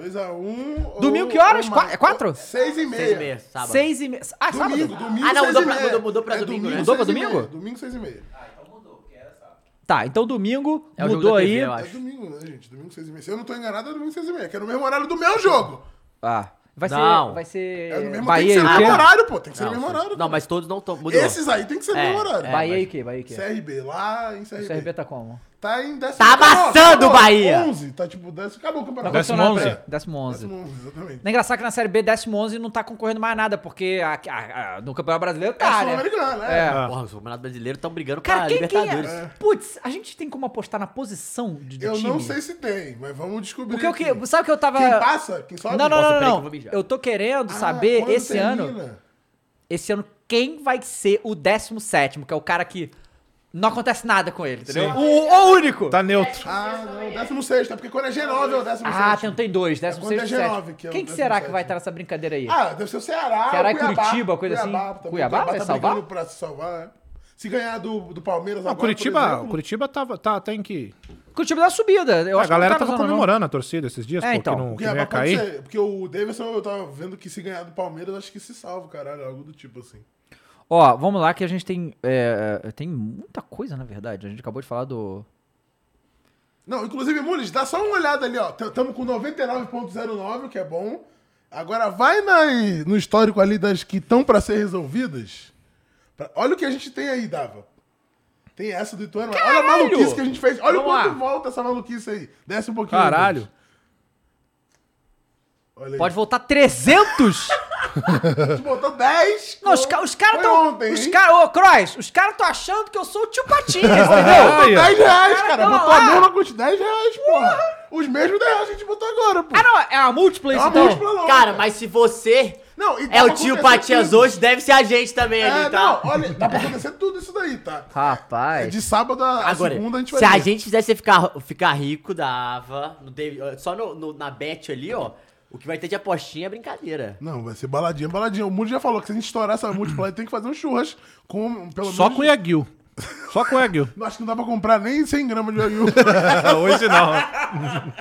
Speaker 2: 2x1. Um,
Speaker 1: Domingo
Speaker 2: ou-
Speaker 1: que horas?
Speaker 2: ou
Speaker 1: Qua-
Speaker 2: mais.
Speaker 1: é quatro?
Speaker 2: Seis e meia.
Speaker 3: seis meses, sábado.
Speaker 1: Seis e meia. Ah,
Speaker 2: Domingo,
Speaker 1: sábado?
Speaker 2: domingo.
Speaker 3: Ah, não,
Speaker 2: seis
Speaker 3: mudou
Speaker 2: e
Speaker 3: pra-
Speaker 2: meia.
Speaker 3: mudou- mudou pra
Speaker 2: É
Speaker 3: domingo, né?
Speaker 1: Mudou pra
Speaker 2: seis e meia.
Speaker 1: domingo?
Speaker 2: Domingo, seis e meia.
Speaker 1: Tá, então domingo
Speaker 3: É o jogo
Speaker 1: mudou
Speaker 3: da TV,
Speaker 1: aí.
Speaker 3: eu
Speaker 2: É
Speaker 3: acho.
Speaker 2: domingo, né, gente? Domingo, seis e meia. Se eu não tô enganado, é domingo, seis e meia. Que é no mesmo horário do meu jogo.
Speaker 1: Ah, vai ser.
Speaker 3: Não.
Speaker 1: Vai ser.
Speaker 2: É no mesmo
Speaker 1: Bahia
Speaker 2: Tem que
Speaker 1: e
Speaker 2: ser
Speaker 1: o
Speaker 2: no
Speaker 1: quê?
Speaker 2: mesmo horário, pô. Tem que ser
Speaker 3: Não,
Speaker 2: no mesmo
Speaker 3: sim.
Speaker 2: horário.
Speaker 3: Não, mas todos não estão. Mudou.
Speaker 2: Esses aí tem que ser no mesmo
Speaker 3: É,
Speaker 2: horário.
Speaker 3: é.
Speaker 1: Bahia e o quê? Bahia e o quê?
Speaker 2: CRB, lá em CRB.
Speaker 1: O CRB tá como?
Speaker 2: Tá em décimo.
Speaker 3: Tá amassando o
Speaker 2: acabou,
Speaker 3: Bahia.
Speaker 2: 11, tá tipo décimo. Acabou o campeonato.
Speaker 4: Décimo
Speaker 2: Acabou o
Speaker 4: 11?
Speaker 2: campeonato,
Speaker 1: Décimo
Speaker 2: é.
Speaker 1: 11.
Speaker 2: Décimo 11, exatamente.
Speaker 1: É engraçado que na Série B, décimo 11 não tá concorrendo mais nada, porque a- a- a- no Campeonato Brasileiro
Speaker 2: É Ah,
Speaker 1: tá, né?
Speaker 2: sul-americano, né?
Speaker 1: É.
Speaker 3: Porra, os campeonatos brasileiros estão brigando
Speaker 1: Cara,
Speaker 3: pra
Speaker 1: quem, quem
Speaker 3: Libertadores.
Speaker 1: é? Putz, a gente tem como apostar na posição de, do
Speaker 2: Eu
Speaker 1: time?
Speaker 2: não sei se tem, mas vamos descobrir.
Speaker 1: Porque o
Speaker 2: aqui.
Speaker 1: que... Sabe que eu tava...
Speaker 2: Quem passa, quem sobe.
Speaker 1: Não, não, não,
Speaker 3: peraí que
Speaker 1: não,
Speaker 3: eu vou
Speaker 1: não.
Speaker 3: mijar.
Speaker 1: Eu tô querendo
Speaker 2: Ah,
Speaker 1: saber
Speaker 2: quando
Speaker 1: esse ano,
Speaker 2: termina?
Speaker 1: esse ano, quem vai ser o 17 que é o cara que não acontece nada com ele, entendeu?
Speaker 4: Sim.
Speaker 1: O, o único!
Speaker 4: Tá neutro.
Speaker 2: Ah, não, décimo sexto, é porque quando é G9 é o décimo
Speaker 1: Ah,
Speaker 2: sexto.
Speaker 1: tem, tem dois, 16
Speaker 2: quando é
Speaker 1: e 17.
Speaker 2: G9, que é o
Speaker 1: Quem que será
Speaker 2: 17.
Speaker 1: que vai estar nessa brincadeira aí?
Speaker 2: Ah, deve ser o Ceará,
Speaker 1: Ceará e
Speaker 2: o Cuiabá.
Speaker 1: Curitiba, coisa assim.
Speaker 2: também.
Speaker 1: Cuiabá vai
Speaker 2: tá
Speaker 1: salvar?
Speaker 2: brigando pra se salvar, é. Se ganhar do, do Palmeiras
Speaker 4: Não,
Speaker 2: agora, por
Speaker 4: Curitiba,
Speaker 2: exemplo,
Speaker 4: Curitiba tava, tá, tem que.
Speaker 1: Porque o time da subida. Eu
Speaker 4: a
Speaker 1: acho que não
Speaker 4: galera
Speaker 1: tá na
Speaker 4: tava
Speaker 1: zona, não.
Speaker 4: comemorando a torcida esses dias,
Speaker 1: É,
Speaker 4: porque
Speaker 1: então.
Speaker 4: não,
Speaker 2: o
Speaker 4: que não
Speaker 2: Cuiabá
Speaker 4: ia
Speaker 2: pode
Speaker 4: cair.
Speaker 2: ser, porque o Davidson, eu tava vendo que se ganhar do Palmeiras, acho que se salva, caralho, algo do tipo assim.
Speaker 1: Ó, vamos lá que a gente tem. é, tem muita coisa, na verdade. A gente acabou de falar do.
Speaker 2: Não, inclusive, Mules, dá só uma olhada ali, ó. T- Tamo com 99.09, o que é bom. Agora vai na- no histórico ali das que estão pra ser resolvidas. Pra- olha o que a gente tem aí, Dava. Tem essa do Ituano. Olha a maluquice que a gente fez. Olha o
Speaker 1: Vamos lá.
Speaker 2: quanto volta essa maluquice aí. Desce um pouquinho.
Speaker 4: Caralho.
Speaker 2: Mules. Olha aí.
Speaker 1: Pode voltar 300?
Speaker 2: A gente botou 10.
Speaker 1: não, os, ca- os caras
Speaker 2: Foi
Speaker 1: tão.
Speaker 2: ontem,
Speaker 1: os
Speaker 2: hein?
Speaker 1: caras. Ô, Crois, os caras tão achando que eu sou o tio Patinhas, entendeu?
Speaker 4: É Aí, ó.
Speaker 2: 10 reais, cara.
Speaker 1: tão
Speaker 2: botou
Speaker 1: lá.
Speaker 2: a mesma quantidade de reais, porra. Os mesmos 10 reais que a gente botou agora, pô.
Speaker 1: Ah, não, é a múltipla
Speaker 2: É
Speaker 1: isso,
Speaker 2: uma
Speaker 1: então.
Speaker 2: múltipla louca.
Speaker 3: Cara, mas se você
Speaker 2: Não, e dá
Speaker 3: é o
Speaker 2: pra
Speaker 3: tio
Speaker 2: acontecer
Speaker 3: Patias
Speaker 2: tudo.
Speaker 3: hoje, deve ser a gente também
Speaker 2: É,
Speaker 3: ali, tá?
Speaker 2: não, olha, dá pra acontecer tudo isso daí, tá? É
Speaker 1: Rapaz.
Speaker 2: de sábado a a
Speaker 3: Agora,
Speaker 2: segunda a gente vai
Speaker 3: se a
Speaker 2: ver.
Speaker 3: gente fizesse ficar, ficar rico, dava. No Davi- só no- no- na bet ali, ó. O que vai ter de apostinha é brincadeira.
Speaker 2: Não, vai ser baladinha, baladinha. O Mundo já falou que se a gente estourar essa múltipla, aí tem que fazer um churras com pelo
Speaker 4: Só
Speaker 2: menos-
Speaker 4: com Iaguil. Só com Iaguil.
Speaker 2: Não, Acho que não dá pra comprar nem 100 gramas de ioiô.
Speaker 4: Hoje não.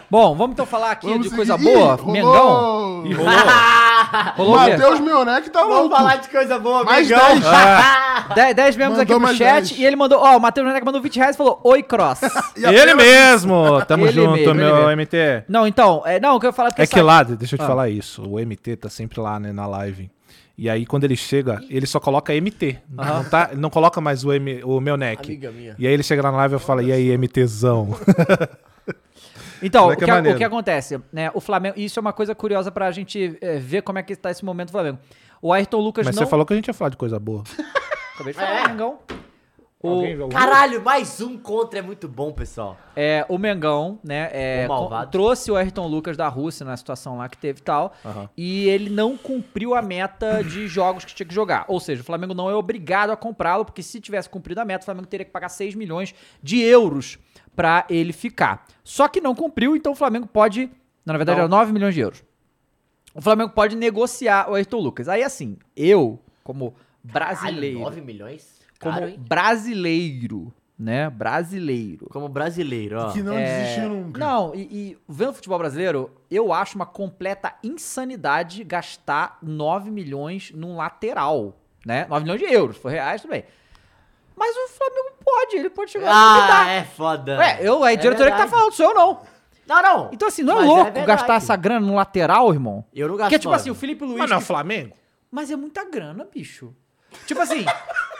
Speaker 1: Bom, vamos então falar aqui
Speaker 2: Vamos
Speaker 1: de coisa
Speaker 2: seguir.
Speaker 1: boa.
Speaker 2: Ih,
Speaker 1: Mengão.
Speaker 2: rolou.
Speaker 4: E rolou.
Speaker 1: Rolou o quê?
Speaker 2: Matheus Mionec tá
Speaker 3: Vamos
Speaker 2: louco.
Speaker 3: falar de Ah. coisa boa,
Speaker 2: Mais
Speaker 3: amigão.
Speaker 2: 10.
Speaker 1: De- 10 membros
Speaker 2: Mandou
Speaker 1: aqui pro
Speaker 2: mais
Speaker 1: chat
Speaker 2: 10.
Speaker 1: e ele mandou. Ó, o Matheus Neneca mandou 20 reais e falou: Oi, Cross.
Speaker 2: E a
Speaker 4: Ele
Speaker 2: primeira-
Speaker 4: mesmo. Tamo
Speaker 1: Ele
Speaker 4: junto,
Speaker 1: mesmo, ele
Speaker 4: meu
Speaker 1: mesmo.
Speaker 4: MT.
Speaker 1: não, então, é, não, o que eu ia falar é porque
Speaker 4: É que
Speaker 1: sabe-
Speaker 4: lá, deixa eu te falar isso. O MT tá sempre lá, né, na live. E aí, quando ele chega, ele só coloca MT. Não, tá, ele não coloca mais o, M, o meu neck.
Speaker 3: Amiga minha.
Speaker 4: E aí ele chega lá na live e eu falo, e aí, MTzão?
Speaker 1: Então,
Speaker 4: Como
Speaker 1: o
Speaker 4: é que
Speaker 1: que,
Speaker 4: é
Speaker 1: a-
Speaker 4: maneiro?
Speaker 1: o que acontece, né? O Flamengo, isso é uma coisa curiosa pra gente eh, ver como é que está esse momento do Flamengo. O Ayrton Lucas
Speaker 4: Mas
Speaker 1: não
Speaker 4: você falou que a gente ia falar de coisa boa.
Speaker 1: acabei de falar,
Speaker 3: É.
Speaker 1: Mengão.
Speaker 4: Alguém
Speaker 1: O,
Speaker 4: viu?
Speaker 3: Caralho, mais um contra é muito bom, pessoal.
Speaker 1: é, o Mengão, né, é,
Speaker 3: O malvado.
Speaker 1: con- trouxe o Ayrton Lucas da Rússia na situação lá que teve e tal, e ele não cumpriu a meta de jogos que tinha que jogar. Ou seja, o Flamengo não é obrigado a comprá-lo, porque se tivesse cumprido a meta, o Flamengo teria que pagar 6 milhões de euros pra ele ficar. Só que não cumpriu, então o Flamengo pode, na verdade,
Speaker 3: Não.
Speaker 1: era 9 milhões de euros. O Flamengo pode negociar o Ayrton Lucas. Aí, assim, eu, como brasileiro.
Speaker 3: Caralho, 9 milhões?
Speaker 1: como
Speaker 3: Caro, hein?
Speaker 1: brasileiro, né? Brasileiro.
Speaker 3: Como brasileiro, ó.
Speaker 2: Que não desistiu nunca.
Speaker 1: Não, e, e vendo futebol brasileiro, eu acho uma completa insanidade gastar 9 milhões num lateral, né? 9 milhões de euros, foi reais, tudo bem. Mas o Flamengo pode, ele pode chegar lá e
Speaker 3: Ah,
Speaker 1: limitar.
Speaker 3: é foda.
Speaker 1: Ué, eu, a
Speaker 3: É
Speaker 1: diretoria que tá
Speaker 3: verdade.
Speaker 1: falando, sou eu não.
Speaker 3: Não, não.
Speaker 1: Então, assim, não é
Speaker 3: Mas
Speaker 1: louco
Speaker 3: verdade.
Speaker 1: gastar essa grana no lateral, irmão?
Speaker 3: Eu não gasto.
Speaker 1: Porque, tipo
Speaker 3: mano.
Speaker 1: assim, o Felipe Luiz.
Speaker 4: Mas não é
Speaker 1: que-
Speaker 4: Flamengo?
Speaker 1: Mas é muita grana, bicho. Tipo assim,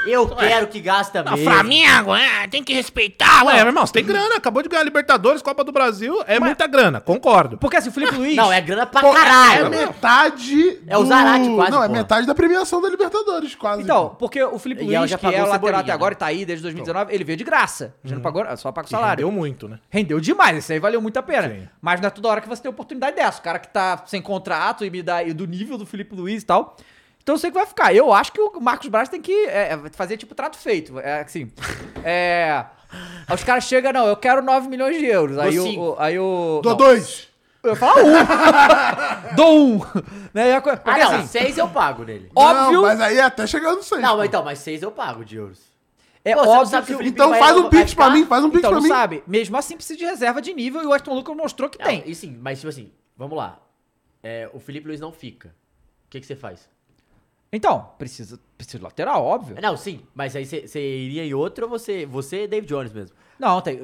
Speaker 3: Eu quero que gasta mesmo.
Speaker 4: Flamengo, é, tem que respeitar. Ué, meu irmão, você tem grana, acabou de ganhar Libertadores, Copa do Brasil, é muita grana, concordo.
Speaker 1: porque assim, o Felipe Luiz.
Speaker 3: Não, é grana pra
Speaker 2: Pô,
Speaker 3: caralho.
Speaker 2: É metade.
Speaker 3: É o Zarate
Speaker 2: do-
Speaker 3: quase,
Speaker 2: Não, é
Speaker 3: porra.
Speaker 2: metade da premiação da Libertadores, quase.
Speaker 1: Então, porque o Felipe
Speaker 3: E ela
Speaker 1: Luiz,
Speaker 3: já
Speaker 1: que
Speaker 3: pagou
Speaker 1: é o
Speaker 3: o
Speaker 1: lateral
Speaker 3: Cebolinha,
Speaker 1: até agora
Speaker 3: né?
Speaker 1: e tá aí desde 2019, ele veio de graça. Já
Speaker 4: Uhum.
Speaker 1: não pagou, só paga o salário.
Speaker 4: Deu muito, né?
Speaker 1: Rendeu demais, isso aí valeu muito a pena.
Speaker 4: Sim.
Speaker 1: Mas não é toda hora que você tem oportunidade dessa. O cara que tá sem contrato e me dá e do nível do Felipe Luiz e tal. Então eu sei que vai ficar. Eu acho que o Marcos Braz tem que é, é, fazer tipo trato feito. É assim. É. Aí os caras chegam, não, eu quero 9 milhões de euros. Aí o,
Speaker 3: cinco.
Speaker 1: o- Aí o.
Speaker 2: Do
Speaker 1: não,
Speaker 2: dois.
Speaker 1: Eu falo um. Dou um. Né? e a co- Porque
Speaker 3: Ah, não,
Speaker 1: assim,
Speaker 3: seis eu pago nele.
Speaker 1: óbvio.
Speaker 2: Não, mas aí é até chegando no seis.
Speaker 3: Não, mas então, mas seis eu pago de euros.
Speaker 1: É
Speaker 3: Pô, você não
Speaker 1: óbvio
Speaker 3: sabe se
Speaker 1: que
Speaker 3: o Felipe
Speaker 2: Então
Speaker 3: vai-
Speaker 2: faz um
Speaker 3: vai
Speaker 2: pix pra
Speaker 3: ficar?
Speaker 2: mim, faz um pix
Speaker 1: Então,
Speaker 2: pra
Speaker 1: não
Speaker 2: mim.
Speaker 1: sabe. Mesmo assim, precisa de reserva de nível e o Aston Lucas mostrou que
Speaker 3: Não,
Speaker 1: tem.
Speaker 3: E sim, mas tipo assim, vamos lá. É, o Felipe Luiz não fica. O que, que você faz? É,
Speaker 1: Então, precisa, precisa de lateral, óbvio.
Speaker 3: Não, sim, mas aí você- você iria em outro ou você, você e David Jones mesmo?
Speaker 1: Não, tem,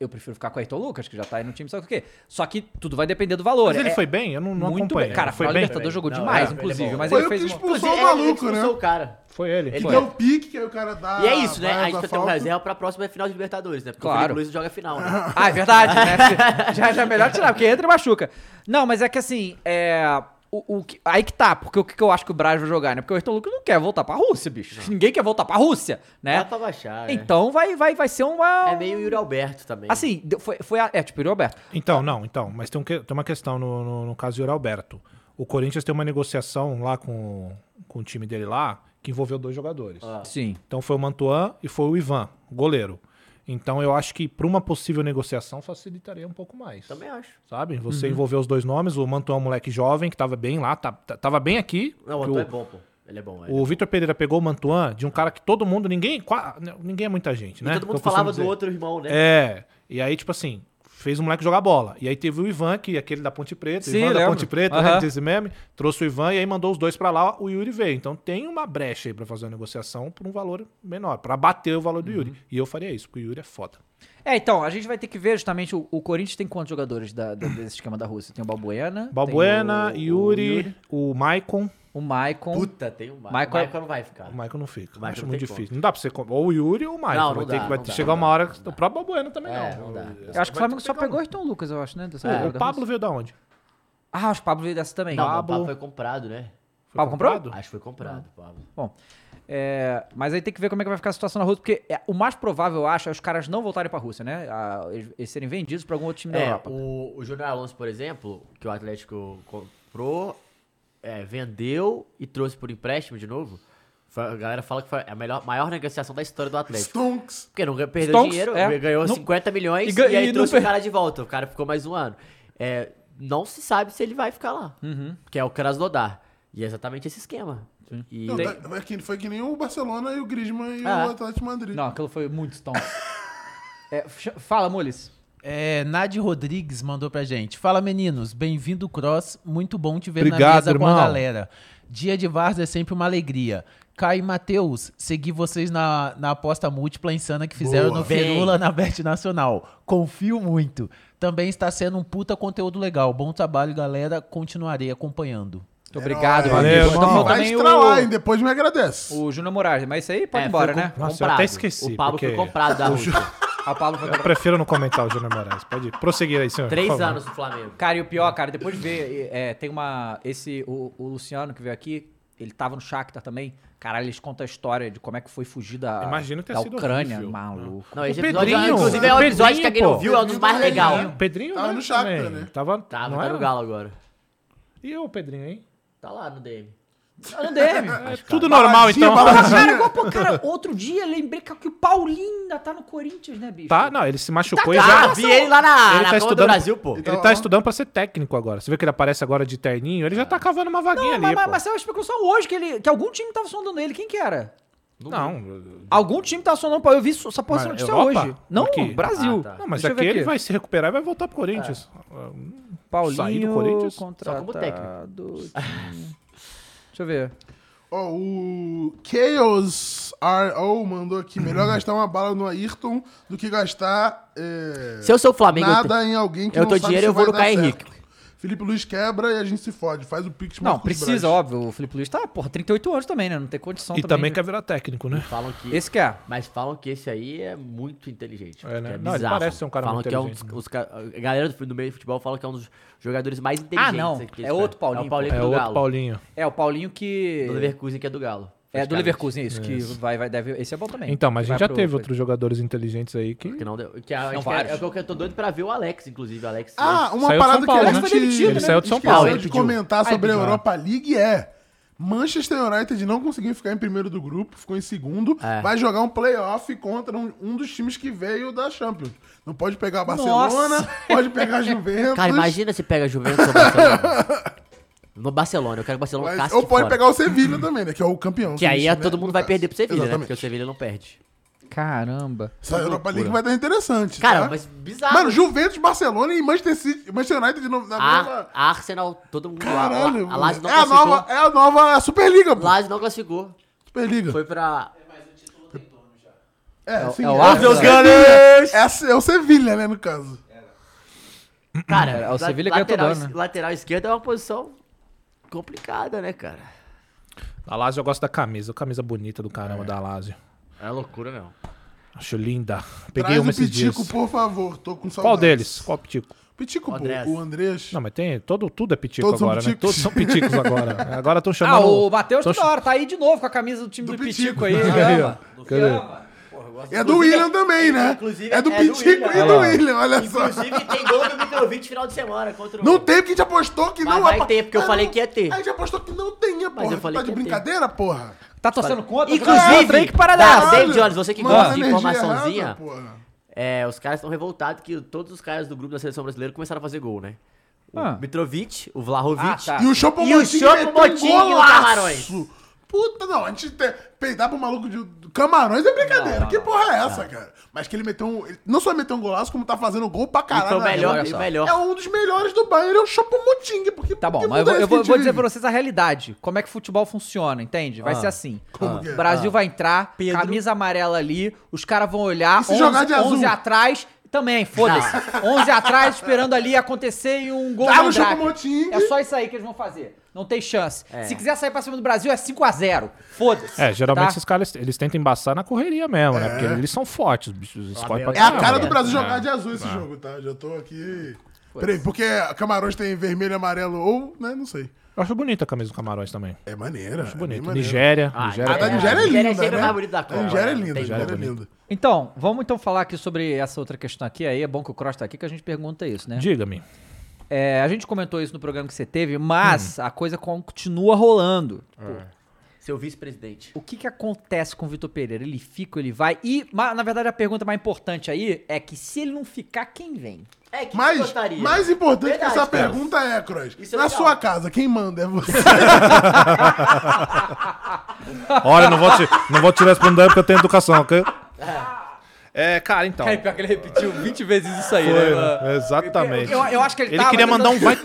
Speaker 1: eu prefiro ficar com o Ayrton Lucas, que já tá aí no time, sabe o quê? Só que tudo vai depender do valor.
Speaker 4: Mas ele
Speaker 1: É
Speaker 4: foi bem? Eu não, não
Speaker 1: muito
Speaker 4: acompanhei.
Speaker 1: bem. Cara, foi
Speaker 4: foi
Speaker 1: o
Speaker 4: bem?
Speaker 1: Libertador jogou
Speaker 3: Não,
Speaker 1: demais,
Speaker 3: é, ele é
Speaker 1: inclusive,
Speaker 3: bom.
Speaker 1: mas
Speaker 2: Foi
Speaker 1: ele
Speaker 2: o que
Speaker 1: fez... uma-
Speaker 2: expulsou o
Speaker 3: Inclusive, ele- ele
Speaker 2: maluco,
Speaker 3: expulsou
Speaker 2: né?
Speaker 3: o cara.
Speaker 4: Foi ele,
Speaker 3: Ele é.
Speaker 4: foi.
Speaker 2: Deu o pique, que aí o cara dá.
Speaker 3: E é isso, né?
Speaker 2: vai,
Speaker 3: A gente
Speaker 2: dá
Speaker 3: vai ter um
Speaker 2: falta.
Speaker 3: reserva pra próxima final de Libertadores, né? Porque o
Speaker 1: Claro.
Speaker 3: Felipe Luiz joga final, né?
Speaker 1: Ah, é verdade, né? Já, já é melhor tirar, porque entra e machuca. Não, mas é que assim, é... O, o que- aí que tá, porque o que que eu acho que o Braz vai jogar, né? Porque o Ayrton Lucas não quer voltar pra Rússia, bicho. Ninguém quer voltar pra Rússia,
Speaker 3: Dá
Speaker 1: né?
Speaker 3: pra baixar, né?
Speaker 1: Então vai, vai, vai ser uma...
Speaker 3: É meio Yuri Alberto também.
Speaker 1: Assim, deu- foi, foi a- É, tipo, o Roberto.
Speaker 4: Então, não, então. Mas tem, um que- tem uma questão no, no, no caso de Yuri Alberto. O Corinthians tem uma negociação lá com, com o time dele lá que envolveu dois jogadores.
Speaker 3: Ah. Tá.
Speaker 1: Sim.
Speaker 4: Então foi o Mantuan e foi o Ivan, o goleiro. Então eu acho que para uma possível negociação facilitaria um pouco mais.
Speaker 3: Também acho.
Speaker 4: Sabe? Você
Speaker 3: Uhum.
Speaker 4: envolver os dois nomes, o Mantuan é um moleque jovem que tava bem lá, tá- tá- tava bem aqui.
Speaker 3: Não, o
Speaker 4: que
Speaker 3: Antônio é bom, pô. Ele é bom, ele é.
Speaker 4: O Vitor Pereira pegou o Mantuan de um cara que todo mundo, ninguém, qua- ninguém é muita gente,
Speaker 3: E
Speaker 4: né?
Speaker 3: todo
Speaker 4: Que eu
Speaker 3: mundo
Speaker 4: costumo
Speaker 3: falava do
Speaker 4: dizer.
Speaker 3: outro irmão, né?
Speaker 4: É. E aí, tipo assim, fez o moleque jogar bola. E aí teve o Ivan, que é aquele da Ponte Preta,
Speaker 1: Sim,
Speaker 4: Ivan da
Speaker 1: lembro.
Speaker 4: Ponte Preta,
Speaker 1: Aham.
Speaker 4: né, que diz esse meme, trouxe o Ivan e aí mandou os dois pra lá, o Yuri veio. Então tem uma brecha aí pra fazer uma negociação por um valor menor, pra bater o valor do
Speaker 3: Uhum.
Speaker 4: Yuri. E eu faria isso, porque o Yuri é foda.
Speaker 1: É, então, a gente vai ter que ver justamente o, o Corinthians tem quantos jogadores da- da- desse esquema da Rússia? Tem o Balbuena. tem
Speaker 4: Balbuena,
Speaker 1: o-
Speaker 4: Yuri, o Maicon.
Speaker 1: O Maicon.
Speaker 3: Puta, tem o Michael.
Speaker 1: Michael-
Speaker 3: O Michael não vai ficar.
Speaker 4: O Maicon não fica.
Speaker 3: Maicon
Speaker 4: acho
Speaker 3: não
Speaker 4: muito
Speaker 3: tem
Speaker 4: difícil. Não dá pra você. com- Ou o Yuri ou o Maicon.
Speaker 3: Não, não
Speaker 4: vai
Speaker 3: dá,
Speaker 4: ter, vai
Speaker 3: não
Speaker 4: ter-
Speaker 3: dá,
Speaker 4: chegar
Speaker 3: não
Speaker 4: uma
Speaker 3: dá.
Speaker 4: hora. que O próprio Balbuena também
Speaker 3: É,
Speaker 4: não.
Speaker 3: não dá.
Speaker 1: Eu
Speaker 4: Essa
Speaker 1: acho que o
Speaker 4: vai
Speaker 1: Flamengo
Speaker 4: ter
Speaker 1: só
Speaker 4: pegar
Speaker 1: pegou
Speaker 4: um. É,
Speaker 1: Ayrton Lucas, eu acho, né? Dessa
Speaker 4: O
Speaker 1: época da
Speaker 4: Pablo
Speaker 1: Rússia.
Speaker 4: veio da onde?
Speaker 1: Ah, os Pablo veio dessa também.
Speaker 3: Não, o
Speaker 4: Pablo-
Speaker 3: Pablo foi comprado, né?
Speaker 4: Foi
Speaker 1: Pablo comprou?
Speaker 4: comprado?
Speaker 3: Acho que foi comprado, Pablo.
Speaker 1: Bom. é, mas aí tem que ver como é que vai ficar a situação na Rússia, porque é, o mais provável, eu acho, é os caras não voltarem pra Rússia, né? Ah, eles, eles serem vendidos pra algum outro time da
Speaker 3: É,
Speaker 1: Europa.
Speaker 3: o, o Júnior Alonso, por exemplo, que o Atlético comprou, é, vendeu e trouxe por empréstimo de novo. Foi- a galera fala que foi a melhor, maior negociação da história do Atlético.
Speaker 2: Stonks.
Speaker 3: Porque não ganha- perdeu
Speaker 1: Stonks,
Speaker 3: dinheiro,
Speaker 1: é.
Speaker 3: ganhou
Speaker 1: Não-
Speaker 3: 50 milhões
Speaker 1: E
Speaker 3: e,
Speaker 1: gan- e
Speaker 3: aí
Speaker 1: não
Speaker 3: trouxe
Speaker 1: per-
Speaker 3: o cara de volta. O cara ficou mais um ano. É, não se sabe se ele vai ficar lá,
Speaker 1: Uhum.
Speaker 3: que é o Krasnodar. E é exatamente esse esquema. E
Speaker 2: Não, tá- foi que- Foi que nem o Barcelona e o Griezmann e
Speaker 3: Ah.
Speaker 2: o Atlético de Madrid.
Speaker 1: Não, aquilo foi muito stonk. É, ch- fala, Mules.
Speaker 6: É, Nadi Rodrigues mandou pra gente. Fala, meninos. Bem-vindo, Cross. Muito bom te ver na
Speaker 4: Obrigado,
Speaker 6: mesa com
Speaker 4: irmão.
Speaker 6: a galera. Dia de Varsa é sempre uma alegria. Caio e Matheus, segui vocês na, na aposta múltipla insana que fizeram
Speaker 2: Boa.
Speaker 6: no
Speaker 3: Bem.
Speaker 6: Ferula na Bet Nacional. Confio muito. Também está sendo um puta conteúdo legal. Bom trabalho, galera. Continuarei acompanhando.
Speaker 3: É
Speaker 1: Muito obrigado, meu
Speaker 4: Valeu,
Speaker 1: amigo.
Speaker 4: irmão.
Speaker 1: Então,
Speaker 2: Vai
Speaker 1: também
Speaker 2: estralar, hein?
Speaker 1: o,
Speaker 2: Depois me agradece.
Speaker 1: o Júnior Moraes, mas isso aí pode
Speaker 3: é,
Speaker 1: ir embora,
Speaker 3: foi
Speaker 1: né?
Speaker 3: com-
Speaker 4: Nossa, eu até
Speaker 3: comprado.
Speaker 4: esqueci,
Speaker 3: O Pablo
Speaker 4: porque
Speaker 3: foi comprado da
Speaker 4: o
Speaker 3: Rússia.
Speaker 1: A Paulo foi
Speaker 4: Eu prefiro não comentar É o Júnior Moraes. Pode prosseguir aí, senhor. por
Speaker 3: Três
Speaker 4: favor.
Speaker 3: anos no Flamengo.
Speaker 1: Cara, e o pior, cara, depois de ver, é, é, tem uma. Esse. O, o Luciano que veio aqui, ele tava no Shakhtar também. Caralho, eles contam a história de como é que foi fugir da,
Speaker 4: Imagino ter
Speaker 1: da
Speaker 4: sido
Speaker 1: Ucrânia.
Speaker 4: horrível. né?
Speaker 1: Maluco.
Speaker 3: Não, esse
Speaker 4: O
Speaker 3: episódio,
Speaker 4: Pedrinho,
Speaker 3: inclusive, é
Speaker 4: o
Speaker 3: um episódio que
Speaker 4: Pedrinho,
Speaker 3: quem não
Speaker 4: pô.
Speaker 3: viu, é um dos mais
Speaker 2: Pedrinho.
Speaker 3: legais.
Speaker 4: O Pedrinho
Speaker 2: Tava
Speaker 4: né,
Speaker 2: no Shakhtar,
Speaker 4: também.
Speaker 2: né?
Speaker 4: Tava,
Speaker 3: Tava,
Speaker 4: não
Speaker 3: tá
Speaker 4: era? um-
Speaker 3: no Galo agora.
Speaker 4: E eu, Pedrinho, hein?
Speaker 3: Tá lá no DM.
Speaker 1: Não deve.
Speaker 4: É tudo normal, então.
Speaker 1: Cara, igual, pô, cara, outro dia eu lembrei que o Paulinho ainda tá no Corinthians, né, bicho?
Speaker 4: Tá, não, ele se machucou e
Speaker 3: Ah,
Speaker 4: já...
Speaker 3: vi ele lá na,
Speaker 4: Ele
Speaker 3: na
Speaker 4: tá
Speaker 3: Copa
Speaker 4: estudando-
Speaker 3: do Brasil, pô.
Speaker 4: Ele
Speaker 2: Então,
Speaker 4: tá estudando pra ser técnico agora. Você vê que ele aparece agora de terninho,
Speaker 2: É.
Speaker 4: ele já tá cavando uma vaguinha
Speaker 1: Não,
Speaker 4: ali,
Speaker 1: mas, mas,
Speaker 4: pô.
Speaker 1: mas saiu uma especulação hoje que, ele, que algum time tava sondando ele. Quem que era?
Speaker 4: Não,
Speaker 1: Algum time tava sondando pra eu vi isso- essa porra
Speaker 4: Mas
Speaker 1: notícia
Speaker 4: Europa?
Speaker 1: hoje. Não,
Speaker 4: Aqui?
Speaker 1: Brasil.
Speaker 3: Ah, tá.
Speaker 4: não, mas
Speaker 1: Deixa eu ver
Speaker 4: aqui ele
Speaker 1: aqui.
Speaker 4: vai se recuperar e vai voltar pro Corinthians.
Speaker 1: Paulinho
Speaker 4: Sair do Corinthians?
Speaker 1: contratado.
Speaker 3: Só como técnico.
Speaker 1: Deixa eu ver.
Speaker 2: Ó, o Chaos RO mandou aqui: melhor gastar uma bala no Ayrton do que gastar é,
Speaker 3: Se eu sou o Flamengo, eu
Speaker 2: nada
Speaker 3: tô-
Speaker 2: em alguém que
Speaker 3: eu
Speaker 2: não
Speaker 3: tô
Speaker 2: sabe
Speaker 3: dinheiro,
Speaker 2: se
Speaker 3: eu vou
Speaker 2: vai
Speaker 3: no
Speaker 2: dar
Speaker 3: Caio
Speaker 2: certo.
Speaker 3: Henrique.
Speaker 2: Felipe Luiz quebra e a gente se fode. Faz o pix
Speaker 1: Não,
Speaker 2: Marcos
Speaker 1: precisa,
Speaker 2: Braz.
Speaker 1: óbvio. O Felipe Luiz tá, porra, 38 anos também, né? Não tem condição
Speaker 4: E também
Speaker 1: de-
Speaker 4: quer virar técnico, né?
Speaker 3: falam que
Speaker 1: Esse que é.
Speaker 3: Mas falam que esse aí é muito inteligente.
Speaker 4: É, né?
Speaker 3: que é
Speaker 4: Não, ele
Speaker 3: bizarro.
Speaker 4: parece ser um cara
Speaker 3: falam
Speaker 4: muito
Speaker 3: que é um dos,
Speaker 4: inteligente, né?
Speaker 3: os ca- A galera do, do meio do futebol fala que é um dos jogadores mais
Speaker 1: Ah,
Speaker 3: inteligentes.
Speaker 1: não.
Speaker 3: aqui,
Speaker 1: É
Speaker 3: cara.
Speaker 1: outro Paulinho.
Speaker 3: É o
Speaker 1: pô.
Speaker 3: Paulinho
Speaker 4: É
Speaker 3: do
Speaker 4: outro
Speaker 3: Galo.
Speaker 4: Paulinho.
Speaker 1: É, o Paulinho que...
Speaker 3: Do Leverkusen, que é do Galo.
Speaker 1: É, do
Speaker 3: praticamente.
Speaker 1: Leverkusen, isso. Que vai, vai, deve... Esse é bom também.
Speaker 4: Então, mas a
Speaker 1: Vai
Speaker 4: gente já
Speaker 1: pro-
Speaker 4: teve outros jogadores inteligentes aí que.
Speaker 3: Que não deu. Que
Speaker 1: Não,
Speaker 3: a, que é-
Speaker 1: vários.
Speaker 3: é o que eu tô doido pra ver o Alex, inclusive. O Alex.
Speaker 2: Ah, uma
Speaker 4: Saiu de
Speaker 2: parada
Speaker 4: São Paulo,
Speaker 2: que a
Speaker 4: né?
Speaker 2: gente
Speaker 4: Ele saiu de São
Speaker 2: esqueceu
Speaker 3: Paulo, ele
Speaker 2: de
Speaker 3: pediu.
Speaker 2: comentar
Speaker 3: Ah,
Speaker 2: sobre a
Speaker 3: pediu,
Speaker 2: Europa League é Manchester United não conseguiu ficar em primeiro do grupo, ficou em segundo,
Speaker 3: É.
Speaker 2: vai jogar um playoff contra um, um dos times que veio da Champions. Não pode pegar a Barcelona, pode pegar a Juventus,
Speaker 3: Cara, imagina se pega Juventus ou Barcelona. no Barcelona, eu quero que o Barcelona
Speaker 2: mas-
Speaker 3: casque
Speaker 2: ou pode
Speaker 3: fora.
Speaker 2: pegar o Sevilha também, né, que é o campeão.
Speaker 3: Que aí
Speaker 2: se tiver,
Speaker 3: todo mundo vai
Speaker 2: no
Speaker 3: perder pro
Speaker 2: caso.
Speaker 3: Sevilha, né? Porque o
Speaker 2: Exatamente.
Speaker 3: Sevilha não perde.
Speaker 1: Caramba.
Speaker 2: Essa Europa League vai estar interessante,
Speaker 3: Cara,
Speaker 2: tá?
Speaker 3: mas bizarro.
Speaker 2: Mano, Juventus, Barcelona e Manchester, City, Manchester United de novo. Na
Speaker 3: a,
Speaker 2: nova...
Speaker 3: a Arsenal, todo mundo.
Speaker 2: Caralho,
Speaker 3: Ah. a, a Lazio não
Speaker 2: é, a
Speaker 3: classificou.
Speaker 2: nova, é a nova Superliga, pô.
Speaker 3: Lazio não classificou.
Speaker 2: Superliga.
Speaker 3: Foi pra.
Speaker 2: É, sim,
Speaker 1: é o Arsenal.
Speaker 2: é,
Speaker 4: né?
Speaker 2: o Sevilha. É a Se- é o Sevilha, né, no caso.
Speaker 3: Cara,
Speaker 1: É, o Sevilha ganhou
Speaker 3: lateral,
Speaker 1: todo ano, né?
Speaker 3: lateral esquerdo é uma posição complicada, né, cara?
Speaker 4: A Lazio eu gosto da camisa, camisa bonita do caramba da Lazio.
Speaker 3: É loucura mesmo.
Speaker 4: Acho linda. Peguei
Speaker 2: Traz
Speaker 4: uma
Speaker 2: o
Speaker 4: esses dias.
Speaker 2: Pitico, por favor. Tô com saudade.
Speaker 4: Qual deles? Qual pitico?
Speaker 2: Pitico, pô.
Speaker 3: Andrés.
Speaker 2: O Andrés.
Speaker 4: Não, mas tem. Todo, tudo é pitico
Speaker 2: Todos são
Speaker 4: agora, né?
Speaker 2: piticos.
Speaker 4: Todos são piticos agora. Agora estão chamando.
Speaker 1: Ah, o Matheus
Speaker 4: tão
Speaker 1: toda hora tá aí de novo com a camisa do time do,
Speaker 2: Do
Speaker 1: Pitico,
Speaker 2: Pitico.
Speaker 1: aí.
Speaker 4: Aí,
Speaker 1: Ama.
Speaker 4: ó. Cadê?
Speaker 2: É do William também, né?
Speaker 3: inclusive,
Speaker 2: É do
Speaker 3: é do
Speaker 2: Pitico
Speaker 3: William.
Speaker 2: e do William, olha só.
Speaker 3: Inclusive, tem gol do Mitrovic final de semana contra o.
Speaker 2: Não tem, porque a gente apostou que
Speaker 3: Mas
Speaker 2: não...
Speaker 3: vai
Speaker 2: apa-
Speaker 3: ter, porque eu
Speaker 2: Ah,
Speaker 3: falei
Speaker 2: não.
Speaker 3: que ia ter.
Speaker 2: A gente apostou que não tinha, porra.
Speaker 3: eu
Speaker 2: Tu
Speaker 3: falei
Speaker 2: tá de
Speaker 3: que ia ter.
Speaker 2: brincadeira, porra?
Speaker 1: Tá torcendo contra?
Speaker 3: Inclusive,
Speaker 1: Drake que
Speaker 3: tá,
Speaker 1: parada.
Speaker 3: David Jones, você que
Speaker 2: Manda
Speaker 3: gosta de
Speaker 2: energia
Speaker 3: informaçãozinha.
Speaker 2: errada, porra.
Speaker 3: É, os caras estão revoltados que todos os caras do grupo da seleção brasileira começaram a fazer gol, né? O
Speaker 1: Ah.
Speaker 3: Mitrovic, o Vlahovic.
Speaker 1: Ah, tá.
Speaker 2: E o Chopo um
Speaker 3: E o Chopomotinho no Camarões.
Speaker 2: Puta, não, a gente te- peidar pro maluco de do Camarões é brincadeira. que porra é essa, cara? Mas que ele meteu um. ele não só meteu um golaço, como tá fazendo gol pra
Speaker 3: e foi
Speaker 2: caralho.
Speaker 3: o
Speaker 2: na
Speaker 3: melhor,
Speaker 2: vida.
Speaker 3: e o
Speaker 2: É
Speaker 3: melhor.
Speaker 2: um dos melhores do Bayern, é o Chopomoting, porque
Speaker 1: Tá bom,
Speaker 2: que
Speaker 1: mas eu
Speaker 2: mundo
Speaker 1: vou,
Speaker 2: é
Speaker 1: eu
Speaker 2: esse que
Speaker 1: vou-
Speaker 2: a gente
Speaker 1: vou dizer
Speaker 2: vive?
Speaker 1: pra vocês a realidade. Como é que futebol funciona, entende? Vai ser assim.
Speaker 2: Como que é?
Speaker 1: O Brasil vai entrar, camisa amarela ali, os caras vão olhar,
Speaker 2: E se jogar de azul?
Speaker 1: atrás, também, foda-se.
Speaker 2: Ah.
Speaker 1: 11 atrás, esperando ali acontecer e um gol
Speaker 2: Dá no
Speaker 1: mandrake.
Speaker 2: Chopomoting.
Speaker 1: É só isso aí que eles vão fazer. Não tem chance. Se quiser sair pra cima do Brasil, é 5x0. Foda-se.
Speaker 4: É, geralmente
Speaker 1: tá?
Speaker 4: esses caras, eles tentam embaçar na correria mesmo, né? Porque eles são fortes, os bichos. Eles correm pra
Speaker 2: É a
Speaker 4: caramba. né?
Speaker 2: cara do Brasil
Speaker 3: né?
Speaker 2: jogar de azul esse jogo, tá? Já tô aqui. Peraí, porque Camarões tem vermelho, amarelo ou, né? Não sei.
Speaker 4: Eu acho bonita a camisa do Camarões também.
Speaker 2: É maneira. Acho
Speaker 4: Bonito. Nigéria. Nigéria.
Speaker 2: A da Nigéria é
Speaker 3: A Nigéria é
Speaker 2: linda.
Speaker 3: sempre
Speaker 2: né?
Speaker 3: a mais bonita da Copa.
Speaker 2: A Nigéria é linda, a
Speaker 3: Tem
Speaker 2: Nigéria é
Speaker 4: jeito.
Speaker 2: linda.
Speaker 1: Então, vamos então falar aqui sobre essa outra questão aqui. Aí é bom que o Cross tá aqui que a gente pergunta isso, né?
Speaker 4: Diga-me.
Speaker 1: É, a gente comentou isso no programa que você teve, mas
Speaker 4: Hum.
Speaker 1: a coisa continua rolando.
Speaker 3: Seu vice-presidente.
Speaker 1: O que, que acontece com o Vitor Pereira? Ele fica, ele vai. E, ma- na verdade, a pergunta mais importante aí é que se ele não ficar, quem vem?
Speaker 3: É, que
Speaker 2: Mas, mais importante que
Speaker 3: Verdade,
Speaker 2: essa
Speaker 3: cara.
Speaker 2: pergunta é, Cross.
Speaker 3: Isso é
Speaker 2: Na
Speaker 3: legal.
Speaker 2: sua casa, quem manda é você.
Speaker 4: tá Olha, eu não vou, te- não vou tirar esse problema porque eu tenho educação, ok? É, cara, então.
Speaker 1: pior que ele repetiu 20 vezes isso aí,
Speaker 4: Foi, né? Exatamente.
Speaker 1: Eu, eu acho que ele,
Speaker 4: Ele
Speaker 1: tava
Speaker 4: queria mandar um vai
Speaker 1: Eu acho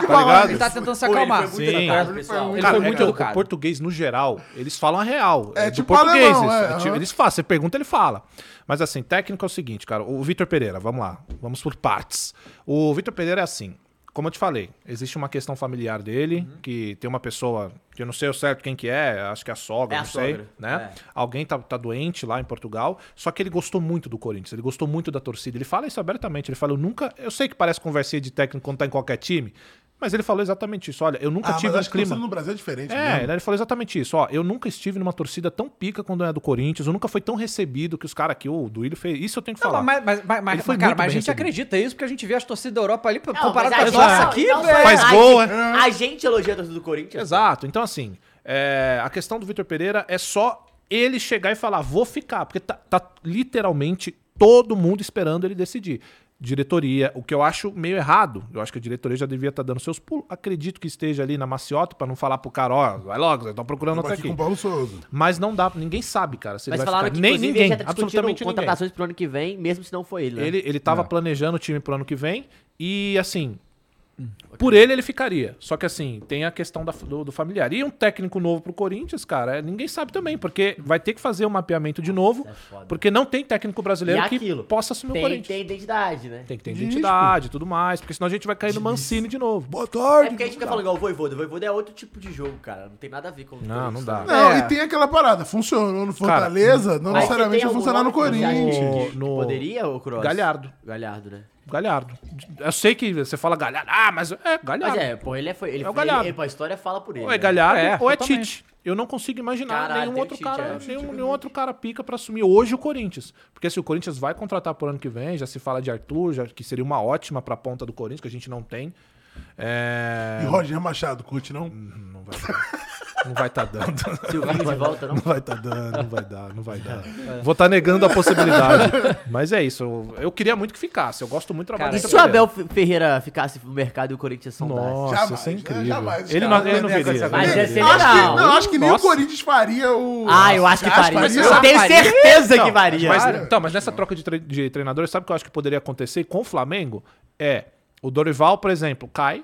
Speaker 1: que
Speaker 4: tomar
Speaker 1: ele tá tentando
Speaker 4: muito.
Speaker 1: se acalmar, Ele tá tentando se acalmar.
Speaker 3: Ele
Speaker 4: Tá ligado?
Speaker 3: foi muito
Speaker 4: Sim.
Speaker 3: educado, pessoal.
Speaker 1: Ele
Speaker 4: Cara,
Speaker 1: foi
Speaker 4: é
Speaker 1: muito
Speaker 4: que
Speaker 1: educado.
Speaker 4: O português, no geral, eles falam a real.
Speaker 2: É
Speaker 4: do
Speaker 2: tipo
Speaker 4: português.
Speaker 2: alemão,
Speaker 4: isso.
Speaker 2: é,
Speaker 4: É tipo-
Speaker 2: aham.
Speaker 4: Eles falam, você pergunta, ele fala. Mas assim, técnico é o seguinte, cara. O Vitor Pereira, vamos lá. Vamos por partes. O Vitor Pereira é assim. Como eu te falei, existe uma questão familiar dele,
Speaker 1: Uhum.
Speaker 4: que tem uma pessoa, que eu não sei ao certo quem que é, acho que é a sogra,
Speaker 3: É a
Speaker 4: não sei,
Speaker 3: sogra,
Speaker 4: né?
Speaker 1: é.
Speaker 4: Alguém tá, tá doente lá em Portugal, só que ele gostou muito do Corinthians, ele gostou muito da torcida, ele fala isso abertamente, ele fala, eu nunca, eu sei que parece conversinha de técnico quando tá em qualquer time, mas ele falou exatamente isso, olha, eu nunca
Speaker 2: Ah, mas
Speaker 4: tive um
Speaker 2: acho que torcida
Speaker 4: clima...
Speaker 2: no Brasil é diferente.
Speaker 4: É,
Speaker 2: mesmo.
Speaker 4: ele falou exatamente isso. Ó, eu nunca estive numa torcida tão pica quando é do Corinthians. Eu nunca fui tão recebido que os caras aqui, ô, o Duílio fez. Isso eu tenho que falar.
Speaker 1: Não, mas, mas, mas,
Speaker 4: Ele
Speaker 1: mas,
Speaker 4: foi
Speaker 1: cara,
Speaker 4: muito
Speaker 1: mas a
Speaker 4: bem
Speaker 1: gente
Speaker 4: recebido.
Speaker 1: acredita é isso porque a gente vê as torcidas da Europa ali
Speaker 3: Não,
Speaker 1: comparado com
Speaker 3: mas
Speaker 1: as
Speaker 3: a
Speaker 1: nossas
Speaker 3: gente-
Speaker 1: aqui,
Speaker 3: não,
Speaker 1: velho.
Speaker 4: Faz
Speaker 3: a
Speaker 4: gol, é.
Speaker 3: gente- A gente elogia a torcida do Corinthians.
Speaker 4: Exato. Então, assim, é, a questão do Vitor Pereira é só ele chegar e falar, vou ficar, porque tá, tá literalmente todo mundo esperando ele decidir. Diretoria, o que eu acho meio errado. Eu acho que a diretoria já devia estar dando seus pulos. Acredito que esteja ali na maciota pra não falar pro cara, ó, vai logo, estão procurando
Speaker 2: Tamo
Speaker 4: outra
Speaker 2: aqui
Speaker 4: tá aqui.
Speaker 2: com o Paulo Souza.
Speaker 4: Mas não dá, ninguém sabe, cara. Se
Speaker 3: Mas
Speaker 4: ele vai
Speaker 3: falaram
Speaker 4: ficar.
Speaker 3: que
Speaker 4: nem
Speaker 3: inclusive,
Speaker 4: ninguém,
Speaker 3: já tá discutindo
Speaker 4: absolutamente ninguém.
Speaker 3: contratações pro ano que vem, mesmo se não foi ele, né?
Speaker 4: Ele, ele tava planejando o time pro ano que vem e, assim,
Speaker 3: Hum.
Speaker 4: Por ele, ele ficaria. Só que assim, tem a questão da- do, do familiar. E um técnico novo pro Corinthians, cara, é, ninguém sabe também, porque vai ter que fazer o mapeamento de novo, porque não tem técnico brasileiro
Speaker 3: é E
Speaker 4: que
Speaker 3: aquilo,
Speaker 4: possa assumir o
Speaker 3: Tem,
Speaker 4: Corinthians.
Speaker 3: tem identidade, né?
Speaker 4: Tem que ter identidade e tudo mais, porque senão a gente vai cair no Mancini de novo. Boa tarde!
Speaker 3: É porque a gente fica falando igual o Voivoda. O Voivoda é outro tipo de jogo, cara. Não tem nada a ver com o tá?
Speaker 4: Não, não dá.
Speaker 2: Não,
Speaker 1: É.
Speaker 2: e tem aquela parada. Funcionou no Fortaleza, não
Speaker 3: Mas você tem
Speaker 2: necessariamente vai
Speaker 3: algum
Speaker 2: funcionar no
Speaker 3: nome que você acha que-
Speaker 2: Corinthians.
Speaker 3: que
Speaker 4: No-
Speaker 3: Poderia, ô Cross?
Speaker 4: Galhardo.
Speaker 3: Galhardo, né?
Speaker 4: Galhardo. Eu sei que você fala Galhardo. Ah, mas é
Speaker 3: Mas
Speaker 4: Galhardo.
Speaker 3: é, pô, ele é, foi, ele,
Speaker 4: É o
Speaker 3: ele,
Speaker 4: Galhardo.
Speaker 3: ele, a história fala por ele.
Speaker 4: Ou é
Speaker 3: né?
Speaker 4: Galhardo
Speaker 1: É,
Speaker 4: ou é
Speaker 1: totalmente.
Speaker 4: Tite. Eu não consigo imaginar
Speaker 3: Caralho,
Speaker 4: nenhum
Speaker 3: tem o
Speaker 4: outro
Speaker 3: Tite,
Speaker 4: cara,
Speaker 3: é.
Speaker 4: nenhum, nenhum outro cara pica pra assumir hoje o Corinthians. Porque se o Corinthians vai contratar pro ano que vem, já se fala de Arthur, já que seria uma ótima pra ponta do Corinthians, que a gente não tem. É,
Speaker 2: E Roger Machado, curte não?
Speaker 4: Não vai tá dando.
Speaker 3: Silvinho de volta, não?
Speaker 4: Não vai tá dando, não vai dar, não vai dar.
Speaker 1: É.
Speaker 4: Vou estar negando a possibilidade. Mas é isso. Eu, eu queria muito que ficasse. Eu gosto muito do trabalho
Speaker 3: E
Speaker 4: do
Speaker 3: se o é Abel
Speaker 4: Abel.
Speaker 3: Fe- Ferreira ficasse no mercado e o Corinthians sondasse?
Speaker 4: Nossa,
Speaker 2: Jamais,
Speaker 4: isso é
Speaker 2: né?
Speaker 4: incrível.
Speaker 2: Jamais,
Speaker 4: ele,
Speaker 2: cara.
Speaker 4: não, ele não
Speaker 2: Não ia
Speaker 4: viria.
Speaker 2: acontecer.
Speaker 3: Mas ia
Speaker 4: ele
Speaker 3: ser
Speaker 4: não viria.
Speaker 2: Acho que,
Speaker 3: legal.
Speaker 2: não, acho que nem
Speaker 4: Nossa.
Speaker 2: o Corinthians faria o.
Speaker 3: Ah, eu acho que
Speaker 2: Acho
Speaker 3: faria.
Speaker 2: faria.
Speaker 3: Eu tenho certeza que
Speaker 4: Mas,
Speaker 3: varia.
Speaker 4: então, mas nessa troca de, tre de treinadores, sabe o que eu acho que poderia acontecer com o Flamengo? É, o Dorival, por exemplo, cai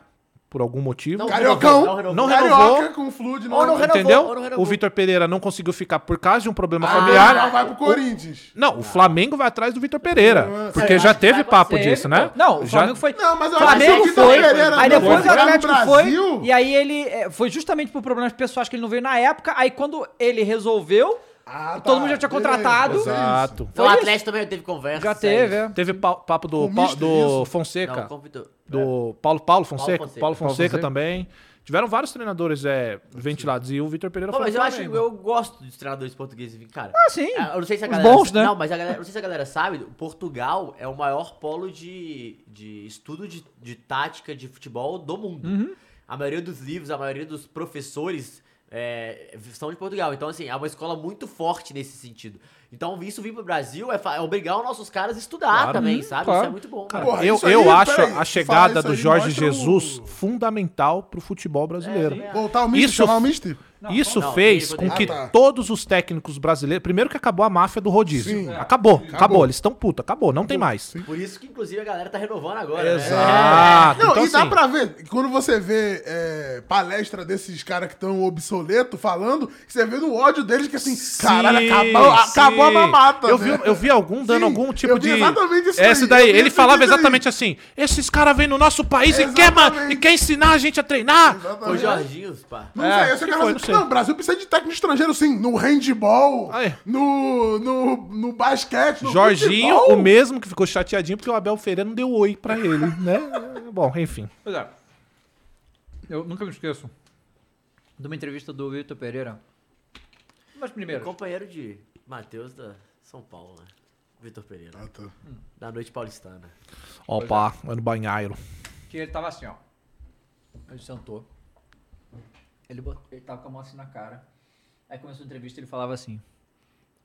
Speaker 4: por algum motivo.
Speaker 3: Não,
Speaker 2: Cariocão.
Speaker 3: Não renovou.
Speaker 4: Não
Speaker 2: Carioca
Speaker 4: renovou.
Speaker 2: com o Fluminense
Speaker 3: Ou não
Speaker 2: não,
Speaker 3: renovou,
Speaker 4: entendeu?
Speaker 3: ou não renovou. Ah,
Speaker 4: o Vitor Pereira não conseguiu ficar por causa de um problema
Speaker 2: não
Speaker 4: familiar.
Speaker 2: vai pro Corinthians.
Speaker 4: Não, o Flamengo vai atrás do Vitor Pereira. Porque
Speaker 3: Ah, é, eu
Speaker 4: já
Speaker 3: acho que
Speaker 4: teve
Speaker 3: vai
Speaker 4: papo
Speaker 3: acontecer.
Speaker 4: disso, né?
Speaker 1: Não, o
Speaker 4: já...
Speaker 1: Flamengo foi.
Speaker 2: Não, mas eu
Speaker 1: Flamengo
Speaker 2: acho que o
Speaker 1: foi.
Speaker 2: Vitor Pereira
Speaker 1: Aí
Speaker 2: não
Speaker 1: depois o
Speaker 2: foi.
Speaker 1: Atlético
Speaker 2: Foi no
Speaker 1: foi.
Speaker 2: Brasil?
Speaker 1: E aí ele. é, Foi justamente por problemas pessoais que ele não veio na época. Aí quando ele resolveu,
Speaker 2: Ah, tá.
Speaker 1: todo mundo já tinha
Speaker 2: Beleza.
Speaker 1: contratado.
Speaker 2: Isso é isso.
Speaker 4: Exato.
Speaker 3: Então, o Atlético também teve conversa.
Speaker 1: já
Speaker 3: sério.
Speaker 1: teve, é.
Speaker 4: Teve né, pa- papo do,
Speaker 3: Um
Speaker 2: O
Speaker 4: Pa-
Speaker 2: misto
Speaker 4: do
Speaker 2: disso.
Speaker 4: Fonseca.
Speaker 3: Não, convidou.
Speaker 4: do Paulo, Paulo Fonseca, Paulo
Speaker 3: Paulo
Speaker 4: Fonseca,
Speaker 3: Fonseca.
Speaker 4: também. Tiveram vários treinadores é, ventilados e o Vitor Pereira
Speaker 3: Pô,
Speaker 4: foi
Speaker 3: mas
Speaker 4: pro
Speaker 3: eu acho,
Speaker 4: Flamengo.
Speaker 3: eu gosto dos treinadores portugueses, cara.
Speaker 1: Ah, sim.
Speaker 3: Ah, Eu não sei se a
Speaker 1: Os
Speaker 3: galera.
Speaker 1: bons, né?
Speaker 3: Não, mas a galera, não sei se a galera sabe, Portugal é o maior polo de, de estudo de, de tática de futebol do mundo. A maioria dos livros, a maioria dos professores é, são de Portugal. Então, assim, é uma escola muito forte nesse sentido. Então, isso vir pro Brasil é, fa- é obrigar os nossos caras a estudar também, sabe? Isso
Speaker 4: claro.
Speaker 3: é muito bom.
Speaker 4: Cara,
Speaker 3: Cara.
Speaker 2: Porra,
Speaker 4: eu
Speaker 2: isso aí,
Speaker 4: eu acho
Speaker 2: peraí,
Speaker 4: a
Speaker 2: fala
Speaker 4: chegada
Speaker 2: isso
Speaker 4: do
Speaker 2: aí,
Speaker 4: Jorge
Speaker 2: mostra o-
Speaker 4: Jesus fundamental pro futebol brasileiro.
Speaker 2: Voltar o Mister,
Speaker 4: Isso-
Speaker 2: chamar o Mister.
Speaker 4: Isso
Speaker 3: É, não,
Speaker 4: fez
Speaker 3: ele
Speaker 4: com
Speaker 3: poderia-
Speaker 4: que
Speaker 2: Ah, tá.
Speaker 4: todos os técnicos brasileiros. Primeiro que acabou a máfia do rodízio. Acabou, acabou, Eles estão putos, acabou, não tem mais.
Speaker 3: Por isso que, inclusive, a galera tá renovando agora. Né?
Speaker 4: Exato.
Speaker 2: É. Não,
Speaker 4: então,
Speaker 2: e dá
Speaker 4: assim,
Speaker 2: pra ver, quando você vê é, palestra desses caras que estão obsoleto falando, você vê no ódio deles que assim, caralho,
Speaker 4: Sim,
Speaker 2: acabou,
Speaker 4: sim.
Speaker 2: acabou a mamata.
Speaker 4: Eu
Speaker 2: né?
Speaker 4: vi, um, eu vi algum dando
Speaker 2: Sim,
Speaker 4: algum tipo
Speaker 2: eu vi
Speaker 4: de.
Speaker 2: exatamente isso
Speaker 4: Esse
Speaker 2: aí,
Speaker 4: daí.
Speaker 2: eu vi
Speaker 4: Ele
Speaker 2: esse
Speaker 4: falava
Speaker 2: vídeo aí.
Speaker 4: exatamente assim: esses caras vêm no nosso país e quer,
Speaker 2: Exatamente.
Speaker 4: ma- e quer ensinar a gente a treinar.
Speaker 2: Exatamente.
Speaker 3: Os Jorginhos, pá.
Speaker 2: Não
Speaker 4: É,
Speaker 2: sei, essa
Speaker 4: que
Speaker 2: cara
Speaker 4: foi?
Speaker 2: assim,
Speaker 4: Não sei.
Speaker 2: não, o Brasil precisa de técnico estrangeiro, sim, no handball,
Speaker 4: Ah, é.
Speaker 2: no, no, no basquete, no
Speaker 4: Jorginho,
Speaker 2: futebol.
Speaker 4: o mesmo que ficou chateadinho porque o Abel Ferreira não deu oi pra ele, né? Bom, enfim.
Speaker 1: Pois é. Eu nunca me esqueço de uma entrevista do Vitor Pereira. Mas primeiro.
Speaker 3: Companheiro de Matheus da São Paulo, né? Vitor Pereira.
Speaker 2: Ah, tá.
Speaker 3: Da noite paulistana.
Speaker 4: Opa, mano, banheiro.
Speaker 1: que ele tava assim, ó. Ele sentou. Ele, bot- ele tava com a mão assim na cara. Aí começou a entrevista e ele falava assim: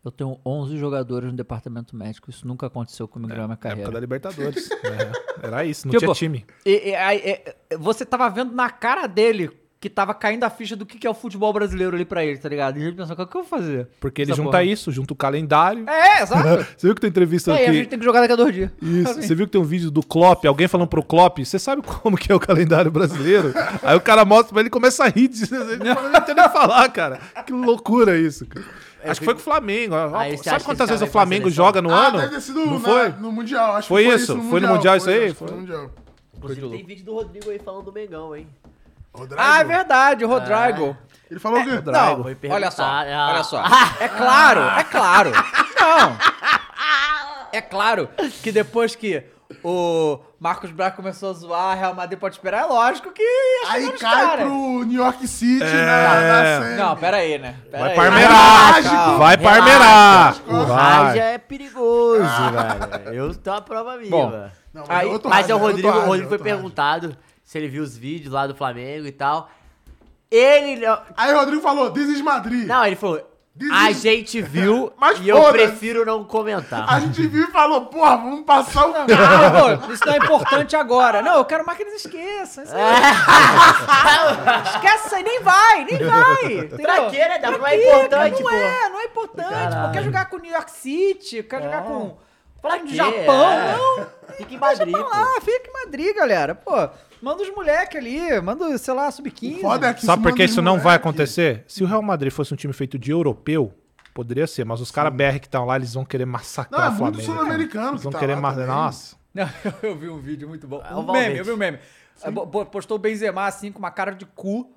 Speaker 1: Eu tenho 11 jogadores no departamento médico. Isso nunca aconteceu comigo na minha
Speaker 4: Na época da
Speaker 1: carreira.
Speaker 4: Libertadores. É, era isso, não
Speaker 1: Tipo,
Speaker 4: tinha time.
Speaker 1: E- e- aí, é- é- você tava vendo na cara dele que tava caindo a ficha do que, que é o futebol brasileiro ali pra ele, tá ligado? E ele pensou: O que eu vou fazer?
Speaker 4: Porque ele
Speaker 1: essa
Speaker 4: junta
Speaker 1: porra.
Speaker 4: isso, junta o calendário.
Speaker 1: É, exato.
Speaker 4: Você viu que tem entrevista
Speaker 1: Aí a gente
Speaker 4: aqui?
Speaker 1: tem que jogar daqui a dois dias.
Speaker 4: Isso. Você viu que tem um vídeo do Klopp, alguém falando pro Klopp, você sabe como que é o calendário brasileiro? Aí o cara mostra pra ele e começa a rir. diz- Ele não fala- não tem nem o que falar, cara. Que loucura isso, cara. Acho que foi com o Flamengo. ó.
Speaker 3: Aí você acha
Speaker 4: sabe
Speaker 3: que
Speaker 4: quantas
Speaker 3: esse
Speaker 4: vezes
Speaker 3: cara vai pra
Speaker 4: o Flamengo
Speaker 3: seleção?
Speaker 4: joga no
Speaker 2: Ah,
Speaker 4: ano?
Speaker 2: deve ter sido né?
Speaker 4: não
Speaker 2: na-
Speaker 4: foi?
Speaker 2: no Mundial, acho
Speaker 4: Foi
Speaker 2: que foi
Speaker 4: isso? Foi no Mundial isso
Speaker 2: foi,
Speaker 4: aí?
Speaker 2: acho que Foi no
Speaker 4: Foi.
Speaker 2: Mundial.
Speaker 3: Inclusive, tem vídeo do Rodrigo aí falando do Mengão, hein?
Speaker 2: Rodrigo.
Speaker 1: Ah, é verdade, o
Speaker 4: Ah.
Speaker 1: Rodrigo.
Speaker 2: Ele falou o quê?
Speaker 1: Não,
Speaker 3: Foi perguntar-
Speaker 1: olha só,
Speaker 3: Ah.
Speaker 1: olha só. É claro, é claro. Não. É claro que depois que o Marcos Braz começou a zoar, Real Madrid pode esperar, é lógico que ia
Speaker 2: Aí
Speaker 1: chegar nos
Speaker 2: cai
Speaker 1: caras.
Speaker 2: pro New York City
Speaker 4: É.
Speaker 2: né? Tá na, na semi.
Speaker 1: Não, pera aí, né? Pera
Speaker 4: Vai
Speaker 1: aí.
Speaker 4: pra
Speaker 2: Aí,
Speaker 4: Armerá!
Speaker 2: lógico.
Speaker 4: Vai pra Armerá! Vai.
Speaker 3: já é perigoso, velho. Eu tô a prova viva.
Speaker 2: Não,
Speaker 1: Aí-
Speaker 2: eu tô
Speaker 3: Ah. Mas é
Speaker 2: rádio,
Speaker 3: o
Speaker 2: eu tô
Speaker 3: Rodrigo, o
Speaker 2: rádio,
Speaker 3: Rodrigo
Speaker 2: eu
Speaker 3: foi
Speaker 2: tô rádio.
Speaker 3: perguntado se ele viu os vídeos lá do Flamengo e tal. Ele. não-
Speaker 2: Aí o Rodrigo falou, this is Madrid.
Speaker 3: Não, ele falou.
Speaker 2: Diz
Speaker 3: A
Speaker 2: isso.
Speaker 3: gente viu
Speaker 2: Mas
Speaker 3: e eu
Speaker 2: foda-se.
Speaker 3: prefiro não
Speaker 2: A
Speaker 3: comentar.
Speaker 2: gente viu e falou, porra, vamos passar o carro.
Speaker 1: Ah, pô, isso não é importante agora. Não, eu quero mais que eles esqueçam. isso aí. Esquece isso aí, nem vai, nem vai. entendeu?
Speaker 3: É. Pra quê, né? Não é
Speaker 1: Ih, cara,
Speaker 3: importante,
Speaker 1: não
Speaker 3: pô.
Speaker 1: é, não é importante. Pô, quer jogar com o New York City, quer jogar com
Speaker 3: Falar de
Speaker 1: quê?
Speaker 3: Japão,
Speaker 1: É.
Speaker 3: não. Fica em Madrid, pô.
Speaker 1: Ah, fica em Madrid, galera. Pô, manda os moleques ali, manda, sei lá, sub-15.
Speaker 2: Foda é que
Speaker 4: Sabe por que
Speaker 2: manda
Speaker 4: isso não
Speaker 2: moleque.
Speaker 4: vai acontecer? Se o Real Madrid fosse um time feito de europeu, poderia ser, mas os caras BR que estão lá, eles vão querer
Speaker 2: Não,
Speaker 4: massacrar
Speaker 2: é
Speaker 4: o
Speaker 2: muito
Speaker 4: Flamengo. cara.
Speaker 2: sul-americano
Speaker 4: Eles
Speaker 2: que
Speaker 4: vão
Speaker 2: tá
Speaker 4: querer
Speaker 2: lá
Speaker 4: massacrar.
Speaker 2: também.
Speaker 4: Nossa.
Speaker 1: Não, eu, eu vi um vídeo muito bom.
Speaker 3: É, o
Speaker 1: um
Speaker 3: Valverde.
Speaker 1: meme, eu vi um meme. Bo- bo- Postou o Benzema assim, com uma cara de cu,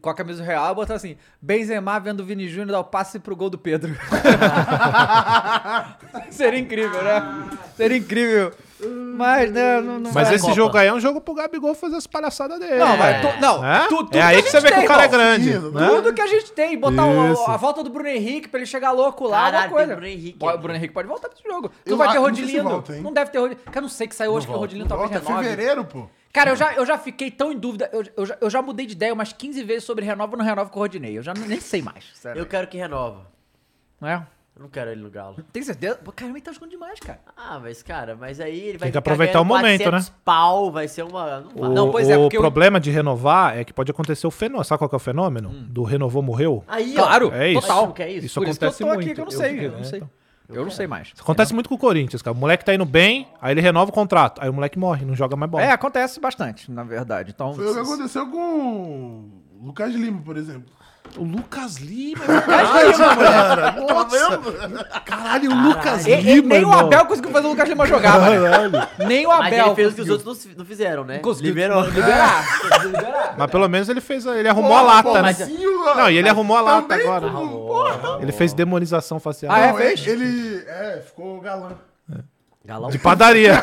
Speaker 1: com a camisa do real, e botou assim: Benzema vendo o Vini Júnior dar o passe pro gol do Pedro. Seria incrível, né? Seria incrível. Mas, né, não, não
Speaker 4: Mas
Speaker 1: vai.
Speaker 4: esse jogo aí é um jogo pro Gabigol fazer as palhaçadas dele.
Speaker 1: Não, mas
Speaker 4: vai.
Speaker 1: tu- não,
Speaker 4: É,
Speaker 1: tu- tudo
Speaker 4: é aí que
Speaker 1: a
Speaker 4: você
Speaker 1: gente
Speaker 4: vê que
Speaker 1: tem,
Speaker 4: o cara é
Speaker 1: irmão.
Speaker 4: grande.
Speaker 2: Sim,
Speaker 4: né?
Speaker 1: Tudo que a gente tem, botar o-
Speaker 4: Isso.
Speaker 1: a volta do Bruno Henrique pra ele chegar louco lá, é
Speaker 3: Caralho,
Speaker 1: uma coisa.
Speaker 3: tem Bruno Henrique
Speaker 1: Pô,
Speaker 3: aí.
Speaker 1: o Bruno Henrique pode voltar pro jogo. Não
Speaker 2: Eu
Speaker 1: vai ter
Speaker 2: acho- não sei se
Speaker 1: Rodilindo.
Speaker 2: volta, hein?
Speaker 1: não deve ter Rodilindo. Cara, eu não sei que saiu hoje que o Rodilindo talvez
Speaker 2: Volta em
Speaker 1: renove.
Speaker 2: é fevereiro, pô.
Speaker 1: Cara, eu já, eu já fiquei tão em dúvida. Eu, eu, já, eu já mudei de ideia umas 15 vezes sobre renova ou não renova com o Rodinei. Eu já n- nem sei mais. Sério.
Speaker 3: Eu quero que renova.
Speaker 1: Não é?
Speaker 3: Eu não quero ele no Galo.
Speaker 1: Tem certeza? Pô, cara, ele tá jogando demais, cara.
Speaker 3: Ah, mas cara, mas aí ele vai
Speaker 4: que
Speaker 3: ficar
Speaker 4: aproveitar
Speaker 3: ganhando
Speaker 4: o momento, né?
Speaker 3: 400 pau, vai ser uma... Não
Speaker 4: O,
Speaker 3: vai.
Speaker 1: Não, pois é,
Speaker 4: o
Speaker 1: porque eu-
Speaker 4: problema de renovar é que pode acontecer o fenômeno. Sabe qual que é o fenômeno?
Speaker 1: Hum.
Speaker 4: Do renovou, morreu?
Speaker 3: Aí,
Speaker 1: Claro.
Speaker 3: ó.
Speaker 4: É isso.
Speaker 3: Total. Que é isso.
Speaker 4: Isso
Speaker 1: Por isso que eu
Speaker 4: acontece
Speaker 1: tô
Speaker 4: muito.
Speaker 1: aqui, que eu não sei,
Speaker 4: fiquei,
Speaker 1: eu não
Speaker 4: né,
Speaker 1: sei.
Speaker 4: então.
Speaker 1: Eu não sei mais.
Speaker 4: Isso acontece muito com o Corinthians, cara. O moleque tá indo bem, aí ele renova o contrato. Aí o moleque morre, não joga mais bola.
Speaker 1: É, acontece bastante, na verdade. Então,
Speaker 2: Foi o que aconteceu com o Lucas Lima, por exemplo.
Speaker 5: O Lucas Lima.
Speaker 2: é Tá
Speaker 4: Caralho, o Lucas
Speaker 1: E- e- nem o Abel conseguiu fazer o Lucas Lima jogar, mano. Nem o
Speaker 3: Mas
Speaker 1: é Abel.
Speaker 3: ele fez o que os
Speaker 1: conseguiu. Ah,
Speaker 3: outros não, se- não fizeram, né?
Speaker 1: Conseguiu.
Speaker 3: Liberou. Ah,
Speaker 1: Liberar.
Speaker 4: Mas pelo menos ele fez. a- Ele arrumou a lata, né?
Speaker 3: mas-
Speaker 4: Não, e ele arrumou a lata
Speaker 2: Também, tá
Speaker 4: agora.
Speaker 2: pô,
Speaker 4: Ele fez demonização facial.
Speaker 1: Ah, é?
Speaker 2: Não, ele, ele- É, ficou galã.
Speaker 3: Galão.
Speaker 4: De padaria.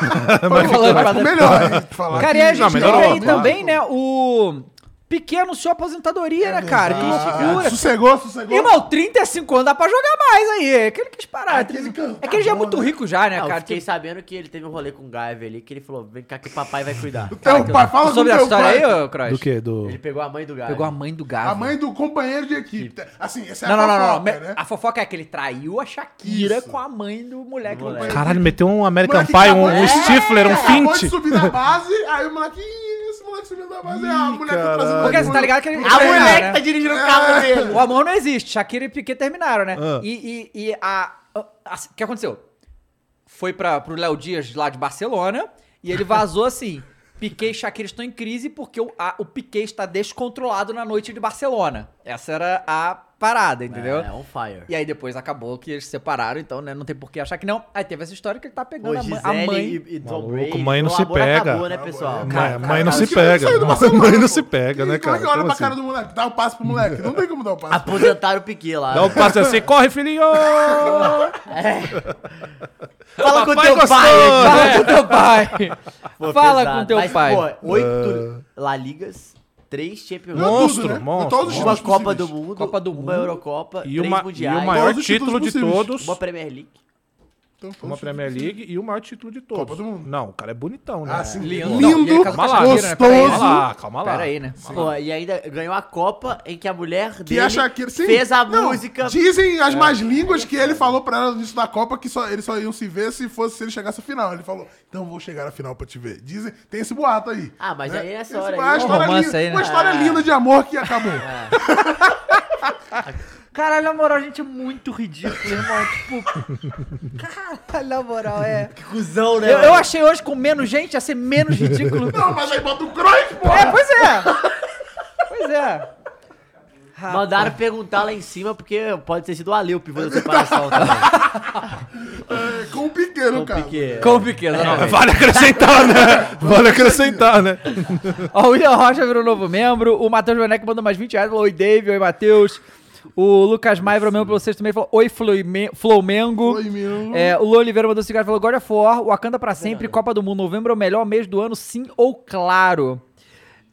Speaker 2: Mas ficou melhor hein, de falar.
Speaker 1: Cara, e a
Speaker 4: Não,
Speaker 1: gente tem
Speaker 4: melhorou,
Speaker 1: aí
Speaker 4: claro.
Speaker 1: também, né, o... Pequeno anunciou aposentadoria, né, cara? Que loucura.
Speaker 2: Ah, Sossegou, sossegou.
Speaker 1: Irmão, 35 anos dá pra jogar mais aí. É que ele quis parar.
Speaker 2: É que ele canta,
Speaker 1: é que ele já é
Speaker 2: tá
Speaker 1: muito
Speaker 2: bom, né?
Speaker 1: rico já, né,
Speaker 3: Ah, eu
Speaker 1: cara?
Speaker 3: fiquei
Speaker 1: Tipo,
Speaker 3: sabendo que ele teve um rolê com o Gaiva ali, que ele falou, vem cá que o papai vai cuidar.
Speaker 2: Teu Então, pai, fala do
Speaker 1: sobre a
Speaker 2: teu
Speaker 1: história
Speaker 2: pai.
Speaker 1: aí, ô Croix?
Speaker 4: Do quê? Do.
Speaker 3: Ele pegou a mãe do Gaiva.
Speaker 1: Pegou a mãe do Gabo.
Speaker 2: A mãe do companheiro de equipe. Assim, essa é
Speaker 1: Não, não,
Speaker 2: a
Speaker 1: não, não.
Speaker 2: fofoca,
Speaker 1: Me-
Speaker 2: né?
Speaker 1: A fofoca é que ele traiu a Shakira
Speaker 2: Isso.
Speaker 1: com a mãe do moleque.
Speaker 3: Do moleque.
Speaker 4: Caralho, meteu um American
Speaker 2: Moleque
Speaker 4: Pie,
Speaker 2: acabou
Speaker 4: um, um
Speaker 2: de-
Speaker 4: Stifler, um
Speaker 2: Acabou de
Speaker 4: Fint.
Speaker 2: subir na base, aí o moleque... "Ih, Esse moleque subiu da base, é a mulher tá trazendo...
Speaker 1: Porque você tá ligado que ele.
Speaker 3: A mulher
Speaker 1: né?
Speaker 3: que tá dirigindo o carro dele.
Speaker 1: O amor não existe. Shakira e Piquet terminaram, né? E, e, e a, a- a- O que aconteceu? Foi pra, pro Léo Dias lá de Barcelona e ele vazou assim. Piquet e Shakira estão em crise porque o, a- o Piquet está descontrolado na noite de Barcelona. Essa era a parada, entendeu?
Speaker 3: É, on fire.
Speaker 1: E aí depois acabou que eles se separaram, então né, não tem por que achar que não. Aí teve essa história que ele tá
Speaker 3: Pô,
Speaker 1: pegando a mãe- a
Speaker 3: Gisele
Speaker 1: mãe.
Speaker 3: e, e Tom
Speaker 4: Maluco,
Speaker 3: Brady.
Speaker 4: mãe não
Speaker 3: o
Speaker 4: se
Speaker 3: amor
Speaker 4: pega.
Speaker 3: Acabou, né, pessoal?
Speaker 4: é Mãe, mãe não se
Speaker 2: cara,
Speaker 4: pega.
Speaker 2: saiu do
Speaker 4: Mãe não se pega, né,
Speaker 2: Como
Speaker 4: cara?
Speaker 2: é que olha
Speaker 4: Como
Speaker 2: pra
Speaker 4: assim?
Speaker 2: cara do moleque? Dá o passe pro moleque. Não tem como dar um o passe.
Speaker 3: Aposentaram o Piquet lá.
Speaker 4: Dá um
Speaker 3: né?
Speaker 4: passe assim, corre, filhinho!
Speaker 3: Fala com
Speaker 4: Papai
Speaker 3: teu
Speaker 4: gostou.
Speaker 3: pai.
Speaker 1: Fala com teu pai!
Speaker 3: Pô,
Speaker 1: Fala
Speaker 3: pesado.
Speaker 1: com teu
Speaker 3: Mas,
Speaker 1: pai!
Speaker 3: Pô, oito
Speaker 4: É.
Speaker 3: La Ligas, três Champions
Speaker 2: Ganhou
Speaker 4: Monstro,
Speaker 2: tudo, né? Ganhou
Speaker 4: monstro,
Speaker 2: Todos os
Speaker 3: uma
Speaker 2: títulos
Speaker 3: Copa do
Speaker 2: possíveis.
Speaker 3: Mundo,
Speaker 1: Copa do
Speaker 3: uma
Speaker 1: Mundo
Speaker 3: Eurocopa,
Speaker 4: E,
Speaker 3: três
Speaker 4: uma, e
Speaker 3: mundiais,
Speaker 4: o maior
Speaker 2: Todos os títulos
Speaker 4: título de
Speaker 2: possíveis.
Speaker 4: todos.
Speaker 3: uma Premier League.
Speaker 2: Então, todos
Speaker 4: Uma
Speaker 2: os
Speaker 4: Premier League e o maior título de todos.
Speaker 2: Copa do Mundo.
Speaker 4: Não, o cara é bonitão, né?
Speaker 2: Ah, sim.
Speaker 1: Leandro, não, e
Speaker 2: Lindo,
Speaker 1: ele casou com a Shakira, né? Peraí,
Speaker 4: Calma
Speaker 2: gostoso.
Speaker 4: lá, calma lá.
Speaker 1: Pera aí, né?
Speaker 3: Pô, e ainda ganhou a Copa em que a mulher
Speaker 2: Que
Speaker 3: dele
Speaker 2: a Shakira, sim.
Speaker 3: fez a
Speaker 2: Não,
Speaker 3: música.
Speaker 2: Dizem as más línguas que ele falou pra ela no início da Copa que só, eles só iam se ver se fosse se ele chegasse à final. Ele falou, então vou chegar à final pra te ver. Dizem, tem esse boato aí. Né?
Speaker 3: Ah, mas aí nessa hora aí,
Speaker 2: uma
Speaker 3: um
Speaker 2: história,
Speaker 1: romance
Speaker 2: linda,
Speaker 1: aí, né?
Speaker 2: uma história linda de amor que acabou.
Speaker 1: Caralho, na moral, a gente é muito ridículo, irmão. Tipo. Caralho, na moral, é.
Speaker 3: Que cuzão, né?
Speaker 1: Eu, eu
Speaker 3: mano?
Speaker 1: achei hoje com menos gente ia ser menos ridículo.
Speaker 2: Não, Ah, mas aí bota o Cruyff, pô.
Speaker 1: É, pois é. Pois é.
Speaker 3: Mandaram perguntar lá em cima, porque pode ter sido o Ale o pivô da
Speaker 2: Tá
Speaker 3: separação tá, também.
Speaker 2: é Com o pequeno, cara.
Speaker 3: Porque...
Speaker 1: Com o pequeno, não. né?
Speaker 4: Vale acrescentar, né? Vale acrescentar, né?
Speaker 1: Ó, o William Rocha virou novo membro. O Matheus Werneck mandou mais 20 reais. Falou, oi, Dave. Oi, Matheus. O Lucas Maia virou membro pra vocês também. Falou, oi, Floime- Flamengo.
Speaker 2: Foi meu.
Speaker 1: É, o Lu Oliveira mandou cigarro e falou: God of War, Wakanda pra sempre, Copa do Mundo, novembro é o melhor mês do ano, sim ou claro.